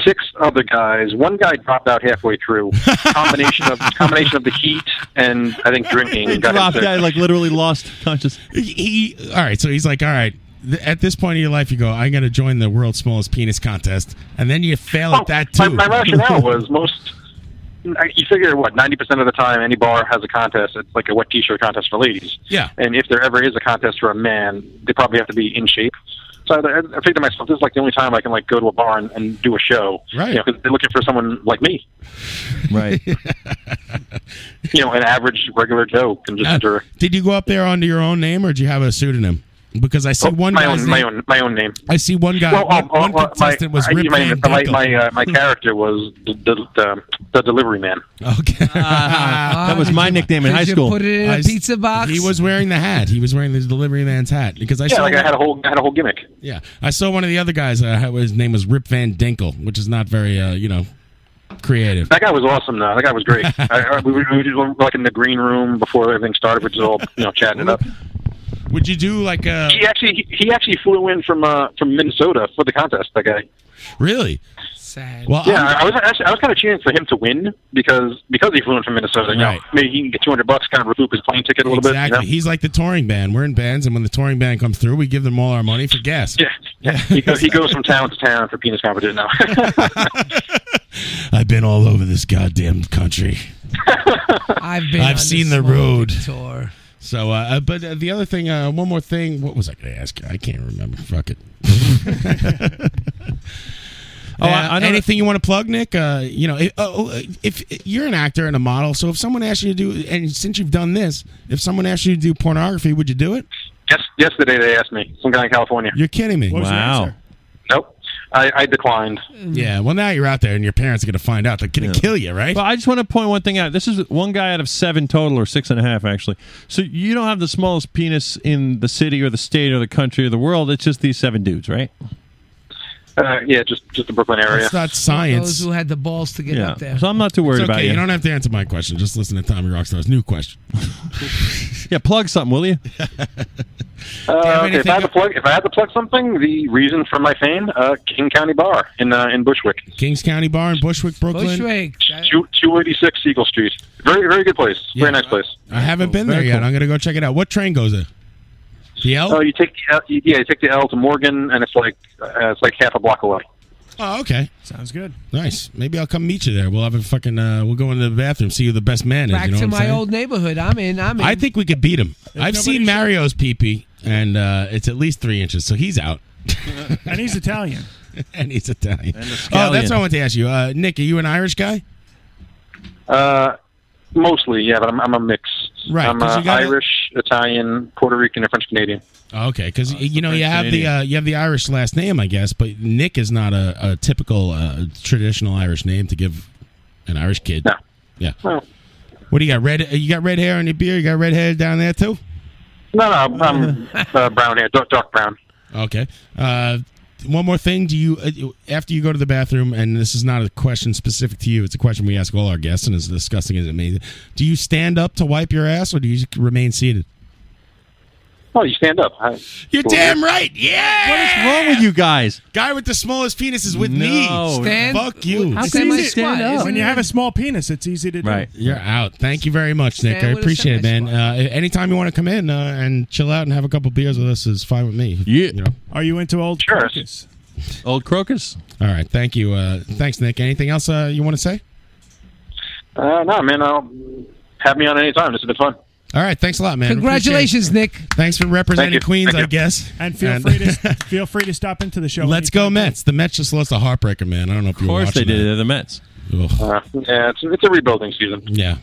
[SPEAKER 20] six other guys. One guy dropped out halfway through. combination of combination of the heat and I think drinking. got him
[SPEAKER 7] Dropped
[SPEAKER 20] sick.
[SPEAKER 7] out, like literally lost conscious.
[SPEAKER 9] He all right. So he's like, all right, th- at this point in your life, you go, I'm going to join the world's smallest penis contest, and then you fail at that
[SPEAKER 20] Oh, My,
[SPEAKER 9] too.
[SPEAKER 20] my rationale was most. I- You figure what ninety percent of the time any bar has a contest. It's like a wet T-shirt contest for ladies.
[SPEAKER 9] Yeah.
[SPEAKER 20] And if there ever is a contest for a man, they probably have to be in shape. So I, I figured to myself, this is like the only time I can like go to a bar and, and do a show.
[SPEAKER 9] Right.
[SPEAKER 20] You know, 'cause they're looking for someone like me.
[SPEAKER 7] Right.
[SPEAKER 20] you know, an average regular Joe can just enter.
[SPEAKER 9] Did you go up there under your own name, or did you have a pseudonym? Because I see one
[SPEAKER 20] Oh, my
[SPEAKER 9] guy's
[SPEAKER 20] own, my
[SPEAKER 9] name-
[SPEAKER 20] own, my own name.
[SPEAKER 9] I see one guy.
[SPEAKER 20] Well,
[SPEAKER 9] one,
[SPEAKER 20] um,
[SPEAKER 9] one
[SPEAKER 20] well, my,
[SPEAKER 9] contestant was
[SPEAKER 20] I-
[SPEAKER 9] Rip
[SPEAKER 20] my,
[SPEAKER 9] Van
[SPEAKER 20] my,
[SPEAKER 9] Winkle.
[SPEAKER 20] my, uh, my character was the, the, the, the delivery man.
[SPEAKER 9] Okay.
[SPEAKER 7] that was my nickname in high school.
[SPEAKER 9] I s- He was wearing the hat. He was wearing the delivery man's hat because I
[SPEAKER 20] yeah,
[SPEAKER 9] saw
[SPEAKER 20] like I
[SPEAKER 9] one-
[SPEAKER 20] had a whole I had a whole gimmick.
[SPEAKER 9] Yeah, I saw one of the other guys. Uh, how- his name was Rip Van Dinkle, which is not very, uh, you know, creative.
[SPEAKER 20] That guy was awesome, though. That guy was great. I, I, we, were- we were just like in the green room before everything started, which is all you know, chatting it up.
[SPEAKER 9] Would you do like a?
[SPEAKER 20] He actually he, he actually flew in from uh, from Minnesota for the contest. That guy.
[SPEAKER 9] Really?
[SPEAKER 13] Sad.
[SPEAKER 9] Well,
[SPEAKER 20] yeah, i was actually, I was kind of cheering for him to win because because he flew in from Minnesota. You know,
[SPEAKER 9] Right.
[SPEAKER 20] maybe he can get two hundred bucks, kind of recoup his plane ticket a little
[SPEAKER 9] Exactly.
[SPEAKER 20] bit. You know?
[SPEAKER 9] He's like the touring band. We're in bands, and when the touring band comes through, we give them all our money for gas.
[SPEAKER 20] Yeah, yeah. he, goes, he goes from town to town for penis competition now.
[SPEAKER 9] I've been all over this goddamn country.
[SPEAKER 13] I've been.
[SPEAKER 9] I've
[SPEAKER 13] on
[SPEAKER 9] seen
[SPEAKER 13] this
[SPEAKER 9] the
[SPEAKER 13] long
[SPEAKER 9] road.
[SPEAKER 13] Tour.
[SPEAKER 9] So, uh, uh, but uh, the other thing, uh, one more thing. What was I going to ask? I can't remember. Fuck it. oh,
[SPEAKER 7] I- I know
[SPEAKER 9] anything you want to plug, Nick? Uh, you know, if, oh, oh, if you're an actor and a model, so if someone asked you to do, and since you've done this, if someone asked you to do pornography, would you do it?
[SPEAKER 20] Yes, yesterday they asked me, some guy in California.
[SPEAKER 9] You're kidding me!
[SPEAKER 20] Nope, I, I declined.
[SPEAKER 9] Yeah. Well, now you're out there, and your parents are going to find out. They're going to kill you, right?
[SPEAKER 7] Well, I just want to point one thing out. This is one guy out of seven total, or six and a half, actually. So you don't have the smallest penis in the city or the state or the country or the world. It's just these seven dudes, right?
[SPEAKER 20] Uh, yeah, just just the Brooklyn area.
[SPEAKER 9] That's not science.
[SPEAKER 13] Those who had the balls to get up there.
[SPEAKER 7] So I'm not too worried
[SPEAKER 9] It's okay.
[SPEAKER 7] about you.
[SPEAKER 9] You don't have to answer my question. Just listen to Tommy Rockstar's new question.
[SPEAKER 7] yeah, plug something, will you?
[SPEAKER 20] Uh, okay, if I had to plug, if I had to plug something, the reason for my fame, uh, King County Bar in uh, in Bushwick,
[SPEAKER 9] Kings County Bar in Bushwick, Brooklyn.
[SPEAKER 13] Bushwick.
[SPEAKER 20] two two eighty six Eagle Street. Very very good place. Very nice place.
[SPEAKER 9] I haven't been there yet. I'm going to go check it out. What train goes there? The L.
[SPEAKER 20] Oh, you take the L, yeah, you take the L to Morgan, and it's like uh, it's like half a block away.
[SPEAKER 9] Oh, okay.
[SPEAKER 10] Sounds good.
[SPEAKER 9] Nice. Maybe I'll come meet you there. We'll have a fucking. Uh, we'll go into the bathroom. See who the best man is.
[SPEAKER 13] Back
[SPEAKER 9] you know
[SPEAKER 13] to
[SPEAKER 9] what
[SPEAKER 13] my
[SPEAKER 9] I'm saying?
[SPEAKER 13] old neighborhood. I'm in. I'm in.
[SPEAKER 9] I think we could beat him. I've
[SPEAKER 10] nobody
[SPEAKER 9] seen Mario's peepee, and uh, it's at least three inches, so he's out.
[SPEAKER 10] And he's Italian.
[SPEAKER 9] and he's Italian. Oh, that's what I want to ask you, uh, Nick. Are you an Irish guy?
[SPEAKER 20] Uh, mostly, yeah, but I'm, I'm a mix.
[SPEAKER 9] Right,
[SPEAKER 20] I'm
[SPEAKER 9] 'cause
[SPEAKER 20] uh,
[SPEAKER 9] you gotta-
[SPEAKER 20] Irish, Italian, Puerto Rican, and French Canadian.
[SPEAKER 9] Oh, okay, because you know you
[SPEAKER 20] Uh, French
[SPEAKER 9] have the
[SPEAKER 20] Canadian.
[SPEAKER 9] uh, you have the Irish last name, I guess, but Nick is not a, a typical uh, traditional Irish name to give an Irish kid. No. Yeah.
[SPEAKER 20] Well,
[SPEAKER 9] What do you got? Red? uh, You got red hair on your beard? You got red hair down there too?
[SPEAKER 20] no, no, I'm uh, brown hair, dark, dark brown.
[SPEAKER 9] Okay. Uh, one more thing. Do you uh, after you go to the bathroom? And this is not a question specific to you. It's a question we ask all our guests, and as disgusting as it may. Do you stand up to wipe your ass, or do you remain seated?
[SPEAKER 20] Oh, you stand up. I,
[SPEAKER 9] You're damn right. Yeah. What is
[SPEAKER 7] wrong with you guys?
[SPEAKER 9] Guy with the smallest penis is with me.
[SPEAKER 10] Stand-
[SPEAKER 9] Fuck you.
[SPEAKER 10] It's easy- When you have a small penis, it's easy to do.
[SPEAKER 9] Right. You're out. Thank you very much, Nick.
[SPEAKER 10] Stand
[SPEAKER 9] I
[SPEAKER 10] with a
[SPEAKER 9] appreciate it, man. Uh, anytime you want to come in uh, and chill out and have a couple beers with us is fine with me.
[SPEAKER 7] Yeah.
[SPEAKER 10] Are you into old sure.
[SPEAKER 7] Old crocus.
[SPEAKER 9] All right. Thank you. Uh, thanks, Nick. Anything else uh, you want to say?
[SPEAKER 20] Uh, no, man, I'll have me on any time. This has been fun.
[SPEAKER 9] All right. Thanks a lot, man.
[SPEAKER 10] Congratulations,
[SPEAKER 13] Nick.
[SPEAKER 9] Thanks for representing
[SPEAKER 20] Thank you.
[SPEAKER 9] Queens,
[SPEAKER 20] Thank
[SPEAKER 9] I
[SPEAKER 20] you.
[SPEAKER 9] guess.
[SPEAKER 10] And feel free to feel free to stop into the show.
[SPEAKER 9] Let's go Mets. The Mets just lost a heartbreaker, man. I don't know if you were
[SPEAKER 7] course they
[SPEAKER 9] watching
[SPEAKER 7] did. They're the Mets.
[SPEAKER 20] Uh, yeah, it's, it's a rebuilding season.
[SPEAKER 9] Yeah.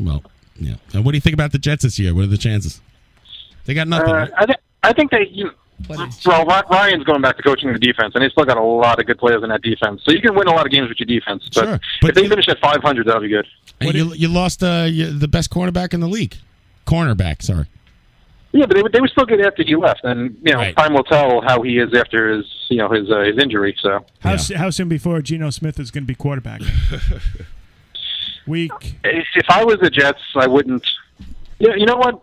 [SPEAKER 9] Well, yeah. And what do you think about the Jets this year? What are the chances? They got nothing.
[SPEAKER 20] Uh, I, th- I think they. You, well, Ry- Ryan's going back to coaching the defense, and he's still got a lot of good players in that defense. So you can win a lot of games with your defense. But,
[SPEAKER 9] Sure,
[SPEAKER 20] if they finish at 500, that'll be good.
[SPEAKER 9] And you, you lost uh, you, the best cornerback in the league. Cornerback, sorry.
[SPEAKER 20] Yeah, but they, were- they were still good after he left, and you know, time will tell how he is after his you know his uh, his injury. So
[SPEAKER 10] How, s- how soon before Geno Smith is going to be quarterback? Week.
[SPEAKER 20] if if I was the Jets, I wouldn't. Yeah, you know what?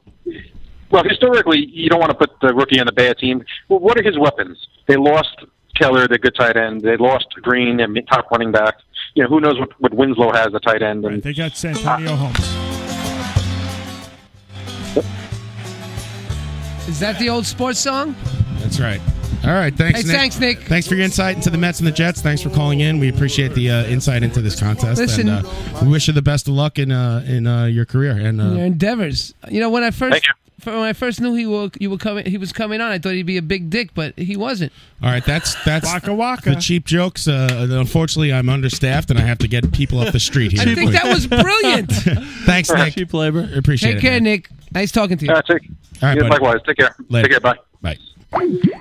[SPEAKER 20] Well, historically, you don't want to put the rookie on the bad team. Well, what are his weapons? They lost Keller, the good tight end. They lost Green, a mid- top running back. You know, who knows what, what Winslow has, a tight end. And
[SPEAKER 10] They got Santonio Holmes.
[SPEAKER 13] Is that the old sports song?
[SPEAKER 9] Uh, That's right. All right. Thanks.
[SPEAKER 13] Hey,
[SPEAKER 9] Nick.
[SPEAKER 13] thanks, Nick.
[SPEAKER 9] Thanks for your insight into the Mets and the Jets. Thanks for calling in. We appreciate the uh, insight into this contest.
[SPEAKER 13] Listen-
[SPEAKER 9] and, uh, we wish you the best of luck in uh, in uh, your career. And uh,
[SPEAKER 13] your endeavors. You know, when I first f- when I first knew he were, you were coming, he was coming on. I thought he'd be a big dick, but he wasn't.
[SPEAKER 9] all right, that's that's
[SPEAKER 13] Waka waka.
[SPEAKER 9] the cheap jokes. Uh, unfortunately, I'm understaffed and I have to get people up the street here.
[SPEAKER 13] I think that was brilliant.
[SPEAKER 9] Thanks, Nick. Cheap labor. Appreciate
[SPEAKER 13] Take
[SPEAKER 9] it.
[SPEAKER 13] care,
[SPEAKER 9] man.
[SPEAKER 13] Nick. Nice talking to you.
[SPEAKER 9] All right,
[SPEAKER 20] Yeah,
[SPEAKER 9] buddy.
[SPEAKER 20] likewise. Take care.
[SPEAKER 9] Later.
[SPEAKER 20] Take care. Bye.
[SPEAKER 9] Bye.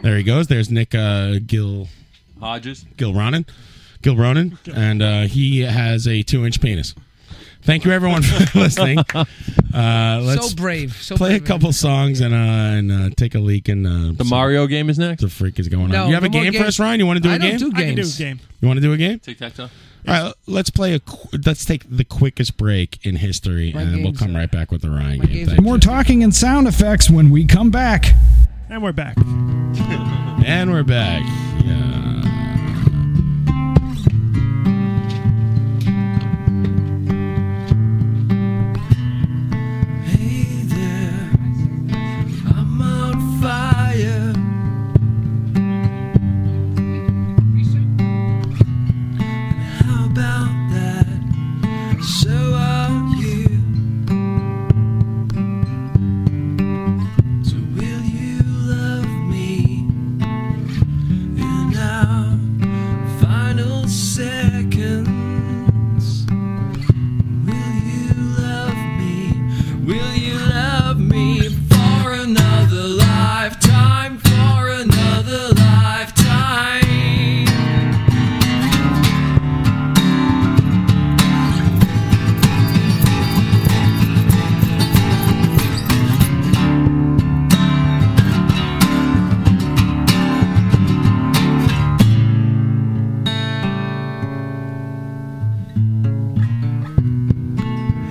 [SPEAKER 9] There he goes. There's Nick uh, Gil
[SPEAKER 7] Hodges.
[SPEAKER 9] Gil Ronan, Gil Ronan, and uh, he has a two-inch penis. Thank you, everyone, for listening. Uh, let's
[SPEAKER 13] brave, so
[SPEAKER 9] play
[SPEAKER 13] brave.
[SPEAKER 9] a couple songs and uh, and uh, take a leak. And uh, the
[SPEAKER 7] Mario game is next.
[SPEAKER 9] The freak is going on.
[SPEAKER 7] No,
[SPEAKER 9] you have a
[SPEAKER 7] no more
[SPEAKER 9] game for
[SPEAKER 7] games.
[SPEAKER 9] us, Ryan? You want to do a
[SPEAKER 7] I don't
[SPEAKER 9] game?
[SPEAKER 7] do I can do games. a
[SPEAKER 16] game.
[SPEAKER 9] You want to do a game?
[SPEAKER 7] Tic tac toe.
[SPEAKER 9] All right, let's play a. qu- Let's take the quickest break in history, and then we'll come right back with the Ryan game. Thank
[SPEAKER 10] More talking and sound effects when we come back.
[SPEAKER 16] And we're back.
[SPEAKER 9] And we're back. Yeah.
[SPEAKER 12] I'm on fire. How about that? So are you. So will you love me in our final seconds? Will you love me? Will you love me for another lifetime? For another lifetime.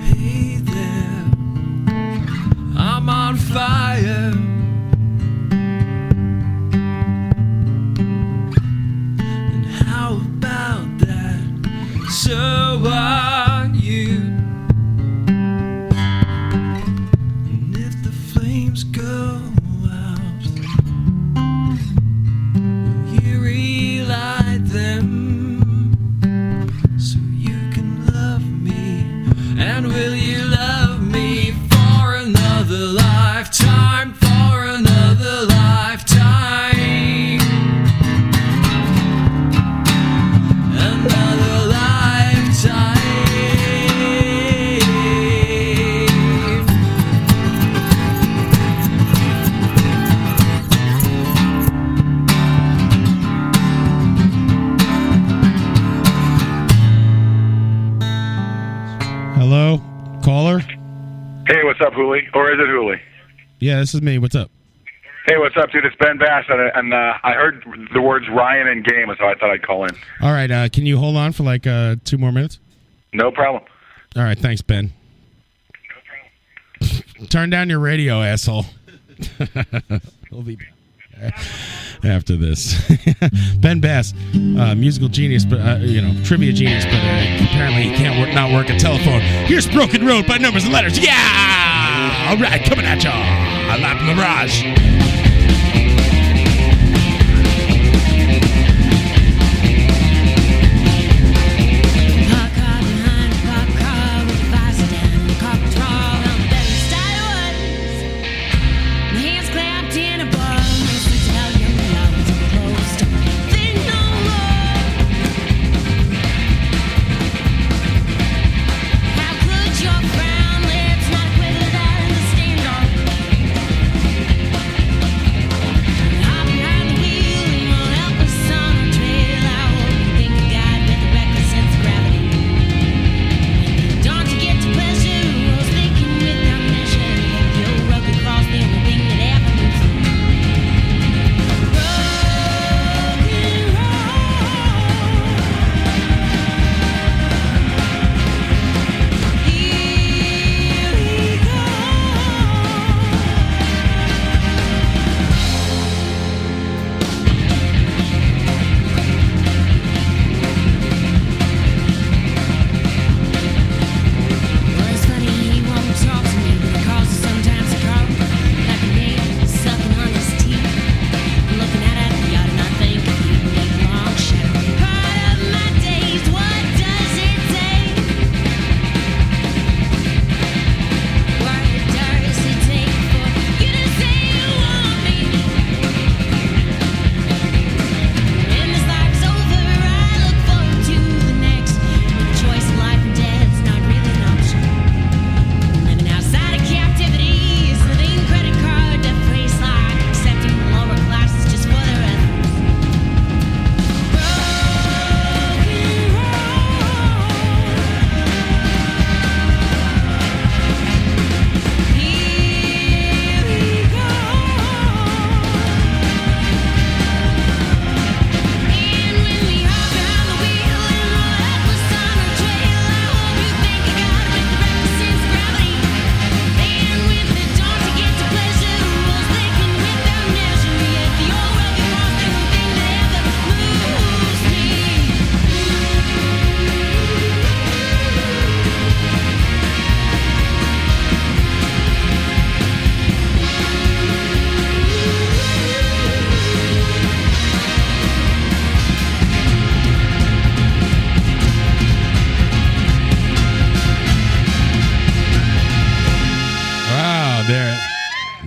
[SPEAKER 12] Hey there, I'm on fire. And how about that? So are you. And if the flames go out, will you relight them so you can love me? And will you love me for another lifetime? For another lifetime. Another lifetime.
[SPEAKER 9] Hello, caller.
[SPEAKER 21] Hey, what's up, Hooli? Or is it Hooli?
[SPEAKER 9] Yeah, this is me. What's up?
[SPEAKER 21] Hey, what's up, dude? It's Ben Bass, and, and uh, I heard the words Ryan and game, so I thought I'd call in.
[SPEAKER 9] All right, uh, can you hold on for like uh, two more minutes?
[SPEAKER 21] No problem.
[SPEAKER 9] All right, thanks, Ben. Turn down your radio, asshole. we'll be after this. ben Bass, uh, musical genius, but uh, you know, trivia genius, but uh, apparently he can't work, not work a telephone. Here's Broken Road by numbers and letters. Yeah, all right, coming at y'all. Live from the Mirage.
[SPEAKER 12] Your brown lips not quiver that understand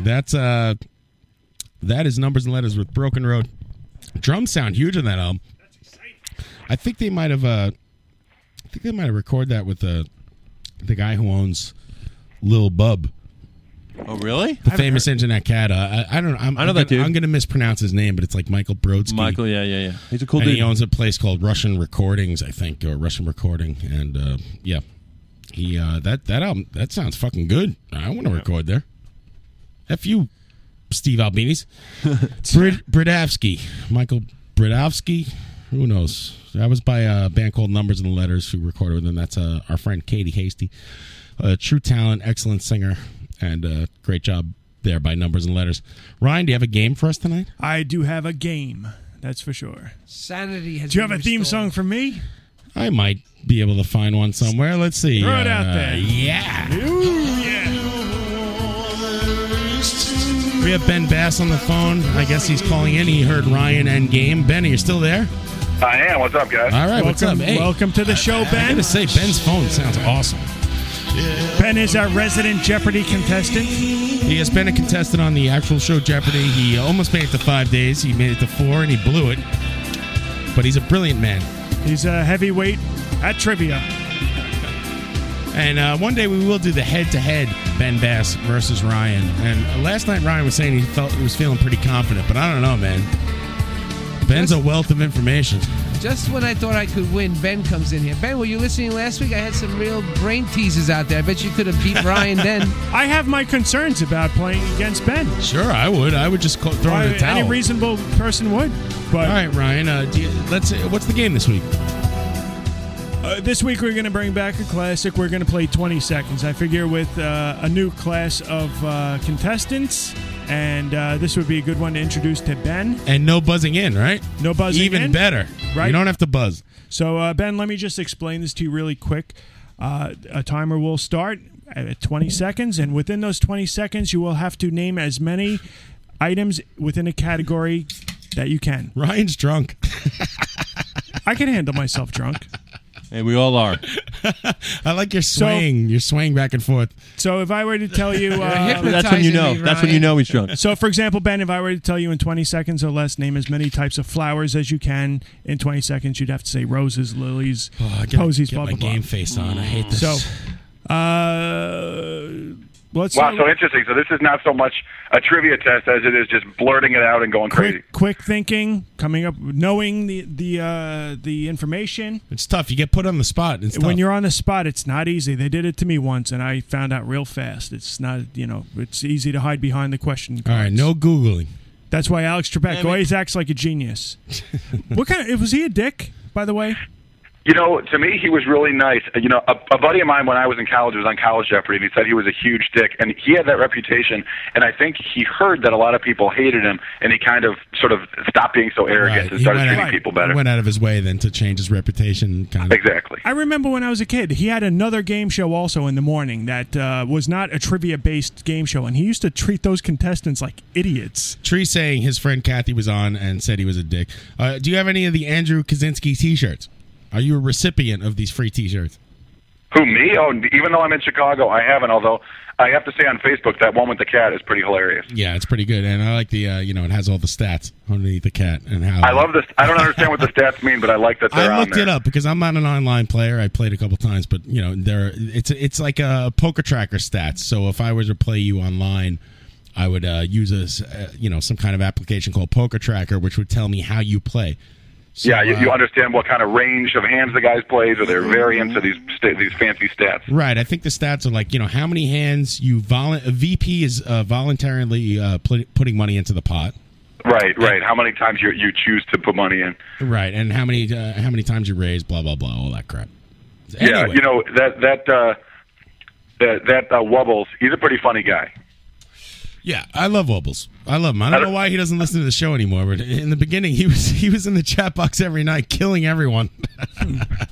[SPEAKER 9] that's uh, that is numbers and letters with Broken Road. Drums sound huge on that album. I think they might have. Uh, I think they might have recorded that with the the guy who owns Lil Bub,
[SPEAKER 7] Oh, really?
[SPEAKER 9] the famous internet cat. Uh, I, I don't know. I'm,
[SPEAKER 7] I know
[SPEAKER 9] am
[SPEAKER 7] that
[SPEAKER 9] gonna,
[SPEAKER 7] dude.
[SPEAKER 9] I'm going to mispronounce his name, but it's like Michael Brodsky.
[SPEAKER 7] Michael, yeah, yeah, yeah. He's a cool
[SPEAKER 9] and
[SPEAKER 7] dude.
[SPEAKER 9] He owns a place called Russian Recordings, I think, or Russian Recording, and uh, yeah, he uh, that that album that sounds fucking good. I want to record there. F you, Steve Albini's, Brid Bridavsky, Michael Bridavsky. Who knows? That was by a band called Numbers and Letters, who recorded with them. That's uh, our friend Katie Hasty, a true talent, excellent singer, and uh, great job there by Numbers and Letters. Ryan, do you have a game for us tonight?
[SPEAKER 10] I do have a game. That's for sure.
[SPEAKER 13] Sanity has.
[SPEAKER 10] Do you have
[SPEAKER 13] been
[SPEAKER 10] a theme
[SPEAKER 13] restored.
[SPEAKER 10] song for me?
[SPEAKER 9] I might be able to find one somewhere. Let's see.
[SPEAKER 10] Throw it out
[SPEAKER 9] Uh,
[SPEAKER 10] there.
[SPEAKER 9] Yeah.
[SPEAKER 10] yeah.
[SPEAKER 9] We have Ben Bass on the phone. I guess he's calling in. He heard Ryan and game. Ben, are you still there?
[SPEAKER 21] I am. What's up, guys?
[SPEAKER 9] All right, what's up? Hey.
[SPEAKER 10] welcome to the show,
[SPEAKER 9] I
[SPEAKER 10] Ben.
[SPEAKER 9] gotta say, Ben's phone sounds awesome.
[SPEAKER 10] Ben is our resident Jeopardy contestant.
[SPEAKER 9] He has been a contestant on the actual show Jeopardy. He almost made it to five days. He made it to four, and he blew it. But he's a brilliant man.
[SPEAKER 10] He's a heavyweight at trivia.
[SPEAKER 9] And uh, one day we will do the head-to-head Ben Bass versus Ryan. And uh, last night Ryan was saying he felt he was feeling pretty confident, but I don't know, man. Ben's a wealth of information.
[SPEAKER 13] Just when I thought I could win, Ben comes in here. Ben, were you listening last week? I had some real brain teasers out there. I bet you could have beat Ryan then.
[SPEAKER 10] I have my concerns about playing against Ben.
[SPEAKER 9] Sure, I would. I would just call, throw in the
[SPEAKER 10] Why-
[SPEAKER 9] towel.
[SPEAKER 10] Any reasonable person would. But
[SPEAKER 9] All right, Ryan. Uh, do you, let's. What's the game this week?
[SPEAKER 10] Uh, this week we're going to bring back a classic. We're going to play 20 seconds. I figure with uh, a new class of uh, contestants, and uh, this would be a good one to introduce to Ben.
[SPEAKER 9] And no buzzing in, right?
[SPEAKER 10] No buzzing
[SPEAKER 9] Even
[SPEAKER 10] in.
[SPEAKER 9] better.
[SPEAKER 10] Right.
[SPEAKER 9] You don't have to buzz.
[SPEAKER 10] So, uh, Ben, let me just explain this to you really quick. Uh, a timer will start at 20 seconds, and within those 20 seconds, you will have to name as many items within a category that you can.
[SPEAKER 9] Ryan's drunk.
[SPEAKER 10] I can handle myself drunk.
[SPEAKER 7] Hey, we all are.
[SPEAKER 9] I like your
[SPEAKER 10] So-
[SPEAKER 9] swaying. your swaying back and forth.
[SPEAKER 10] So, if I were to tell you, uh,
[SPEAKER 7] That's when you know. That's when you know he's drunk.
[SPEAKER 10] So, for example, Ben, if I were to tell you in 20 seconds or less, name as many types of flowers as you can. In 20 seconds, you'd have to say roses, lilies,
[SPEAKER 9] Oh, gotta
[SPEAKER 10] posies,
[SPEAKER 9] get
[SPEAKER 10] blah,
[SPEAKER 9] my
[SPEAKER 10] blah, blah.
[SPEAKER 9] game face on. I hate this.
[SPEAKER 10] So, uh, let's
[SPEAKER 21] Wow,
[SPEAKER 10] start
[SPEAKER 21] so
[SPEAKER 10] with
[SPEAKER 21] interesting. So this is not so much a trivia test as it is just blurting it out and going crazy.
[SPEAKER 10] quick thinking, coming up, knowing the the uh, the information.
[SPEAKER 9] It's tough. You get put on the spot. It's
[SPEAKER 10] When
[SPEAKER 9] tough.
[SPEAKER 10] you're on the spot, it's not easy. They did it to me once, and I found out real fast. It's not, you know, it's easy to hide behind the question.
[SPEAKER 9] All right, no googling.
[SPEAKER 10] That's why Alex Trebek
[SPEAKER 21] Damn it.
[SPEAKER 10] always acts like a genius. what kind of was he a dick? By the way,
[SPEAKER 21] You know, to me, he was really nice. Uh, You know, a, a buddy of mine when I was in college was on College Jeopardy, and he said he was a huge dick, and he had that reputation. And I think he heard that a lot of people hated him, and he kind of sort of stopped being so arrogant
[SPEAKER 9] Right,
[SPEAKER 21] and
[SPEAKER 9] he
[SPEAKER 21] started
[SPEAKER 9] went
[SPEAKER 21] treating
[SPEAKER 9] out-
[SPEAKER 21] people better.
[SPEAKER 9] He went out of his way then to change his reputation. Kind of.
[SPEAKER 21] Exactly.
[SPEAKER 10] I remember when I was a kid, he had another game show also in the morning that uh, was not a trivia based game show, and he used to treat those contestants like idiots.
[SPEAKER 9] Tree saying his friend Kathy was on and said he was a dick. Uh, do you have any of the Andrew Kaczynski T-shirts? Are you a recipient of these free T-shirts?
[SPEAKER 21] Who me? Oh, even though I'm in Chicago, I haven't. Although I have to say on Facebook, that one with the cat is pretty hilarious.
[SPEAKER 9] Yeah, it's pretty good, and I like the uh, you know it has all the stats underneath the cat and how.
[SPEAKER 21] I love this. I don't understand what the stats mean, but I like that they're
[SPEAKER 9] I
[SPEAKER 21] on
[SPEAKER 9] looked
[SPEAKER 21] there.
[SPEAKER 9] it up because I'm not an online player. I played a couple times, but you know, there it's it's like a poker tracker stats. So if I were to play you online, I would uh, use a s- uh, you know some kind of application called Poker Tracker, which would tell me how you play. So,
[SPEAKER 21] yeah, you, you
[SPEAKER 9] uh,
[SPEAKER 21] understand what kind of range of hands the guys plays, or their variants of these sta- these fancy stats.
[SPEAKER 9] Right. I think the stats are like you know how many hands you volu- a VP is uh, voluntarily uh, pl- putting money into the pot.
[SPEAKER 21] Right, right. How many times you you choose to put money in?
[SPEAKER 9] Right, and how many uh, how many times you raise, blah blah blah, all that crap.
[SPEAKER 21] Yeah, you know that that uh, that that uh, Wubbles. He's a pretty funny guy.
[SPEAKER 9] Yeah, I love Wobbles. I love him. I don't know why he doesn't listen to the show anymore, but in the beginning he was he was in the chat box every night killing everyone.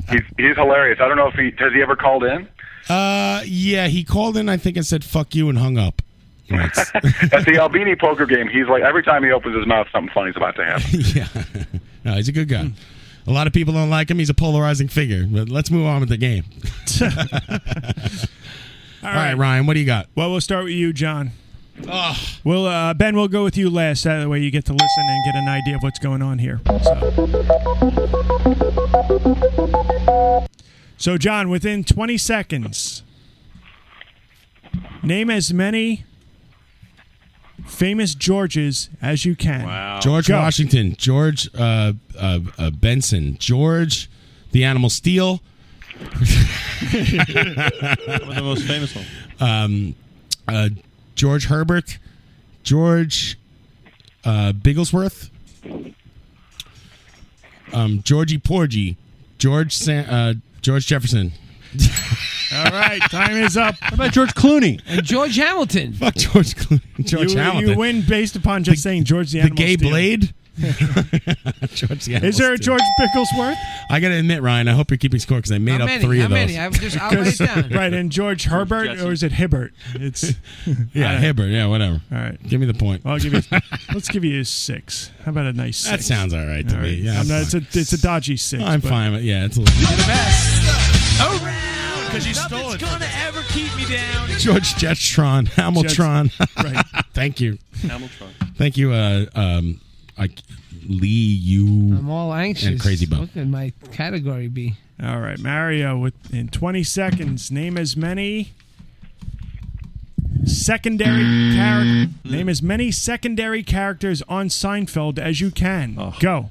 [SPEAKER 21] He's he's hilarious. I don't know if he has he ever called in.
[SPEAKER 9] Uh yeah, he called in I think and said fuck you and hung up.
[SPEAKER 21] At the Albini poker game, he's like every time he opens his mouth, something funny's about to happen.
[SPEAKER 9] yeah. No, he's a good guy. A lot of people don't like him. He's a polarizing figure. But let's move on with the game. All right, Ryan, what do you got?
[SPEAKER 10] Well, we'll start with you, John. Well, uh, Ben, we'll go with you last. That way you get to listen and get an idea of what's going on here. So, So, John, within 20 seconds, name as many famous Georges as you can. Wow.
[SPEAKER 9] George Washington, George uh, uh, uh, Benson, George the Animal Steel.
[SPEAKER 7] One of the most famous one.
[SPEAKER 9] Um, uh, George Herbert, George uh, Bigglesworth, um, Georgie Porgy, George San- uh, George Jefferson.
[SPEAKER 10] All right, time is up. What
[SPEAKER 9] about George Clooney?
[SPEAKER 13] And George Hamilton.
[SPEAKER 9] Fuck George Clooney. George
[SPEAKER 10] you,
[SPEAKER 9] Hamilton.
[SPEAKER 10] You win based upon just saying George the
[SPEAKER 9] the
[SPEAKER 10] Animal
[SPEAKER 9] gay
[SPEAKER 10] Stealer.
[SPEAKER 9] blade. George the Animal
[SPEAKER 10] Is there a
[SPEAKER 9] Stealer.
[SPEAKER 10] George Bicklesworth?
[SPEAKER 9] I gotta admit, Ryan, I hope you're keeping score because I made up three of those.
[SPEAKER 10] right, and George Herbert, or is it Hibbert? It's I
[SPEAKER 9] yeah,
[SPEAKER 10] don't-
[SPEAKER 9] Hibbert. Yeah, whatever.
[SPEAKER 10] All right,
[SPEAKER 9] give me the point.
[SPEAKER 10] I'll give you. Let's give you a six. How about a nice six?
[SPEAKER 9] That sounds all right to me. Yeah,
[SPEAKER 10] I'm
[SPEAKER 9] I'm
[SPEAKER 10] not, it's a it's a dodgy six.
[SPEAKER 9] I'm
[SPEAKER 10] but-
[SPEAKER 9] fine. With, yeah, it's a little.
[SPEAKER 1] Around, because you stole it. gonna ever keep me down.
[SPEAKER 9] George Jetstron, Hamiltron.
[SPEAKER 1] right.
[SPEAKER 9] Thank you.
[SPEAKER 1] Hamiltron.
[SPEAKER 9] Thank you. Uh, um, I, Lee, you.
[SPEAKER 13] I'm all anxious.
[SPEAKER 9] And Crazy Bo.
[SPEAKER 13] What could my category be?
[SPEAKER 10] All right, Mario. With in 20 seconds, name as many secondary character. Name as many secondary characters on Seinfeld as you can. Go.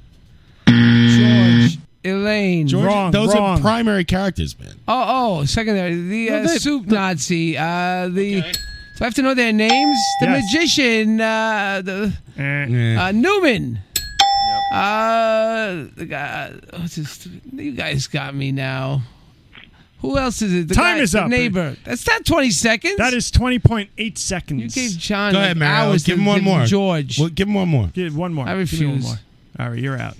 [SPEAKER 13] George, Elaine,
[SPEAKER 9] George,
[SPEAKER 13] wrong,
[SPEAKER 9] those
[SPEAKER 13] wrong.
[SPEAKER 9] are primary characters, man.
[SPEAKER 13] Oh, oh, secondary. The uh,
[SPEAKER 9] No, they-
[SPEAKER 13] soup Nazi. Uh, the. So I have to know their names. The
[SPEAKER 9] Yes.
[SPEAKER 13] magician. Uh, the
[SPEAKER 10] Eh.
[SPEAKER 9] Yeah.
[SPEAKER 13] uh, Newman. Uh, the guy. What's his, you guys got me now. Who else is it? The
[SPEAKER 10] Time
[SPEAKER 13] guy-
[SPEAKER 10] is
[SPEAKER 13] the
[SPEAKER 10] up.
[SPEAKER 13] Neighbor. That's not twenty seconds.
[SPEAKER 10] That is 20.8 seconds. You
[SPEAKER 13] gave John
[SPEAKER 9] Go ahead, Mario.
[SPEAKER 13] hours
[SPEAKER 9] Give
[SPEAKER 13] to
[SPEAKER 9] him one
[SPEAKER 13] give
[SPEAKER 9] more.
[SPEAKER 13] George.
[SPEAKER 9] Well, give him one more.
[SPEAKER 10] Give one more.
[SPEAKER 13] I
[SPEAKER 10] Give me one
[SPEAKER 13] refuse.
[SPEAKER 10] more. All right, you're out.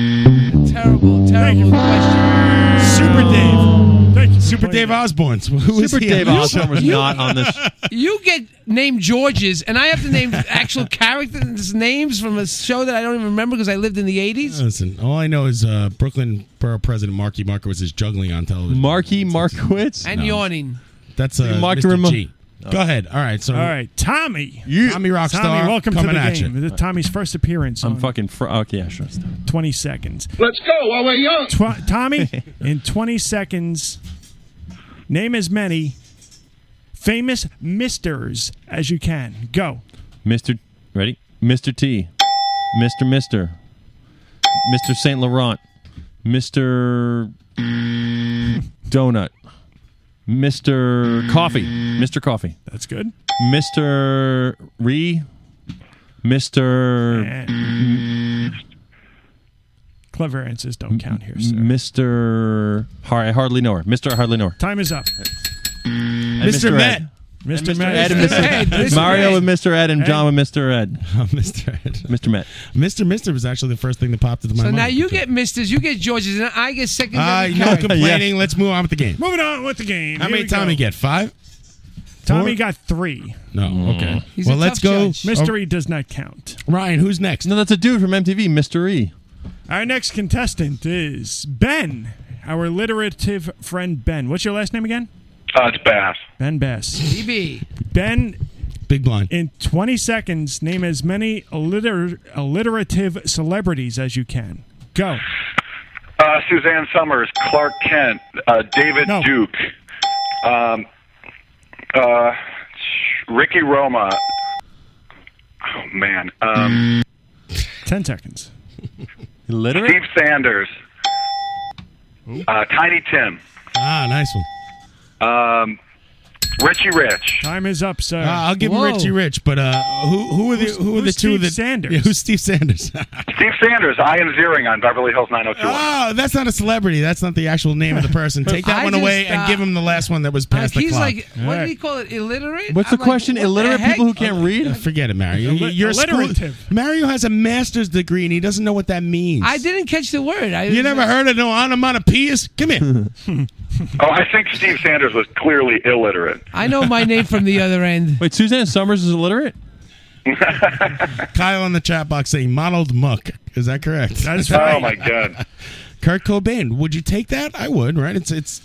[SPEAKER 13] Terrible, terrible question.
[SPEAKER 10] Super Dave. Thank you,
[SPEAKER 9] Super Dave Osborne. Who is
[SPEAKER 13] Super
[SPEAKER 9] he?
[SPEAKER 13] Dave
[SPEAKER 9] You-
[SPEAKER 13] Osborne was
[SPEAKER 9] you-
[SPEAKER 13] not on this. You get named Georges, and I have to name actual characters' names from a show that I don't even remember because I lived in the '80s.
[SPEAKER 9] Listen, all I know is uh, Brooklyn Borough President Marky Markowitz is juggling on television.
[SPEAKER 7] Marky Markowitz?
[SPEAKER 13] And yawning.
[SPEAKER 9] That's uh,
[SPEAKER 7] Mark
[SPEAKER 9] Mr.
[SPEAKER 7] Remo-
[SPEAKER 9] G. Go ahead. All right. So
[SPEAKER 10] All right, Tommy.
[SPEAKER 9] Tommy Rockstar.
[SPEAKER 10] Tommy, welcome to
[SPEAKER 9] coming
[SPEAKER 10] the
[SPEAKER 9] at
[SPEAKER 10] game.
[SPEAKER 9] you.
[SPEAKER 10] This is Tommy's first appearance.
[SPEAKER 7] I'm
[SPEAKER 10] on
[SPEAKER 7] fucking. Fr- okay, yeah, sure.
[SPEAKER 10] 20 seconds.
[SPEAKER 16] Let's go while we're young.
[SPEAKER 10] Tw- Tommy, in 20 seconds, name as many famous misters as you can. Go.
[SPEAKER 7] Mr. Ready? Mr. T. Mr. Mr. Mr. St. Laurent. Mr. Donut. Mr. Coffee. Mr. Coffee.
[SPEAKER 10] That's good.
[SPEAKER 7] Mr. Ree. Mr.
[SPEAKER 10] Clever answers don't count here.
[SPEAKER 7] Mr. Har- I hardly know her. Mr. I hardly know her.
[SPEAKER 10] Time is up.
[SPEAKER 7] And Mr. Ed.
[SPEAKER 10] Mr.
[SPEAKER 7] Mr.
[SPEAKER 10] Met.
[SPEAKER 7] Ed and Mr. Mario with Mr. Ed and John with Mr. Ed.
[SPEAKER 9] Mr. Oh, Ed.
[SPEAKER 7] Mr. Met.
[SPEAKER 9] Mr. Mister was actually the first thing that popped into my
[SPEAKER 13] So
[SPEAKER 9] mind.
[SPEAKER 13] now you get Misters, you get Georges, and I get
[SPEAKER 9] Uh,
[SPEAKER 13] secondary.
[SPEAKER 9] no
[SPEAKER 13] characters.
[SPEAKER 9] complaining. Let's move on with the game.
[SPEAKER 10] Moving on with the game.
[SPEAKER 9] How
[SPEAKER 10] Here
[SPEAKER 9] many
[SPEAKER 10] we
[SPEAKER 9] Tommy
[SPEAKER 10] go.
[SPEAKER 9] get? Five?
[SPEAKER 10] Tommy
[SPEAKER 9] Four?
[SPEAKER 10] got three.
[SPEAKER 9] No. Okay.
[SPEAKER 10] He's
[SPEAKER 9] well,
[SPEAKER 10] a
[SPEAKER 9] let's
[SPEAKER 10] tough
[SPEAKER 9] go.
[SPEAKER 10] judge.
[SPEAKER 7] Oh.
[SPEAKER 10] Mystery does not count.
[SPEAKER 9] Ryan, who's next?
[SPEAKER 7] No, that's a dude from MTV, Mr. E.
[SPEAKER 10] Our next contestant is Ben, our alliterative friend Ben. What's your last name again?
[SPEAKER 21] Uh, it's Bass.
[SPEAKER 10] Ben Bass.
[SPEAKER 13] DB.
[SPEAKER 10] Ben.
[SPEAKER 9] Big blind.
[SPEAKER 10] In 20 seconds, name as many alliter- alliterative celebrities as you can. Go.
[SPEAKER 21] Uh, Suzanne Summers, Clark Kent, uh, David Duke, um, uh, Ricky Roma. Oh man, um,
[SPEAKER 10] 10 seconds.
[SPEAKER 7] Literate?
[SPEAKER 21] Steve Sanders, uh, Tiny Tim,
[SPEAKER 9] Ah, nice one.
[SPEAKER 21] um, Richie Rich.
[SPEAKER 10] Time is up, sir.
[SPEAKER 9] Uh, I'll give him Richie Rich, but uh, who who are the
[SPEAKER 21] Who's-
[SPEAKER 9] who are the
[SPEAKER 21] who's
[SPEAKER 9] two
[SPEAKER 21] Steve
[SPEAKER 9] that
[SPEAKER 21] Sanders?
[SPEAKER 9] Yeah, who's Steve Sanders?
[SPEAKER 21] Steve Sanders, I am zeroing on Beverly Hills
[SPEAKER 10] Ah.
[SPEAKER 21] 90210.
[SPEAKER 9] oh, that's not a celebrity. That's not the actual name of the person. Take that
[SPEAKER 13] I
[SPEAKER 9] one
[SPEAKER 13] just,
[SPEAKER 9] away
[SPEAKER 13] uh,
[SPEAKER 9] and give him the last one that was
[SPEAKER 13] Like,
[SPEAKER 9] past the
[SPEAKER 13] he's
[SPEAKER 9] clock.
[SPEAKER 13] like, what do you call it? Illiterate?
[SPEAKER 9] What's
[SPEAKER 13] I'm
[SPEAKER 9] the
[SPEAKER 13] like,
[SPEAKER 9] question?
[SPEAKER 13] what the
[SPEAKER 9] Illiterate
[SPEAKER 13] heck?
[SPEAKER 9] people who can't read? Uh, Forget it, Mario. You-
[SPEAKER 13] Alli-
[SPEAKER 9] You're a school,
[SPEAKER 13] alliterative.
[SPEAKER 9] Mario has a master's degree and he doesn't know what that means.
[SPEAKER 13] I didn't catch the word. I,
[SPEAKER 9] you never heard of no onomatopoeias? Come here.
[SPEAKER 21] Oh, I think Steve Sanders was clearly illiterate.
[SPEAKER 13] I know my name from the other end.
[SPEAKER 7] Wait, Suzanne Summers is illiterate?
[SPEAKER 9] Kyle in the chat box saying "modeled muck." Is that correct?
[SPEAKER 21] That's Oh, right. my God.
[SPEAKER 9] Kurt Cobain. Would you take that? I would. Right? It's it's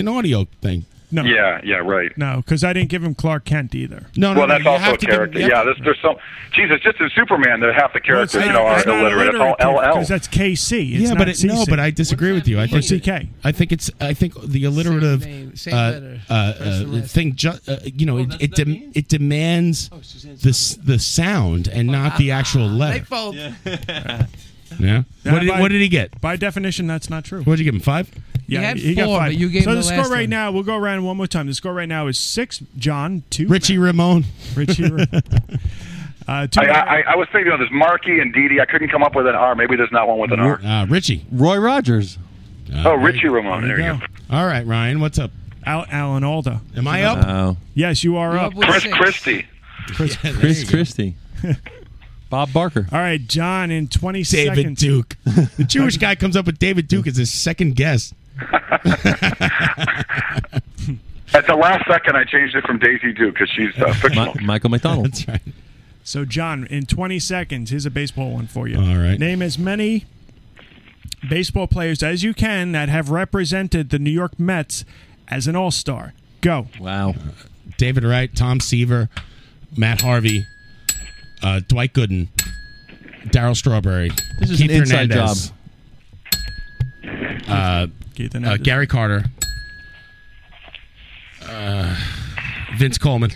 [SPEAKER 9] an audio thing.
[SPEAKER 10] No.
[SPEAKER 21] Yeah, yeah, right.
[SPEAKER 10] No, because I didn't give him Clark Kent either. No,
[SPEAKER 21] well, that's also a character. yeah, there's, there's some. Jesus, just in Superman, that half the characters you know are illiterate. It's all LL.
[SPEAKER 10] Because that's KC. It's
[SPEAKER 9] yeah,
[SPEAKER 10] not
[SPEAKER 9] but it, no,
[SPEAKER 10] CC.
[SPEAKER 9] but I disagree with you. I think
[SPEAKER 10] CK.
[SPEAKER 9] I think it's. I think the alliterative
[SPEAKER 10] same
[SPEAKER 9] uh,
[SPEAKER 10] letter,
[SPEAKER 9] uh, uh, thing. Ju- uh, you
[SPEAKER 10] Oh,
[SPEAKER 9] know, it it, dem- it demands the s- the sound
[SPEAKER 10] Oh,
[SPEAKER 9] and not
[SPEAKER 10] ah,
[SPEAKER 9] the actual
[SPEAKER 13] They
[SPEAKER 9] letter.
[SPEAKER 13] fold.
[SPEAKER 9] Yeah. What did,
[SPEAKER 10] by-
[SPEAKER 9] what did he get?
[SPEAKER 10] By definition, that's not true.
[SPEAKER 9] What did you give him? Five.
[SPEAKER 10] Yeah, got five. so the, score right now. We'll go around one more time. The score right now is six. John two.
[SPEAKER 9] Richie Ramone.
[SPEAKER 10] Richie. Ra- uh, two.
[SPEAKER 21] I, I, I was thinking of this Marky and Didi. I couldn't come up with an R. Maybe there's not one with an R.
[SPEAKER 9] Uh, Richie. Roy Rogers.
[SPEAKER 21] oh, Richie Ramone. There you go.
[SPEAKER 9] All right, Ryan. What's up?
[SPEAKER 10] Al- Alan Alda.
[SPEAKER 9] Am I up?
[SPEAKER 10] Yes, you are up.
[SPEAKER 21] Chris Christie.
[SPEAKER 10] Chris,
[SPEAKER 7] Chris Christie.
[SPEAKER 9] Bob Barker.
[SPEAKER 10] All right, John. In twenty
[SPEAKER 9] David
[SPEAKER 10] seconds.
[SPEAKER 9] Duke. The Jewish guy comes up with David Duke as his second guest.
[SPEAKER 21] At the last second, I changed it from Daisy Duke because she's uh, fictional.
[SPEAKER 7] Michael McDonald.
[SPEAKER 9] That's right.
[SPEAKER 10] So, John, in 20 seconds, here's a baseball one for you.
[SPEAKER 9] All right.
[SPEAKER 10] Name as many baseball players as you can that have represented the New York Mets as an all star. Go.
[SPEAKER 9] Wow. David Wright, Tom Seaver, Matt Harvey, uh, Dwight Gooden, Daryl Strawberry,
[SPEAKER 7] This is
[SPEAKER 9] Keith
[SPEAKER 7] an inside
[SPEAKER 9] Hernandez,
[SPEAKER 7] job.
[SPEAKER 9] Uh, uh,
[SPEAKER 7] Hernandez.
[SPEAKER 9] Gary Carter, uh, Vince Coleman.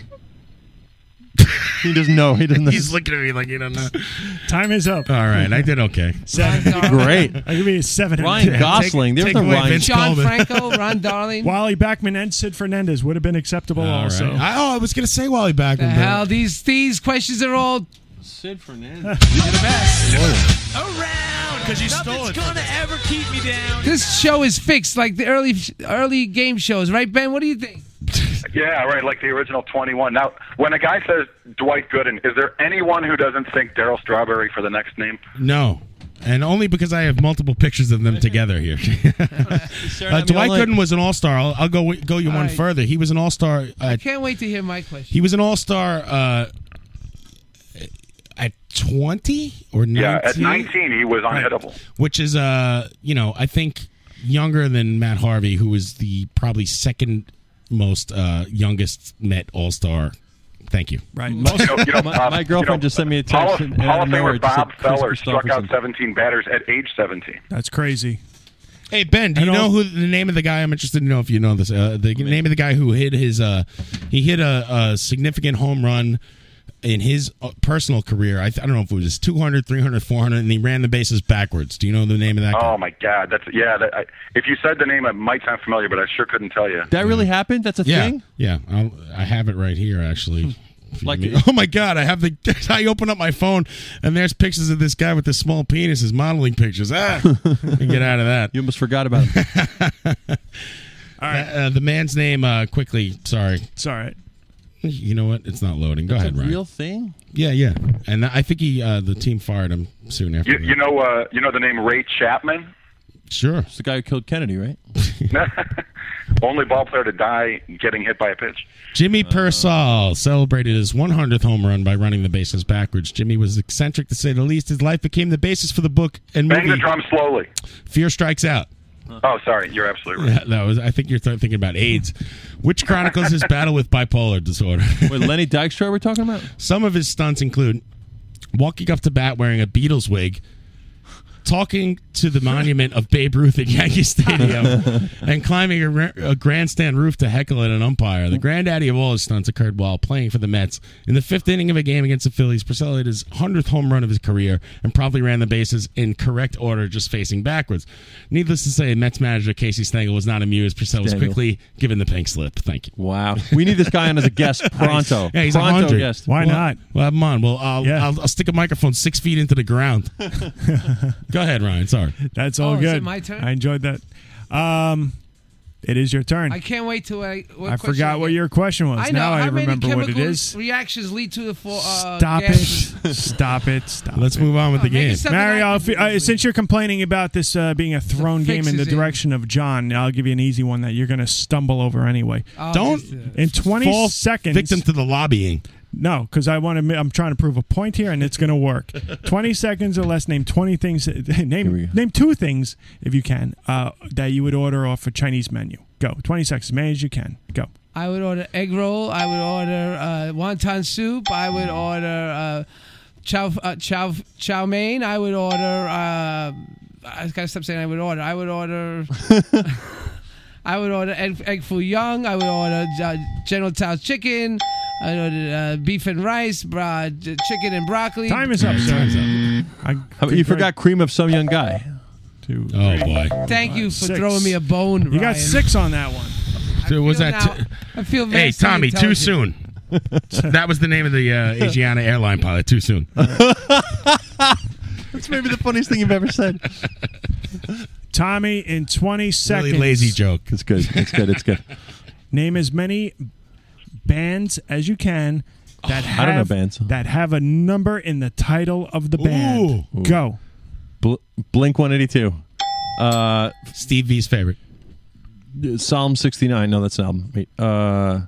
[SPEAKER 7] He doesn't know. He doesn't know.
[SPEAKER 9] He's looking at me like he doesn't know.
[SPEAKER 10] Time is up.
[SPEAKER 9] All right, I did okay.
[SPEAKER 10] Seven.
[SPEAKER 9] Great.
[SPEAKER 10] I give you a seven.
[SPEAKER 9] Ryan Yeah, take- Gosling. There was take no away Ryan. Vince
[SPEAKER 13] John
[SPEAKER 9] Coleman.
[SPEAKER 13] Franco, Ron Darling.
[SPEAKER 10] Wally Backman and Sid Fernandez would have been acceptable
[SPEAKER 9] All
[SPEAKER 10] also.
[SPEAKER 9] right. I, oh, I was gonna say Wally Backman.
[SPEAKER 13] The
[SPEAKER 9] but-
[SPEAKER 13] hell, these these questions are all.
[SPEAKER 7] Sid Fernandez.
[SPEAKER 13] You're the best.
[SPEAKER 1] Around because you stole it. gonna ever keep me down.
[SPEAKER 13] This show is fixed like the early early game shows, right, Ben? What do you think?
[SPEAKER 21] Yeah, right. Like the original 21. Now, when a guy says Dwight Gooden, is there anyone who doesn't think Daryl Strawberry for the next name?
[SPEAKER 9] No. And only because I have multiple pictures of them together here. uh,
[SPEAKER 13] at me
[SPEAKER 9] Dwight
[SPEAKER 13] all night.
[SPEAKER 9] Gooden was an all star. I'll, I'll go go you
[SPEAKER 13] All
[SPEAKER 9] one
[SPEAKER 13] right.
[SPEAKER 9] further. He was an all star.
[SPEAKER 13] I
[SPEAKER 9] Uh,
[SPEAKER 13] can't wait to hear my question.
[SPEAKER 9] he was an all star uh, at twenty or nineteen.
[SPEAKER 21] Yeah, at 19, he was unhittable.
[SPEAKER 9] which is uh, you know, I think younger than Matt Harvey, who was the probably second most uh, youngest Met all star. Thank you.
[SPEAKER 10] Right.
[SPEAKER 21] You know,
[SPEAKER 7] my, my girlfamer just sent me a
[SPEAKER 21] Hall
[SPEAKER 7] text.
[SPEAKER 21] of,
[SPEAKER 7] and- and
[SPEAKER 21] Hall of
[SPEAKER 7] out
[SPEAKER 9] uh,
[SPEAKER 7] nowhere
[SPEAKER 21] Famer
[SPEAKER 7] it just
[SPEAKER 21] Bob
[SPEAKER 7] said Chris
[SPEAKER 21] Feller struck out
[SPEAKER 7] Christopherson.
[SPEAKER 21] 17 batters at age 17.
[SPEAKER 10] That's crazy.
[SPEAKER 9] Hey Ben, do you know who the name of the guy? I'm interested to know if you know this. Uh, the name of the guy who hit his uh, he hit a, a significant home run in his uh, personal career. I, th- I don't know if it was 200, 300, 400, and he ran the bases backwards. Do you know the name of that? guy?
[SPEAKER 21] Oh my God! That's yeah. That, I, if you said the name, it might sound familiar, but I sure couldn't tell you.
[SPEAKER 7] That really happened? That's a
[SPEAKER 9] yeah,
[SPEAKER 7] thing?
[SPEAKER 9] yeah. I'll, I have it right here actually.
[SPEAKER 7] Like-
[SPEAKER 9] oh my god! I have the. I open up my phone and there's pictures of this guy with the small penis. His modeling pictures. Ah, get out of that.
[SPEAKER 7] You almost forgot about him.
[SPEAKER 9] All right. Uh, the man's name, uh, quickly. Sorry.
[SPEAKER 10] It's all right.
[SPEAKER 9] You know what? It's not loading. Go
[SPEAKER 7] That's
[SPEAKER 9] ahead,
[SPEAKER 7] a
[SPEAKER 9] Ryan.
[SPEAKER 7] real thing?
[SPEAKER 9] Yeah, yeah. And I think he, uh, the team fired him soon after.
[SPEAKER 21] You, you know, uh, you know the name Ray Chapman.
[SPEAKER 9] Sure. It's
[SPEAKER 7] the guy who killed Kennedy, right?
[SPEAKER 21] Only ball player to die getting hit by a pitch.
[SPEAKER 9] Jimmy Persall celebrated his 100th home run by running the bases backwards. Jimmy was eccentric to say the least. His life became the basis for the book and
[SPEAKER 21] Bang the
[SPEAKER 9] movie
[SPEAKER 21] drum slowly.
[SPEAKER 9] Fear Strikes Out.
[SPEAKER 21] Oh, sorry, you're absolutely right.
[SPEAKER 9] Yeah, that was. I think you're th- thinking about AIDS, which chronicles his battle with bipolar disorder.
[SPEAKER 7] Wait, Lenny Dykstra we're talking about?
[SPEAKER 9] Some of his stunts include walking up to bat wearing a Beatles wig, talking to the monument of Babe Ruth at Yankee Stadium, and climbing a, ra- a grandstand roof to heckle at an umpire. The granddaddy of all his stunts occurred while playing for the Mets. In the fifth inning of a game against the Phillies, Purcell hit his 100th home run of his career and probably ran the bases in correct order, just facing backwards. Needless to say, Mets manager Casey Stengel was not amused. Purcell was
[SPEAKER 7] Stengel.
[SPEAKER 9] quickly given the pink slip. Thank you.
[SPEAKER 7] Wow. We need this guy on as a guest pronto.
[SPEAKER 9] Yeah, he's a
[SPEAKER 7] pronto
[SPEAKER 9] 100.
[SPEAKER 7] guest.
[SPEAKER 9] Well, Well, come on. Well, I'll, I'll, I'll stick a microphone six feet into the ground. Go ahead, Ryan. Sorry.
[SPEAKER 10] That's all
[SPEAKER 13] Oh, is
[SPEAKER 10] good.
[SPEAKER 13] it my turn?
[SPEAKER 10] I enjoyed that. Um, it is your turn.
[SPEAKER 13] I can't wait to. Uh, what
[SPEAKER 10] I
[SPEAKER 13] question
[SPEAKER 10] forgot what your question was.
[SPEAKER 13] I know.
[SPEAKER 10] now
[SPEAKER 13] how
[SPEAKER 10] I
[SPEAKER 13] many
[SPEAKER 10] remember what it
[SPEAKER 13] chemical
[SPEAKER 10] is.
[SPEAKER 13] Reactions lead to the four. Uh,
[SPEAKER 10] Stop
[SPEAKER 13] gases?
[SPEAKER 10] it. Stop it. Stop
[SPEAKER 9] Let's
[SPEAKER 10] it.
[SPEAKER 9] move on with
[SPEAKER 13] Oh,
[SPEAKER 9] the game.
[SPEAKER 10] Mario, I'll fi- uh, since you're complaining about this uh, being a thrown game in the
[SPEAKER 9] fixes in.
[SPEAKER 10] direction of John, I'll give you an easy one that you're going to stumble over anyway.
[SPEAKER 13] Oh,
[SPEAKER 9] I'll Don't just,
[SPEAKER 10] in 20
[SPEAKER 9] fall
[SPEAKER 10] seconds.
[SPEAKER 9] victim to the lobbying.
[SPEAKER 10] No, because I want to. I'm trying to prove a point here, and it's going to work. 20 seconds or less. Name 20 things. Name name two things if you can uh, that you would order off a Chinese menu. Go. 20 seconds. As many as you can. Go.
[SPEAKER 13] I would order egg roll. I would order uh, wonton soup. I would order uh, chow uh, chow chow mein. I would order. Uh, I gotta stop saying I would order. I would order. I would order egg, egg foo young. I would order uh, General Tso's chicken. I would order uh, beef and rice, bra, chicken and broccoli.
[SPEAKER 10] Time is up, sir.
[SPEAKER 7] Mm. How about you forgot cream of some young guy.
[SPEAKER 10] Two.
[SPEAKER 9] Oh boy.
[SPEAKER 13] Thank you for
[SPEAKER 10] Six.
[SPEAKER 13] throwing me a bone.
[SPEAKER 10] You got
[SPEAKER 13] Ryan.
[SPEAKER 10] six on that one.
[SPEAKER 9] Dude, was that?
[SPEAKER 13] now- I feel
[SPEAKER 9] hey,
[SPEAKER 13] vastly
[SPEAKER 9] Tommy, too
[SPEAKER 13] intelligent.
[SPEAKER 9] soon. that was the name of the uh, Asiana airline pilot. Too soon.
[SPEAKER 7] That's maybe the funniest thing you've ever said.
[SPEAKER 10] Tommy, in 20 seconds.
[SPEAKER 9] Really lazy joke.
[SPEAKER 7] It's good. It's good. It's good.
[SPEAKER 10] Name as many bands as you can that have
[SPEAKER 7] I don't know bands.
[SPEAKER 10] that have a number in the title of the band.
[SPEAKER 7] Ooh.
[SPEAKER 10] Go.
[SPEAKER 7] Bl- Blink 182. Uh, Steve V's favorite. Psalm 69. No, that's an album. Wait.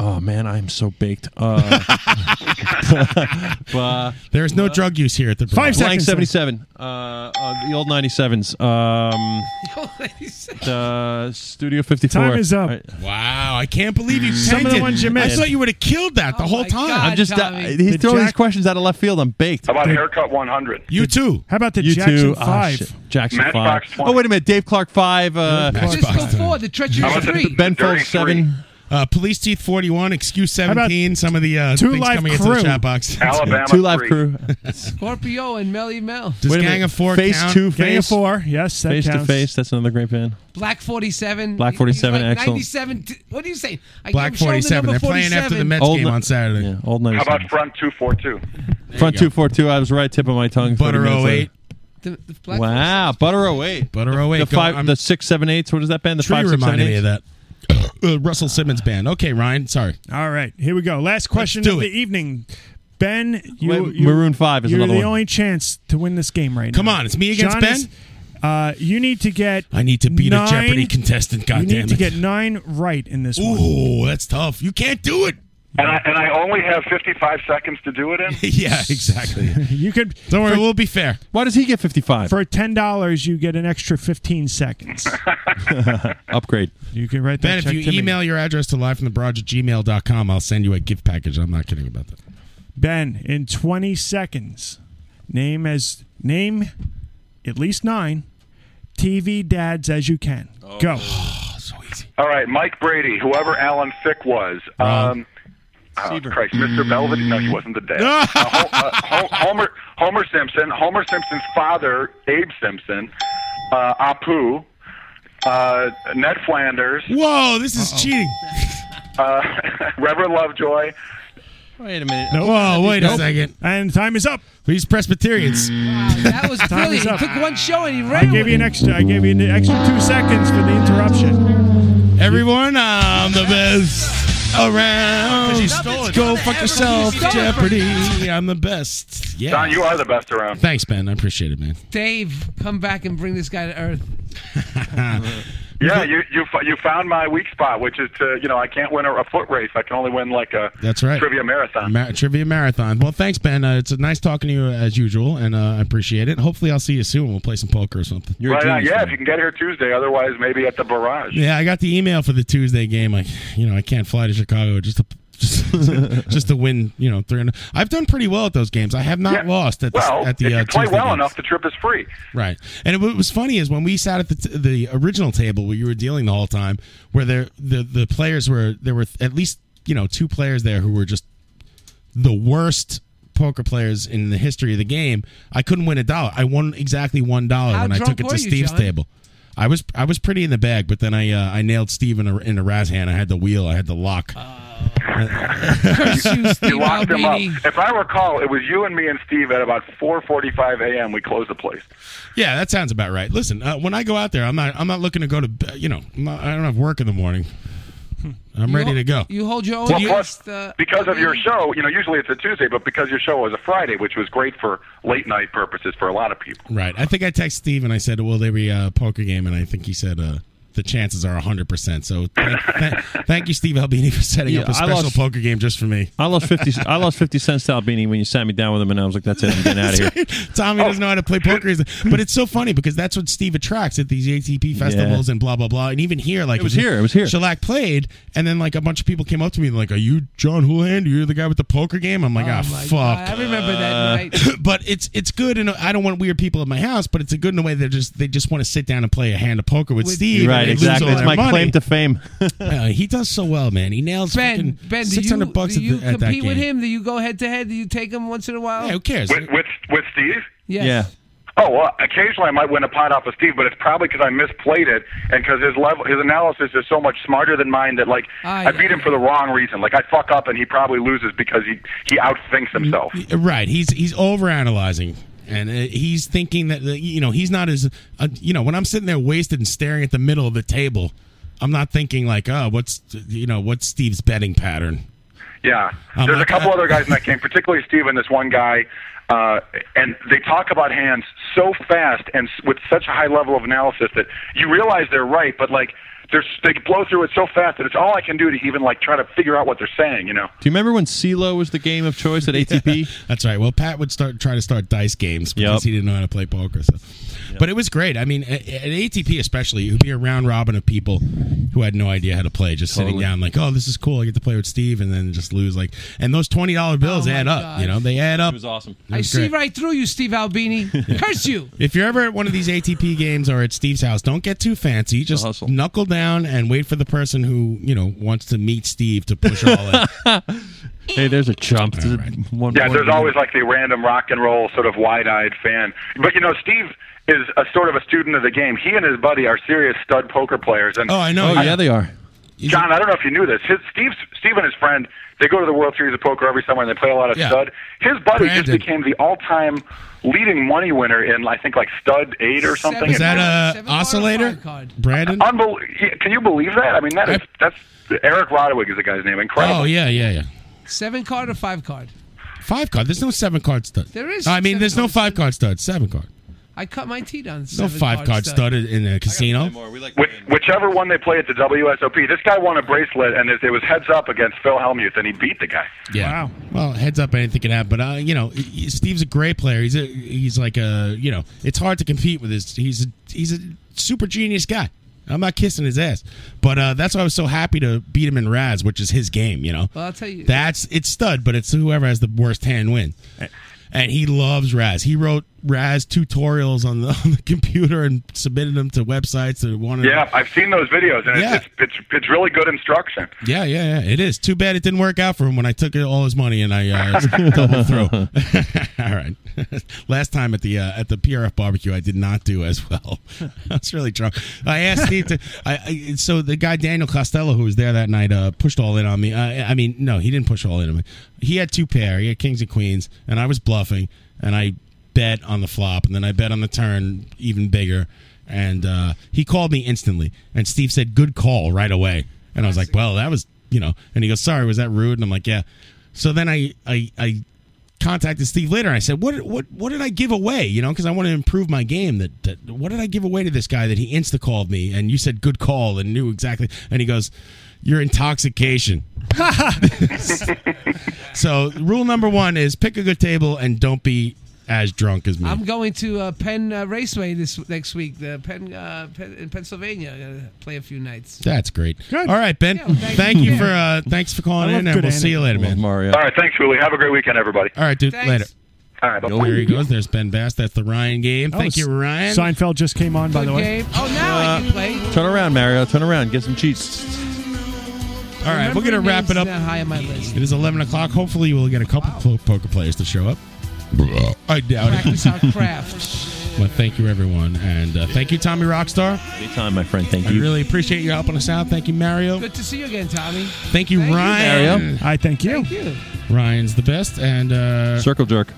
[SPEAKER 7] Uh, oh, man, I am so baked. Uh, uh,
[SPEAKER 9] There is no drug use here at the
[SPEAKER 7] Blank
[SPEAKER 9] Bronx.
[SPEAKER 7] 77. Uh, uh, the old 97s. Um, the Studio 54.
[SPEAKER 9] Time is up.
[SPEAKER 7] All right.
[SPEAKER 9] Wow, I can't believe you
[SPEAKER 7] Some of
[SPEAKER 9] tanked
[SPEAKER 7] the
[SPEAKER 9] it.
[SPEAKER 7] ones you
[SPEAKER 9] I
[SPEAKER 7] missed.
[SPEAKER 9] thought you would have killed that
[SPEAKER 13] Oh
[SPEAKER 9] the whole time.
[SPEAKER 7] I'm just. uh, he's throwing these questions out of left field. I'm baked.
[SPEAKER 21] How about haircut 100?
[SPEAKER 9] You too.
[SPEAKER 10] How about the
[SPEAKER 7] you
[SPEAKER 10] Jackson
[SPEAKER 7] too. Ah,
[SPEAKER 10] Five?
[SPEAKER 7] shit. Jackson
[SPEAKER 21] Matchbox
[SPEAKER 7] Five. Oh wait a minute, Dave Clark Five. Uh,
[SPEAKER 13] Francisco Four, the treacherous three.
[SPEAKER 7] Ben Folds Seven.
[SPEAKER 9] Uh, Police Teeth 41, Excuse
[SPEAKER 13] about
[SPEAKER 9] 17, some of the uh,
[SPEAKER 13] Two
[SPEAKER 9] things
[SPEAKER 13] Live
[SPEAKER 9] coming into the
[SPEAKER 13] Crew?
[SPEAKER 9] chat box.
[SPEAKER 13] Alabama
[SPEAKER 7] Two Live
[SPEAKER 9] Free.
[SPEAKER 7] Crew.
[SPEAKER 13] Scorpio and Melly Mel.
[SPEAKER 9] Does Gang of Four
[SPEAKER 7] Face
[SPEAKER 9] count?
[SPEAKER 7] Two
[SPEAKER 9] Gang of
[SPEAKER 7] Face.
[SPEAKER 9] Four,
[SPEAKER 10] yes, that
[SPEAKER 7] face
[SPEAKER 10] counts.
[SPEAKER 7] to Face. That's another great band.
[SPEAKER 13] Black 47.
[SPEAKER 7] Black
[SPEAKER 13] He's
[SPEAKER 7] 47,
[SPEAKER 13] like
[SPEAKER 7] excellent.
[SPEAKER 13] 97. T- what do you say? I
[SPEAKER 9] Black
[SPEAKER 13] I'm showing the
[SPEAKER 9] 47.
[SPEAKER 13] number
[SPEAKER 9] They're playing after the
[SPEAKER 13] 47.
[SPEAKER 9] Mets game
[SPEAKER 7] ni-
[SPEAKER 9] on Saturday.
[SPEAKER 7] Yeah, old
[SPEAKER 21] How
[SPEAKER 7] 97.
[SPEAKER 21] about front 242?
[SPEAKER 7] Front two four two. I was right tip of my tongue. 30
[SPEAKER 9] Butter
[SPEAKER 7] minutes
[SPEAKER 9] 08.
[SPEAKER 13] The, the Black
[SPEAKER 7] later. Wow, Butter 08.
[SPEAKER 9] Butter
[SPEAKER 7] The-
[SPEAKER 9] 08.
[SPEAKER 7] The
[SPEAKER 9] Go-
[SPEAKER 7] five,
[SPEAKER 9] I'm-
[SPEAKER 7] the six, seven, eights. What is that band? The
[SPEAKER 9] Tree
[SPEAKER 7] five, six, seven,
[SPEAKER 9] reminded me
[SPEAKER 7] eights?
[SPEAKER 9] of that. Uh, Russell Simmons band. Okay, Ryan. Sorry.
[SPEAKER 10] All right, here we go. Last question
[SPEAKER 9] do
[SPEAKER 10] of
[SPEAKER 9] it.
[SPEAKER 10] the evening. Ben, you,
[SPEAKER 9] Wait,
[SPEAKER 10] you-
[SPEAKER 9] Maroon five is
[SPEAKER 10] you're
[SPEAKER 9] another
[SPEAKER 10] the
[SPEAKER 9] one.
[SPEAKER 10] only chance to win this game right
[SPEAKER 9] Come
[SPEAKER 10] now.
[SPEAKER 9] on, it's me against
[SPEAKER 10] John
[SPEAKER 9] Ben?
[SPEAKER 10] is- uh, you need to get.
[SPEAKER 9] I need to beat
[SPEAKER 10] nine,
[SPEAKER 9] a Jeopardy contestant. God
[SPEAKER 10] You need
[SPEAKER 9] damn
[SPEAKER 10] to
[SPEAKER 9] it.
[SPEAKER 10] get nine right in this one.
[SPEAKER 9] Ooh, that's tough. You can't do it.
[SPEAKER 21] And I, and I only have 55 seconds to do it in?
[SPEAKER 9] yeah, exactly.
[SPEAKER 10] You could.
[SPEAKER 9] Don't worry,
[SPEAKER 10] for-
[SPEAKER 9] we'll be fair.
[SPEAKER 7] Why does he get 55?
[SPEAKER 10] For ten dollars, you get an extra fifteen seconds.
[SPEAKER 7] Upgrade.
[SPEAKER 10] You can write that
[SPEAKER 9] Ben, if
[SPEAKER 10] check
[SPEAKER 9] you
[SPEAKER 10] to me.
[SPEAKER 9] email your address to live from the barge at gmail.com, I'll send you a gift package. I'm not kidding about that.
[SPEAKER 10] Ben, in 20 seconds, name as name at least nine TV dads as you can. Go.
[SPEAKER 9] Oh.
[SPEAKER 21] All right, Mike Brady, whoever Alan Thick was. Um, oh, Christ, Mr. Belvedere. No, he wasn't the dad. Uh, Ho- uh, Ho- Homer, Homer Simpson, Homer Simpson's father, Abe Simpson, uh, Apu, uh, Ned Flanders,
[SPEAKER 9] Whoa, this is cheating.
[SPEAKER 21] uh, Reverend Lovejoy.
[SPEAKER 7] Wait a minute.
[SPEAKER 9] Whoa, wait a
[SPEAKER 10] Nope.
[SPEAKER 9] second.
[SPEAKER 10] And time is up.
[SPEAKER 9] These Presbyterians.
[SPEAKER 13] That was brilliant. He took one show and he ran.
[SPEAKER 10] I gave you an extra. I gave you an extra two seconds for the interruption.
[SPEAKER 9] Everyone, I'm the best
[SPEAKER 21] Oh,
[SPEAKER 9] around.
[SPEAKER 13] you stole it.
[SPEAKER 9] Go fuck yourself,
[SPEAKER 13] Stole it from
[SPEAKER 9] Jeopardy. I'm the best. Yeah.
[SPEAKER 21] Don, you are the best around.
[SPEAKER 9] Thanks, Ben. I appreciate it, man.
[SPEAKER 13] Dave, come back and bring this guy to Earth.
[SPEAKER 21] Yeah, you you fo- you found my weak spot, which is to you know I can't win a, a foot race. I can only win like a
[SPEAKER 9] That's right.
[SPEAKER 21] trivia marathon.
[SPEAKER 9] Ma- trivia marathon. Well, thanks, Ben. Uh, it's nice talking to you as usual, and uh, I appreciate it. Hopefully, I'll see you soon. We'll play some poker or something.
[SPEAKER 7] You're
[SPEAKER 21] right
[SPEAKER 7] a
[SPEAKER 21] now,
[SPEAKER 7] genius.
[SPEAKER 21] yeah,
[SPEAKER 7] man.
[SPEAKER 21] if you can get here Tuesday, otherwise maybe at the barrage.
[SPEAKER 9] Yeah, I got the email for the Tuesday game. I, you know, I can't fly to Chicago just to just, just to win. You know, three hundred. I've done pretty well at those games. I have not
[SPEAKER 21] Yeah.
[SPEAKER 9] lost at the
[SPEAKER 21] well,
[SPEAKER 9] at the
[SPEAKER 21] if you
[SPEAKER 9] uh,
[SPEAKER 21] play
[SPEAKER 9] Tuesday
[SPEAKER 21] well
[SPEAKER 9] games.
[SPEAKER 21] enough, the trip is free.
[SPEAKER 9] Right. And what was funny is when we sat at the, t- the original table where you were dealing the whole time, where there, the, the players were, there were at least, you know, two players there who were just the worst poker players in the history of the game. I couldn't win a dollar. I won exactly one dollar
[SPEAKER 13] How
[SPEAKER 9] when I
[SPEAKER 13] drunk
[SPEAKER 9] took it
[SPEAKER 13] were
[SPEAKER 9] to
[SPEAKER 13] you,
[SPEAKER 9] Steve's
[SPEAKER 13] John?
[SPEAKER 9] table. I was I was pretty in the bag, but then I uh, I nailed Steve in a, in a Raz hand. I had the wheel. I had the lock.
[SPEAKER 13] Oh. Curse you, Steve
[SPEAKER 21] You locked him up.
[SPEAKER 13] Albini.
[SPEAKER 21] If I recall, it was you and me and Steve at about 4:45 a.m. We closed the place.
[SPEAKER 9] Yeah, that sounds about right. Listen, uh, when I go out there, I'm not I'm not looking to go to b- you know I'm not- I don't have work in the morning.
[SPEAKER 7] Hmm.
[SPEAKER 9] I'm ready to go.
[SPEAKER 13] You hold your own.
[SPEAKER 21] Well,
[SPEAKER 13] against,
[SPEAKER 21] plus,
[SPEAKER 13] uh,
[SPEAKER 21] because of your
[SPEAKER 13] Albini.
[SPEAKER 21] show, you know, usually it's a Tuesday, but because your show was a Friday, which was great for late night purposes for a lot of people.
[SPEAKER 9] Right. I think I texted Steve and I said, "Will there be a poker game?" And I think he said, uh, th- the chances are 100%. So thank, thank- thank you, Steve Albini, for setting
[SPEAKER 7] Yeah,
[SPEAKER 9] up a
[SPEAKER 7] I
[SPEAKER 9] special
[SPEAKER 7] lost-
[SPEAKER 9] poker game just for me.
[SPEAKER 7] I lost fifty. I lost fifty cents to Albini when you sat me down with him, and I was like, "That's it, I'm getting out of here."
[SPEAKER 9] Tommy
[SPEAKER 7] Oh.
[SPEAKER 9] doesn't know how to play poker. He's- But it's so funny because that's what Steve attracts at these ATP festivals and blah, blah, blah. And even here, like,
[SPEAKER 7] It was here, it was here.
[SPEAKER 9] Shellac played, and then, like, a bunch of people came up to me and, like, Are you John Houlihan? You're the guy with the poker game? I'm like, Ah, fuck.
[SPEAKER 13] Oh I remember that night.
[SPEAKER 9] but it's it's good, and I don't want weird people at my house. But it's a good in a way they just they just want to sit down and play a hand of poker with,
[SPEAKER 13] With-
[SPEAKER 9] Steve.
[SPEAKER 7] Right,
[SPEAKER 9] and they lose
[SPEAKER 7] exactly.
[SPEAKER 9] all
[SPEAKER 7] It's
[SPEAKER 9] their
[SPEAKER 7] my
[SPEAKER 9] money.
[SPEAKER 7] claim to fame.
[SPEAKER 9] Uh, he does so well, man. He nails
[SPEAKER 13] Ben,
[SPEAKER 9] fucking
[SPEAKER 13] Ben, do
[SPEAKER 9] 600
[SPEAKER 13] you,
[SPEAKER 9] bucks
[SPEAKER 13] do you
[SPEAKER 9] at, the, at that
[SPEAKER 13] compete
[SPEAKER 9] game.
[SPEAKER 13] with him? Do you go head to head? Do you take him once in a while?
[SPEAKER 9] Yeah, who cares?
[SPEAKER 21] With, with with Steve?
[SPEAKER 13] Yes.
[SPEAKER 21] Oh, well, occasionally I might win a pot off of Steve, but it's probably because I misplayed it and because his level, his analysis is so much smarter than mine that like
[SPEAKER 13] Ah,
[SPEAKER 21] I beat him for the wrong reason. Like I fuck up and he probably loses because he he outthinks
[SPEAKER 7] Mm-hmm.
[SPEAKER 21] himself.
[SPEAKER 9] Right. He's he's overanalyzing. And uh, he's thinking that uh, you know he's not as uh, you know when I'm sitting there wasted and staring at the middle of the table, I'm not thinking like oh what's you know what's Steve's betting pattern.
[SPEAKER 21] Yeah.
[SPEAKER 9] Um,
[SPEAKER 21] There's
[SPEAKER 9] I-
[SPEAKER 21] a couple
[SPEAKER 7] uh,
[SPEAKER 9] I-
[SPEAKER 21] other guys in that game, particularly Steve and this one guy, uh, and they talk about hands so fast and s- with such a high level of analysis that you realize they're right, but like they're, s- they blow through it so fast that it's all I can do to even like try to figure out what they're saying, you know?
[SPEAKER 7] Do you remember when CeeLo was the game of choice at ATP?
[SPEAKER 9] That's right. Well, Pat would start try to start dice games because he didn't know how to play poker. So, but it was great. I mean, at, at ATP especially, it would be a round robin of people who had no idea how to play, just sitting
[SPEAKER 7] Totally.
[SPEAKER 9] down like, oh, this is cool. I get to play with Steve, and then just lose like. And those twenty dollar bills add up. You know, they add up. It was
[SPEAKER 7] awesome.
[SPEAKER 13] Oh, I see right through you, Steve Albini. Curse you.
[SPEAKER 9] If you're ever at one of these ATP games or at Steve's house, don't get too fancy. Just knuckle down and wait for the person who you know wants to meet Steve to push all in.
[SPEAKER 7] hey, there's a chump. There's one-
[SPEAKER 21] Yeah,
[SPEAKER 7] one-
[SPEAKER 21] there's always like the random rock and roll sort of wide-eyed fan. But you know, Steve is a sort of a student of the game. He and his buddy are serious stud poker players. And
[SPEAKER 7] Oh, yeah, they are.
[SPEAKER 21] John, I don't know if you knew this. His Steve's Steve and his friend they go to the World Series of Poker every summer and they play a lot of
[SPEAKER 9] Yeah.
[SPEAKER 21] stud. His buddy
[SPEAKER 9] Brandon.
[SPEAKER 21] just became the all-time leading money winner in I think like stud eight or something.
[SPEAKER 9] Is that a oscillator, Brandon?
[SPEAKER 21] Unbel- yeah, can you believe that? I mean, that is that's Eric Rodwig is the guy's name. Incredible.
[SPEAKER 9] Oh yeah, yeah, yeah.
[SPEAKER 13] Seven card or five card?
[SPEAKER 9] Five card. There's no seven card stud.
[SPEAKER 13] There is
[SPEAKER 9] I mean, there's no five card stud. Seven card.
[SPEAKER 13] I cut my teeth on
[SPEAKER 9] No
[SPEAKER 13] seven
[SPEAKER 9] five card stud in a casino.
[SPEAKER 21] Which, whichever one they play at the WSOP, this guy won a bracelet, and it, it was heads up against Phil Hellmuth, and he beat the guy.
[SPEAKER 9] Yeah. Well, heads up, anything can happen. But uh, you know, he- Steve's a great player. He's a he's like a you know, it's hard to compete with his. He's a he's a super genius guy. I'm not kissing his ass, but uh, that's why I was so happy to beat him in Raz, which is his game. You know.
[SPEAKER 13] Well, I'll tell you.
[SPEAKER 9] That's it's stud, but it's whoever has the worst hand win.
[SPEAKER 13] Eh.
[SPEAKER 9] And he loves Raz. He wrote Raz tutorials on the, on the computer and submitted them to websites that wanted.
[SPEAKER 21] Yeah, I've seen those videos, and it's, it's it's it's really good instruction.
[SPEAKER 9] Yeah, yeah, yeah. It is. Too bad it didn't work out for him when I took all his money and I uh, doubled through. all right. Last time at the uh, at the PRF barbecue, I did not do as well. I was really drunk. I asked Steve to. I, I so the guy Daniel Costello who was there that night uh, pushed all in on me. I, I mean, no, he didn't push all in on me. He had two pair. He had kings and queens, and I was bluffing, and I bet on the flop, and then I bet on the turn even bigger. And uh, he called me instantly, and Steve said, "Good call," right away. And I was like, "Well, that was you know." And he goes, "Sorry, was that rude?" And I'm like, "Yeah." So then I I, I contacted Steve later, and I said, "What what what did I give away?" You know, because I want to improve my game. That, that what did I give away to this guy that he insta called me? And you said, "Good call," and knew exactly. And he goes, "Your intoxication." so rule number one is pick a good table and don't be as drunk as me.
[SPEAKER 13] I'm going to uh, Penn uh, Raceway this next week. The Penn, uh, Penn in Pennsylvania. Gonna play a few nights.
[SPEAKER 9] That's great. All right, Ben.
[SPEAKER 13] Yeah, well, thank
[SPEAKER 9] thank
[SPEAKER 13] you.
[SPEAKER 9] you for uh, thanks for calling
[SPEAKER 13] I love
[SPEAKER 9] in, and
[SPEAKER 13] good
[SPEAKER 9] we'll see you later,
[SPEAKER 7] anecdotes.
[SPEAKER 9] man. Mario.
[SPEAKER 21] All right, thanks, Willie. Have a great weekend, everybody.
[SPEAKER 9] All right, dude. Later.
[SPEAKER 21] All right,
[SPEAKER 9] there he goes. There's Ben Bass. That's the Ryan game.
[SPEAKER 10] Oh,
[SPEAKER 9] Thank you, Ryan.
[SPEAKER 10] Seinfeld just came on, by the way.
[SPEAKER 13] Game. Oh, now I can play.
[SPEAKER 7] Uh, Turn around, Mario. Turn around. Get some cheats.
[SPEAKER 9] All right, we're gonna
[SPEAKER 13] Remembering
[SPEAKER 9] wrap it
[SPEAKER 13] names
[SPEAKER 9] up.
[SPEAKER 13] now uh, high on my list.
[SPEAKER 9] It is 11 o'clock. Hopefully, we'll get a couple po- poker players to show up. I doubt
[SPEAKER 13] Practice our
[SPEAKER 9] it.
[SPEAKER 13] craft.
[SPEAKER 9] Well, thank you, everyone, and uh, thank you, Tommy Rockstar.
[SPEAKER 7] Anytime, my friend. Thank
[SPEAKER 9] I
[SPEAKER 7] you.
[SPEAKER 9] really appreciate you helping us out. Thank you, Mario.
[SPEAKER 13] Good to see you again, Tommy.
[SPEAKER 9] Thank you, Ryan.
[SPEAKER 13] Mario.
[SPEAKER 9] I thank you.
[SPEAKER 13] Thank you.
[SPEAKER 9] Ryan's the best, and uh,
[SPEAKER 7] Circle jerk.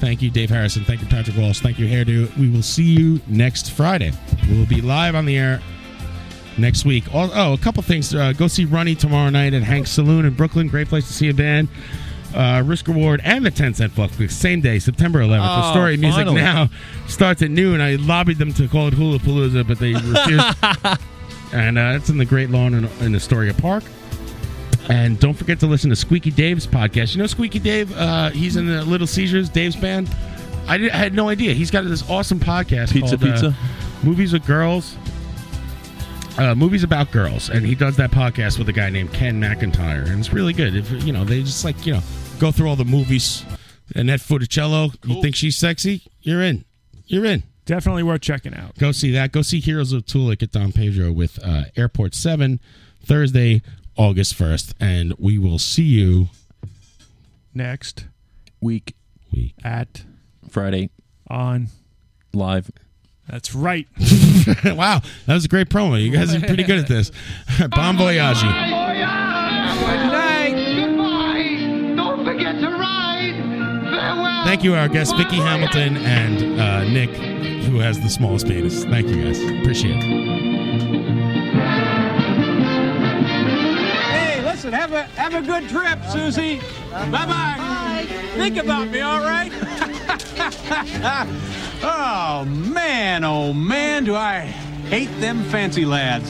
[SPEAKER 9] Thank you, Dave Harrison. Thank you, Patrick Walsh. Thank you, Hairdo. We will see you next Friday. We'll be live on the air next week. Oh, oh a couple things. Uh, go see Runny tomorrow night at Hank's Saloon in Brooklyn. Great place to see a band. Uh, Risk Reward and the 10 Cent Buck Fix, same day, September 11th. the
[SPEAKER 7] Oh,
[SPEAKER 9] story of music
[SPEAKER 7] finally.
[SPEAKER 9] now starts at noon. I lobbied them to call it Hula Palooza, but they refused. and uh, it's in the Great Lawn in, in Astoria Park. And don't forget to listen to Squeaky Dave's podcast. You know Squeaky Dave? Uh, he's in the Little Seizures, Dave's band. I, did, I had no idea. He's got this awesome podcast
[SPEAKER 7] Pizza
[SPEAKER 9] called, uh,
[SPEAKER 7] Pizza?
[SPEAKER 9] Movies with Girls. Uh, movies about girls, and he
[SPEAKER 10] Mm-hmm.
[SPEAKER 9] does that podcast with a guy named Ken McIntyre, and it's really good. If you know, they just like you know go through all the movies. Annette Funicello, you think she's sexy? You're in. You're in.
[SPEAKER 10] Definitely worth checking out.
[SPEAKER 9] Go see that. Go see Heroes of Tulik at Don Pedro with uh, Airport 7 Thursday, August 1st. And we will see you
[SPEAKER 10] Next
[SPEAKER 7] week,
[SPEAKER 9] week
[SPEAKER 10] at
[SPEAKER 7] Friday
[SPEAKER 10] on
[SPEAKER 7] live.
[SPEAKER 10] That's right.
[SPEAKER 9] wow, that was a great promo. You guys are pretty good at this. bon voyage.
[SPEAKER 17] Goodbye. Don't forget to ride. Farewell.
[SPEAKER 9] Thank you, our guests, Vicky Hamilton and uh, Nick, who has the smallest penis. Thank you, guys. Appreciate it.
[SPEAKER 1] Hey, listen, have a have a good trip, Susie. Bye bye. Think about me, all right? oh man, oh man, do I hate them fancy lads.